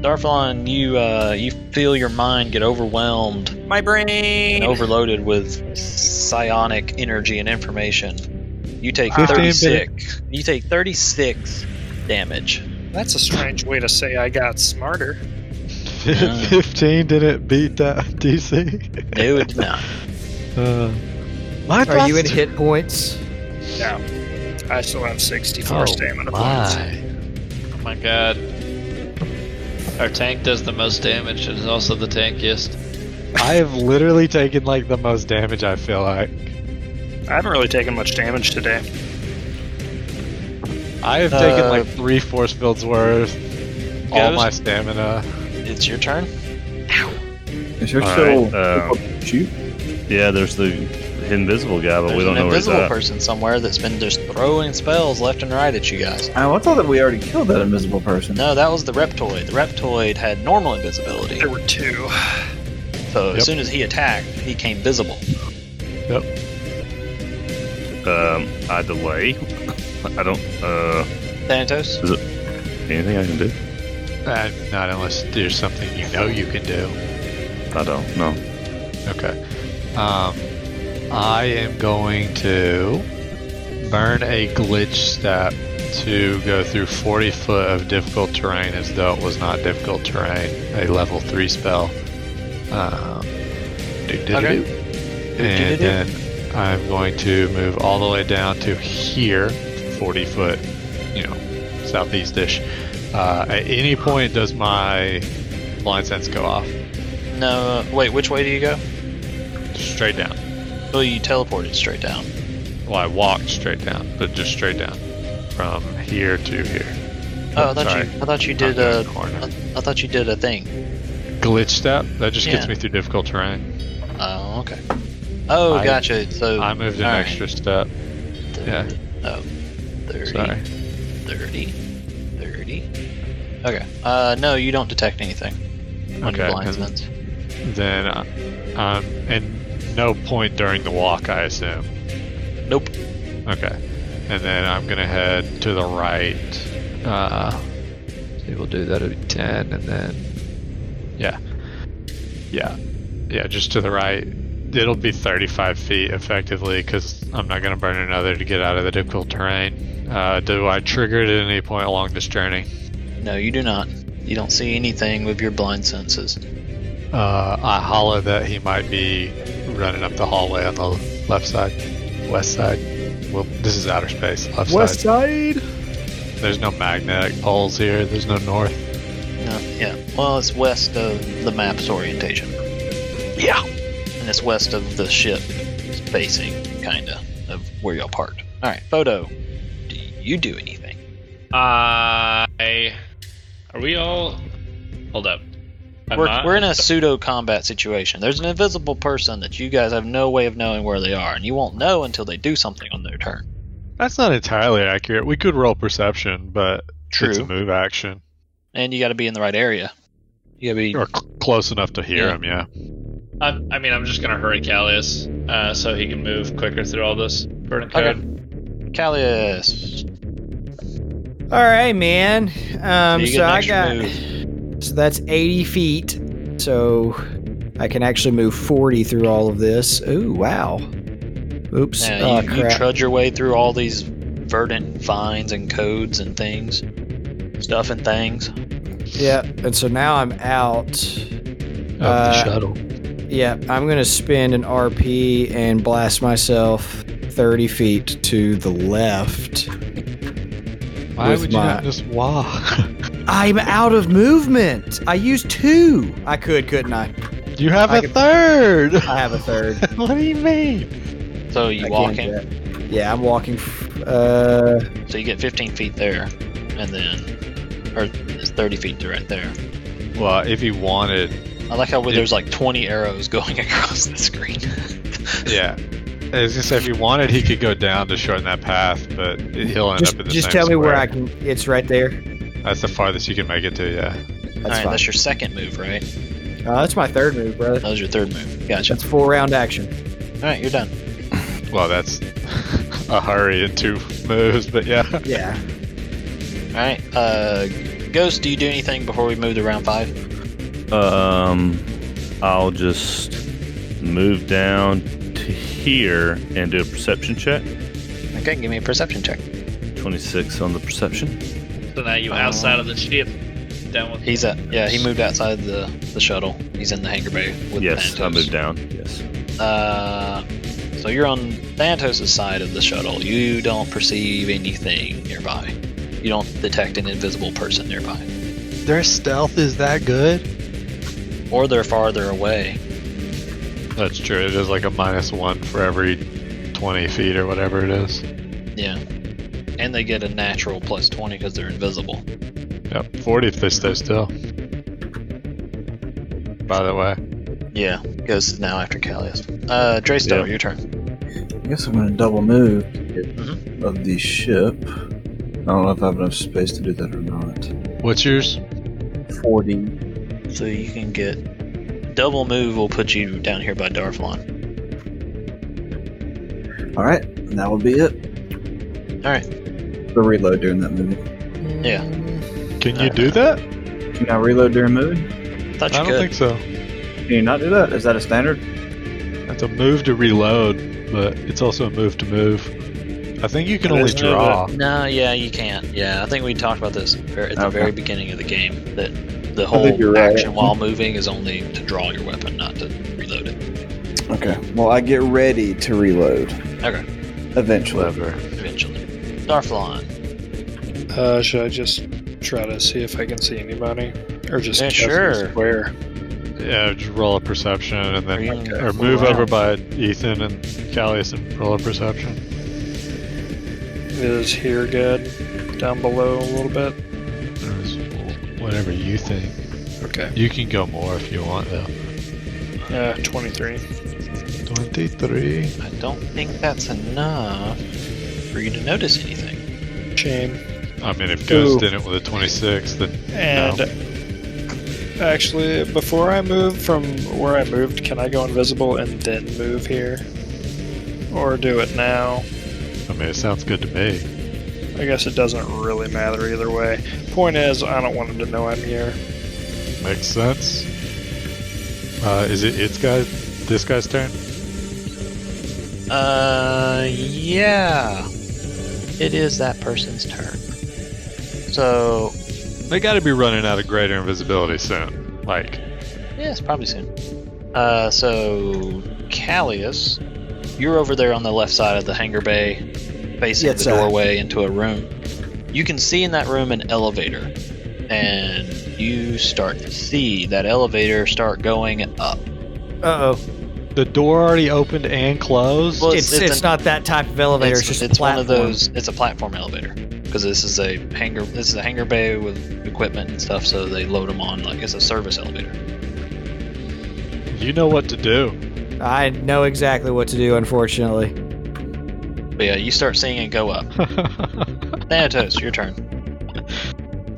[SPEAKER 4] Darflon, you uh, you feel your mind get overwhelmed
[SPEAKER 5] My brain.
[SPEAKER 4] and overloaded with psionic energy and information. You take
[SPEAKER 6] 15 bit.
[SPEAKER 4] 36. You take 36 damage.
[SPEAKER 5] That's a strange way to say I got smarter.
[SPEAKER 6] [LAUGHS]
[SPEAKER 4] Yeah.
[SPEAKER 6] 15 didn't beat that [LAUGHS] DC.
[SPEAKER 4] No,
[SPEAKER 9] [LAUGHS]
[SPEAKER 4] it did not.
[SPEAKER 6] Uh, my
[SPEAKER 3] Are you at hit points?
[SPEAKER 5] No. I still have 64
[SPEAKER 6] Oh,
[SPEAKER 5] stamina points.
[SPEAKER 6] my.
[SPEAKER 7] Oh my god. Our tank does the most damage and is also the tankiest.
[SPEAKER 6] I have literally taken like the most damage, I feel like.
[SPEAKER 5] I haven't really taken much damage today.
[SPEAKER 6] I have taken like three force fields worth, all
[SPEAKER 4] Ghost?
[SPEAKER 6] my stamina.
[SPEAKER 4] It's your turn.
[SPEAKER 2] Is there
[SPEAKER 8] All
[SPEAKER 2] still
[SPEAKER 8] right, um,
[SPEAKER 2] shoot?
[SPEAKER 9] Yeah, there's the invisible guy, but
[SPEAKER 4] There's
[SPEAKER 9] we don't
[SPEAKER 4] an
[SPEAKER 9] know where he's
[SPEAKER 4] invisible
[SPEAKER 9] at.
[SPEAKER 4] person somewhere that's been just throwing spells left and right at you guys.
[SPEAKER 2] Oh, I thought that we already killed that invisible person.
[SPEAKER 4] No, that was the Reptoid. The Reptoid had normal invisibility,
[SPEAKER 5] There were two.
[SPEAKER 4] so
[SPEAKER 6] Yep.
[SPEAKER 4] as soon as he attacked, he came visible.
[SPEAKER 9] Um, I delay. I don't. Uh,
[SPEAKER 4] Thanatos,
[SPEAKER 9] anything I can do?
[SPEAKER 6] Uh, not unless there's something you know you can do.
[SPEAKER 9] I don't. No.
[SPEAKER 6] Okay. Um, I am going to burn a glitch step to go through 40 foot of difficult terrain as though it was not difficult terrain, a level 3 spell. Um, do-do-do-do.
[SPEAKER 4] Okay. Do-do-do-do.
[SPEAKER 6] And then I'm going to move all the way down to here, 40 foot, you know, southeast-ish. Uh, at any point, does my blind sense go off?
[SPEAKER 4] no, uh, wait, which way do you go?
[SPEAKER 6] Straight down.
[SPEAKER 4] Well, you teleported straight down.
[SPEAKER 6] Well, I walked straight down, but just straight down from here to here.
[SPEAKER 4] Oh, I thought
[SPEAKER 6] Sorry.
[SPEAKER 4] you, I thought you
[SPEAKER 6] Not
[SPEAKER 4] did
[SPEAKER 6] down
[SPEAKER 4] a,
[SPEAKER 6] the corner.
[SPEAKER 4] I, I thought you did a thing.
[SPEAKER 6] glitch step. That just
[SPEAKER 4] Yeah.
[SPEAKER 6] gets me through difficult terrain.
[SPEAKER 4] Oh, okay. Oh,
[SPEAKER 6] I-
[SPEAKER 4] gotcha. So oh,
[SPEAKER 6] I moved an
[SPEAKER 4] all right.
[SPEAKER 6] extra step. Yeah,
[SPEAKER 4] 30,
[SPEAKER 6] sorry.
[SPEAKER 4] 30, 30. Okay. Uh, no, you don't detect anything on your
[SPEAKER 6] Okay,
[SPEAKER 4] blind
[SPEAKER 6] and-
[SPEAKER 4] sense.
[SPEAKER 6] Then, uh, um, and no point during the walk, I assume.
[SPEAKER 4] Nope.
[SPEAKER 6] Okay. And then I'm gonna head to the right. Uh, so we'll do that'll be ten, and then yeah, yeah, yeah, just to the right. It'll be 35 feet effectively because I'm not gonna burn another to get out of the difficult terrain. Uh, do I trigger it at any point along this journey?
[SPEAKER 4] No, you do not. You don't see anything with your blind senses.
[SPEAKER 6] Uh, I holler that he might be running up the hallway on the left side, west side. Well, this is outer space, left side.
[SPEAKER 3] side.
[SPEAKER 6] There's no magnetic poles here. There's no north.
[SPEAKER 4] No, yeah. Well, it's west of the map's orientation. Yeah. And it's west of the ship spacing, kinda, of where y'all parked. All right, photo. Do you do anything?
[SPEAKER 7] I. Are we all? Hold up. Am
[SPEAKER 4] We're,
[SPEAKER 7] I-
[SPEAKER 4] we're in a pseudo combat situation. There's an invisible person that you guys have no way of knowing where they are, and you won't know until they do something on their turn.
[SPEAKER 6] That's not entirely accurate. We could roll perception, but it's a
[SPEAKER 4] True.
[SPEAKER 6] move action
[SPEAKER 4] And you got to be in the right area. You got to be.
[SPEAKER 6] or cl- close enough to hear
[SPEAKER 7] Yeah.
[SPEAKER 6] him. Yeah.
[SPEAKER 7] I'm, I mean, I'm just gonna hurry Callius, uh, so he can move quicker through all this. Burn code.
[SPEAKER 4] Okay. Callius.
[SPEAKER 3] All right, man. Um,
[SPEAKER 4] you
[SPEAKER 3] so
[SPEAKER 4] get an
[SPEAKER 3] I
[SPEAKER 4] extra
[SPEAKER 3] got.
[SPEAKER 4] move.
[SPEAKER 3] So that's 80 feet. So I can actually move 40 through all of this. Ooh, wow. Oops.
[SPEAKER 4] Yeah,
[SPEAKER 3] oh,
[SPEAKER 4] you, you
[SPEAKER 3] crap.
[SPEAKER 4] trudge your way through all these verdant vines and codes and things, stuff and things.
[SPEAKER 3] yeah, and so now I'm out.
[SPEAKER 4] Oh,
[SPEAKER 6] Of
[SPEAKER 3] Uh,
[SPEAKER 6] shuttle.
[SPEAKER 3] Yeah, I'm going to spend an RP and blast myself 30 feet to the left.
[SPEAKER 6] Why
[SPEAKER 3] with
[SPEAKER 6] would you
[SPEAKER 3] my-
[SPEAKER 6] not just walk? [LAUGHS]
[SPEAKER 3] I'm out of movement. I used two. I could, couldn't I?
[SPEAKER 6] you have
[SPEAKER 3] I
[SPEAKER 6] a
[SPEAKER 3] could-
[SPEAKER 6] third.
[SPEAKER 3] I have a third.
[SPEAKER 6] [LAUGHS] what do you mean?
[SPEAKER 4] So you
[SPEAKER 3] I
[SPEAKER 4] walk
[SPEAKER 3] can't
[SPEAKER 4] in,
[SPEAKER 3] do that. Yeah, I'm walking. f- Uh,
[SPEAKER 4] so you get 15 feet there, and then, or it's 30 feet to right there.
[SPEAKER 6] Well, if he wanted,
[SPEAKER 4] I like how
[SPEAKER 6] Yeah.
[SPEAKER 4] there's like 20 arrows [LAUGHS] going across the screen.
[SPEAKER 6] yeah. I was gonna say if he wanted, he could go down to shorten that path, but he'll end
[SPEAKER 3] just
[SPEAKER 6] up in the
[SPEAKER 3] just
[SPEAKER 6] same
[SPEAKER 3] tell me where I
[SPEAKER 6] square.
[SPEAKER 3] can. It's right there.
[SPEAKER 6] That's the farthest you can make it to. Yeah.
[SPEAKER 3] That's
[SPEAKER 4] All right,
[SPEAKER 3] fine.
[SPEAKER 4] that's your second move, right?
[SPEAKER 3] Uh, that's my third move, brother.
[SPEAKER 4] That was your third move. Gotcha.
[SPEAKER 3] That's full round action.
[SPEAKER 4] All right, you're done.
[SPEAKER 6] Well, that's [LAUGHS] a hurry and two moves, but yeah.
[SPEAKER 3] Yeah.
[SPEAKER 4] All right, uh, Ghost, do you do anything before we move to round five?
[SPEAKER 9] Um, I'll just move down to here and do a perception check.
[SPEAKER 4] Okay, give me a perception check.
[SPEAKER 9] 26 on the perception.
[SPEAKER 7] So now you outside of the ship. Down with
[SPEAKER 4] He's at, yeah, he moved outside the, the shuttle. He's in the hangar bay with
[SPEAKER 9] yes, I
[SPEAKER 4] Thanatos.
[SPEAKER 9] moved down. Yes.
[SPEAKER 4] Uh, so you're on Thanatos' side of the shuttle. You don't perceive anything nearby. You don't detect an invisible person nearby,
[SPEAKER 6] Their stealth is that good?
[SPEAKER 4] or they're farther away.
[SPEAKER 6] That's true. It is like a minus one for every 20 feet or whatever it is.
[SPEAKER 4] Yeah, and they get a natural plus twenty because they're invisible.
[SPEAKER 6] Yep, 40 if they stay still. By the way,
[SPEAKER 4] Yeah, goes now after Callias. Uh, Draystone,
[SPEAKER 9] Yeah.
[SPEAKER 4] your turn.
[SPEAKER 2] I guess I'm gonna double move to get of the ship. I don't know if I have enough space to do that or not.
[SPEAKER 6] What's yours?
[SPEAKER 2] 40.
[SPEAKER 4] So you can get double move will put you down here by Darflon.
[SPEAKER 2] All right, and that will be it.
[SPEAKER 4] All right.
[SPEAKER 2] The reload during that movie.
[SPEAKER 4] Yeah,
[SPEAKER 6] Can you do that?
[SPEAKER 2] Can I reload during movie?
[SPEAKER 4] thought
[SPEAKER 6] I
[SPEAKER 4] you
[SPEAKER 6] don't
[SPEAKER 4] could.
[SPEAKER 6] think so.
[SPEAKER 2] Can you not do that? Is that a standard?
[SPEAKER 6] That's a move to reload, but it's also a move to move. I think you can
[SPEAKER 7] It
[SPEAKER 6] only
[SPEAKER 7] is move,
[SPEAKER 6] draw.
[SPEAKER 4] No, yeah, you can't. Yeah, I think we talked about this ver- at the
[SPEAKER 2] Okay.
[SPEAKER 4] very beginning of the game that the whole
[SPEAKER 2] you're right.
[SPEAKER 4] action while moving is only to draw your weapon, not to reload it.
[SPEAKER 2] Okay. Well, I get ready to reload.
[SPEAKER 4] Okay.
[SPEAKER 2] Eventually.
[SPEAKER 4] Eventually, Darflon.
[SPEAKER 5] Uh, should I just try to see if I can see anybody, or just
[SPEAKER 4] Yeah,
[SPEAKER 5] guess and
[SPEAKER 4] sure.
[SPEAKER 5] swear?
[SPEAKER 6] Yeah, just roll a perception and
[SPEAKER 4] Are you
[SPEAKER 6] then,
[SPEAKER 4] gonna
[SPEAKER 6] or
[SPEAKER 4] go
[SPEAKER 6] move
[SPEAKER 4] full
[SPEAKER 6] over
[SPEAKER 4] round?
[SPEAKER 6] by Ethan and Callius and roll a perception.
[SPEAKER 5] Is here good? Down below a little bit.
[SPEAKER 6] Whatever you think.
[SPEAKER 5] Okay.
[SPEAKER 6] You can go more if you want, though.
[SPEAKER 5] Uh, twenty-three.
[SPEAKER 6] 23.
[SPEAKER 4] I don't think that's enough for you to notice anything.
[SPEAKER 5] Shame.
[SPEAKER 6] I mean, if
[SPEAKER 5] Ooh.
[SPEAKER 6] Ghost did it with a 26, then
[SPEAKER 5] And actually, before I move from where I moved, can I go invisible and then move here, or do it now?
[SPEAKER 6] I mean, it sounds good to me.
[SPEAKER 5] I guess it doesn't really matter either way. Point is, I don't want him to know I'm here.
[SPEAKER 6] Makes sense. Uh, is it its guy? This guy's turn?
[SPEAKER 4] Uh, yeah, it is that person's turn. So
[SPEAKER 6] They got to be running out of greater invisibility soon. Like,
[SPEAKER 4] Yeah, it's probably soon. Uh, so Callius, you're over there on the left side of the hangar bay, facing
[SPEAKER 3] Yeah,
[SPEAKER 4] the
[SPEAKER 3] sir.
[SPEAKER 4] doorway into a room. You can see in that room an elevator, and you start to see that elevator start going up.
[SPEAKER 3] Uh oh.
[SPEAKER 6] the door already opened and closed.
[SPEAKER 4] Well,
[SPEAKER 3] It's, it's,
[SPEAKER 4] an-
[SPEAKER 3] not that type of elevator. It's,
[SPEAKER 4] it's,
[SPEAKER 3] just
[SPEAKER 4] it's one
[SPEAKER 3] platform.
[SPEAKER 4] of those. It's a platform elevator because this is a hangar. This is a hangar bay with equipment and stuff, so they load them on like it's a service elevator.
[SPEAKER 6] You know what to do. [LAUGHS]
[SPEAKER 3] I know exactly what to do, unfortunately.
[SPEAKER 4] But yeah, you start seeing it go up. Thanatos, your turn.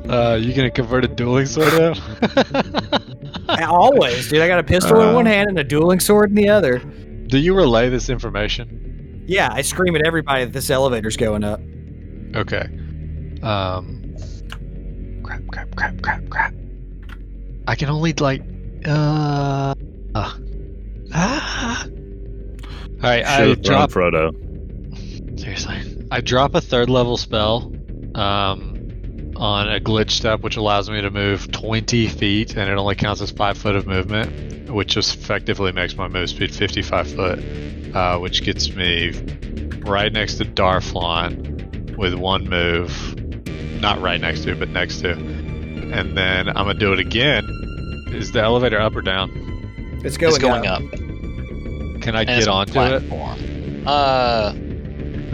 [SPEAKER 6] Uh, you gonna convert a dueling sword out?
[SPEAKER 3] I always, dude. I got a pistol in one hand and a dueling sword in the other.
[SPEAKER 6] [LAUGHS] Do you relay this information?
[SPEAKER 3] Yeah, I scream at everybody that this elevator's going up.
[SPEAKER 6] Okay. Um. Crap! Crap! Crap! Crap! Crap! I can only like. Uh. uh ah. All right, I
[SPEAKER 9] Should've thrown
[SPEAKER 6] drop.
[SPEAKER 9] Frodo.
[SPEAKER 6] Seriously, I drop a third level spell. Um, on a glitch step, which allows me to move 20 feet, and it only counts as five foot of movement, which just effectively makes my move speed 55 foot, uh, which gets me right next to Darflon with one move. Not right next to, but next to. And then I'm gonna do it again. Is the elevator up or down?
[SPEAKER 3] It's going,
[SPEAKER 4] it's going up.
[SPEAKER 6] Can I
[SPEAKER 4] and it's
[SPEAKER 6] get
[SPEAKER 4] on
[SPEAKER 6] onto it
[SPEAKER 4] platform. Uh,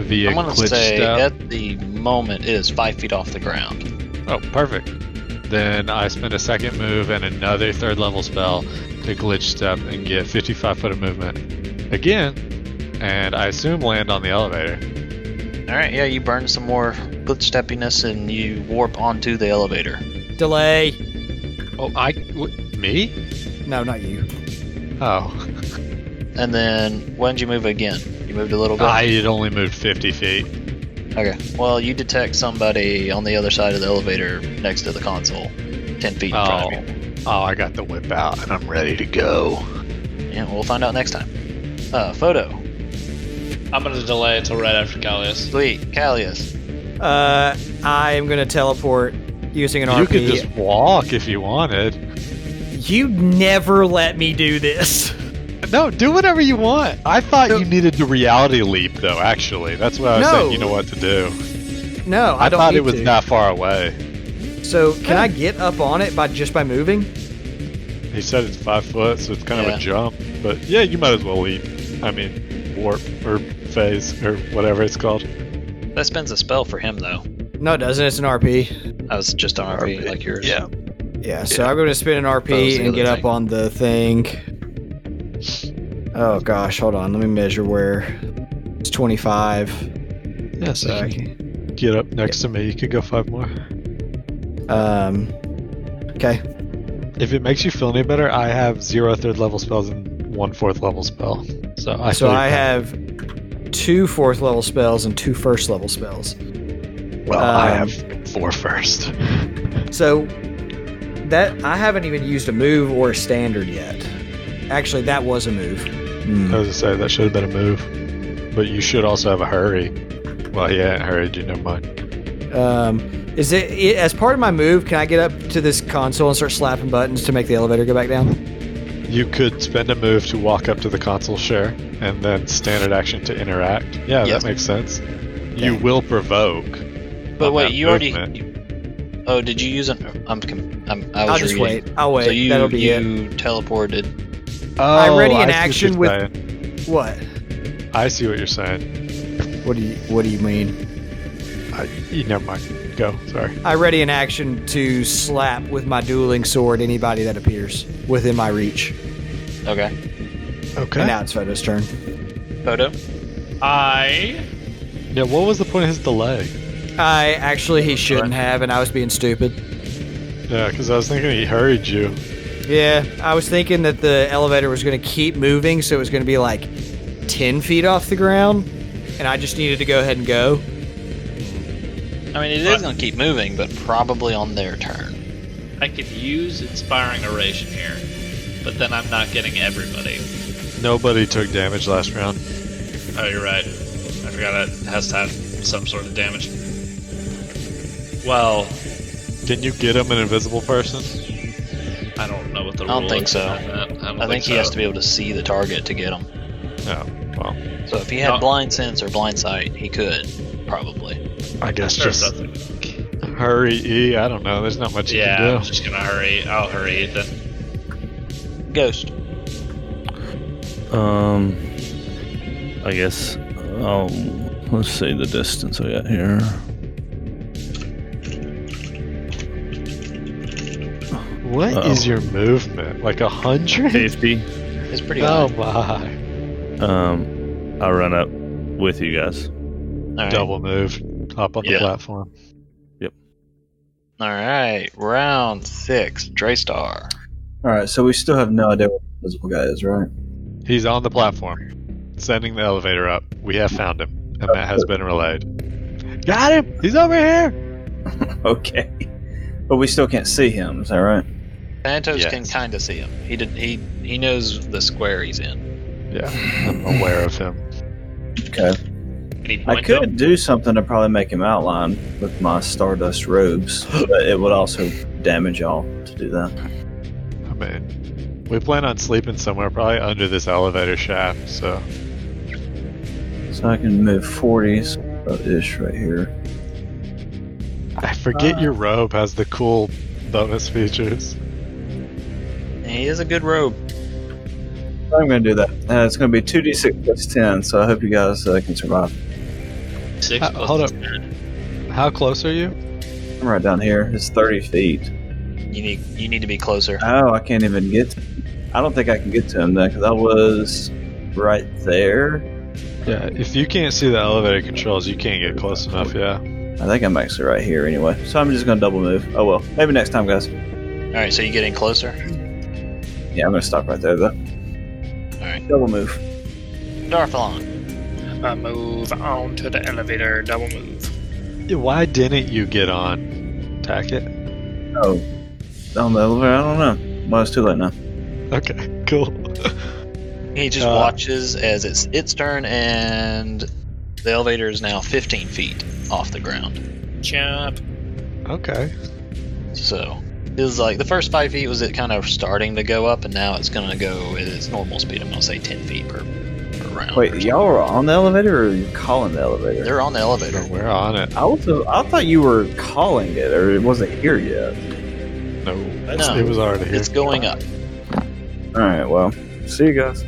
[SPEAKER 6] via
[SPEAKER 4] I'm gonna
[SPEAKER 6] glitch
[SPEAKER 4] say
[SPEAKER 6] step?
[SPEAKER 4] at the moment it is five feet off the ground.
[SPEAKER 6] Oh, perfect. Then I spend a second move and another third level spell to glitch step and get 55 foot of movement again, and I assume land on the elevator.
[SPEAKER 4] All right, yeah, you burn some more glitch steppiness and you warp onto the elevator.
[SPEAKER 3] Delay.
[SPEAKER 6] Oh, I. W- me?
[SPEAKER 3] No, not you.
[SPEAKER 6] Oh.
[SPEAKER 4] And then when did you move again? You moved a little bit.
[SPEAKER 6] I had only moved 50 feet.
[SPEAKER 4] Okay. Well, you detect somebody on the other side of the elevator next to the console, ten feet in
[SPEAKER 6] Oh.
[SPEAKER 4] front of you.
[SPEAKER 6] Oh, I got the whip out and I'm ready to go.
[SPEAKER 4] Yeah, we'll find out next time. Uh, photo.
[SPEAKER 7] I'm gonna delay until right after Callius.
[SPEAKER 4] Sweet. Callius.
[SPEAKER 3] Uh, I am gonna teleport using an
[SPEAKER 6] you
[SPEAKER 3] RP.
[SPEAKER 6] could just walk if you wanted.
[SPEAKER 3] You never let me do this.
[SPEAKER 6] No, do whatever you want. I thought you neided the reality leap, though, actually. That's why I was
[SPEAKER 3] No.
[SPEAKER 6] saying you know what to do.
[SPEAKER 3] No, I,
[SPEAKER 6] I,
[SPEAKER 3] don't
[SPEAKER 6] thought
[SPEAKER 3] need
[SPEAKER 6] it was
[SPEAKER 3] to.
[SPEAKER 6] not far away.
[SPEAKER 3] So can I get up on it by just by moving?
[SPEAKER 6] He said it's five foot, so it's kind of
[SPEAKER 4] Yeah.
[SPEAKER 6] a jump. But yeah, you might as well leap. I mean, warp or phase or whatever it's called.
[SPEAKER 4] That spends a spell for him though.
[SPEAKER 3] No, it doesn't. It's an RP.
[SPEAKER 4] I was just on RP, like yours.
[SPEAKER 3] Yeah. So I'm going to spin an
[SPEAKER 4] That was
[SPEAKER 3] RP
[SPEAKER 4] the
[SPEAKER 3] and
[SPEAKER 4] other
[SPEAKER 3] get up
[SPEAKER 4] thing.
[SPEAKER 3] on the thing. Oh gosh, hold on. Let me measure where. It's 25.
[SPEAKER 6] Yes,
[SPEAKER 3] So I
[SPEAKER 6] if you get up next to me, you could go five more.
[SPEAKER 3] Um. Okay.
[SPEAKER 6] If it makes you feel any better, I have zero third level spells and one fourth level spell. So I
[SPEAKER 3] so
[SPEAKER 6] feel
[SPEAKER 3] I
[SPEAKER 6] your pain.
[SPEAKER 3] have two fourth level spells and two first level spells.
[SPEAKER 6] well, I
[SPEAKER 3] um,
[SPEAKER 6] have four first.
[SPEAKER 3] So that I haven't even used a move or a standard yet. Actually, that was a move.
[SPEAKER 4] Hmm.
[SPEAKER 6] I was gonna say that should have been a move, but you should also have a hurry. Well, yeah, I hurried you. Never mind.
[SPEAKER 3] Um, is it, it as part of my move? Can I get up to this console and start slapping buttons to make the elevator go back down?
[SPEAKER 6] You could spend a move to walk up to the console share, and then standard action to interact. Yeah,
[SPEAKER 4] Yes.
[SPEAKER 6] that makes sense. You will provoke.
[SPEAKER 4] But
[SPEAKER 6] on
[SPEAKER 4] wait,
[SPEAKER 6] that
[SPEAKER 4] you
[SPEAKER 6] movement.
[SPEAKER 4] already. Oh, did you use an? I'm. com- I'm I was
[SPEAKER 3] I'll just
[SPEAKER 4] reading.
[SPEAKER 3] wait. I'll wait.
[SPEAKER 4] So you
[SPEAKER 3] That'll be it.
[SPEAKER 4] you teleported.
[SPEAKER 3] I ready
[SPEAKER 6] Oh,
[SPEAKER 3] an
[SPEAKER 6] see what
[SPEAKER 3] action
[SPEAKER 6] you're
[SPEAKER 3] with-
[SPEAKER 6] saying.
[SPEAKER 3] What?
[SPEAKER 6] I see what you're saying.
[SPEAKER 3] What do you What do you mean?
[SPEAKER 6] I, you, never mind. Go. Sorry.
[SPEAKER 3] I ready an action to slap with my dueling sword anybody that appears within my reach.
[SPEAKER 4] Okay.
[SPEAKER 6] Okay.
[SPEAKER 3] And now it's Photo's turn.
[SPEAKER 4] Photo.
[SPEAKER 7] I
[SPEAKER 6] Yeah, what was the point of his delay?
[SPEAKER 3] I actually he shouldn't have, and I was being stupid.
[SPEAKER 6] Yeah, because I was thinking he hurried you.
[SPEAKER 3] Yeah, I was thinking that the elevator was going to keep moving, so it was going to be like ten feet off the ground, and I just needed to go ahead and go.
[SPEAKER 4] I mean, it is gonna keep moving, but probably on their turn.
[SPEAKER 7] I could use inspiring oration here, but then I'm not getting everybody.
[SPEAKER 6] Nobody took damage last round.
[SPEAKER 7] Oh, you're right. I forgot it has to have some sort of damage. Well,
[SPEAKER 6] Can you get him an invisible person?
[SPEAKER 7] I don't know what the
[SPEAKER 4] I don't
[SPEAKER 7] rule
[SPEAKER 4] think
[SPEAKER 7] is
[SPEAKER 4] so.
[SPEAKER 7] on that. I, don't
[SPEAKER 4] I think he has
[SPEAKER 7] so.
[SPEAKER 4] to be able to see the target to get him.
[SPEAKER 6] No. Oh, Well,
[SPEAKER 4] So if he had
[SPEAKER 7] No.
[SPEAKER 4] blind sense or blind sight, he could probably.
[SPEAKER 6] I guess
[SPEAKER 7] Sure,
[SPEAKER 6] just
[SPEAKER 7] something.
[SPEAKER 6] hurry E. I don't know. There's not much
[SPEAKER 7] Yeah,
[SPEAKER 6] you
[SPEAKER 7] I'm
[SPEAKER 6] can do.
[SPEAKER 7] just gonna hurry. I'll hurry then.
[SPEAKER 4] Ghost.
[SPEAKER 9] Um, I guess. Um, let's see the distance I got here.
[SPEAKER 6] What is
[SPEAKER 9] Uh-oh.
[SPEAKER 6] your movement? Like a hundred?
[SPEAKER 9] Fifty.
[SPEAKER 4] It's pretty
[SPEAKER 6] Oh
[SPEAKER 4] loud.
[SPEAKER 6] my!
[SPEAKER 9] Um, I run up with you guys.
[SPEAKER 4] All right.
[SPEAKER 6] Double move. Hop on the
[SPEAKER 9] Yeah.
[SPEAKER 6] platform.
[SPEAKER 4] All right. Round six. Draystar.
[SPEAKER 2] All right, so we still have no idea what the invisible guy is, right?
[SPEAKER 6] He's on the platform, sending the elevator up. We have found him, and that has been relayed. Got him! He's over here.
[SPEAKER 2] Okay, but we still can't see him. Is that right?
[SPEAKER 4] Santos
[SPEAKER 6] Yes.
[SPEAKER 4] can kind of see him. He did. He he knows the square he's in.
[SPEAKER 6] Yeah, I'm aware of him.
[SPEAKER 2] Okay.
[SPEAKER 7] Can he
[SPEAKER 2] I
[SPEAKER 7] point
[SPEAKER 2] could
[SPEAKER 7] them?
[SPEAKER 2] do something to probably make him outline with my Stardust robes, but it would also damage y'all to do that.
[SPEAKER 6] I mean, we plan on sleeping somewhere, probably under this elevator shaft. So
[SPEAKER 2] So I can move 40s about ish right here.
[SPEAKER 6] I forget your robe has the cool bonus features.
[SPEAKER 4] He is a good robe.
[SPEAKER 2] I'm going to do that. Uh, it's going to be 2d6 plus 10, so I hope you guys uh, can survive.
[SPEAKER 7] Six
[SPEAKER 6] Uh,
[SPEAKER 7] plus
[SPEAKER 6] hold up.
[SPEAKER 7] ten.
[SPEAKER 6] How close are you?
[SPEAKER 2] I'm right down here. It's 30 feet.
[SPEAKER 4] You need you need to be closer.
[SPEAKER 2] Oh, I can't even get to I don't think I can get to him then because I was right there.
[SPEAKER 6] Yeah, if you can't see the elevator controls, you can't get close enough. Yeah.
[SPEAKER 2] I think I'm actually right here anyway. So I'm just going to double move. Oh, well. Maybe next time, guys.
[SPEAKER 4] All right. So you getting closer?
[SPEAKER 2] Yeah, I'm going to stop right there, though. All
[SPEAKER 4] right.
[SPEAKER 2] Double move.
[SPEAKER 4] Darthalon.
[SPEAKER 5] I move on to the elevator, double move.
[SPEAKER 6] Why didn't you get on? Tack it.
[SPEAKER 2] Oh, on the elevator? I don't know. Well, it's too late now.
[SPEAKER 6] Okay, cool.
[SPEAKER 4] He just
[SPEAKER 6] Uh,
[SPEAKER 4] watches as it's its turn, and the elevator is now 15 feet off the ground.
[SPEAKER 5] Jump.
[SPEAKER 6] Okay.
[SPEAKER 4] So it was like the first five feet was it kind of starting to go up, and now it's gonna go at its normal speed. I'm gonna say 10 feet per, per round. or
[SPEAKER 2] Wait,
[SPEAKER 4] something.
[SPEAKER 2] y'all are on the elevator or are you calling the elevator?
[SPEAKER 4] They're on the elevator.
[SPEAKER 6] So we're on it.
[SPEAKER 2] I was, I thought you were calling it or it wasn't here yet.
[SPEAKER 6] No,
[SPEAKER 4] No.
[SPEAKER 6] it was already here.
[SPEAKER 4] It's going up.
[SPEAKER 2] All right, well, see you guys.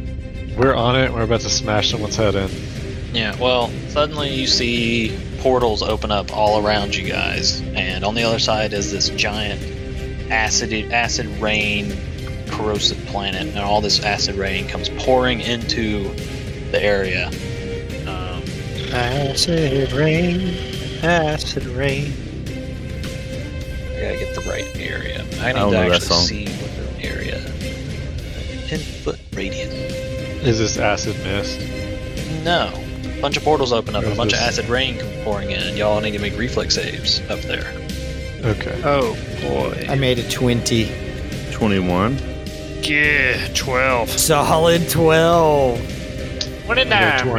[SPEAKER 6] We're on it. We're about to smash someone's head in.
[SPEAKER 4] Yeah, well, suddenly you see portals open up all around you guys, and on the other side is this giant acid acid rain corrosive planet, and all this acid rain comes pouring into the area. Um,
[SPEAKER 5] Acid rain, acid rain.
[SPEAKER 4] I gotta get the right area. I
[SPEAKER 9] I
[SPEAKER 4] need
[SPEAKER 9] don't
[SPEAKER 4] to
[SPEAKER 9] know that
[SPEAKER 4] actually
[SPEAKER 9] song.
[SPEAKER 4] see what the area. Ten foot radius.
[SPEAKER 6] Is this acid mist?
[SPEAKER 4] No. bunch of portals open up, and a
[SPEAKER 6] Where's
[SPEAKER 4] bunch of
[SPEAKER 6] this?
[SPEAKER 4] acid rain come pouring in, and y'all need to make reflex saves up there.
[SPEAKER 6] Okay.
[SPEAKER 5] Oh boy.
[SPEAKER 3] I made a 20.
[SPEAKER 9] 21.
[SPEAKER 5] Yeah, 12.
[SPEAKER 3] Solid 12.
[SPEAKER 6] I got
[SPEAKER 7] 29. baby.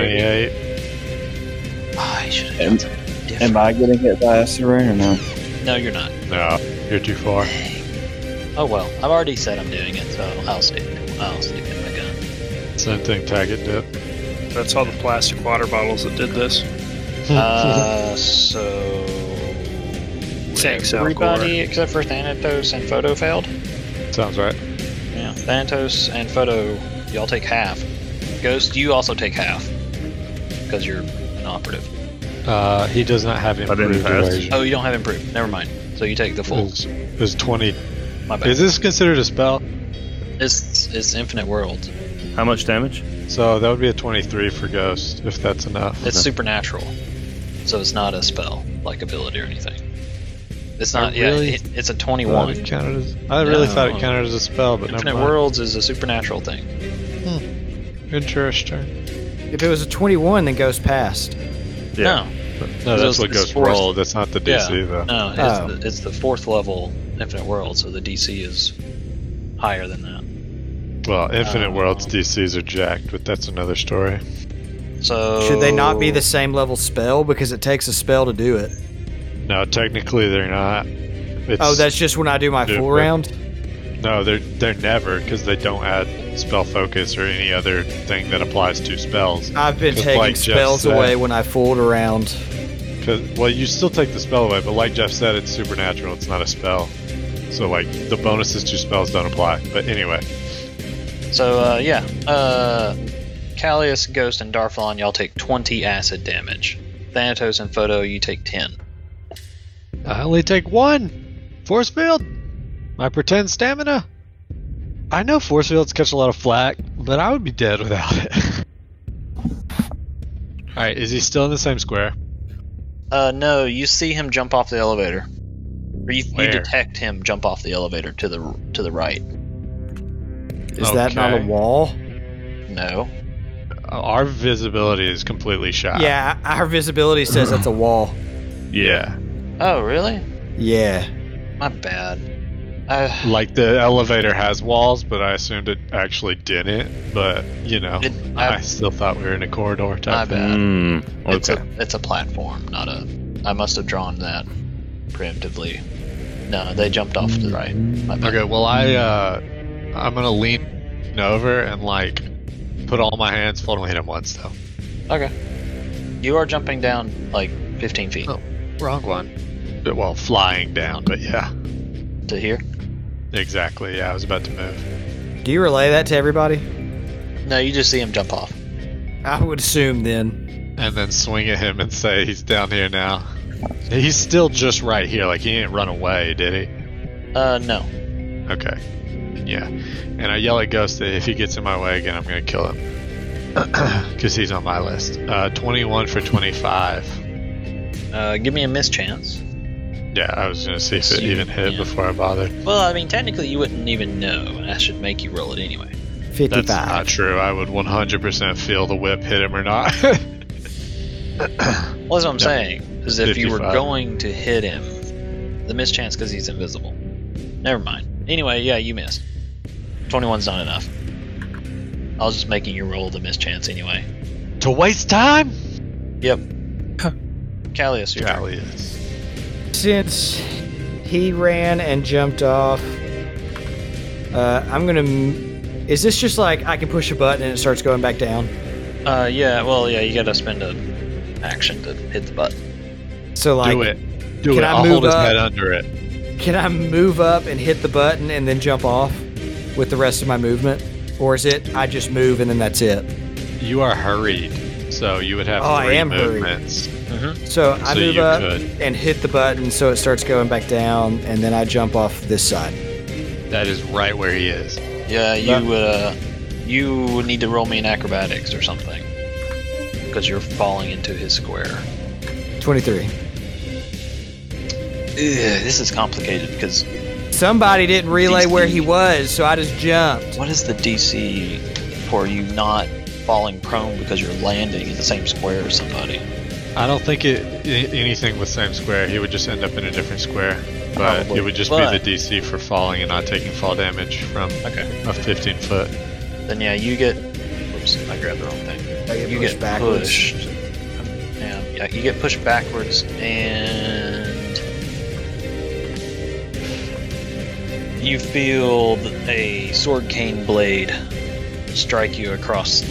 [SPEAKER 6] 28.
[SPEAKER 4] I should have
[SPEAKER 2] Am-
[SPEAKER 4] done something different.
[SPEAKER 2] Am I getting hit by acid rain or no?
[SPEAKER 4] No, you're not.
[SPEAKER 6] No, you're too far.
[SPEAKER 4] Oh well, I've already said I'm doing it, so I'll stick. I'll stick to my
[SPEAKER 6] [LAUGHS]
[SPEAKER 4] gun.
[SPEAKER 6] Same thing, tag it, dip.
[SPEAKER 5] That's all the plastic water bottles that did this.
[SPEAKER 4] uh, so everybody
[SPEAKER 5] Thanks, everybody.
[SPEAKER 4] except for Thanatos and Photo failed.
[SPEAKER 6] [LAUGHS] Sounds right.
[SPEAKER 4] Yeah, Thanatos and Photo, y'all take half. Ghost, you also take half because you're an operative.
[SPEAKER 6] Uh, he does not have
[SPEAKER 9] didn't
[SPEAKER 6] improved
[SPEAKER 9] pass.
[SPEAKER 6] evasion.
[SPEAKER 4] Oh, you don't have improved. Never mind. So you take the full.
[SPEAKER 6] Is, is 20.
[SPEAKER 4] My bad.
[SPEAKER 6] Is this considered a spell?
[SPEAKER 4] It's it's infinite world.
[SPEAKER 9] How much damage?
[SPEAKER 6] So that would be a 23 for Ghost, if that's enough.
[SPEAKER 4] It's supernatural, so it's not a spell like ability or anything. It's
[SPEAKER 6] I
[SPEAKER 4] not.
[SPEAKER 6] Oh, really
[SPEAKER 4] yeah, it, it's a
[SPEAKER 6] I thought
[SPEAKER 4] twenty-one.
[SPEAKER 6] it counted as, Uh, I really
[SPEAKER 4] No.
[SPEAKER 6] thought it counted as a spell, but
[SPEAKER 4] Infinite
[SPEAKER 6] never mind.
[SPEAKER 4] Worlds is a supernatural thing.
[SPEAKER 6] Interesting.
[SPEAKER 3] If it was a 21, then Ghost passed.
[SPEAKER 9] Yeah.
[SPEAKER 4] No,
[SPEAKER 6] No,
[SPEAKER 4] Those-
[SPEAKER 6] that's what
[SPEAKER 4] this
[SPEAKER 6] Ghost
[SPEAKER 4] fourth-
[SPEAKER 6] rolled. That's not the DC,
[SPEAKER 4] Yeah.
[SPEAKER 6] though.
[SPEAKER 4] no, it's,
[SPEAKER 3] Oh.
[SPEAKER 4] the, it's the fourth level Infinite World, so the DC is higher than that.
[SPEAKER 6] Well, Infinite
[SPEAKER 4] Uh,
[SPEAKER 6] Worlds DCs are jacked, but that's another story.
[SPEAKER 4] So
[SPEAKER 3] Should they not be the same level spell? Because it takes a spell to do it.
[SPEAKER 6] No, technically they're not. It's,
[SPEAKER 3] oh, that's just when I do my
[SPEAKER 6] Yeah,
[SPEAKER 3] full
[SPEAKER 6] but-
[SPEAKER 3] round?
[SPEAKER 6] no, they're they're never because they don't add spell focus or any other thing that applies to spells.
[SPEAKER 3] I've been
[SPEAKER 6] Just
[SPEAKER 3] taking
[SPEAKER 6] like Jeff
[SPEAKER 3] spells
[SPEAKER 6] said.
[SPEAKER 3] away when I fooled around.
[SPEAKER 6] 'Cause- well, you still take the spell away, but like Jeff said, it's supernatural. It's not a spell, so like the bonuses to spells don't apply. But anyway,
[SPEAKER 4] So uh, yeah, uh, Callius, Ghost, and Darflon, y'all take twenty acid damage. Thanatos and Photo, you take ten.
[SPEAKER 6] I only take one force field. My pretend stamina. I know force fields catch a lot of flack, but I would be dead without it. [LAUGHS] All right, is he still in the same square?
[SPEAKER 4] Uh, no, you see him jump off the elevator. Or you, you
[SPEAKER 6] Where?
[SPEAKER 4] detect him jump off the elevator to the to the right.
[SPEAKER 3] Is that not a
[SPEAKER 6] Okay.
[SPEAKER 3] wall?
[SPEAKER 4] No,
[SPEAKER 6] Our visibility is completely shot.
[SPEAKER 3] Yeah, our visibility says that's a wall.
[SPEAKER 6] Yeah.
[SPEAKER 4] Oh, really?
[SPEAKER 3] Yeah.
[SPEAKER 4] My bad. I,
[SPEAKER 6] Like the elevator has walls, but I assumed it actually didn't. But you know,
[SPEAKER 4] it,
[SPEAKER 6] I,
[SPEAKER 4] I,
[SPEAKER 6] still thought we were in a corridor
[SPEAKER 4] my
[SPEAKER 6] type. thing.
[SPEAKER 4] bad.
[SPEAKER 9] Mm,
[SPEAKER 4] It's
[SPEAKER 9] okay.
[SPEAKER 4] a it's a platform, not a. I must have drawn that preemptively. No, they jumped off to the right. My bad.
[SPEAKER 6] Okay. Well, I uh, I'm gonna lean over and like put all my hands full and hit him once though.
[SPEAKER 4] You are jumping down like 15 feet
[SPEAKER 6] Oh. Wrong one. But, Well, flying down, but yeah,
[SPEAKER 4] to here.
[SPEAKER 6] exactly. Yeah, I was about to move.
[SPEAKER 3] Do you relay that to everybody?
[SPEAKER 4] No, you just see him jump off.
[SPEAKER 3] I would assume then.
[SPEAKER 6] And then swing at him and say he's down here now. He's still just right here. Like he didn't run away, did he?
[SPEAKER 4] Uh, no.
[SPEAKER 6] Okay. Yeah. And I yell at Ghost that if he gets in my way again, I'm going to kill him. [CLEARS THROAT] Because he's on my list. Uh, 21 for 25.
[SPEAKER 4] Uh, give me a miss chance.
[SPEAKER 6] Yeah, I was going to see if it
[SPEAKER 4] You-
[SPEAKER 6] even hit
[SPEAKER 4] yeah.
[SPEAKER 6] before I bothered.
[SPEAKER 4] Well, I mean, technically you wouldn't even know. and I should make you roll it anyway.
[SPEAKER 6] That's
[SPEAKER 3] 55.
[SPEAKER 6] not true. I would 100% feel the whip hit him or not. [LAUGHS]
[SPEAKER 4] Well, that's what I'm
[SPEAKER 6] Yeah.
[SPEAKER 4] saying. Is if you were
[SPEAKER 6] 55.
[SPEAKER 4] going to hit him, the miss chance because he's invisible. Never mind. Anyway, yeah, you missed. 21's not enough. I was just making you roll the miss chance anyway.
[SPEAKER 6] to waste time?
[SPEAKER 4] Callius, your turn.
[SPEAKER 6] Gallius.
[SPEAKER 3] Since he ran and jumped off, uh, I'm going to. Is this just like I can push a button and it starts going back down?
[SPEAKER 4] Uh, yeah, well, yeah, you gotta spend a action to hit the button.
[SPEAKER 3] So, like,
[SPEAKER 6] Do it. Do
[SPEAKER 3] Can
[SPEAKER 6] it.
[SPEAKER 3] I
[SPEAKER 6] I'll
[SPEAKER 3] move
[SPEAKER 6] hold his
[SPEAKER 3] up?
[SPEAKER 6] head under it.
[SPEAKER 3] can I move up and hit the button and then jump off with the rest of my movement? Or is it I just move and then that's it?
[SPEAKER 6] You are hurried. So you would have
[SPEAKER 3] Oh, I
[SPEAKER 6] three
[SPEAKER 3] am hurried.
[SPEAKER 6] movements.
[SPEAKER 3] So, I
[SPEAKER 6] So
[SPEAKER 3] move
[SPEAKER 6] you
[SPEAKER 3] up
[SPEAKER 6] could.
[SPEAKER 3] and hit the button so it starts going back down, and then I jump off this side.
[SPEAKER 6] That is right where he is.
[SPEAKER 4] Yeah, you would. Uh, you would need to roll me an acrobatics or something because you're falling into his square.
[SPEAKER 3] 23.
[SPEAKER 4] Ugh, this is complicated because
[SPEAKER 3] Somebody didn't relay where he was, so I just jumped.
[SPEAKER 4] what is the DC for you not falling prone because you're landing in the same square as somebody?
[SPEAKER 6] I don't think it a- anything with same square. He would just end up in a different square. But
[SPEAKER 4] Probably.
[SPEAKER 6] it would just be
[SPEAKER 4] But-
[SPEAKER 6] the DC for falling and not taking fall damage from
[SPEAKER 4] Okay.
[SPEAKER 6] a 15 foot.
[SPEAKER 4] Then yeah, you get. Oops, I grabbed the wrong thing.
[SPEAKER 3] I get
[SPEAKER 4] you
[SPEAKER 3] pushed
[SPEAKER 4] get
[SPEAKER 3] backwards.
[SPEAKER 4] pushed. Yeah, yeah, you get pushed backwards and you feel a sword cane blade strike you across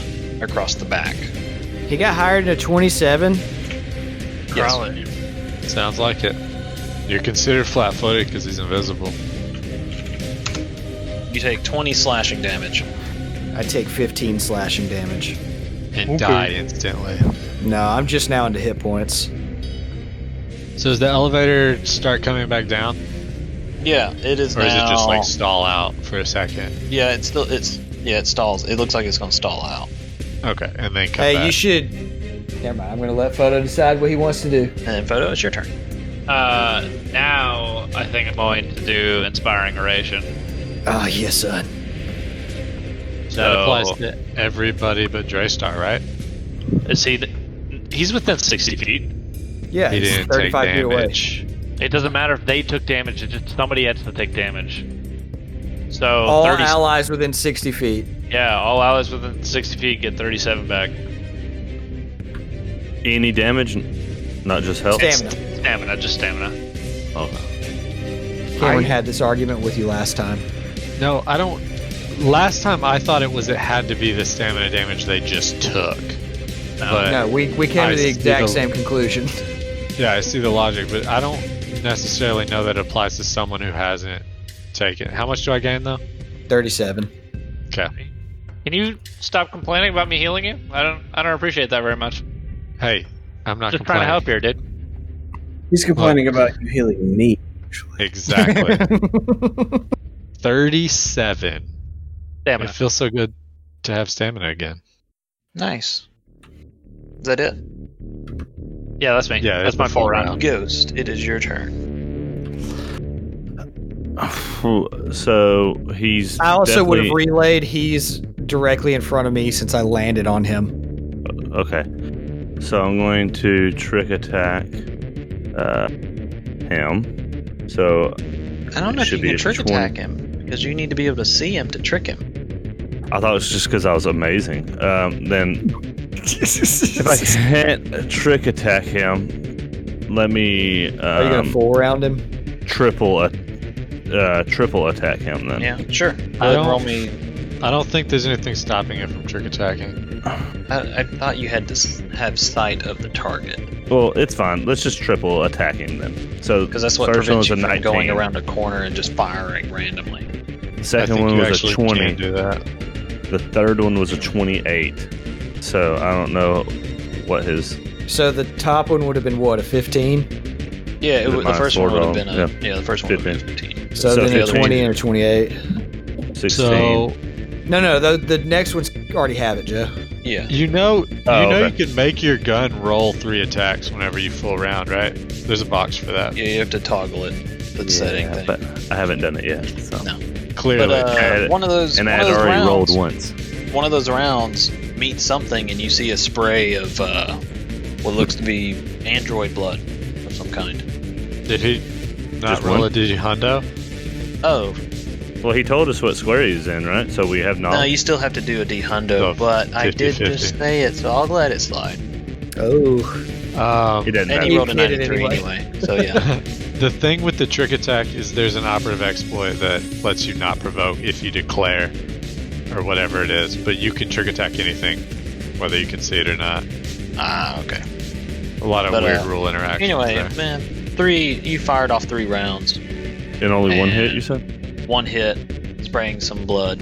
[SPEAKER 4] across the back.
[SPEAKER 3] He got hired in a 27.
[SPEAKER 4] Yes.
[SPEAKER 6] Sounds like it. You're considered flat footed because he's invisible.
[SPEAKER 4] You take 20 slashing damage.
[SPEAKER 3] I take 15 slashing damage.
[SPEAKER 6] And die instantly.
[SPEAKER 3] No, I'm just now into hit points.
[SPEAKER 6] So does the elevator start coming back down?
[SPEAKER 4] Yeah, it is
[SPEAKER 6] Or is it just
[SPEAKER 4] now-
[SPEAKER 6] like stall out for a second?
[SPEAKER 4] Yeah, it's still it's yeah, it stalls. It looks like it's gonna stall out.
[SPEAKER 6] Okay, and then come
[SPEAKER 3] Hey,
[SPEAKER 6] back.
[SPEAKER 3] you should. Never mind. I'm going to let Photo decide what he wants to do.
[SPEAKER 4] And then photo, it's your turn.
[SPEAKER 7] Uh, now I think I'm going to do inspiring oration.
[SPEAKER 3] Oh, yes, son.
[SPEAKER 6] that applies
[SPEAKER 4] Oh.
[SPEAKER 7] So
[SPEAKER 6] to everybody but Draystar, right?
[SPEAKER 7] is he? th- He's within sixty feet.
[SPEAKER 3] Yeah,
[SPEAKER 6] he
[SPEAKER 3] he's
[SPEAKER 6] didn't take
[SPEAKER 3] 35 feet away.
[SPEAKER 6] damage.
[SPEAKER 7] It doesn't matter if they took damage. It's just somebody has to take damage. So
[SPEAKER 3] All
[SPEAKER 7] 30,
[SPEAKER 3] allies within 60 feet.
[SPEAKER 7] yeah, all allies within sixty feet get thirty-seven back.
[SPEAKER 9] Any damage, not just health.
[SPEAKER 3] Stamina.
[SPEAKER 7] Stamina, just stamina.
[SPEAKER 9] Oh,
[SPEAKER 3] Cameron had this argument with you last time.
[SPEAKER 6] No, I don't. Last time I thought it was it had to be the stamina damage they just took. But
[SPEAKER 3] No, we, we came
[SPEAKER 6] I
[SPEAKER 3] to the
[SPEAKER 6] see
[SPEAKER 3] exact
[SPEAKER 6] the-
[SPEAKER 3] same conclusion. [LAUGHS]
[SPEAKER 6] yeah, I see the logic, but I don't necessarily know that it applies to someone who hasn't taken. How much do I gain though?
[SPEAKER 3] 37.
[SPEAKER 6] Okay.
[SPEAKER 7] Can you stop complaining about me healing you? I don't. I don't appreciate that very much.
[SPEAKER 6] Hey, I'm not
[SPEAKER 7] Just trying to
[SPEAKER 6] complaining.
[SPEAKER 7] help here, dude.
[SPEAKER 2] He's complaining about you healing me.
[SPEAKER 3] [LAUGHS]
[SPEAKER 6] Exactly. Thirty-seven. It
[SPEAKER 7] Stamina.
[SPEAKER 6] feels so good to have stamina again.
[SPEAKER 4] Nice. Is that it?
[SPEAKER 7] Yeah, that's me.
[SPEAKER 6] Yeah, that's
[SPEAKER 7] that's my
[SPEAKER 6] the full
[SPEAKER 7] full round.
[SPEAKER 6] round.
[SPEAKER 4] Ghost, it is your turn.
[SPEAKER 9] [SIGHS] so he's.
[SPEAKER 3] I also would have
[SPEAKER 9] definitely-
[SPEAKER 3] relayed he's directly in front of me since I landed on him.
[SPEAKER 9] Okay. So I'm going to trick attack uh, him. So
[SPEAKER 4] I don't know
[SPEAKER 9] It
[SPEAKER 4] if
[SPEAKER 9] should
[SPEAKER 4] you
[SPEAKER 9] be
[SPEAKER 4] can
[SPEAKER 9] a
[SPEAKER 4] trick
[SPEAKER 9] 20.
[SPEAKER 4] attack him because you need to be able to see him to trick him.
[SPEAKER 9] I thought it was just because I was amazing. Um, then
[SPEAKER 3] [LAUGHS]
[SPEAKER 9] if I can't trick attack him, let me
[SPEAKER 3] Are you
[SPEAKER 9] um,
[SPEAKER 3] gonna full round him?
[SPEAKER 9] triple a, uh, triple attack him then.
[SPEAKER 4] Yeah, sure.
[SPEAKER 6] I
[SPEAKER 4] roll
[SPEAKER 6] don't.
[SPEAKER 4] me.
[SPEAKER 6] I don't think there's anything stopping it from trick attacking.
[SPEAKER 4] I, I thought you had to s- have sight of the target
[SPEAKER 9] Well, it's fine. Let's just triple attack him then. So
[SPEAKER 4] because that's what
[SPEAKER 9] first one
[SPEAKER 4] prevents
[SPEAKER 9] was
[SPEAKER 4] you
[SPEAKER 9] a
[SPEAKER 4] from
[SPEAKER 9] 19.
[SPEAKER 4] going around a corner and just firing randomly.
[SPEAKER 9] Second
[SPEAKER 6] I think
[SPEAKER 9] one
[SPEAKER 6] you
[SPEAKER 9] was
[SPEAKER 6] actually
[SPEAKER 9] a
[SPEAKER 6] Can
[SPEAKER 9] 20.
[SPEAKER 6] do that.
[SPEAKER 9] The third one was a 28. So I don't know what his
[SPEAKER 3] So the top one would have been what a 15.
[SPEAKER 4] Yeah, it,
[SPEAKER 9] Is it
[SPEAKER 4] w- the
[SPEAKER 9] minus
[SPEAKER 4] first
[SPEAKER 9] four
[SPEAKER 4] one would have
[SPEAKER 9] roll?
[SPEAKER 4] been a yeah. the first one would have been 15.
[SPEAKER 3] So,
[SPEAKER 9] So
[SPEAKER 3] then a
[SPEAKER 9] 15.
[SPEAKER 3] 20 and a 28.
[SPEAKER 9] 16.
[SPEAKER 6] So
[SPEAKER 3] No, no, the the next one's already have it, Joe.
[SPEAKER 4] Yeah,
[SPEAKER 6] You know, you
[SPEAKER 9] Oh,
[SPEAKER 6] know,
[SPEAKER 9] okay.
[SPEAKER 6] you can make your gun roll three attacks whenever you full round, right? There's a box for that.
[SPEAKER 4] yeah, you have to toggle it. The setting
[SPEAKER 9] Yeah,
[SPEAKER 4] thing.
[SPEAKER 9] but I haven't done it yet. So.
[SPEAKER 4] No.
[SPEAKER 6] Clearly,
[SPEAKER 4] But uh,
[SPEAKER 9] had-
[SPEAKER 4] one of those
[SPEAKER 9] And I
[SPEAKER 4] one
[SPEAKER 9] had
[SPEAKER 4] of those
[SPEAKER 9] already
[SPEAKER 4] rounds,
[SPEAKER 9] rolled once.
[SPEAKER 4] one of those rounds meets something and you see a spray of uh, what looks to be android blood of some kind.
[SPEAKER 6] did he not
[SPEAKER 9] Just
[SPEAKER 6] roll
[SPEAKER 9] one?
[SPEAKER 6] a digi hundo?
[SPEAKER 4] Oh,
[SPEAKER 9] Well, he told us what square he's in, right? So we have not.
[SPEAKER 4] no, you still have to do a D hundo,
[SPEAKER 6] So,
[SPEAKER 4] but I did
[SPEAKER 6] 50-50.
[SPEAKER 4] just say it, so I'll let it slide.
[SPEAKER 3] Oh,
[SPEAKER 9] he
[SPEAKER 6] Um,
[SPEAKER 4] And
[SPEAKER 9] didn't know.
[SPEAKER 4] he
[SPEAKER 3] You
[SPEAKER 4] rolled a
[SPEAKER 3] did it
[SPEAKER 4] 93 anyway. so yeah.
[SPEAKER 6] the thing with the trick attack is there's an operative exploit that lets you not provoke if you declare or whatever it is, but you can trick attack anything, whether you can see it or not.
[SPEAKER 4] ah, okay.
[SPEAKER 6] A lot of
[SPEAKER 4] But,
[SPEAKER 6] weird
[SPEAKER 4] uh,
[SPEAKER 6] rule interactions.
[SPEAKER 4] Anyway,
[SPEAKER 6] there.
[SPEAKER 4] man, three, you fired off three rounds.
[SPEAKER 9] And only one hit, you said?
[SPEAKER 4] One hit, spraying some blood.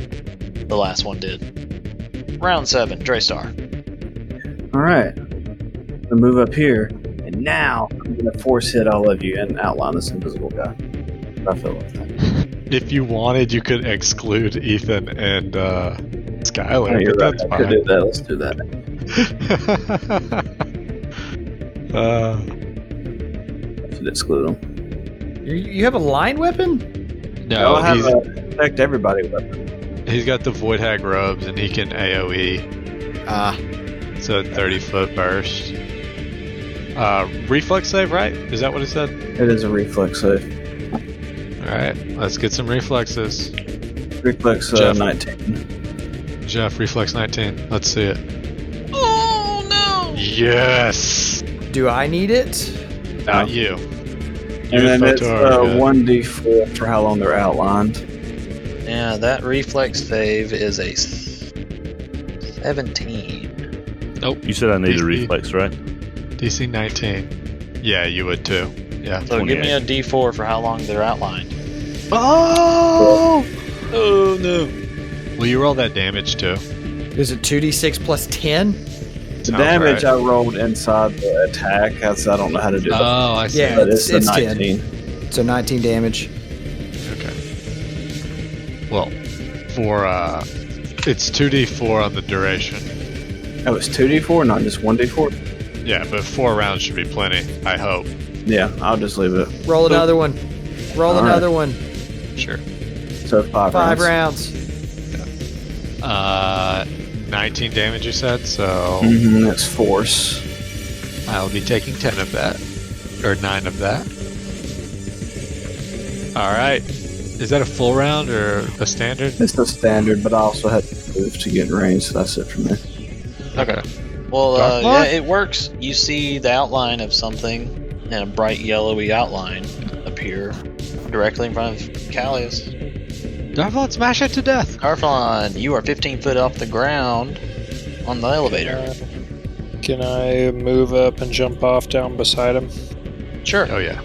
[SPEAKER 4] The last one did. Round seven, Draystar.
[SPEAKER 2] All right. I move up here, and now I'm gonna force hit all of you and outline this invisible guy. I feel like that.
[SPEAKER 6] If you wanted, you could exclude Ethan and uh, Skylar.
[SPEAKER 2] you're
[SPEAKER 6] but
[SPEAKER 2] right.
[SPEAKER 6] that's
[SPEAKER 2] I could do that. Let's do that. [LAUGHS]
[SPEAKER 6] fine. uh,
[SPEAKER 2] Should exclude them.
[SPEAKER 3] You, you have a line weapon?
[SPEAKER 6] no,
[SPEAKER 2] I
[SPEAKER 6] he's,
[SPEAKER 2] have a protect everybody weapon.
[SPEAKER 6] he's got the Void Hag robes and he can E. AoE,
[SPEAKER 3] Ah,
[SPEAKER 6] so 30 foot burst. Uh, reflex save, right? Is that what it said?
[SPEAKER 2] It is a reflex uh, save.
[SPEAKER 6] Alright, let's get some reflexes.
[SPEAKER 2] Reflex uh,
[SPEAKER 6] Jeff.
[SPEAKER 2] 19.
[SPEAKER 6] Jeff, reflex 19. Let's see it. Oh, no! Yes!
[SPEAKER 3] do I need it?
[SPEAKER 6] Not you.
[SPEAKER 2] And then it's
[SPEAKER 6] Photar,
[SPEAKER 2] uh,
[SPEAKER 6] yeah.
[SPEAKER 2] 1d4 for how long they're outlined.
[SPEAKER 4] Yeah, that reflex save is a s- 17.
[SPEAKER 9] You said I need
[SPEAKER 6] Please be.
[SPEAKER 9] a reflex, right?
[SPEAKER 6] DC 19. Yeah, you would too. Yeah.
[SPEAKER 4] So give me a d4 for how long they're outlined.
[SPEAKER 6] Oh!
[SPEAKER 4] Oh no.
[SPEAKER 6] Will you roll that damage too?
[SPEAKER 3] Is it 2d6 plus 10?
[SPEAKER 2] The damage I rolled inside the attack, that's, I don't know how to do that.
[SPEAKER 6] Oh, I see.
[SPEAKER 3] Yeah,
[SPEAKER 2] But
[SPEAKER 3] it's,
[SPEAKER 2] it's, the
[SPEAKER 3] it's 10.
[SPEAKER 2] 19.
[SPEAKER 3] So 19 damage.
[SPEAKER 6] Okay. Well, for uh, it's 2d4 on the duration.
[SPEAKER 2] Oh, it's 2d4, not just 1d4?
[SPEAKER 6] Yeah, but four rounds should be plenty. I hope.
[SPEAKER 2] Yeah, I'll just leave it.
[SPEAKER 3] Roll another one. Roll
[SPEAKER 2] All right.
[SPEAKER 3] another one.
[SPEAKER 6] Sure.
[SPEAKER 2] So five,
[SPEAKER 3] Five
[SPEAKER 2] rounds.
[SPEAKER 3] rounds.
[SPEAKER 6] Uh, 19 damage you said, so
[SPEAKER 3] Mm-hmm.
[SPEAKER 2] Mhm, that's force.
[SPEAKER 6] I'll be taking 10 of that, or nine of that. All right. Is that a full round or a standard?
[SPEAKER 2] It's the standard, but I also had to move to get in range, so that's it for me.
[SPEAKER 6] Okay.
[SPEAKER 4] Well, uh,
[SPEAKER 6] Dark
[SPEAKER 4] yeah,
[SPEAKER 6] Lord?
[SPEAKER 4] it works. You see the outline of something, and a bright yellowy outline appear directly in front of Callius.
[SPEAKER 6] Darvon, smash it to death.
[SPEAKER 4] Carflon, you are 15 foot off the ground on the elevator.
[SPEAKER 5] Can I move up and jump off down beside him?
[SPEAKER 4] Sure.
[SPEAKER 6] Oh yeah.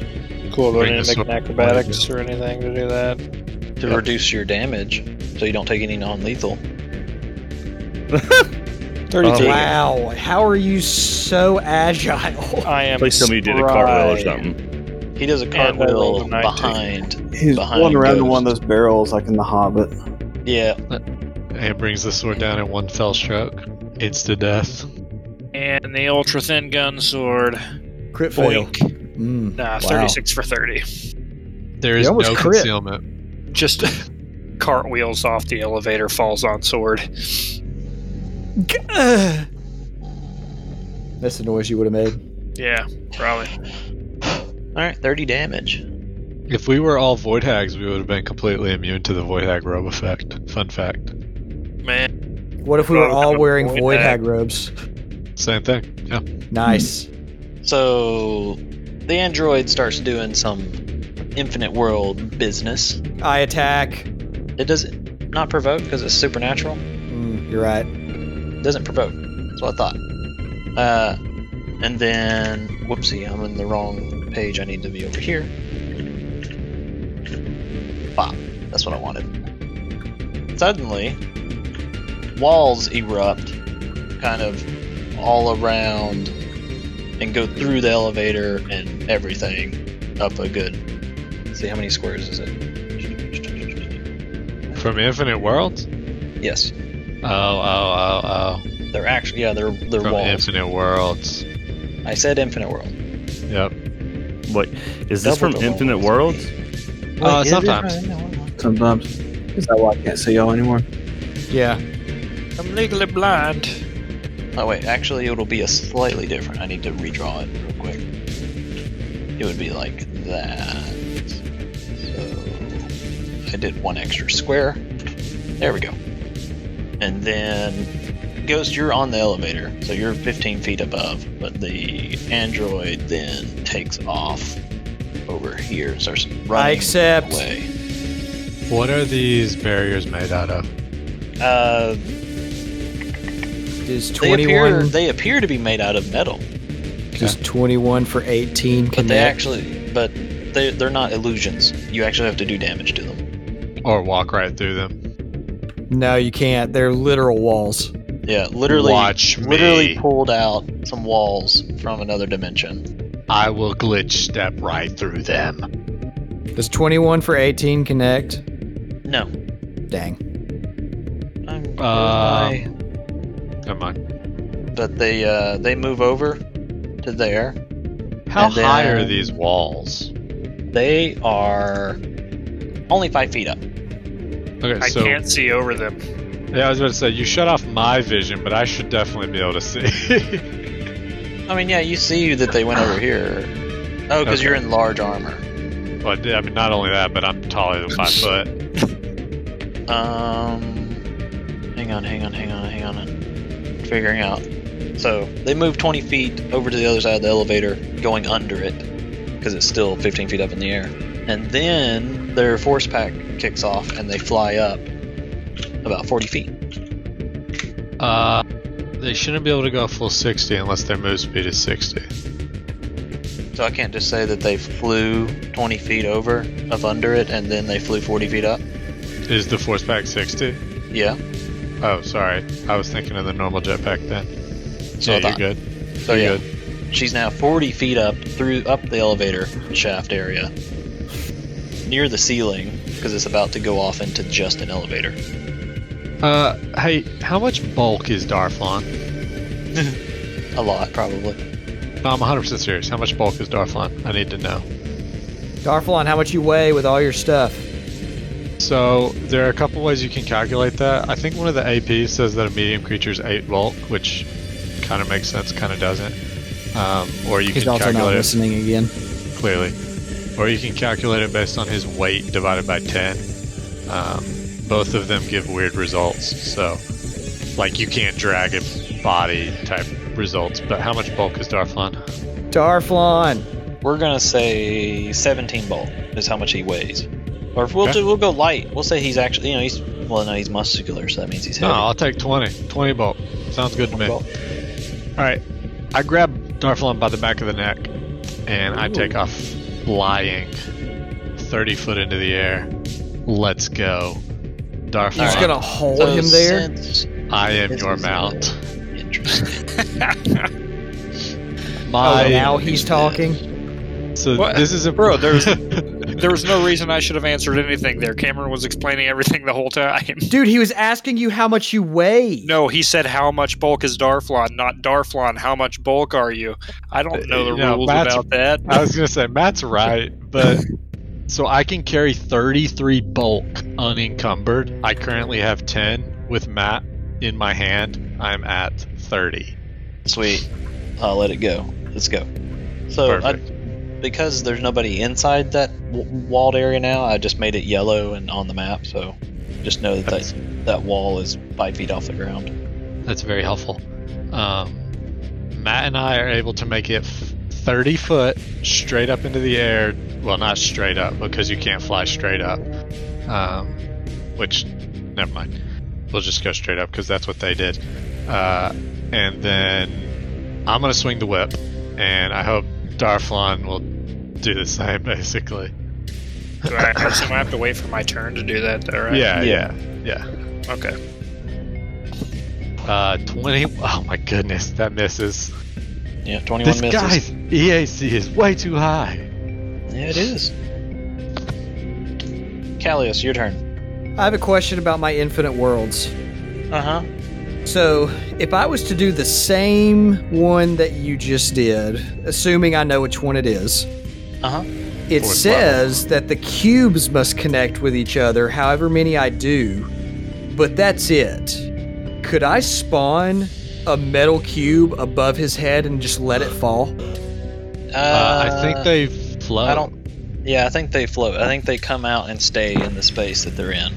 [SPEAKER 5] Cool. Do I
[SPEAKER 6] Bring
[SPEAKER 5] need
[SPEAKER 6] this
[SPEAKER 5] to make
[SPEAKER 6] up.
[SPEAKER 5] an acrobatics or anything to do that?
[SPEAKER 4] To reduce your damage, so you don't take any non-lethal.
[SPEAKER 5] 32.
[SPEAKER 9] Oh,
[SPEAKER 3] Wow. How are you so agile?
[SPEAKER 5] I am.
[SPEAKER 9] Please tell me you did a cartwheel or something.
[SPEAKER 4] He does a
[SPEAKER 5] And I rolled
[SPEAKER 4] cartwheel
[SPEAKER 5] a 19.
[SPEAKER 4] behind.
[SPEAKER 2] He's
[SPEAKER 4] Behind
[SPEAKER 2] pulling around in
[SPEAKER 4] Ghost.
[SPEAKER 2] one of those barrels, like in The Hobbit.
[SPEAKER 4] Yeah.
[SPEAKER 6] And brings the sword down in one fell stroke. Insta death.
[SPEAKER 14] And the ultra thin gun sword.
[SPEAKER 3] Crit fail.
[SPEAKER 14] Boink.
[SPEAKER 3] Mm.
[SPEAKER 14] Nah,
[SPEAKER 3] Wow.
[SPEAKER 14] 36 for 30.
[SPEAKER 6] There is
[SPEAKER 3] You almost
[SPEAKER 6] no
[SPEAKER 3] crit.
[SPEAKER 6] concealment.
[SPEAKER 5] [LAUGHS]
[SPEAKER 14] Just cartwheels off the elevator, falls on sword.
[SPEAKER 3] Gah. That's the noise you would have made.
[SPEAKER 14] Yeah, probably.
[SPEAKER 4] All right, 30 damage.
[SPEAKER 6] If we were all void hags, we would have been completely immune to the void hag robe effect. Fun fact.
[SPEAKER 14] Man,
[SPEAKER 3] What if we were
[SPEAKER 14] Well,
[SPEAKER 3] all wearing
[SPEAKER 14] void
[SPEAKER 3] void
[SPEAKER 14] hag.
[SPEAKER 3] hag robes?
[SPEAKER 6] Same thing. Yeah.
[SPEAKER 3] Nice.
[SPEAKER 4] So the android starts doing some infinite world business.
[SPEAKER 3] I attack.
[SPEAKER 4] It doesn't not provoke because it's supernatural.
[SPEAKER 3] Mm, you're right.
[SPEAKER 4] It doesn't provoke. That's what I thought. Uh, and then whoopsie, I'm in the wrong page. I need to be over here. Bop. That's what I wanted. Suddenly, walls erupt, kind of all around, and go through the elevator and everything up a good. see how many squares is it?
[SPEAKER 6] From Infinite Worlds?
[SPEAKER 4] Yes,
[SPEAKER 6] Oh, oh, oh, oh.
[SPEAKER 4] they're actually yeah they're they're
[SPEAKER 6] From
[SPEAKER 4] walls.
[SPEAKER 6] Infinite Worlds.
[SPEAKER 4] I said infinite world.
[SPEAKER 6] Yep.
[SPEAKER 9] Wait, is this
[SPEAKER 4] Double
[SPEAKER 9] from
[SPEAKER 4] the
[SPEAKER 9] Infinite
[SPEAKER 4] walls.
[SPEAKER 9] Worlds?
[SPEAKER 6] Uh, sometimes.
[SPEAKER 2] Sometimes. Is that why I can't see y'all anymore?
[SPEAKER 3] Yeah.
[SPEAKER 14] I'm legally blind.
[SPEAKER 4] Oh wait, actually it'll be a slightly different. I need to redraw it real quick. It would be like that. So I did one extra square. There we go. And then Ghost, you're on the elevator, so you're 15 feet above, but the android then takes off over here and starts running
[SPEAKER 3] I accept.
[SPEAKER 4] away.
[SPEAKER 6] What are these barriers made out of?
[SPEAKER 4] Uh,
[SPEAKER 3] Does
[SPEAKER 4] they appear
[SPEAKER 3] 21
[SPEAKER 4] they appear to be made out of metal.
[SPEAKER 3] does 21 for 18
[SPEAKER 4] But they
[SPEAKER 3] connect?
[SPEAKER 4] actually, but they they're not illusions. You actually have to do damage to them.
[SPEAKER 6] Or walk right through them.
[SPEAKER 3] No, you can't. They're literal walls.
[SPEAKER 4] Yeah, literally,
[SPEAKER 6] Watch me.
[SPEAKER 4] literally pulled out some walls from another dimension.
[SPEAKER 6] I will glitch step right through them.
[SPEAKER 3] Does 21 for 18 connect?
[SPEAKER 4] No.
[SPEAKER 3] Dang.
[SPEAKER 4] I'm,
[SPEAKER 6] Uh,
[SPEAKER 4] I-
[SPEAKER 6] never mind.
[SPEAKER 4] but they uh, they move over to there.
[SPEAKER 6] How
[SPEAKER 4] And then-
[SPEAKER 6] high are these walls?
[SPEAKER 4] They are only five feet up.
[SPEAKER 6] Okay,
[SPEAKER 14] I
[SPEAKER 6] so
[SPEAKER 14] can't see over them.
[SPEAKER 6] yeah, I was about to say you shut off my vision, but I should definitely be able to see. [LAUGHS]
[SPEAKER 4] I mean, yeah, you see that they went over here. Oh, because
[SPEAKER 6] Okay.
[SPEAKER 4] you're in large armor.
[SPEAKER 6] Well, I mean, not only that, but I'm taller than [LAUGHS] five foot.
[SPEAKER 4] Um, hang on, hang on, hang on, hang on. figuring out. So they move 20 feet over to the other side of the elevator, going under it because it's still 15 feet up in the air. And then their force pack kicks off and they fly up about 40 feet.
[SPEAKER 6] Uh, they shouldn't be able to go full 60 unless their move speed is 60.
[SPEAKER 4] So I can't just say that they flew 20 feet over of under it and then they flew 40 feet up.
[SPEAKER 6] Is the force pack 60?
[SPEAKER 4] Yeah.
[SPEAKER 6] Oh, sorry. I was thinking of the normal jetpack then.
[SPEAKER 4] So
[SPEAKER 6] yeah,
[SPEAKER 4] I
[SPEAKER 6] you're
[SPEAKER 4] thought-
[SPEAKER 6] good.
[SPEAKER 4] So
[SPEAKER 6] You're
[SPEAKER 4] yeah, she's now 40 feet up through up the elevator shaft area, near the ceiling because it's about to go off into just an elevator.
[SPEAKER 6] good. Uh, hey, how much bulk is Darflon?
[SPEAKER 4] A lot, probably.
[SPEAKER 6] No, I'm 100% serious. How much bulk is Darflon? I need to know.
[SPEAKER 3] Darflon, how much you weigh with all your stuff?
[SPEAKER 6] So there are a couple ways you can calculate that. I think one of the APs says that a medium creature is eight bulk, which kind of makes sense, kind of doesn't. Um, or you
[SPEAKER 3] He's
[SPEAKER 6] can
[SPEAKER 3] also not
[SPEAKER 6] calculate it
[SPEAKER 3] listening again.
[SPEAKER 6] clearly, or you can calculate it based on his weight divided by ten. Um, both of them give weird results, so like you can't drag a body type results. But how much bulk is Darflon?
[SPEAKER 3] Darflon,
[SPEAKER 4] We're gonna say 17 bulk is how much he weighs, or if we'll
[SPEAKER 6] Okay.
[SPEAKER 4] do, we'll go light. We'll say he's actually, you know, he's well, no, he's muscular, so that means he's
[SPEAKER 6] No,
[SPEAKER 4] heavy.
[SPEAKER 6] Oh, I'll take 20. 20 bulk. Sounds good to me.
[SPEAKER 4] Bulk.
[SPEAKER 6] All right. I grab Darflon by the back of the neck and I take off flying 30 foot into the air. Let's go. Darflon,
[SPEAKER 3] you're just gonna hold
[SPEAKER 4] So
[SPEAKER 3] him there.
[SPEAKER 4] since-
[SPEAKER 6] I am
[SPEAKER 4] This
[SPEAKER 6] your
[SPEAKER 4] is-
[SPEAKER 6] mount.
[SPEAKER 4] Interesting.
[SPEAKER 3] Oh,
[SPEAKER 4] Oh,
[SPEAKER 6] My,
[SPEAKER 3] now he's talking.
[SPEAKER 6] so
[SPEAKER 5] What?
[SPEAKER 6] this is a
[SPEAKER 5] Bro,
[SPEAKER 6] [LAUGHS]
[SPEAKER 5] there's- There was no reason I should have answered anything there. Cameron was explaining everything the whole time. [LAUGHS]
[SPEAKER 3] Dude, he was asking you how much you weigh.
[SPEAKER 5] No, he said how much bulk is Darflon, not Darflon. How much bulk are you? I don't know the
[SPEAKER 6] Uh, Yeah,
[SPEAKER 5] rules
[SPEAKER 6] that's-
[SPEAKER 5] about that.
[SPEAKER 6] I was gonna say Matt's right, but so I can carry 33 bulk unencumbered. I currently have 10 with Matt in my hand. I'm at 30.
[SPEAKER 4] Sweet. I'll let it go. Let's go. So, I, because there's nobody inside that w- walled area now, I just made it yellow and on the map. So, just know that
[SPEAKER 6] That's-
[SPEAKER 4] that, that wall is five feet off the ground.
[SPEAKER 6] That's very helpful. Um, Matt and I are able to make it f- 30 foot straight up into the air. Well, not straight up because you can't fly straight up. Um, which, never mind. We'll just go straight up because that's what they did. Uh, and then I'm going to swing the whip, and I hope Darflon will do the same [LAUGHS] basically.
[SPEAKER 5] Do I, so I have to wait for my turn to do that, though, right?
[SPEAKER 6] Yeah,
[SPEAKER 4] Yeah.
[SPEAKER 6] yeah, yeah.
[SPEAKER 5] Okay.
[SPEAKER 6] Uh, 20. Oh my goodness, that misses.
[SPEAKER 4] Yeah, 21
[SPEAKER 6] This
[SPEAKER 4] misses.
[SPEAKER 6] guy's EAC is way too high.
[SPEAKER 4] Yeah, it is. Callius, your turn.
[SPEAKER 3] I have a question about my infinite worlds.
[SPEAKER 4] Uh huh.
[SPEAKER 3] So, if I was to do the same one that you just did, assuming I know which one it is,
[SPEAKER 4] Uh huh.
[SPEAKER 3] it
[SPEAKER 6] Fourth
[SPEAKER 3] says that the cubes must connect with each other, however many I do, but that's it. Could I spawn a metal cube above his head and just let it fall?
[SPEAKER 4] Uh,
[SPEAKER 6] Uh, I think they float.
[SPEAKER 4] I don't. Yeah, I think they float. I think they come out and stay in the space that they're in,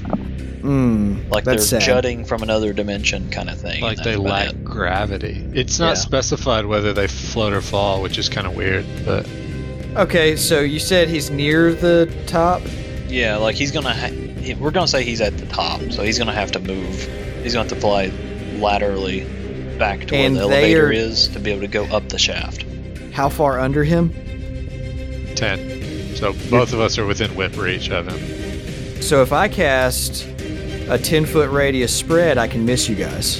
[SPEAKER 3] Mm,
[SPEAKER 4] like
[SPEAKER 3] that's
[SPEAKER 4] they're
[SPEAKER 3] sad.
[SPEAKER 4] jutting from another dimension, kind of thing. and
[SPEAKER 6] like
[SPEAKER 4] that's
[SPEAKER 6] they
[SPEAKER 4] about
[SPEAKER 6] lack
[SPEAKER 4] it.
[SPEAKER 6] gravity. It's not
[SPEAKER 4] Yeah.
[SPEAKER 6] specified whether they float or fall, which is kind of weird. But
[SPEAKER 3] Okay, so you said he's near the top.
[SPEAKER 4] Yeah, like he's gonna. Ha- he- we're gonna say he's at the top, so he's gonna have to move. He's gonna have to fly laterally back to
[SPEAKER 3] And
[SPEAKER 4] where the
[SPEAKER 3] they
[SPEAKER 4] elevator
[SPEAKER 3] are-
[SPEAKER 4] is to be able to go up the shaft.
[SPEAKER 3] How far under him?
[SPEAKER 6] ten, so both of us are within whip reach of him.
[SPEAKER 3] So if I cast a 10 foot radius spread, I can miss you guys.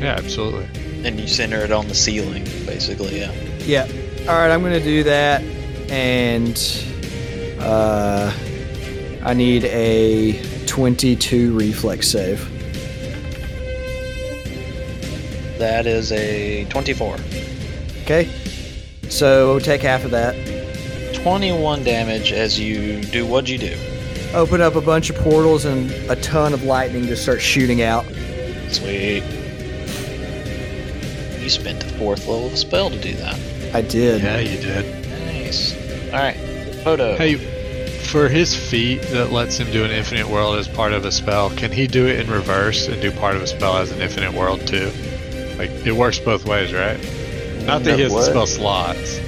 [SPEAKER 6] Yeah, absolutely.
[SPEAKER 4] And you center it on the ceiling, basically. Yeah.
[SPEAKER 3] Yeah. All right, I'm going to do that. And uh, I need a 22 reflex save.
[SPEAKER 4] That is a 24.
[SPEAKER 3] Okay. So take half of that.
[SPEAKER 4] 21 damage as you do what you do.
[SPEAKER 3] Open up a bunch of portals and a ton of lightning just starts shooting out.
[SPEAKER 4] Sweet. You spent the fourth level of a spell to do that.
[SPEAKER 3] I did.
[SPEAKER 6] Yeah, you did.
[SPEAKER 4] Nice. Alright. Photo.
[SPEAKER 6] Hey, for his feat that lets him do an infinite world as part of a spell, can he do it in reverse and do part of a spell as an infinite world too? Like it works both ways, right? Not that he has the
[SPEAKER 4] What?
[SPEAKER 6] spell slots.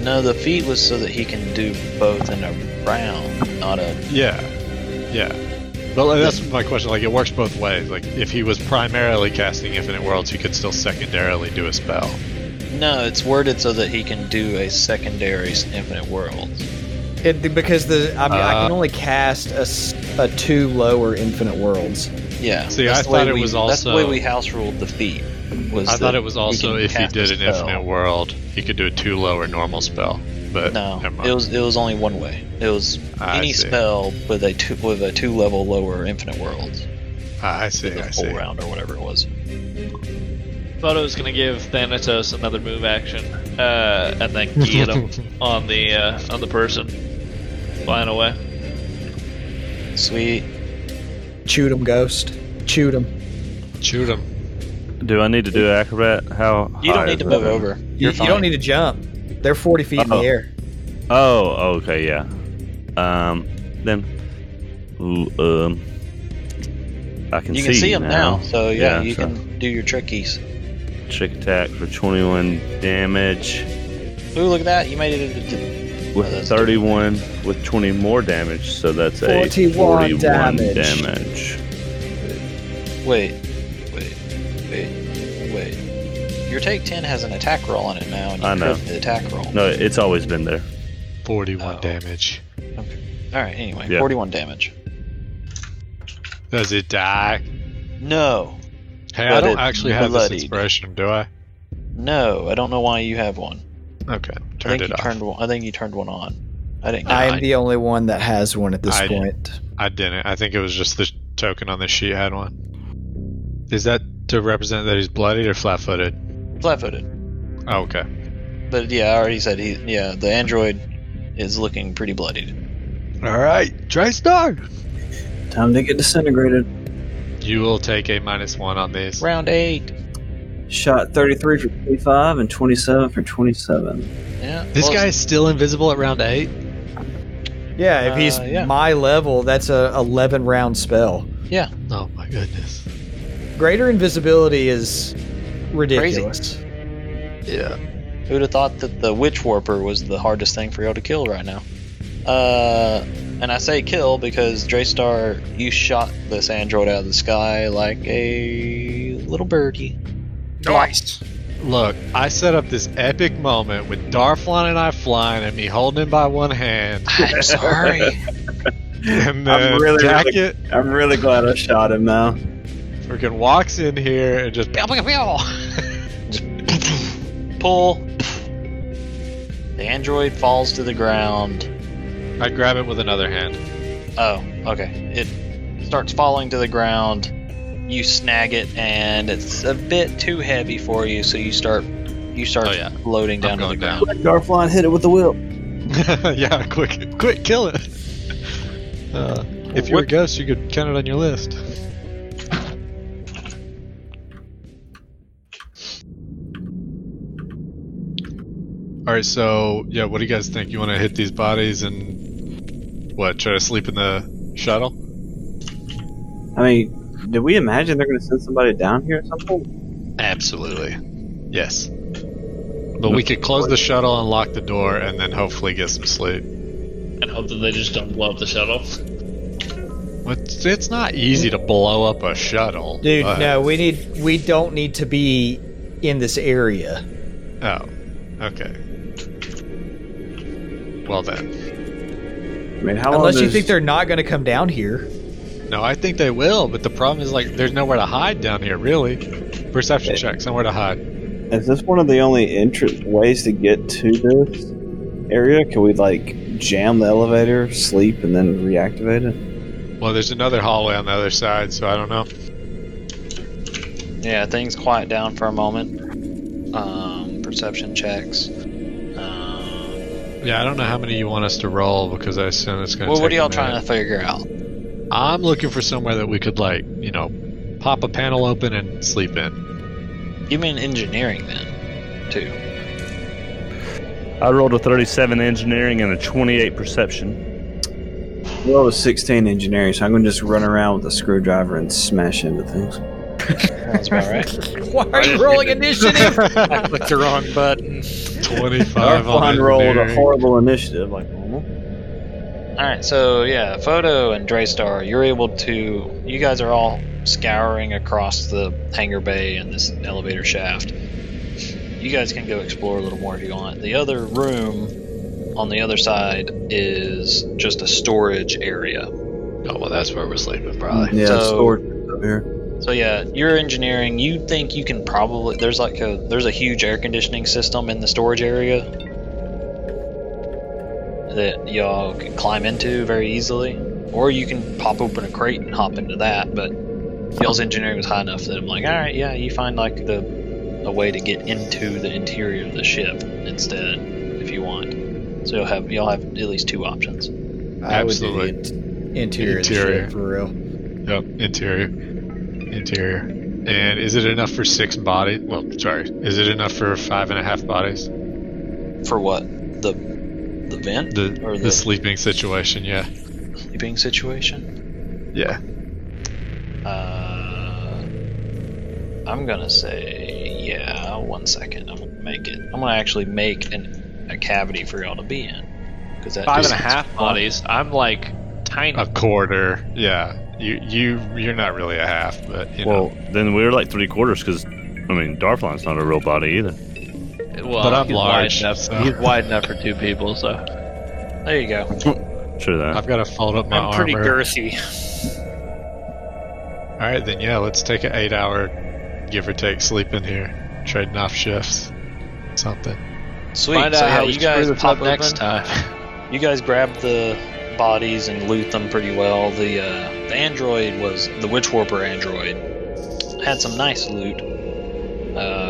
[SPEAKER 4] No, the feat was so that he can do both in a round, not a.
[SPEAKER 6] Yeah, yeah. But like, that's my question. Like, it works both ways. Like, if he was primarily casting Infinite Worlds, he could still secondarily do a spell.
[SPEAKER 4] No, it's worded so that he can do a secondary infinite world.
[SPEAKER 3] It, because the I, mean, I
[SPEAKER 6] Uh.
[SPEAKER 3] can only cast a, s- a two lower infinite worlds.
[SPEAKER 4] Yeah.
[SPEAKER 6] See,
[SPEAKER 4] that's
[SPEAKER 6] I
[SPEAKER 4] the way
[SPEAKER 6] thought it
[SPEAKER 4] we-
[SPEAKER 6] was
[SPEAKER 4] That's the
[SPEAKER 6] also-
[SPEAKER 4] way we house ruled the feat. Was
[SPEAKER 6] I
[SPEAKER 4] that
[SPEAKER 6] thought it was
[SPEAKER 4] he
[SPEAKER 6] also
[SPEAKER 4] can
[SPEAKER 6] if he
[SPEAKER 4] cast
[SPEAKER 6] did
[SPEAKER 4] a
[SPEAKER 6] an
[SPEAKER 4] spell.
[SPEAKER 6] Infinite World, he could do a two lower normal spell. But
[SPEAKER 4] No,
[SPEAKER 6] never mind.
[SPEAKER 4] it was it was only one way. It was
[SPEAKER 6] I
[SPEAKER 4] any
[SPEAKER 6] see.
[SPEAKER 4] spell with a two with a two level lower infinite world,
[SPEAKER 6] Ah, I see. I
[SPEAKER 4] full
[SPEAKER 6] see.
[SPEAKER 4] round or whatever it was.
[SPEAKER 7] Photo's gonna give Thanatos another move action, uh, and
[SPEAKER 6] [LAUGHS]
[SPEAKER 7] then get him on the uh, on the person flying away.
[SPEAKER 4] Sweet.
[SPEAKER 3] Shoot him, ghost. Shoot him.
[SPEAKER 6] Shoot him.
[SPEAKER 8] Do I need to do acrobat? How?
[SPEAKER 4] You
[SPEAKER 8] high
[SPEAKER 4] don't need to
[SPEAKER 8] is
[SPEAKER 4] move
[SPEAKER 8] that?
[SPEAKER 4] over.
[SPEAKER 3] You,
[SPEAKER 4] You're
[SPEAKER 3] you
[SPEAKER 4] fine.
[SPEAKER 3] don't need to jump. They're 40 feet in the
[SPEAKER 8] Uh-oh.
[SPEAKER 3] air.
[SPEAKER 8] Oh, okay, yeah. Um, then, ooh, um, I can
[SPEAKER 4] you
[SPEAKER 8] see
[SPEAKER 4] can see him now,
[SPEAKER 8] now.
[SPEAKER 4] so yeah,
[SPEAKER 8] Yeah,
[SPEAKER 4] you
[SPEAKER 8] so-
[SPEAKER 4] can do your trickies.
[SPEAKER 8] Trick attack for 21 damage
[SPEAKER 4] Ooh, look at that! You made it. into
[SPEAKER 8] with
[SPEAKER 4] Oh, that's
[SPEAKER 8] 31 with 20 more damage, so that's a
[SPEAKER 3] 41
[SPEAKER 8] 41
[SPEAKER 3] damage.
[SPEAKER 8] damage.
[SPEAKER 4] Wait, wait, wait, wait. Your take ten has an attack roll on it now, and you
[SPEAKER 8] I know.
[SPEAKER 4] proved the attack roll.
[SPEAKER 8] No, it's always been there.
[SPEAKER 6] 41
[SPEAKER 4] Oh.
[SPEAKER 6] damage.
[SPEAKER 4] All right. Anyway,
[SPEAKER 8] Yeah.
[SPEAKER 4] forty-one damage.
[SPEAKER 6] Does it die?
[SPEAKER 4] No,
[SPEAKER 6] Hey, I
[SPEAKER 4] But it
[SPEAKER 6] don't actually have this
[SPEAKER 4] bloodied.
[SPEAKER 6] inspiration, do I?
[SPEAKER 4] no, I don't know why you have one.
[SPEAKER 6] Okay,
[SPEAKER 4] I
[SPEAKER 6] turned
[SPEAKER 4] think
[SPEAKER 6] it
[SPEAKER 4] you
[SPEAKER 6] off.
[SPEAKER 4] turned one. I think you turned one on. I didn't.
[SPEAKER 3] I
[SPEAKER 4] get
[SPEAKER 3] am
[SPEAKER 4] it.
[SPEAKER 3] the only one that has one at this
[SPEAKER 6] I-
[SPEAKER 3] point.
[SPEAKER 6] I didn't. I think it was just the token on the sheet had one. Is that to represent that he's bloodied or flat-footed?
[SPEAKER 4] flat-footed.
[SPEAKER 6] Oh, okay.
[SPEAKER 4] But yeah, I already said he. Yeah, the android is looking pretty bloodied.
[SPEAKER 6] All right, Star.
[SPEAKER 2] Time to get disintegrated.
[SPEAKER 6] You will take a minus one on these.
[SPEAKER 4] Round eight.
[SPEAKER 15] Shot 33 for 25 and 27 for 27.
[SPEAKER 4] Yeah.
[SPEAKER 6] This
[SPEAKER 4] well,
[SPEAKER 6] guy's still invisible at round eight.
[SPEAKER 3] Yeah, if he's
[SPEAKER 4] Uh, yeah.
[SPEAKER 3] my level, that's a 11 round spell.
[SPEAKER 6] Oh my goodness.
[SPEAKER 3] Greater invisibility is ridiculous.
[SPEAKER 6] Yeah.
[SPEAKER 4] Who'd have thought that the Witch Warper was the hardest thing for y'all to kill right now? Uh, and I say kill because Draystar, you shot this android out of the sky like a little birdie.
[SPEAKER 5] Nice.
[SPEAKER 6] Look, I set up this epic moment with Darflon and I flying and me holding him by one hand.
[SPEAKER 4] I'm sorry.
[SPEAKER 6] And
[SPEAKER 8] [LAUGHS]
[SPEAKER 6] then
[SPEAKER 8] I'm really, really-
[SPEAKER 6] Jacket
[SPEAKER 8] I'm really glad I shot him now.
[SPEAKER 6] freaking walks in here and just pew, pew, pew. [LAUGHS]
[SPEAKER 4] Pull. The android falls to the ground.
[SPEAKER 6] I grab it with another hand.
[SPEAKER 4] Oh, okay. It starts falling to the ground. You snag it, and it's a bit too heavy for you, so you start you start
[SPEAKER 6] Oh, yeah.
[SPEAKER 4] loading down
[SPEAKER 6] I'm
[SPEAKER 4] to the
[SPEAKER 6] going down.
[SPEAKER 4] ground.
[SPEAKER 15] Darflon hit it with the whip.
[SPEAKER 6] [LAUGHS] yeah, quick, quick, kill it. Uh, if you're a ghost, you could count it on your list. All right, so yeah, what do you guys think? You want to hit these bodies and what? Try to sleep in the shuttle?
[SPEAKER 15] I mean, did we imagine they're going to send somebody down here at some point?
[SPEAKER 6] Absolutely. Yes. But we could close the shuttle and lock the door, and then hopefully get some sleep.
[SPEAKER 7] And hope that they just don't blow up the shuttle.
[SPEAKER 6] It's, it's not easy to blow up a shuttle,
[SPEAKER 3] Dude,
[SPEAKER 6] but-
[SPEAKER 3] no, we need we don't need to be in this area.
[SPEAKER 6] Oh, okay. Well then,
[SPEAKER 15] I mean, how long
[SPEAKER 3] Unless you
[SPEAKER 15] does-
[SPEAKER 3] think they're not going to come down here. [LAUGHS]
[SPEAKER 6] no, I think they will. But the problem is like there's nowhere to hide down here, really. Perception check, somewhere to hide.
[SPEAKER 2] Is this one of the only entrance ways to get to this area? Can we like jam the elevator, sleep, and then reactivate it?
[SPEAKER 6] Well, there's another hallway on the other side, so I don't know.
[SPEAKER 4] Yeah, things quiet down for a moment. Um, perception checks. Um,
[SPEAKER 6] Yeah, I don't know how many you want us to roll because I assume it's going to.
[SPEAKER 4] Well, what are y'all trying to figure out?
[SPEAKER 6] I'm looking for somewhere that we could like, you know, pop a panel open and
[SPEAKER 4] [LAUGHS]
[SPEAKER 6] sleep in.
[SPEAKER 4] Give me an engineering then, too.
[SPEAKER 9] I rolled a 37 engineering and a 28 perception.
[SPEAKER 15] Well, it was 16 engineering, so I'm going to just run around with a screwdriver and smash into things.
[SPEAKER 4] Sounds about right.
[SPEAKER 3] Why are you rolling initiative?
[SPEAKER 6] [LAUGHS]
[SPEAKER 5] I clicked the wrong button.
[SPEAKER 6] 25 on
[SPEAKER 15] Darkline rolled a
[SPEAKER 6] engineering.
[SPEAKER 15] horrible initiative, like normal.
[SPEAKER 4] All right, so yeah, Photo and Draystar, you're able to. You guys are all scouring across the hangar bay and this elevator shaft. You guys can go explore a little more if you want. The other room on the other side is just a storage area.
[SPEAKER 6] Oh well, that's where we're sleeping,
[SPEAKER 4] Probably.
[SPEAKER 15] Yeah,
[SPEAKER 4] so,
[SPEAKER 15] storage is up here.
[SPEAKER 4] So yeah, your engineering, you think you can probably there's like a there's a huge air conditioning system in the storage area that y'all can climb into very easily, or you can pop open a crate and hop into that. But y'all's engineering was high enough that I'm like, all right, yeah, you find like the a way to get into the interior of the ship instead if you want. So you'll have y'all have at least two options.
[SPEAKER 3] I would do the
[SPEAKER 6] Absolutely.
[SPEAKER 3] int- interior, of the
[SPEAKER 6] Interior.
[SPEAKER 3] ship, for real.
[SPEAKER 6] Yep, interior, interior. And is it enough for six bodies? Well, sorry, is it enough for five and a half bodies?
[SPEAKER 4] For what the the vent
[SPEAKER 6] The
[SPEAKER 4] or
[SPEAKER 6] the,
[SPEAKER 4] the
[SPEAKER 6] sleeping situation, yeah,
[SPEAKER 4] sleeping situation.
[SPEAKER 6] yeah.
[SPEAKER 4] Uh, I'm gonna say yeah. One second, I'm gonna make it. I'm gonna actually make an, a cavity for y'all to be in because that
[SPEAKER 7] Five and a
[SPEAKER 4] distance-
[SPEAKER 7] half bodies. I'm like tiny.
[SPEAKER 6] A quarter, yeah. You you you're not really a half, but you know.
[SPEAKER 9] Well, then we were like three quarters because, I mean, Darfline's not a real body either.
[SPEAKER 7] well,
[SPEAKER 6] but I'm
[SPEAKER 7] he's
[SPEAKER 6] large,
[SPEAKER 7] Wide enough,
[SPEAKER 6] so-
[SPEAKER 7] He's wide enough for two people, so
[SPEAKER 4] There you go.
[SPEAKER 9] True that.
[SPEAKER 6] I've got to fold up my
[SPEAKER 5] I'm pretty
[SPEAKER 6] armor.
[SPEAKER 5] girthy.
[SPEAKER 6] All right, then yeah, let's take an eight-hour, give or take, sleep in here, trading off shifts, something.
[SPEAKER 4] Sweet.
[SPEAKER 7] find
[SPEAKER 4] so
[SPEAKER 7] out how
[SPEAKER 4] yeah,
[SPEAKER 7] we
[SPEAKER 4] you guys
[SPEAKER 7] screw this
[SPEAKER 4] pop
[SPEAKER 7] up
[SPEAKER 4] open.
[SPEAKER 7] next
[SPEAKER 6] [LAUGHS]
[SPEAKER 7] time.
[SPEAKER 4] You guys grab the bodies and loot them pretty well. The uh, the android was the witch warper android. Had some nice loot. Uh,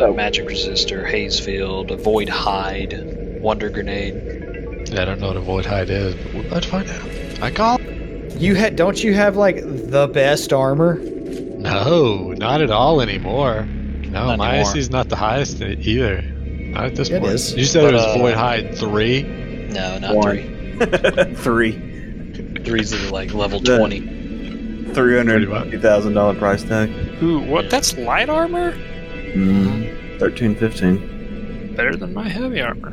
[SPEAKER 2] Oh.
[SPEAKER 4] Magic resistor, haze field, a void hide, wonder grenade.
[SPEAKER 6] I don't know what a void hide is, but we'll- let's find out. I call.
[SPEAKER 3] You had don't you have like the best armor?
[SPEAKER 6] No, not at all anymore. No,
[SPEAKER 4] Not
[SPEAKER 6] my
[SPEAKER 4] anymore.
[SPEAKER 6] AC is not the highest e- either. Not at this
[SPEAKER 3] It
[SPEAKER 6] point.
[SPEAKER 3] is.
[SPEAKER 6] You said
[SPEAKER 4] But,
[SPEAKER 6] it was
[SPEAKER 4] uh,
[SPEAKER 6] void hide three.
[SPEAKER 4] No, not
[SPEAKER 15] One. [LAUGHS]
[SPEAKER 4] three.
[SPEAKER 15] Three.
[SPEAKER 4] Threes are like level
[SPEAKER 15] The-
[SPEAKER 4] twenty.
[SPEAKER 15] $350,000 price tag.
[SPEAKER 5] Ooh, what? That's light armor?
[SPEAKER 15] Mm. 13, 15.
[SPEAKER 5] Better than my heavy armor.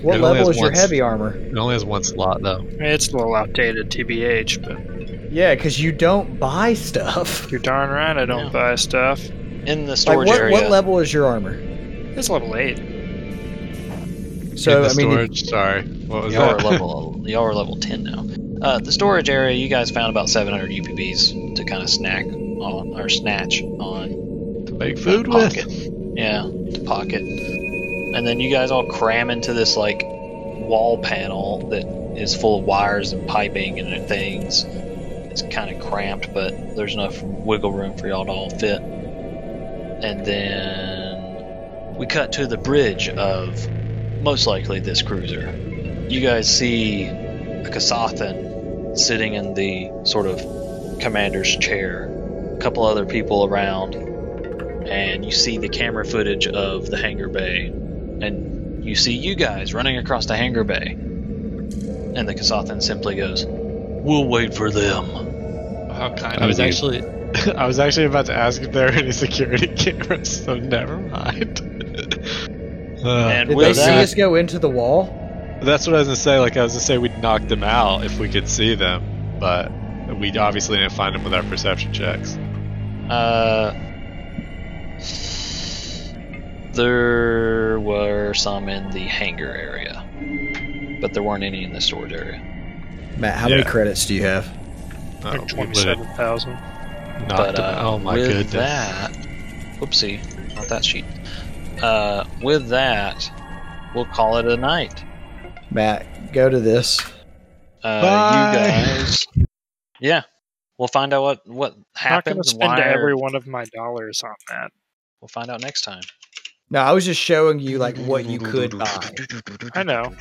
[SPEAKER 3] What
[SPEAKER 6] It only
[SPEAKER 3] level
[SPEAKER 6] has
[SPEAKER 3] is your
[SPEAKER 6] once.
[SPEAKER 3] heavy armor?
[SPEAKER 6] It only has one slot though.
[SPEAKER 5] It's a little outdated, TBH, but
[SPEAKER 3] Yeah, because you don't buy stuff.
[SPEAKER 5] you're darn right I don't
[SPEAKER 4] Yeah.
[SPEAKER 5] buy stuff.
[SPEAKER 4] in the
[SPEAKER 3] Like
[SPEAKER 4] storage
[SPEAKER 3] what,
[SPEAKER 4] area.
[SPEAKER 3] what level is your armor?
[SPEAKER 5] It's level 8.
[SPEAKER 6] In
[SPEAKER 3] So
[SPEAKER 6] the
[SPEAKER 3] I mean, if-
[SPEAKER 6] storage. Sorry, what was
[SPEAKER 4] Y'all are
[SPEAKER 6] that?
[SPEAKER 4] [LAUGHS] level y'all are level ten now. Uh, the storage area, you guys found about 700 UPBs to kind of snack on or snatch on
[SPEAKER 6] to make food with.
[SPEAKER 4] pocket. Yeah, to pocket. And then you guys all cram into this like wall panel that is full of wires and piping and things. It's kind of cramped, but there's enough wiggle room for y'all to all fit. And then we cut to the bridge of most likely this cruiser. You guys see a Kasathan sitting in the sort of commander's chair, a couple other people around, and you see the camera footage of the hangar bay, and you see you guys running across the hangar bay. And the Kasathan simply goes, We'll wait for them.
[SPEAKER 6] How kind
[SPEAKER 9] I
[SPEAKER 6] I was
[SPEAKER 9] do.
[SPEAKER 6] actually, [LAUGHS] I was actually about to ask if there are any security [LAUGHS] cameras, so never mind. [LAUGHS] Uh,
[SPEAKER 4] And
[SPEAKER 3] did
[SPEAKER 4] with
[SPEAKER 3] they
[SPEAKER 6] that's,
[SPEAKER 3] see
[SPEAKER 4] that-
[SPEAKER 3] us go into the wall?
[SPEAKER 6] that's what I was gonna say. Like I was gonna say, we'd knock them out if we could see them, but we obviously didn't find them with our perception checks.
[SPEAKER 4] Uh, there were some in the hangar area, but there weren't any in the storage area.
[SPEAKER 3] Matt, how many
[SPEAKER 6] Yeah.
[SPEAKER 3] credits do you have?
[SPEAKER 6] Oh,
[SPEAKER 5] Like
[SPEAKER 6] we would've
[SPEAKER 5] 27,000.
[SPEAKER 6] knocked
[SPEAKER 4] but
[SPEAKER 6] them
[SPEAKER 4] uh,
[SPEAKER 6] out. oh my
[SPEAKER 4] with
[SPEAKER 6] goodness!
[SPEAKER 4] that, whoopsie, not that sheet. Uh, with that, we'll call it a night.
[SPEAKER 3] Matt, go to this.
[SPEAKER 4] Uh,
[SPEAKER 6] Bye.
[SPEAKER 4] You guys, yeah. We'll find out what what
[SPEAKER 5] not going
[SPEAKER 4] happened.
[SPEAKER 5] to
[SPEAKER 4] and
[SPEAKER 5] spend
[SPEAKER 4] why or-
[SPEAKER 5] every one of my dollars on that.
[SPEAKER 4] We'll find out next time.
[SPEAKER 3] No, I was just showing you like what you could buy.
[SPEAKER 5] I know.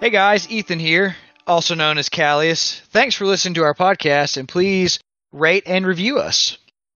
[SPEAKER 3] Hey guys, Ethan here, also known as Callius. Thanks for listening to our podcast, and please rate and review us.